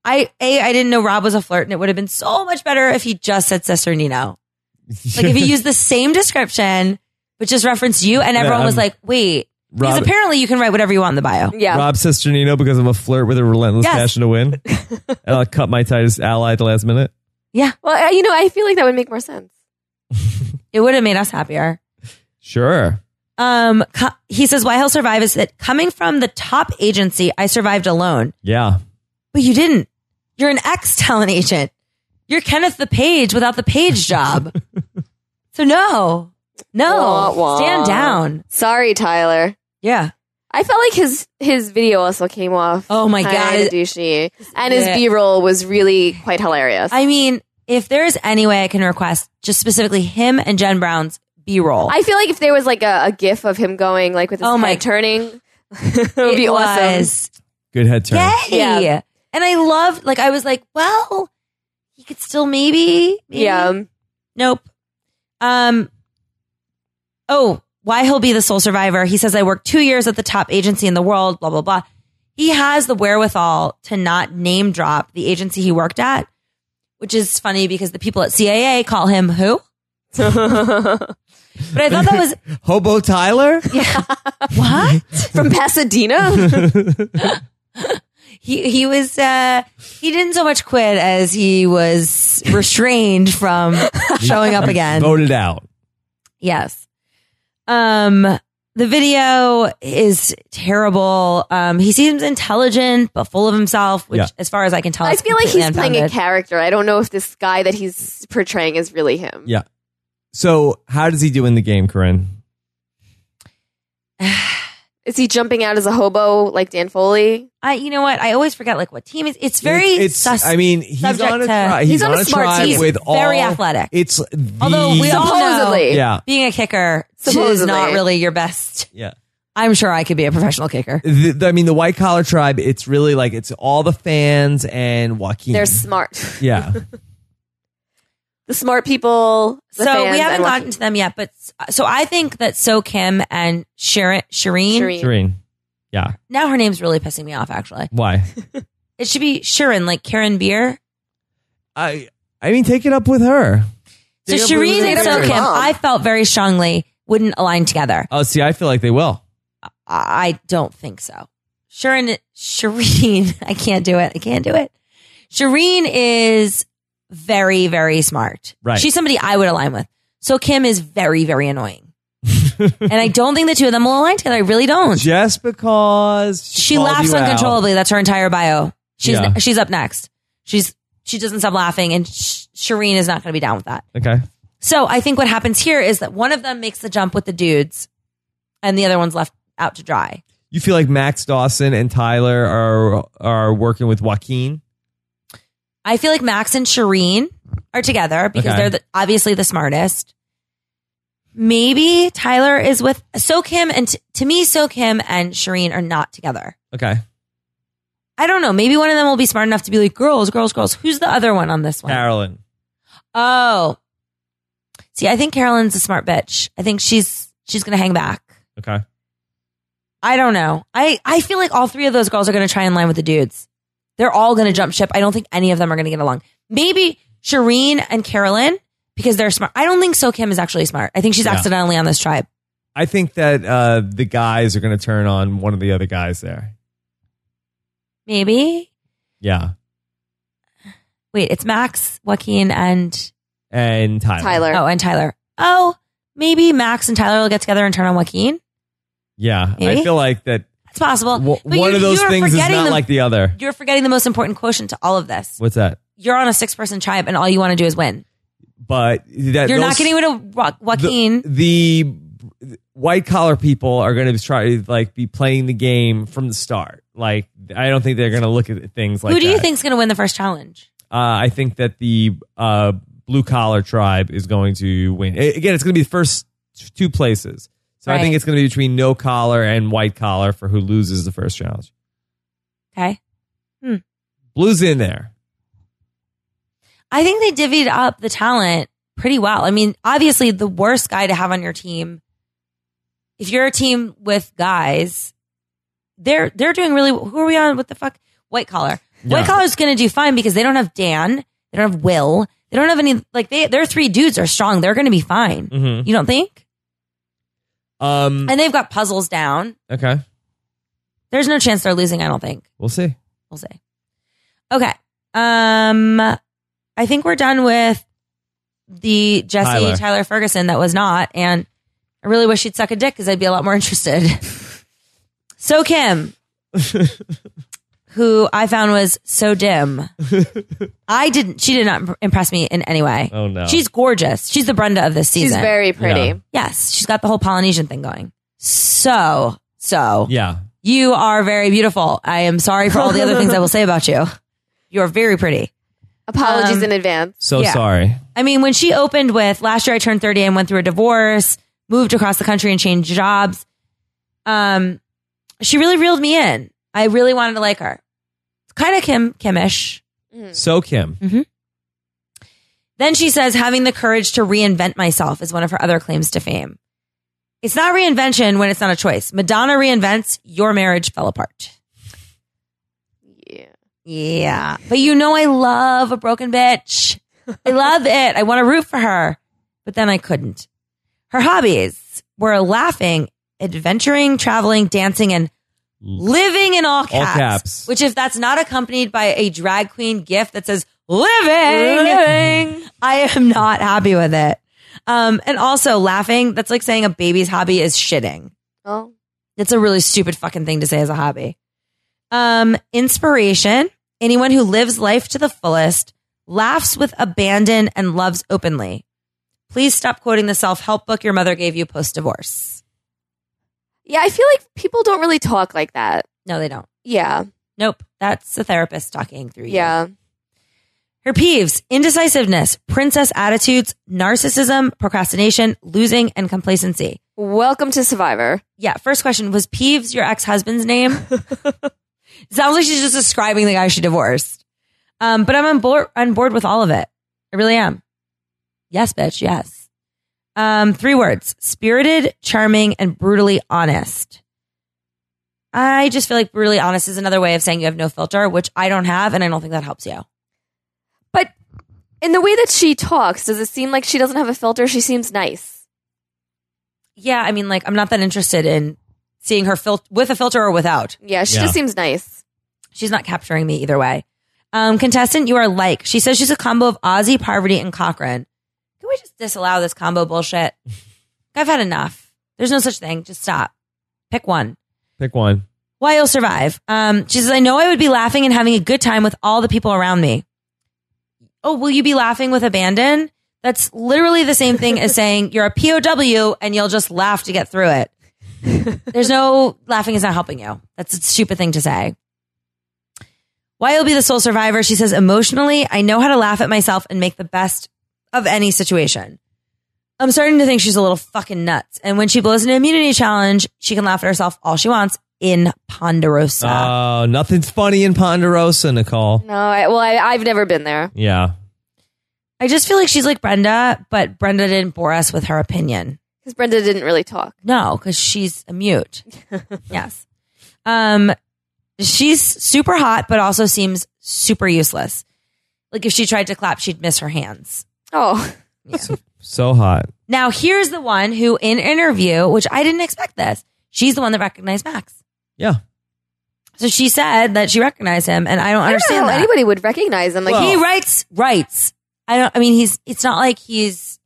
Speaker 3: I, A, I didn't know Rob was a flirt and it would have been so much better if he just said Cesarino. Like if he used the same description, but just referenced you, and everyone was
Speaker 1: I'm-
Speaker 3: like, "Wait," because
Speaker 1: Rob-
Speaker 3: apparently you can write whatever you want in the bio.
Speaker 4: Yeah.
Speaker 1: Rob Cesternino because I'm a flirt with a relentless
Speaker 3: Yes.
Speaker 1: passion to win, and I'll cut my tightest ally at the last minute.
Speaker 4: well, I- you know, I feel like that would make more sense.
Speaker 3: It would have made us happier.
Speaker 1: Sure.
Speaker 3: Um, co- he says why he'll survive is that coming from the top agency, I survived alone,
Speaker 1: Yeah.
Speaker 3: but you didn't. You're an ex talent agent. You're Kenneth the Page without the Page job. so no, no,
Speaker 4: Wah, wah.
Speaker 3: Oh, stand down.
Speaker 4: Sorry, Tyler.
Speaker 3: Yeah,
Speaker 4: I felt like his his video also came off.
Speaker 3: Oh my
Speaker 4: kinda
Speaker 3: God.
Speaker 4: douchey, and his
Speaker 3: Yeah.
Speaker 4: B roll was really quite hilarious. I,
Speaker 3: I mean, if there's any way I can request, just specifically him and Jen Brown's B roll.
Speaker 4: feel like if there was like a, a gif of him going like with his
Speaker 3: Oh
Speaker 4: head
Speaker 3: my-
Speaker 4: turning, it would be
Speaker 3: it
Speaker 4: awesome.
Speaker 3: was
Speaker 1: Good head turn.
Speaker 3: Yay!
Speaker 4: Yeah.
Speaker 3: And I loved, like, I was like, well, he could still maybe, maybe.
Speaker 4: Yeah,
Speaker 3: Nope. Um. Oh, why he'll be the sole survivor? He says I worked two years at the top agency in the world. Blah blah blah. He has the wherewithal to not name drop the agency he worked at, which is funny because the people at CAA call him who. but I thought that was
Speaker 1: Hobo Tyler.
Speaker 3: what.
Speaker 4: from Pasadena.
Speaker 3: he he was uh he didn't so much quit as he was restrained from showing up again.
Speaker 1: Voted out.
Speaker 3: Yes. Um the video is terrible. Um he seems intelligent but full of himself, which
Speaker 1: Yeah.
Speaker 3: as far as I can tell
Speaker 4: I
Speaker 3: is
Speaker 4: feel like he's
Speaker 3: completely
Speaker 4: playing a
Speaker 3: unfounded.
Speaker 4: character. I don't know if this guy that he's portraying is really him.
Speaker 1: Yeah. So how does he do in the game, Corinne?
Speaker 4: Is he jumping out as a hobo like Dan Foley?
Speaker 3: I you know what? I always forget like what team is it's very
Speaker 1: It's.
Speaker 3: sus-
Speaker 1: I mean, he's
Speaker 3: subject
Speaker 1: on a
Speaker 3: to-
Speaker 1: tri-
Speaker 4: He's on a smart
Speaker 1: tribe
Speaker 4: team.
Speaker 1: with all
Speaker 3: very athletic.
Speaker 1: It's the,
Speaker 3: Although we all- no.
Speaker 4: Supposedly.
Speaker 1: yeah
Speaker 3: Being a kicker is not
Speaker 4: Supposedly.
Speaker 3: really your best.
Speaker 1: yeah.
Speaker 3: I'm sure I could be a professional kicker.
Speaker 1: The, the- I mean, the white collar tribe. It's really like it's all the fans and Joaquin.
Speaker 4: They're smart.
Speaker 1: yeah.
Speaker 4: The smart people. The
Speaker 3: so
Speaker 4: fans,
Speaker 3: we haven't
Speaker 4: and
Speaker 3: gotten to them yet, but so I think that So Kim and Shireen, Shireen,
Speaker 4: Shireen.
Speaker 1: Shireen. Yeah.
Speaker 3: Now her name's really pissing me off. Actually,
Speaker 1: Why?
Speaker 3: it should be Shirin, like Karen Beer.
Speaker 1: I. I mean, take it up with her.
Speaker 3: So
Speaker 1: Take it up with
Speaker 3: Shireen and
Speaker 1: her.
Speaker 3: So Kim,
Speaker 4: Mom.
Speaker 3: I felt very strongly wouldn't align together.
Speaker 1: Oh, see, I feel like they will.
Speaker 3: I I don't think so. Shirin, Shireen, I can't do it. I can't do it. Shireen is very, very smart.
Speaker 1: Right.
Speaker 3: She's somebody I would align with. So Kim is very, very annoying. and I don't think the two of them will align together. I really don't.
Speaker 1: Just because she,
Speaker 3: She
Speaker 1: called
Speaker 3: laughs
Speaker 1: you out.
Speaker 3: uncontrollably. That's her entire bio. She's
Speaker 1: Yeah.
Speaker 3: she's up next. She's she doesn't stop laughing, and Sh- Shireen is not going to be down with that.
Speaker 1: Okay.
Speaker 3: So I think what happens here is that one of them makes the jump with the dudes, and the other one's left out to dry.
Speaker 1: You feel like Max Dawson and Tyler are are working with Joaquin.
Speaker 3: I feel like Max and Shireen are together because
Speaker 1: Okay.
Speaker 3: they're the, obviously the smartest. Maybe Tyler is with So Kim, and t- to me, So Kim and Shireen are not together.
Speaker 1: Okay.
Speaker 3: I don't know. Maybe one of them will be smart enough to be like, girls, girls, girls. Who's the other one on this one?
Speaker 1: Carolyn.
Speaker 3: Oh. See, I think Carolyn's a smart bitch. I think she's she's gonna hang back.
Speaker 1: Okay.
Speaker 3: I don't know. I, I feel like all three of those girls are gonna try and line with the dudes. They're all gonna jump ship. I don't think any of them are gonna get along. Maybe Shireen and Carolyn, because they're smart. I don't think So Kim is actually smart. I think she's
Speaker 1: Yeah.
Speaker 3: accidentally on this tribe.
Speaker 1: I think that uh, the guys are going to turn on one of the other guys there.
Speaker 3: Maybe.
Speaker 1: Yeah.
Speaker 3: Wait, it's Max, Joaquin, and
Speaker 1: And Tyler.
Speaker 4: Tyler.
Speaker 3: oh, and Tyler. Oh, maybe Max and Tyler will get together and turn on Joaquin.
Speaker 1: Yeah.
Speaker 3: Maybe?
Speaker 1: I feel like that
Speaker 3: It's possible.
Speaker 1: w-
Speaker 3: Eh? But
Speaker 1: one
Speaker 3: you-
Speaker 1: of those
Speaker 3: you are
Speaker 1: things is
Speaker 3: forgetting
Speaker 1: not
Speaker 3: the-
Speaker 1: like the other.
Speaker 3: You're forgetting the most important quotient to all of this.
Speaker 1: What's that?
Speaker 3: you're on a six person tribe and all you want to do is win.
Speaker 1: But that
Speaker 3: You're
Speaker 1: those-
Speaker 3: not getting rid of Wa- Joaquin.
Speaker 1: the, the white collar people are going to try to like be playing the game from the start. Like I don't think they're going to look at things like
Speaker 3: Who do you
Speaker 1: that.
Speaker 3: think's going to win the first challenge?
Speaker 1: Uh, I think that the uh, blue collar tribe is going to win. A- Again, it's going to be the first two places. So I think
Speaker 3: Right.
Speaker 1: it's going to be between no collar and white collar for who loses the first challenge.
Speaker 3: Okay.
Speaker 1: Blue's in there.
Speaker 3: I think they divvied up the talent pretty well. I mean, obviously, the worst guy to have on your team, if you're a team with guys, they're they're doing really. Who are we on? What the fuck? White collar.
Speaker 1: Yeah.
Speaker 3: White collar's going to do fine because they don't have Dan. They don't have Will. They don't have any. Like they, their three dudes are strong. They're going to be fine.
Speaker 1: Mm-hmm.
Speaker 3: You don't think?
Speaker 1: Um,
Speaker 3: And they've got puzzles down.
Speaker 1: okay,
Speaker 3: There's no chance they're losing. I don't think.
Speaker 1: we'll see.
Speaker 3: We'll see. Okay. Um, I think we're done with the Jesse
Speaker 1: Tyler.
Speaker 3: Tyler, Ferguson that was not, and I really wish she'd suck a dick because I'd be a lot more interested. so Kim, who I found was so dim, I didn't. She did not imp- impress me in any way.
Speaker 1: Oh no,
Speaker 3: She's gorgeous. She's the Brenda of this
Speaker 4: She's
Speaker 3: season.
Speaker 4: very pretty.
Speaker 1: Yeah.
Speaker 3: yes, she's got the whole Polynesian thing going. So, so
Speaker 1: yeah.
Speaker 3: you are very beautiful. I am sorry for all the other things I will say about you. You are very pretty.
Speaker 4: Apologies
Speaker 3: Um,
Speaker 4: in advance.
Speaker 1: So
Speaker 3: Yeah.
Speaker 1: sorry.
Speaker 3: I mean, when she opened with last year, I turned 30 and went through a divorce, moved across the country and changed jobs. Um, she really reeled me in. I really wanted to like her. It's kind of Kim, Kimish.
Speaker 1: So Kim.
Speaker 3: Then she says, having the courage to reinvent myself is one of her other claims to fame. It's not reinvention when it's not a choice. Madonna reinvents, your marriage fell apart.
Speaker 4: Yeah.
Speaker 3: Yeah. But you know, I love a broken bitch. I love it. I want to root for her. But then I couldn't. Her hobbies were laughing, adventuring, traveling, dancing, and living in all caps.
Speaker 1: caps.
Speaker 3: Which, if that's not accompanied by a drag queen gift that says living, I am not happy with it. Um, and also laughing, that's like saying a baby's hobby is shitting.
Speaker 4: Well,
Speaker 3: That's a really stupid fucking thing to say as a hobby. Um, inspiration. Anyone who lives life to the fullest, laughs with abandon, and loves openly. Please stop quoting the self help book your mother gave you post divorce.
Speaker 4: yeah, I feel like people don't really talk like that.
Speaker 3: No, they don't.
Speaker 4: Yeah.
Speaker 3: Nope. That's the therapist talking through you.
Speaker 4: Yeah.
Speaker 3: Her peeves indecisiveness, princess attitudes, narcissism, procrastination, losing, and complacency.
Speaker 4: Welcome to Survivor.
Speaker 3: Yeah. First question Was Peeves your ex husband's name? Sounds like she's just describing the guy she divorced. Um, but I'm on board, on board with all of it. I really am. Yes, bitch. Yes. Um, three words spirited, charming, and brutally honest. I just feel like brutally honest is another way of saying you have no filter, which I don't have. And I don't think that helps you.
Speaker 4: But in the way that she talks, does it seem like she doesn't have a filter? She seems nice.
Speaker 3: Yeah. I mean, like, I'm not that interested in seeing her fil- with a filter or without.
Speaker 4: Yeah, she
Speaker 1: Yeah.
Speaker 4: just seems nice.
Speaker 3: She's not capturing me either way. Um, contestant, you are like. She says she's a combo of Aussie, Poverty, and Cochrane. Can we just disallow this combo bullshit? I've had enough. There's no such thing. Just stop. Pick one.
Speaker 1: Pick one.
Speaker 3: Why you'll survive. Um, she says, I know I would be laughing and having a good time with all the people around me. Oh, will you be laughing with abandon? That's literally the same thing as saying you're a POW and you'll just laugh to get through it. There's no laughing is not helping you. That's a stupid thing to say. Why you'll be the sole survivor, she says, emotionally, I know how to laugh at myself and make the best of any situation. I'm starting to think she's a little fucking nuts. And when she blows an immunity challenge, she can laugh at herself all she wants in Ponderosa.
Speaker 1: Oh, nothing's funny in Ponderosa, Nicole.
Speaker 4: No, I, well, I, I've never been there.
Speaker 1: Yeah.
Speaker 3: I just feel like she's like Brenda, but Brenda didn't bore us with her opinion.
Speaker 4: Because Brenda didn't really talk.
Speaker 3: No, because she's a mute. yes. Um, she's super hot, but also seems super useless. Like if she tried to clap, she'd miss her hands.
Speaker 4: Oh,
Speaker 1: So hot.
Speaker 3: Now here's the one who, in interview, which I didn't expect this, she's the one that recognized Max.
Speaker 1: Yeah.
Speaker 3: So she said that she recognized him, and I don't
Speaker 4: I don't know
Speaker 3: understand
Speaker 4: how
Speaker 3: that.
Speaker 4: anybody would recognize him. Like,
Speaker 1: Well-
Speaker 4: he,
Speaker 3: he writes writes. I don't. I mean, he's. It's not like he's.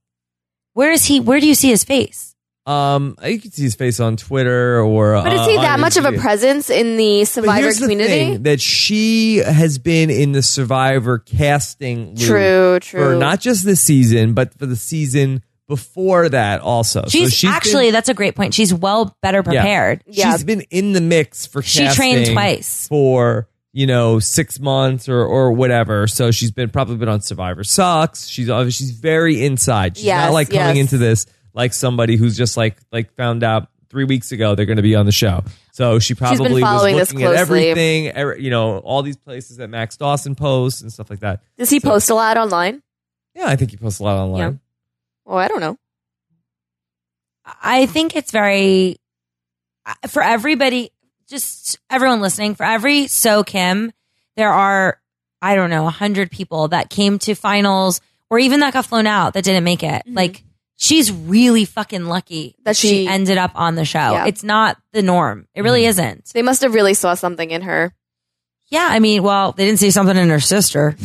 Speaker 3: Where is he? Where do you see his face?
Speaker 1: Um, you can see his face on Twitter or.
Speaker 4: but is
Speaker 1: uh,
Speaker 4: he
Speaker 1: on
Speaker 4: that much of a
Speaker 1: Instagram.
Speaker 4: presence in the
Speaker 1: But
Speaker 4: Survivor
Speaker 1: here's the
Speaker 4: community?
Speaker 1: thing, that she has been in the Survivor casting loop
Speaker 4: True, true.
Speaker 1: for not just this season, but for the season before that also.
Speaker 3: She's,
Speaker 1: so she's been-
Speaker 3: actually. that's a great point. She's well better prepared.
Speaker 4: yeah,
Speaker 1: She's been in the mix for
Speaker 3: She
Speaker 1: casting
Speaker 3: trained twice.
Speaker 1: for you know, six months or or whatever. So she's been probably been on Survivor Sucks. She's obviously she's very inside. She's
Speaker 4: Yes,
Speaker 1: not like coming
Speaker 4: yes.
Speaker 1: into this like somebody who's just like like found out three weeks ago they're going to be on the show. So she
Speaker 4: been
Speaker 1: probably was
Speaker 4: following
Speaker 1: looking
Speaker 4: this
Speaker 1: at
Speaker 4: closely.
Speaker 1: everything, every, you know, all these places that Max Dawson posts and stuff like that.
Speaker 4: Does he
Speaker 1: So-
Speaker 4: post a lot online?
Speaker 1: Yeah, I think he posts a lot online.
Speaker 4: Yeah. Oh, I don't know.
Speaker 3: I think it's very I- for everybody, just everyone listening. For every So Kim, there are I don't know a hundred people that came to finals or even that got flown out that didn't make it.
Speaker 4: Mhm.
Speaker 3: Like she's really fucking lucky
Speaker 4: That she-
Speaker 3: ended up on the show.
Speaker 4: Yeah.
Speaker 3: It's not the norm. It really
Speaker 1: Mhm.
Speaker 3: isn't.
Speaker 4: They must have really saw something in her.
Speaker 3: Yeah, I mean, well, they didn't see something in her sister.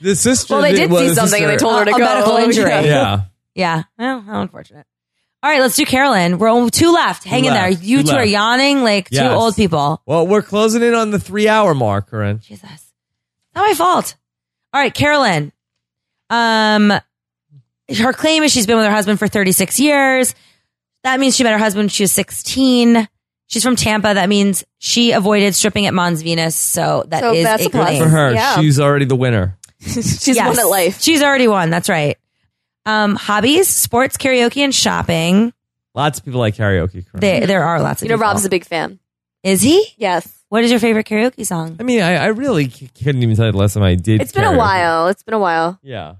Speaker 1: The sister.
Speaker 4: Well, they did
Speaker 1: well,
Speaker 4: see
Speaker 1: the
Speaker 4: something and they
Speaker 1: sister-
Speaker 4: told her to
Speaker 3: A- a
Speaker 4: go.
Speaker 3: medical injury.
Speaker 4: Yeah.
Speaker 1: Yeah.
Speaker 3: Yeah. Well, how unfortunate. All right, let's do Carolyn. We're only two left. Hang in
Speaker 1: left.
Speaker 3: there. You
Speaker 1: Two
Speaker 3: two are
Speaker 1: left.
Speaker 3: yawning like two
Speaker 1: Yes.
Speaker 3: old people.
Speaker 1: Well, we're closing in on the three hour mark, Corinne.
Speaker 3: Jesus. Not my fault. All right, Carolyn. Um her claim is she's been with her husband for 36 years. That means she met her husband when she was 16. She's from Tampa. That means she avoided stripping at Mons Venus. So that is
Speaker 4: So that's
Speaker 3: a
Speaker 4: a plus.
Speaker 3: claim.
Speaker 1: For her,
Speaker 4: Yeah.
Speaker 1: she's already the winner.
Speaker 4: She's won at life.
Speaker 3: She's already won. That's right. Um, hobbies, sports, karaoke, and shopping.
Speaker 1: Lots of people like karaoke, Corinne.
Speaker 3: There, there are lots of
Speaker 4: You know,
Speaker 3: people.
Speaker 4: Rob's a big fan.
Speaker 3: Is he?
Speaker 4: Yes.
Speaker 3: What is your favorite karaoke song?
Speaker 1: I mean, I, I really c- couldn't even tell you the last time I did.
Speaker 4: It's been a
Speaker 1: karaoke.
Speaker 4: while. It's been a while.
Speaker 1: Yeah.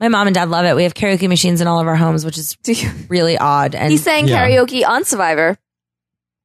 Speaker 3: My mom and dad love it. We have karaoke machines in all of our homes, which is
Speaker 4: Do you?
Speaker 3: really odd. And
Speaker 4: He sang
Speaker 1: Yeah.
Speaker 4: karaoke on Survivor.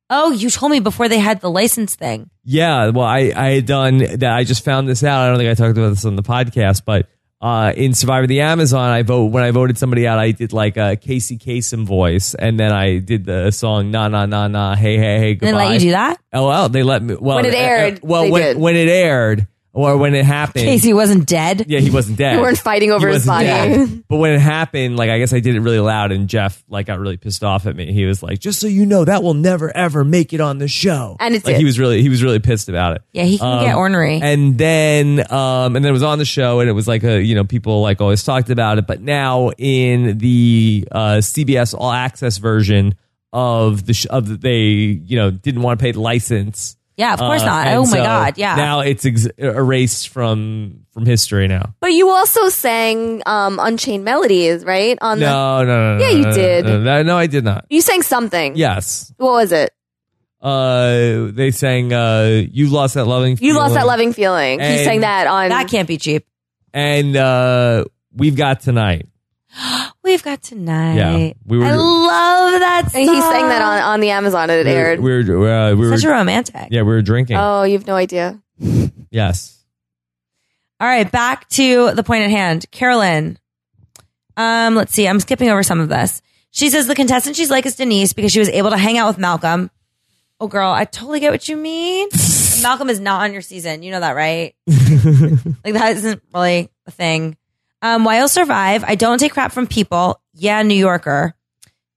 Speaker 3: oh, you told me before they had the license thing.
Speaker 1: Yeah. Well, I, I had done that. I just found this out. I don't think I talked about this on the podcast, but uh, in Survivor the Amazon, I vote when I voted somebody out, I did like a Casey Kasem voice, and then I did the song "Na Na Na Na Hey Hey Hey
Speaker 3: They
Speaker 1: Goodbye."
Speaker 3: let you do that.
Speaker 1: LL. They let me. Well,
Speaker 4: When it
Speaker 1: uh, uh,
Speaker 4: aired,
Speaker 1: well,
Speaker 4: they
Speaker 1: when,
Speaker 4: did.
Speaker 1: when it aired, or when it happened,
Speaker 3: Casey wasn't dead.
Speaker 1: Yeah, he wasn't dead.
Speaker 4: We weren't fighting over
Speaker 1: He
Speaker 4: his body.
Speaker 1: wasn't dead. But when it happened, like I guess I did it really loud, and Jeff like got really pissed off at me. He was like, "Just so you know, that will never ever make it on the show."
Speaker 4: And it
Speaker 1: like
Speaker 4: did.
Speaker 1: he was really he was really pissed about it.
Speaker 3: Yeah, he can
Speaker 1: Um,
Speaker 3: get ornery.
Speaker 1: And then um and then it was on the show, and it was like a you know people like always talked about it, but now in the uh, CBS All Access version of the sh- of the, they you know didn't want to pay the license.
Speaker 3: yeah, of course
Speaker 1: Uh,
Speaker 3: not.
Speaker 1: and
Speaker 3: Oh my
Speaker 1: so
Speaker 3: god. Yeah.
Speaker 1: Now it's ex- erased from from history now.
Speaker 4: But you also sang um, Unchained Melodies, right? On the,
Speaker 1: No, no, no.
Speaker 4: Yeah,
Speaker 1: no,
Speaker 4: you
Speaker 1: no,
Speaker 4: did.
Speaker 1: No, no, no, I did not.
Speaker 4: you sang something.
Speaker 1: Yes.
Speaker 4: What was it?
Speaker 1: Uh, they sang uh, "You Lost That Loving."
Speaker 4: You
Speaker 1: Feeling,"
Speaker 4: lost that loving feeling.
Speaker 1: And-
Speaker 4: you sang that on.
Speaker 3: that can't be cheap.
Speaker 1: and uh, we've got tonight.
Speaker 3: We've got tonight.
Speaker 1: Yeah, we were-
Speaker 3: I love that.
Speaker 4: and he
Speaker 3: song.
Speaker 4: sang that on, on the Amazon and it
Speaker 1: We were-
Speaker 4: aired.
Speaker 1: We were, uh, we were
Speaker 3: Such a romantic.
Speaker 1: yeah, we were drinking.
Speaker 4: oh, you have no idea.
Speaker 1: Yes.
Speaker 3: All right, back to the point at hand. Carolyn. Um, let's see. I'm skipping over some of this. She says the contestant she's like is Denise because she was able to hang out with Malcolm. Oh girl, I totally get what you mean. Malcolm is not on your season. You know that, right? like that isn't really a thing. Um, why I'll survive. I don't take crap from people. Yeah, New Yorker.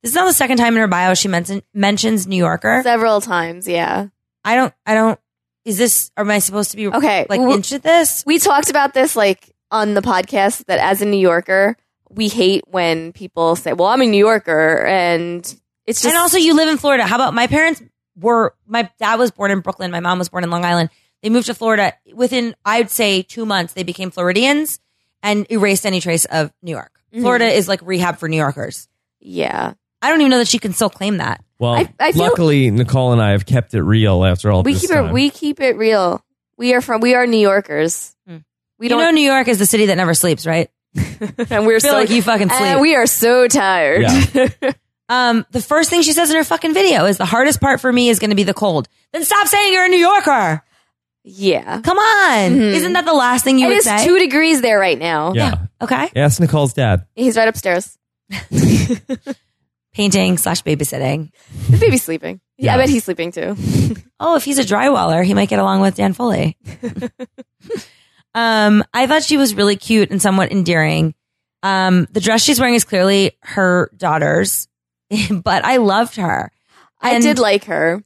Speaker 3: This is now the second time in her bio she mention, mentions New Yorker.
Speaker 4: Several times, yeah.
Speaker 3: I don't I don't is this am I supposed to be
Speaker 4: Okay.
Speaker 3: like
Speaker 4: w-
Speaker 3: into this?
Speaker 4: we talked about this like on the podcast that as a New Yorker, we hate when people say, "Well, I'm a New Yorker," and it's just
Speaker 3: and also, you live in Florida. How about my parents were? My dad was born in Brooklyn. My mom was born in Long Island. They moved to Florida within, I would say, two months. They became Floridians and erased any trace of New York.
Speaker 4: Mhm.
Speaker 3: Florida is like rehab for New Yorkers.
Speaker 4: yeah.
Speaker 3: I don't even know that she can still claim that.
Speaker 1: Well,
Speaker 4: I- I feel-
Speaker 1: luckily Nicole and I have kept it real after all
Speaker 4: We
Speaker 1: this
Speaker 4: keep
Speaker 1: time.
Speaker 4: it we keep it real. We are from we are New Yorkers.
Speaker 3: Mm.
Speaker 4: We
Speaker 3: You
Speaker 4: don't
Speaker 3: know, New York is the city that never sleeps, right?
Speaker 4: and we're
Speaker 3: I feel
Speaker 4: so
Speaker 3: like you fucking sleep.
Speaker 4: and we are so tired.
Speaker 3: um, the first thing she says in her fucking video is the hardest part for me is going to be the cold. Then stop saying you're a New Yorker.
Speaker 4: yeah.
Speaker 3: Come on.
Speaker 4: Mhm.
Speaker 3: Isn't that the last thing you
Speaker 4: it
Speaker 3: would
Speaker 4: is
Speaker 3: say?
Speaker 4: two degrees there right now.
Speaker 1: yeah.
Speaker 3: okay.
Speaker 1: Ask Nicole's dad.
Speaker 4: He's right upstairs.
Speaker 3: Painting slash babysitting.
Speaker 4: The baby's sleeping. Yeah, I
Speaker 1: Yeah.
Speaker 4: bet he's sleeping too.
Speaker 3: oh, if he's a drywaller, he might get along with Dan Foley. um, I thought she was really cute and somewhat endearing. Um, the dress she's wearing is clearly her daughter's, but I loved her.
Speaker 4: I
Speaker 3: And-
Speaker 4: did like her.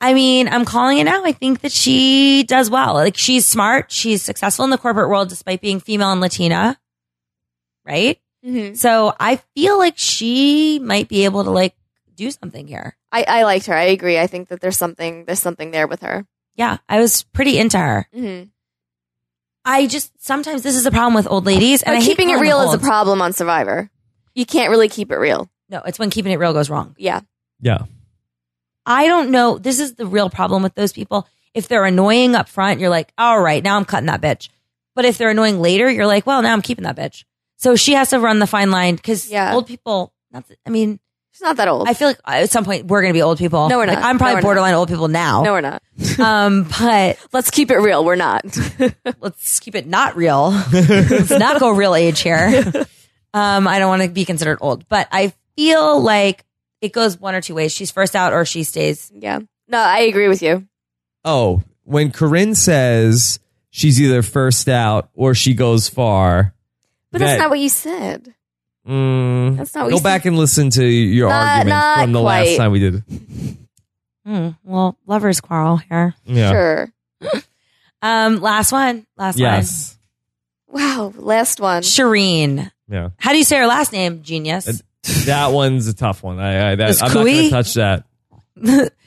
Speaker 3: I mean, I'm calling it now. I think that she does well. Like she's smart. She's successful in the corporate world despite being female and Latina. Right.
Speaker 4: Mhm.
Speaker 3: So I feel like she might be able to like do something here.
Speaker 4: I, I liked her. I agree. I think that there's something there's something there with her.
Speaker 3: yeah, I was pretty into her.
Speaker 4: hmm
Speaker 3: I just sometimes this is the problem with old ladies. And
Speaker 4: But
Speaker 3: I hate
Speaker 4: keeping it
Speaker 3: calling
Speaker 4: real
Speaker 3: them
Speaker 4: is a
Speaker 3: old.
Speaker 4: problem on Survivor. You can't really keep it real.
Speaker 3: No, it's when keeping it real goes wrong.
Speaker 4: Yeah.
Speaker 1: Yeah.
Speaker 3: I don't know. This is the real problem with those people. If they're annoying up front, you're like, all right, now I'm cutting that bitch. But if they're annoying later, you're like, well, now I'm keeping that bitch. So she has to run the fine line because
Speaker 4: Yeah.
Speaker 3: old people. Not that, I mean,
Speaker 4: She's not that old.
Speaker 3: I feel like at some point we're going to be old people.
Speaker 4: No, we're
Speaker 3: Like,
Speaker 4: not.
Speaker 3: I'm
Speaker 4: No,
Speaker 3: probably
Speaker 4: we're not.
Speaker 3: borderline old people now.
Speaker 4: no, we're not.
Speaker 3: um, but
Speaker 4: Let's keep it real. We're not.
Speaker 3: let's keep it not real. let's not go real age here. Um, I don't want to be considered old, but I feel like it goes one or two ways. She's first out or she stays.
Speaker 4: yeah. No, I agree with you.
Speaker 1: Oh, when Corinne says she's either first out or she goes far.
Speaker 4: But that's
Speaker 1: That-
Speaker 4: not what you said.
Speaker 1: Mm,
Speaker 4: That's not what
Speaker 1: go
Speaker 4: you
Speaker 1: back and listen to your
Speaker 4: Not-
Speaker 1: argument
Speaker 4: not
Speaker 1: from the last
Speaker 4: quite.
Speaker 1: time we did. it.
Speaker 3: Hmm, well, lovers quarrel here.
Speaker 1: Yeah.
Speaker 4: Sure.
Speaker 3: Um, last one. Last
Speaker 1: Yes.
Speaker 4: Wow. Last one.
Speaker 3: one. Shireen.
Speaker 1: Yeah.
Speaker 3: How do you say her last name? Genius.
Speaker 1: That one's a tough one. I, I that,
Speaker 3: Is
Speaker 1: I'm not going to
Speaker 3: Kui-
Speaker 1: touch that.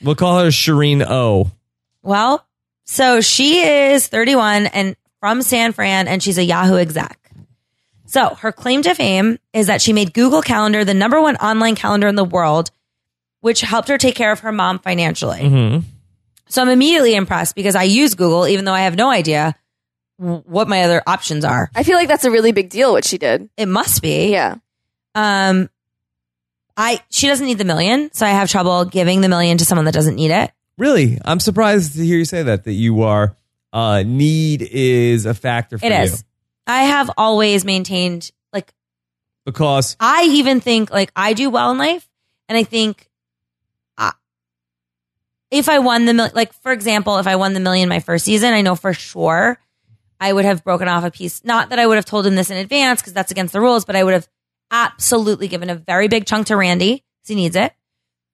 Speaker 1: We'll call her Shireen O.
Speaker 3: well, so she is 31 and from San Fran, and she's a Yahoo exec. So her claim to fame is that she made Google Calendar the number one online calendar in the world, which helped her take care of her mom financially.
Speaker 1: Mm-hmm.
Speaker 3: So I'm immediately impressed because I use Google, even though I have no idea w- what my other options are.
Speaker 4: I feel like that's a really big deal what she did.
Speaker 3: It must be.
Speaker 4: Yeah.
Speaker 3: Um, I she doesn't need the million, so I have trouble giving the million to someone that doesn't need it.
Speaker 1: Really, I'm surprised to hear you say that. That you are uh, need is a factor for
Speaker 3: It is.
Speaker 1: you
Speaker 3: I have always maintained like
Speaker 1: because
Speaker 3: I even think like I do well in life, and I think uh, if I won the mil- like for example, if I won the million my first season, I know for sure I would have broken off a piece. Not that I would have told him this in advance because that's against the rules, but I would have absolutely given a very big chunk to Randy because he needs it,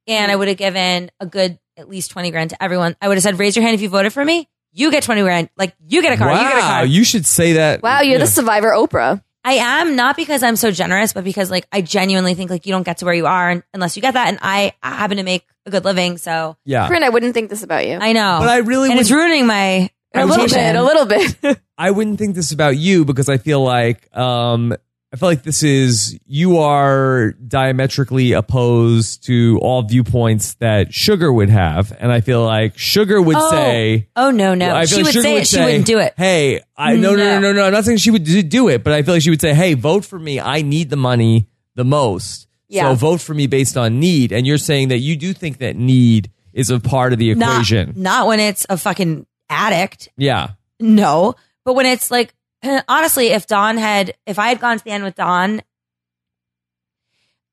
Speaker 3: and I would have given a good at least twenty grand to everyone. I would have said, "Raise your hand if you voted for me." You get twenty grand, like you get a car,
Speaker 1: wow,
Speaker 3: you get a car.
Speaker 1: you should say that.
Speaker 4: Wow. You're
Speaker 1: yeah.
Speaker 4: the survivor Oprah.
Speaker 3: I am not because I'm so generous, but because like I genuinely think like you don't get to where you are un- unless you get that, and I I happen to make a good living, so
Speaker 1: yeah.
Speaker 4: Corinne, I wouldn't think this about you.
Speaker 3: I know.
Speaker 1: But I really
Speaker 3: and it's
Speaker 1: wouldn't,
Speaker 3: ruining my
Speaker 4: A little
Speaker 3: reputation.
Speaker 4: bit. A little bit.
Speaker 1: I wouldn't think this about you because I feel like um, I feel like this is you are diametrically opposed to all viewpoints that Sugar would have, and I feel like Sugar would
Speaker 3: Oh.
Speaker 1: say.
Speaker 3: Oh no, no,
Speaker 1: I feel
Speaker 3: she
Speaker 1: like
Speaker 3: would
Speaker 1: Sugar
Speaker 3: say it. she wouldn't do it.
Speaker 1: Hey, I no, no, no,
Speaker 3: No.
Speaker 1: no, no. I'm not saying she would d- do it, but I feel like she would say, "Hey, vote for me. I need the money the most.
Speaker 4: Yeah.
Speaker 1: So vote for me based on need." And you're saying that you do think that need is a part of the
Speaker 3: Not
Speaker 1: equation.
Speaker 3: not when it's a fucking addict.
Speaker 1: yeah.
Speaker 3: No, but when it's like honestly, if Don had if I had gone to the end with Don,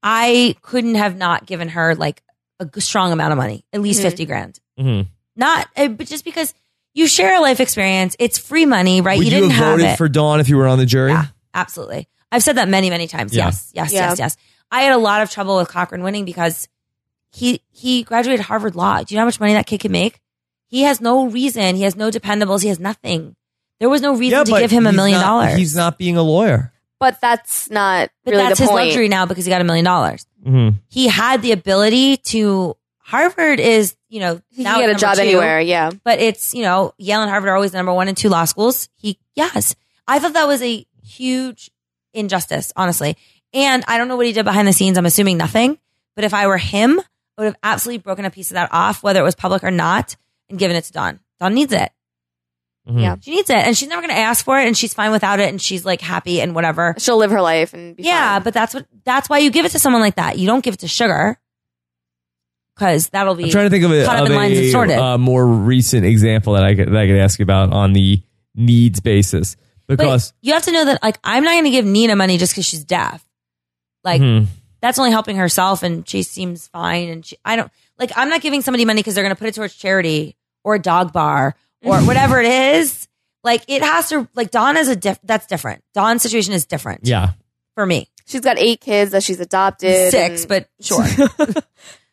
Speaker 3: I couldn't have not given her like a g- strong amount of money, at least
Speaker 4: Mhm.
Speaker 3: fifty grand.
Speaker 1: hmm
Speaker 3: not uh, but just because you share a life experience it's free money right
Speaker 1: would you,
Speaker 3: didn't
Speaker 1: have
Speaker 3: have
Speaker 1: voted
Speaker 3: it
Speaker 1: for Dawn if you were on the jury?
Speaker 3: Yeah. absolutely i've said that many many times
Speaker 1: Yeah.
Speaker 3: yes yes
Speaker 4: Yeah.
Speaker 3: yes yes i had a lot of trouble with cochrane winning because he he graduated harvard law do you know how much money that kid can make he has no reason he has no dependables he has nothing there was no reason
Speaker 1: Yeah,
Speaker 3: to
Speaker 1: but
Speaker 3: give him a
Speaker 1: he's
Speaker 3: million
Speaker 1: not-
Speaker 3: dollars
Speaker 1: He's not being a lawyer.
Speaker 4: but that's not
Speaker 3: but
Speaker 4: really
Speaker 3: that's
Speaker 4: the
Speaker 3: his
Speaker 4: point.
Speaker 3: luxury now because he got a million dollars
Speaker 1: hmm
Speaker 3: he had the ability to harvard is you know
Speaker 4: He
Speaker 3: now
Speaker 4: can get a
Speaker 3: it's
Speaker 4: job
Speaker 3: number two.
Speaker 4: anywhere. Yeah.
Speaker 3: but it's you know Yale and Harvard are always the number one and two law schools. He yes, I thought that was a huge injustice, honestly. And I don't know what he did behind the scenes. I'm assuming nothing. But if I were him, I would have absolutely broken a piece of that off, whether it was public or not, and given it to Dawn. Dawn needs it.
Speaker 1: Mm-hmm.
Speaker 4: Yeah.
Speaker 3: She needs it, and she's never going to ask for it, and she's fine without it, and she's like happy and whatever.
Speaker 4: She'll live her life and be
Speaker 3: Yeah,
Speaker 4: fine.
Speaker 3: but that's what that's why you give it to someone like that. You don't give it to Sugar because that'll be
Speaker 1: I'm trying to think of
Speaker 3: Caught
Speaker 1: a,
Speaker 3: up
Speaker 1: of
Speaker 3: in lines and sorted.
Speaker 1: a uh, more recent example that I could, that I could ask you about on the needs basis because
Speaker 3: But you have to know that like I'm not going to give Nina money just because she's deaf. Like
Speaker 1: Mhm.
Speaker 3: that's only helping herself, and she seems fine. And she, I don't like I'm not giving somebody money because they're going to put it towards charity or a dog bar or whatever it is. Like it has to like Dawn is a diff- that's different. Dawn's situation is different.
Speaker 1: yeah,
Speaker 3: for me
Speaker 4: she's got eight kids that she's adopted.
Speaker 3: six,
Speaker 4: and-
Speaker 3: but sure.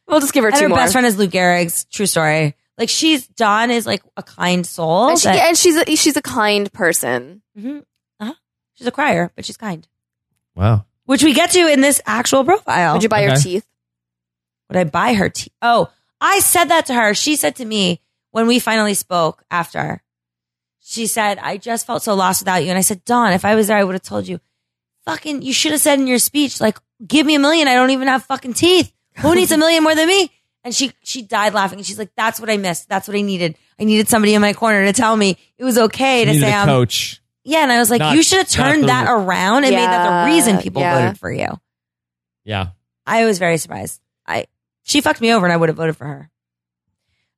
Speaker 4: we'll just give her
Speaker 3: and
Speaker 4: two
Speaker 3: her
Speaker 4: more.
Speaker 3: best friend is Lou Gehrig's true story. Like she's Dawn is like a kind soul.
Speaker 4: and, she,
Speaker 3: that-
Speaker 4: and she's a, she's a kind person.
Speaker 3: Mhm. Uh-huh. She's a crier, but she's kind,
Speaker 1: wow.
Speaker 3: which we get to in this actual profile.
Speaker 4: Would you buy her
Speaker 1: Okay.
Speaker 4: teeth?
Speaker 3: Would I buy her tea? Oh, I said that to her. She said to me, when we finally spoke after, she said, I just felt so lost without you. And I said, Dawn, if I was there, I would have told you, fucking, you should have said in your speech, like, give me a million. I don't even have fucking teeth. Who needs a million more than me? And she, she died laughing. And she's like, that's what I missed. That's what I needed. I needed somebody in my corner to tell me it was okay to
Speaker 1: Needed
Speaker 3: say
Speaker 1: a
Speaker 3: I'm
Speaker 1: coach.
Speaker 3: yeah, and I was like,
Speaker 1: Not-
Speaker 3: you should have turned
Speaker 1: not the-
Speaker 3: that around and made that the
Speaker 4: Yeah,
Speaker 3: reason people
Speaker 4: yeah.
Speaker 3: voted for you.
Speaker 1: Yeah.
Speaker 3: I was very surprised. I she fucked me over and I would have voted for her.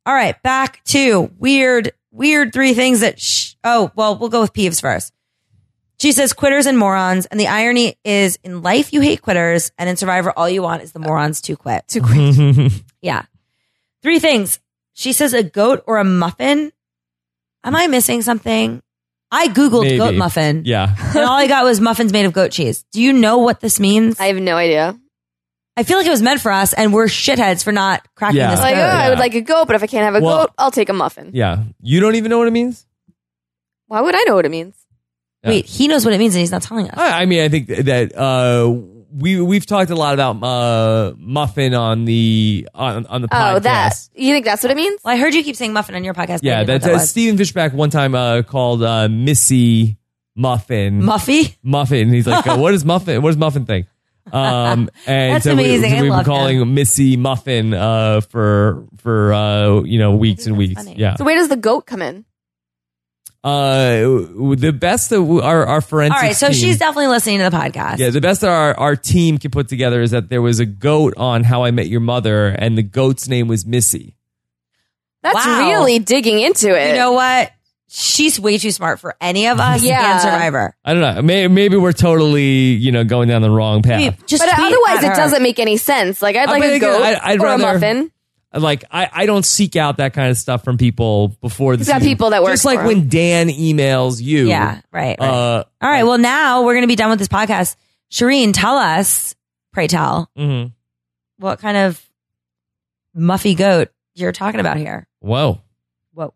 Speaker 3: All right, back to weird, weird three things that. Sh- oh well, we'll go with Peeves first. She says quitters and morons, and the irony is in life you hate quitters, and in Survivor all you want is the morons to quit.
Speaker 4: Too quick.
Speaker 3: Yeah, three things. She says a goat or a muffin. Am I missing something? I googled
Speaker 1: Maybe.
Speaker 3: goat muffin
Speaker 1: yeah.
Speaker 3: and all I got was muffins made of goat cheese. Do you know what this means?
Speaker 4: I
Speaker 3: I,
Speaker 4: have no idea.
Speaker 3: feel like it was meant for us, and we're shitheads for not cracking
Speaker 1: Yeah.
Speaker 3: this
Speaker 4: Like, oh,
Speaker 3: code.
Speaker 4: I
Speaker 1: Yeah.
Speaker 4: would like a goat, but if I can't have a
Speaker 1: Well-
Speaker 4: goat, I'll take a muffin.
Speaker 1: Yeah. You don't even know what it means?
Speaker 4: Why would I know what it means?
Speaker 1: Yeah.
Speaker 3: Wait, he knows what it means, and he's not telling us.
Speaker 1: I, I mean, I think that uh, we we've talked a lot about uh, muffin on the on on the podcast.
Speaker 4: Oh, that. You think that's what it means?
Speaker 3: Well, I heard you keep saying muffin on your podcast. but I
Speaker 1: Yeah,
Speaker 3: didn't know
Speaker 1: that's
Speaker 3: what
Speaker 1: uh,
Speaker 3: was.
Speaker 1: Stephen Fishback one time uh, called uh, Missy Muffin
Speaker 3: Muffy.
Speaker 1: Muffin. He's like, uh, what is Muffin? What is Muffin thing? Um, and
Speaker 3: That's
Speaker 1: so we,
Speaker 3: amazing.
Speaker 1: so
Speaker 3: I
Speaker 1: we've been
Speaker 3: love
Speaker 1: calling Missy Muffin uh, for for uh, you know weeks and weeks.
Speaker 3: funny.
Speaker 1: Yeah,
Speaker 4: So where does the goat come in?
Speaker 1: uh, w- the best that w- our our forensic.
Speaker 3: All right, so
Speaker 1: team-
Speaker 3: she's definitely listening to the podcast.
Speaker 1: Yeah, the best that our, our team can put together is that there was a goat on How I Met Your Mother, and the goat's name was Missy.
Speaker 4: That's
Speaker 3: Wow.
Speaker 4: really digging into it.
Speaker 3: You know what? She's way too smart for any of us
Speaker 4: Yeah.
Speaker 3: and Survivor.
Speaker 1: I don't know. May, maybe we're totally, you know, going down the wrong path.
Speaker 3: Maybe Just
Speaker 4: but
Speaker 3: tweet
Speaker 4: otherwise,
Speaker 3: at
Speaker 4: it
Speaker 3: her.
Speaker 4: doesn't make any sense. Like, I'd
Speaker 1: I'm
Speaker 4: like a
Speaker 1: thinking
Speaker 4: goat
Speaker 1: I- I'd
Speaker 4: or
Speaker 1: rather-
Speaker 4: a muffin.
Speaker 1: Like I, I don't seek out that kind of stuff from people before the
Speaker 4: Except
Speaker 1: season.
Speaker 4: people that work
Speaker 1: Just like
Speaker 4: for 'em.
Speaker 1: when Dan emails you.
Speaker 3: Yeah, right. right.
Speaker 1: Uh,
Speaker 3: All right. Well, now we're going to be done with this podcast. Shireen, tell us, pray tell,
Speaker 1: mhm.
Speaker 3: what kind of muffy goat you're talking about here.
Speaker 1: Whoa.
Speaker 3: Whoa.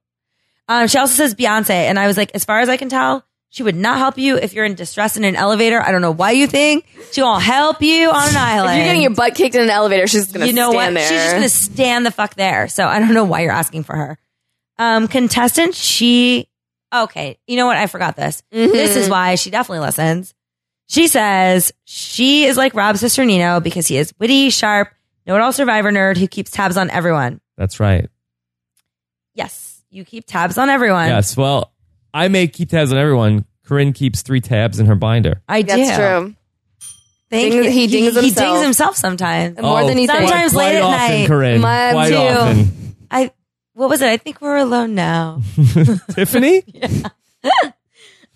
Speaker 3: Um, she also says Beyonce. And I was like, as far as I can tell, she would not help you if you're in distress in an elevator. I don't know why you think she won't help you on an island.
Speaker 4: If you're getting your butt kicked in an elevator, she's just gonna
Speaker 3: you know what?
Speaker 4: stand there.
Speaker 3: She's just gonna stand the fuck there. So I don't know why you're asking for her. Um, contestant, she okay. You know what? I forgot this.
Speaker 4: Mm-hmm.
Speaker 3: This is why she definitely listens. She says she is like Rob's sister Nino because he is witty, sharp, know-it-all survivor nerd who keeps tabs on everyone.
Speaker 1: That's right.
Speaker 3: Yes, you keep tabs on everyone.
Speaker 1: Yes. Well, I may keep tabs on everyone. Corinne keeps three tabs in her binder.
Speaker 3: I do.
Speaker 4: That's true.
Speaker 3: Thank
Speaker 4: Dings-
Speaker 3: you.
Speaker 4: he dings
Speaker 3: he
Speaker 4: himself.
Speaker 3: dings himself sometimes.
Speaker 4: More than he
Speaker 1: quite-
Speaker 4: thinks.
Speaker 3: Oh, Sometimes
Speaker 1: Oh, quite
Speaker 3: late at
Speaker 1: often,
Speaker 3: night.
Speaker 1: Corinne.
Speaker 4: Mine
Speaker 1: quite
Speaker 4: too.
Speaker 1: often.
Speaker 3: I what was it? I think we're alone now.
Speaker 1: Tiffany,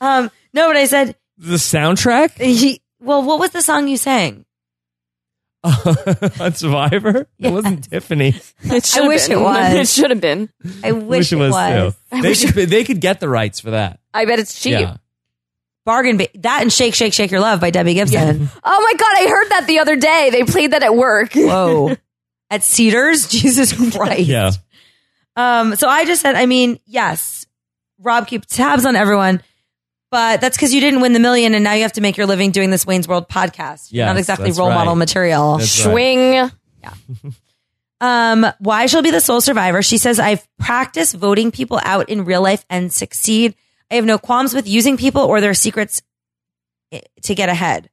Speaker 3: Um, no, but I said
Speaker 1: the soundtrack
Speaker 3: he, well, what was the song you sang?
Speaker 1: on Survivor. It wasn't Tiffany.
Speaker 4: It should've
Speaker 3: wish
Speaker 4: been.
Speaker 3: it was.
Speaker 4: it should have been.
Speaker 3: I wish, it was.
Speaker 1: Too. They could, they could get the rights for that.
Speaker 4: I bet it's cheap.
Speaker 1: Yeah.
Speaker 3: Bargain ba- that and Shake Shake Shake Your Love by Debbie Gibson.
Speaker 4: Oh my god, I heard that the other day. They played that at work.
Speaker 3: Whoa. At Cedars, Jesus Christ.
Speaker 1: Yeah.
Speaker 3: Um so I just said, I mean, yes. Rob keep tabs on everyone, but that's cuz you didn't win the million and now you have to make your living doing this Wayne's World podcast. You're not
Speaker 1: Yes,
Speaker 3: exactly
Speaker 1: that's
Speaker 3: role
Speaker 1: right.
Speaker 3: model material.
Speaker 1: That's right.
Speaker 4: Swing.
Speaker 3: Um, why she'll be the sole survivor. She says, I've practiced voting people out in real life and succeed. I have no qualms with using people or their secrets i- to get ahead.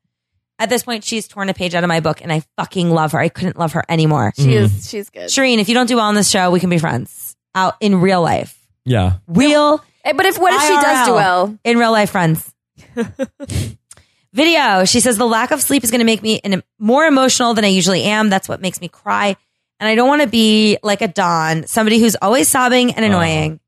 Speaker 3: At this point, she's torn a page out of my book and I fucking love her. I couldn't love her anymore.
Speaker 4: She is. She's good.
Speaker 3: Shireen, if you don't do well on this show, we can be friends out in real life.
Speaker 1: Yeah.
Speaker 3: Real
Speaker 4: Eh, But if what if she does do
Speaker 3: IRL.
Speaker 4: well?
Speaker 3: in real life friends. Video. She says the lack of sleep is going to make me an, more emotional than I usually am. That's what makes me cry, and I don't want to be like a Don, somebody who's always sobbing and annoying.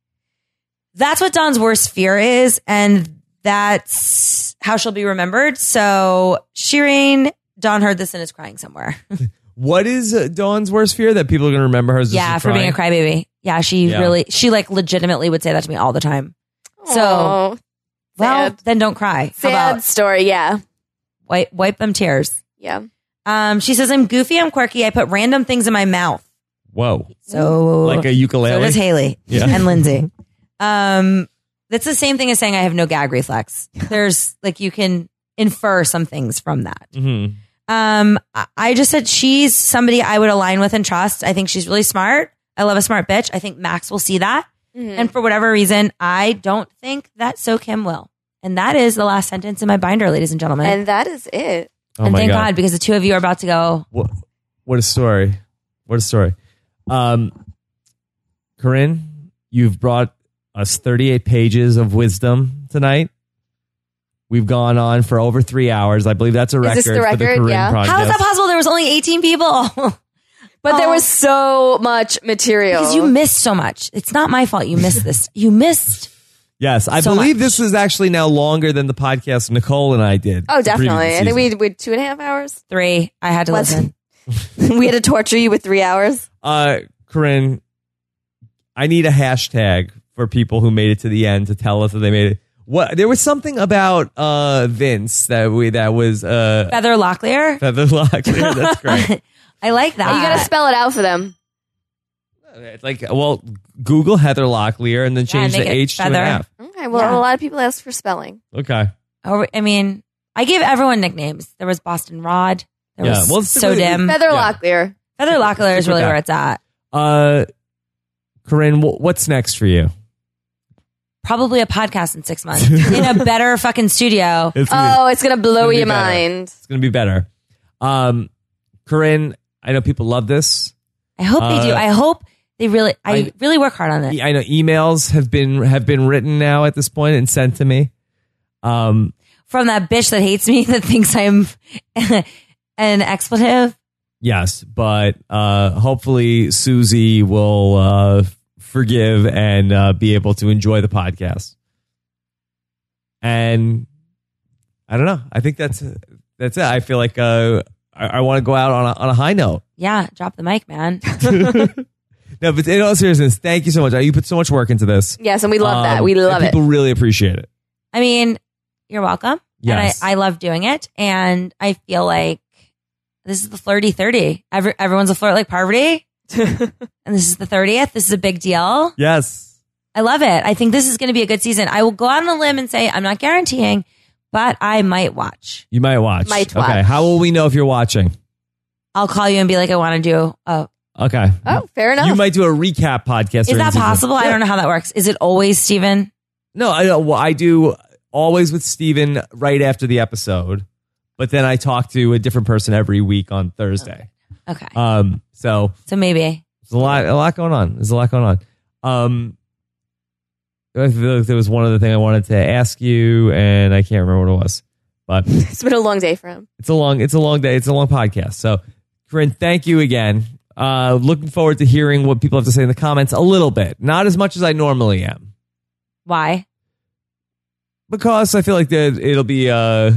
Speaker 3: That's what Don's worst fear is, and that's how she'll be remembered. So, Shireen, Don heard this and is crying somewhere.
Speaker 1: What is uh, Dawn's worst fear? That people are going to remember her as
Speaker 3: yeah,
Speaker 1: just
Speaker 3: for being a crybaby. Yeah, she
Speaker 1: Yeah.
Speaker 3: really, she like legitimately would say that to me all the time. So-
Speaker 4: Aw,
Speaker 3: Well,
Speaker 4: Sad.
Speaker 3: then don't cry. How
Speaker 4: sad
Speaker 3: about
Speaker 4: story. Yeah,
Speaker 3: wipe, wipe them tears?
Speaker 4: yeah.
Speaker 3: Um, she says, I'm goofy, I'm quirky, I put random things in my mouth.
Speaker 1: Whoa.
Speaker 3: So,
Speaker 1: Like a
Speaker 3: so
Speaker 1: ukulele.
Speaker 3: does Haley
Speaker 1: Yeah.
Speaker 3: and Lindsay. Um, that's the same thing as saying I have no gag reflex. There's like you can infer some things from that.
Speaker 1: Mhm.
Speaker 3: Um, I- I just said she's somebody I would align with and trust. I think she's really smart. I love a smart bitch. I think Max will see that.
Speaker 4: Mhm.
Speaker 3: And for whatever reason, I don't think that So Kim will. And that is the last sentence in my binder, ladies and gentlemen. And,
Speaker 4: and that is it.
Speaker 1: Oh my
Speaker 3: thank
Speaker 1: god.
Speaker 3: God. because the two of you are about to go.
Speaker 1: What, what a story. What a story. Um, Corinne, you've brought us 38 pages of wisdom tonight. We've gone on for over three hours. I believe that's a record,
Speaker 4: Is this the
Speaker 1: for the
Speaker 4: record?
Speaker 1: Corinne
Speaker 4: Yeah.
Speaker 1: Project.
Speaker 3: How is that possible? There was only 18 people.
Speaker 4: But there
Speaker 3: Oh.
Speaker 4: was so much material.
Speaker 3: because you missed so much. It's not my fault you missed this. You missed.
Speaker 1: Yes, I
Speaker 3: So
Speaker 1: believe
Speaker 3: much.
Speaker 1: this is actually now longer than the podcast Nicole and I did.
Speaker 4: oh,
Speaker 1: the previous
Speaker 4: definitely. I
Speaker 1: season.
Speaker 4: think we we had two and a half hours.
Speaker 3: Three. I had to
Speaker 4: Let's-
Speaker 3: listen.
Speaker 4: we had to torture you with three hours.
Speaker 1: uh, Corinne, I need a hashtag for people who made it to the end to tell us that they made it. What there was something about uh, Vince that we that was uh,
Speaker 3: Feather Locklear.
Speaker 1: Featherlock. That's great.
Speaker 3: I like that.
Speaker 4: you got to spell it out for them.
Speaker 1: It's like, well, Google Heather Locklear and then change
Speaker 3: make
Speaker 1: the
Speaker 3: it
Speaker 1: H to
Speaker 3: Feather.
Speaker 1: an F.
Speaker 4: Okay. Well,
Speaker 3: Yeah.
Speaker 4: a lot of people ask for spelling.
Speaker 1: Okay.
Speaker 3: Oh, I mean, I gave everyone nicknames. There was Boston Rod. There
Speaker 1: Yeah,
Speaker 3: was
Speaker 1: well, it's
Speaker 3: So
Speaker 1: really-
Speaker 3: Dim. Feather,
Speaker 4: Feather
Speaker 1: Yeah.
Speaker 4: Locklear.
Speaker 3: Locklear is
Speaker 1: Stick with
Speaker 3: really
Speaker 1: that.
Speaker 3: where it's at.
Speaker 1: Uh, Corinne, wh- what's next for you?
Speaker 3: Probably a podcast in six months in a better fucking studio.
Speaker 1: It's gonna be-
Speaker 4: Oh, it's gonna
Speaker 1: It's
Speaker 4: blow
Speaker 1: gonna be
Speaker 4: your
Speaker 1: better.
Speaker 4: mind.
Speaker 1: it's going to be better. Um, Corinne, I know people love this.
Speaker 3: I hope they do.
Speaker 1: Uh,
Speaker 3: I hope they really. I,
Speaker 1: I-
Speaker 3: really work hard on it.
Speaker 1: E- I know emails have been have been written now at this point and sent to me. Um,
Speaker 3: From that bitch that hates me, that thinks I'm an expletive.
Speaker 1: yes, but uh, hopefully Susie will uh, forgive and uh, be able to enjoy the podcast. And I don't know. I think that's that's it. I feel like uh, I, I want to go out on a, on a high note.
Speaker 3: Yeah, drop the mic, man.
Speaker 1: No, but in all seriousness, thank you so much. Uh, You put so much work into this.
Speaker 4: Yes, and we love that.
Speaker 1: Um,
Speaker 4: We
Speaker 1: and
Speaker 4: love it.
Speaker 1: People really appreciate it.
Speaker 3: I mean, you're welcome.
Speaker 1: Yes.
Speaker 3: And I, I love doing it. And I feel like this is the flirty 30. Every, everyone's a flirt like poverty. and this is the 30th. This is a big deal.
Speaker 1: yes.
Speaker 3: I love it. I think this is going to be a good season. I will go out on a limb and say, I'm not guaranteeing, but I might watch.
Speaker 1: You might watch.
Speaker 4: Might
Speaker 1: Okay.
Speaker 4: watch.
Speaker 1: How will we know if you're watching?
Speaker 3: I'll call you and be like, I want to do. Oh,
Speaker 1: Okay.
Speaker 4: Oh, fair enough.
Speaker 1: You might do a recap podcast.
Speaker 3: is
Speaker 1: during the
Speaker 3: that
Speaker 1: season.
Speaker 3: possible? I don't know how that works. Is it always Steven?
Speaker 1: No, I, well, I do always with Steven right after the episode, but then I talk to a different person every week on Thursday.
Speaker 3: Okay.
Speaker 1: Um, so
Speaker 3: so maybe.
Speaker 1: there's a lot, a lot going on. There's a lot going on. Um, I feel like there was one other thing I wanted to ask you, and I can't remember what it was, but
Speaker 4: it's been a long day for him.
Speaker 1: it's a long it's a long day it's a long podcast so corinne thank you again uh looking forward to hearing what people have to say in the comments a little bit not as much as i normally am
Speaker 3: Why?
Speaker 1: because i feel like that it'll be uh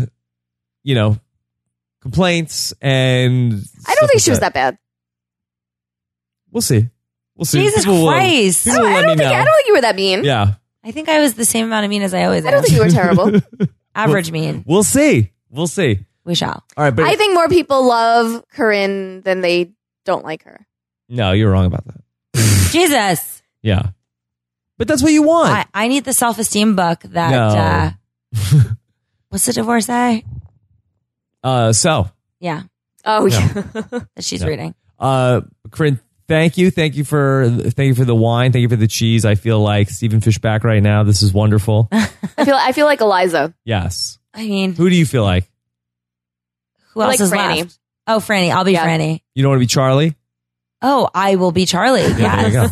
Speaker 1: you know complaints and
Speaker 4: I don't
Speaker 1: stuff
Speaker 4: think she
Speaker 1: like
Speaker 4: was that bad.
Speaker 1: we'll see we'll see
Speaker 3: Jesus
Speaker 1: People will-
Speaker 3: Christ.
Speaker 1: people will
Speaker 4: Oh, I
Speaker 1: let
Speaker 4: don't
Speaker 1: me
Speaker 4: think
Speaker 1: know.
Speaker 4: I don't think you were that mean.
Speaker 1: yeah
Speaker 3: I think I was the same amount of mean as I always
Speaker 4: I don't
Speaker 3: am.
Speaker 4: think you were terrible.
Speaker 3: Average mean.
Speaker 1: we'll see we'll see
Speaker 3: We shall.
Speaker 1: all right but
Speaker 4: I think more people love Corinne than they don't like her.
Speaker 1: no you're wrong about that
Speaker 3: Jesus.
Speaker 1: yeah but that's what you want
Speaker 3: I, I need the self esteem book that.
Speaker 1: No.
Speaker 3: Uh, what's the divorcee?
Speaker 1: uh so
Speaker 3: Yeah,
Speaker 4: Oh
Speaker 1: Yeah.
Speaker 4: yeah.
Speaker 3: that she's
Speaker 1: No.
Speaker 3: reading.
Speaker 1: Uh, Corinne, thank you, thank you for thank you for the wine, thank you for the cheese. I feel like Stephen Fishback right now. This is wonderful.
Speaker 4: I feel I feel like Eliza.
Speaker 1: yes.
Speaker 3: I mean, who,
Speaker 1: Who do you feel like?
Speaker 3: else
Speaker 4: like
Speaker 3: is
Speaker 4: Franny.
Speaker 3: left? Oh, Franny. I'll be
Speaker 4: Yeah.
Speaker 3: Franny.
Speaker 1: You don't want to be Charlie.
Speaker 3: Oh, I will be Charlie.
Speaker 1: Yeah, there
Speaker 3: Yes.
Speaker 1: you go.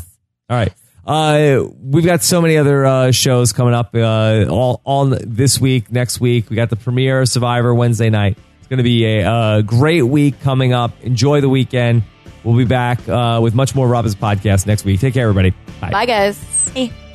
Speaker 1: All right. Uh, we've got so many other uh, shows coming up uh, all all this week, next week. We got the premiere of Survivor Wednesday night. It's going to be a uh, great week coming up. Enjoy the weekend. We'll be back uh, with much more Robin's podcast next week. Take care, everybody. Bye.
Speaker 4: Bye guys.
Speaker 3: Hey.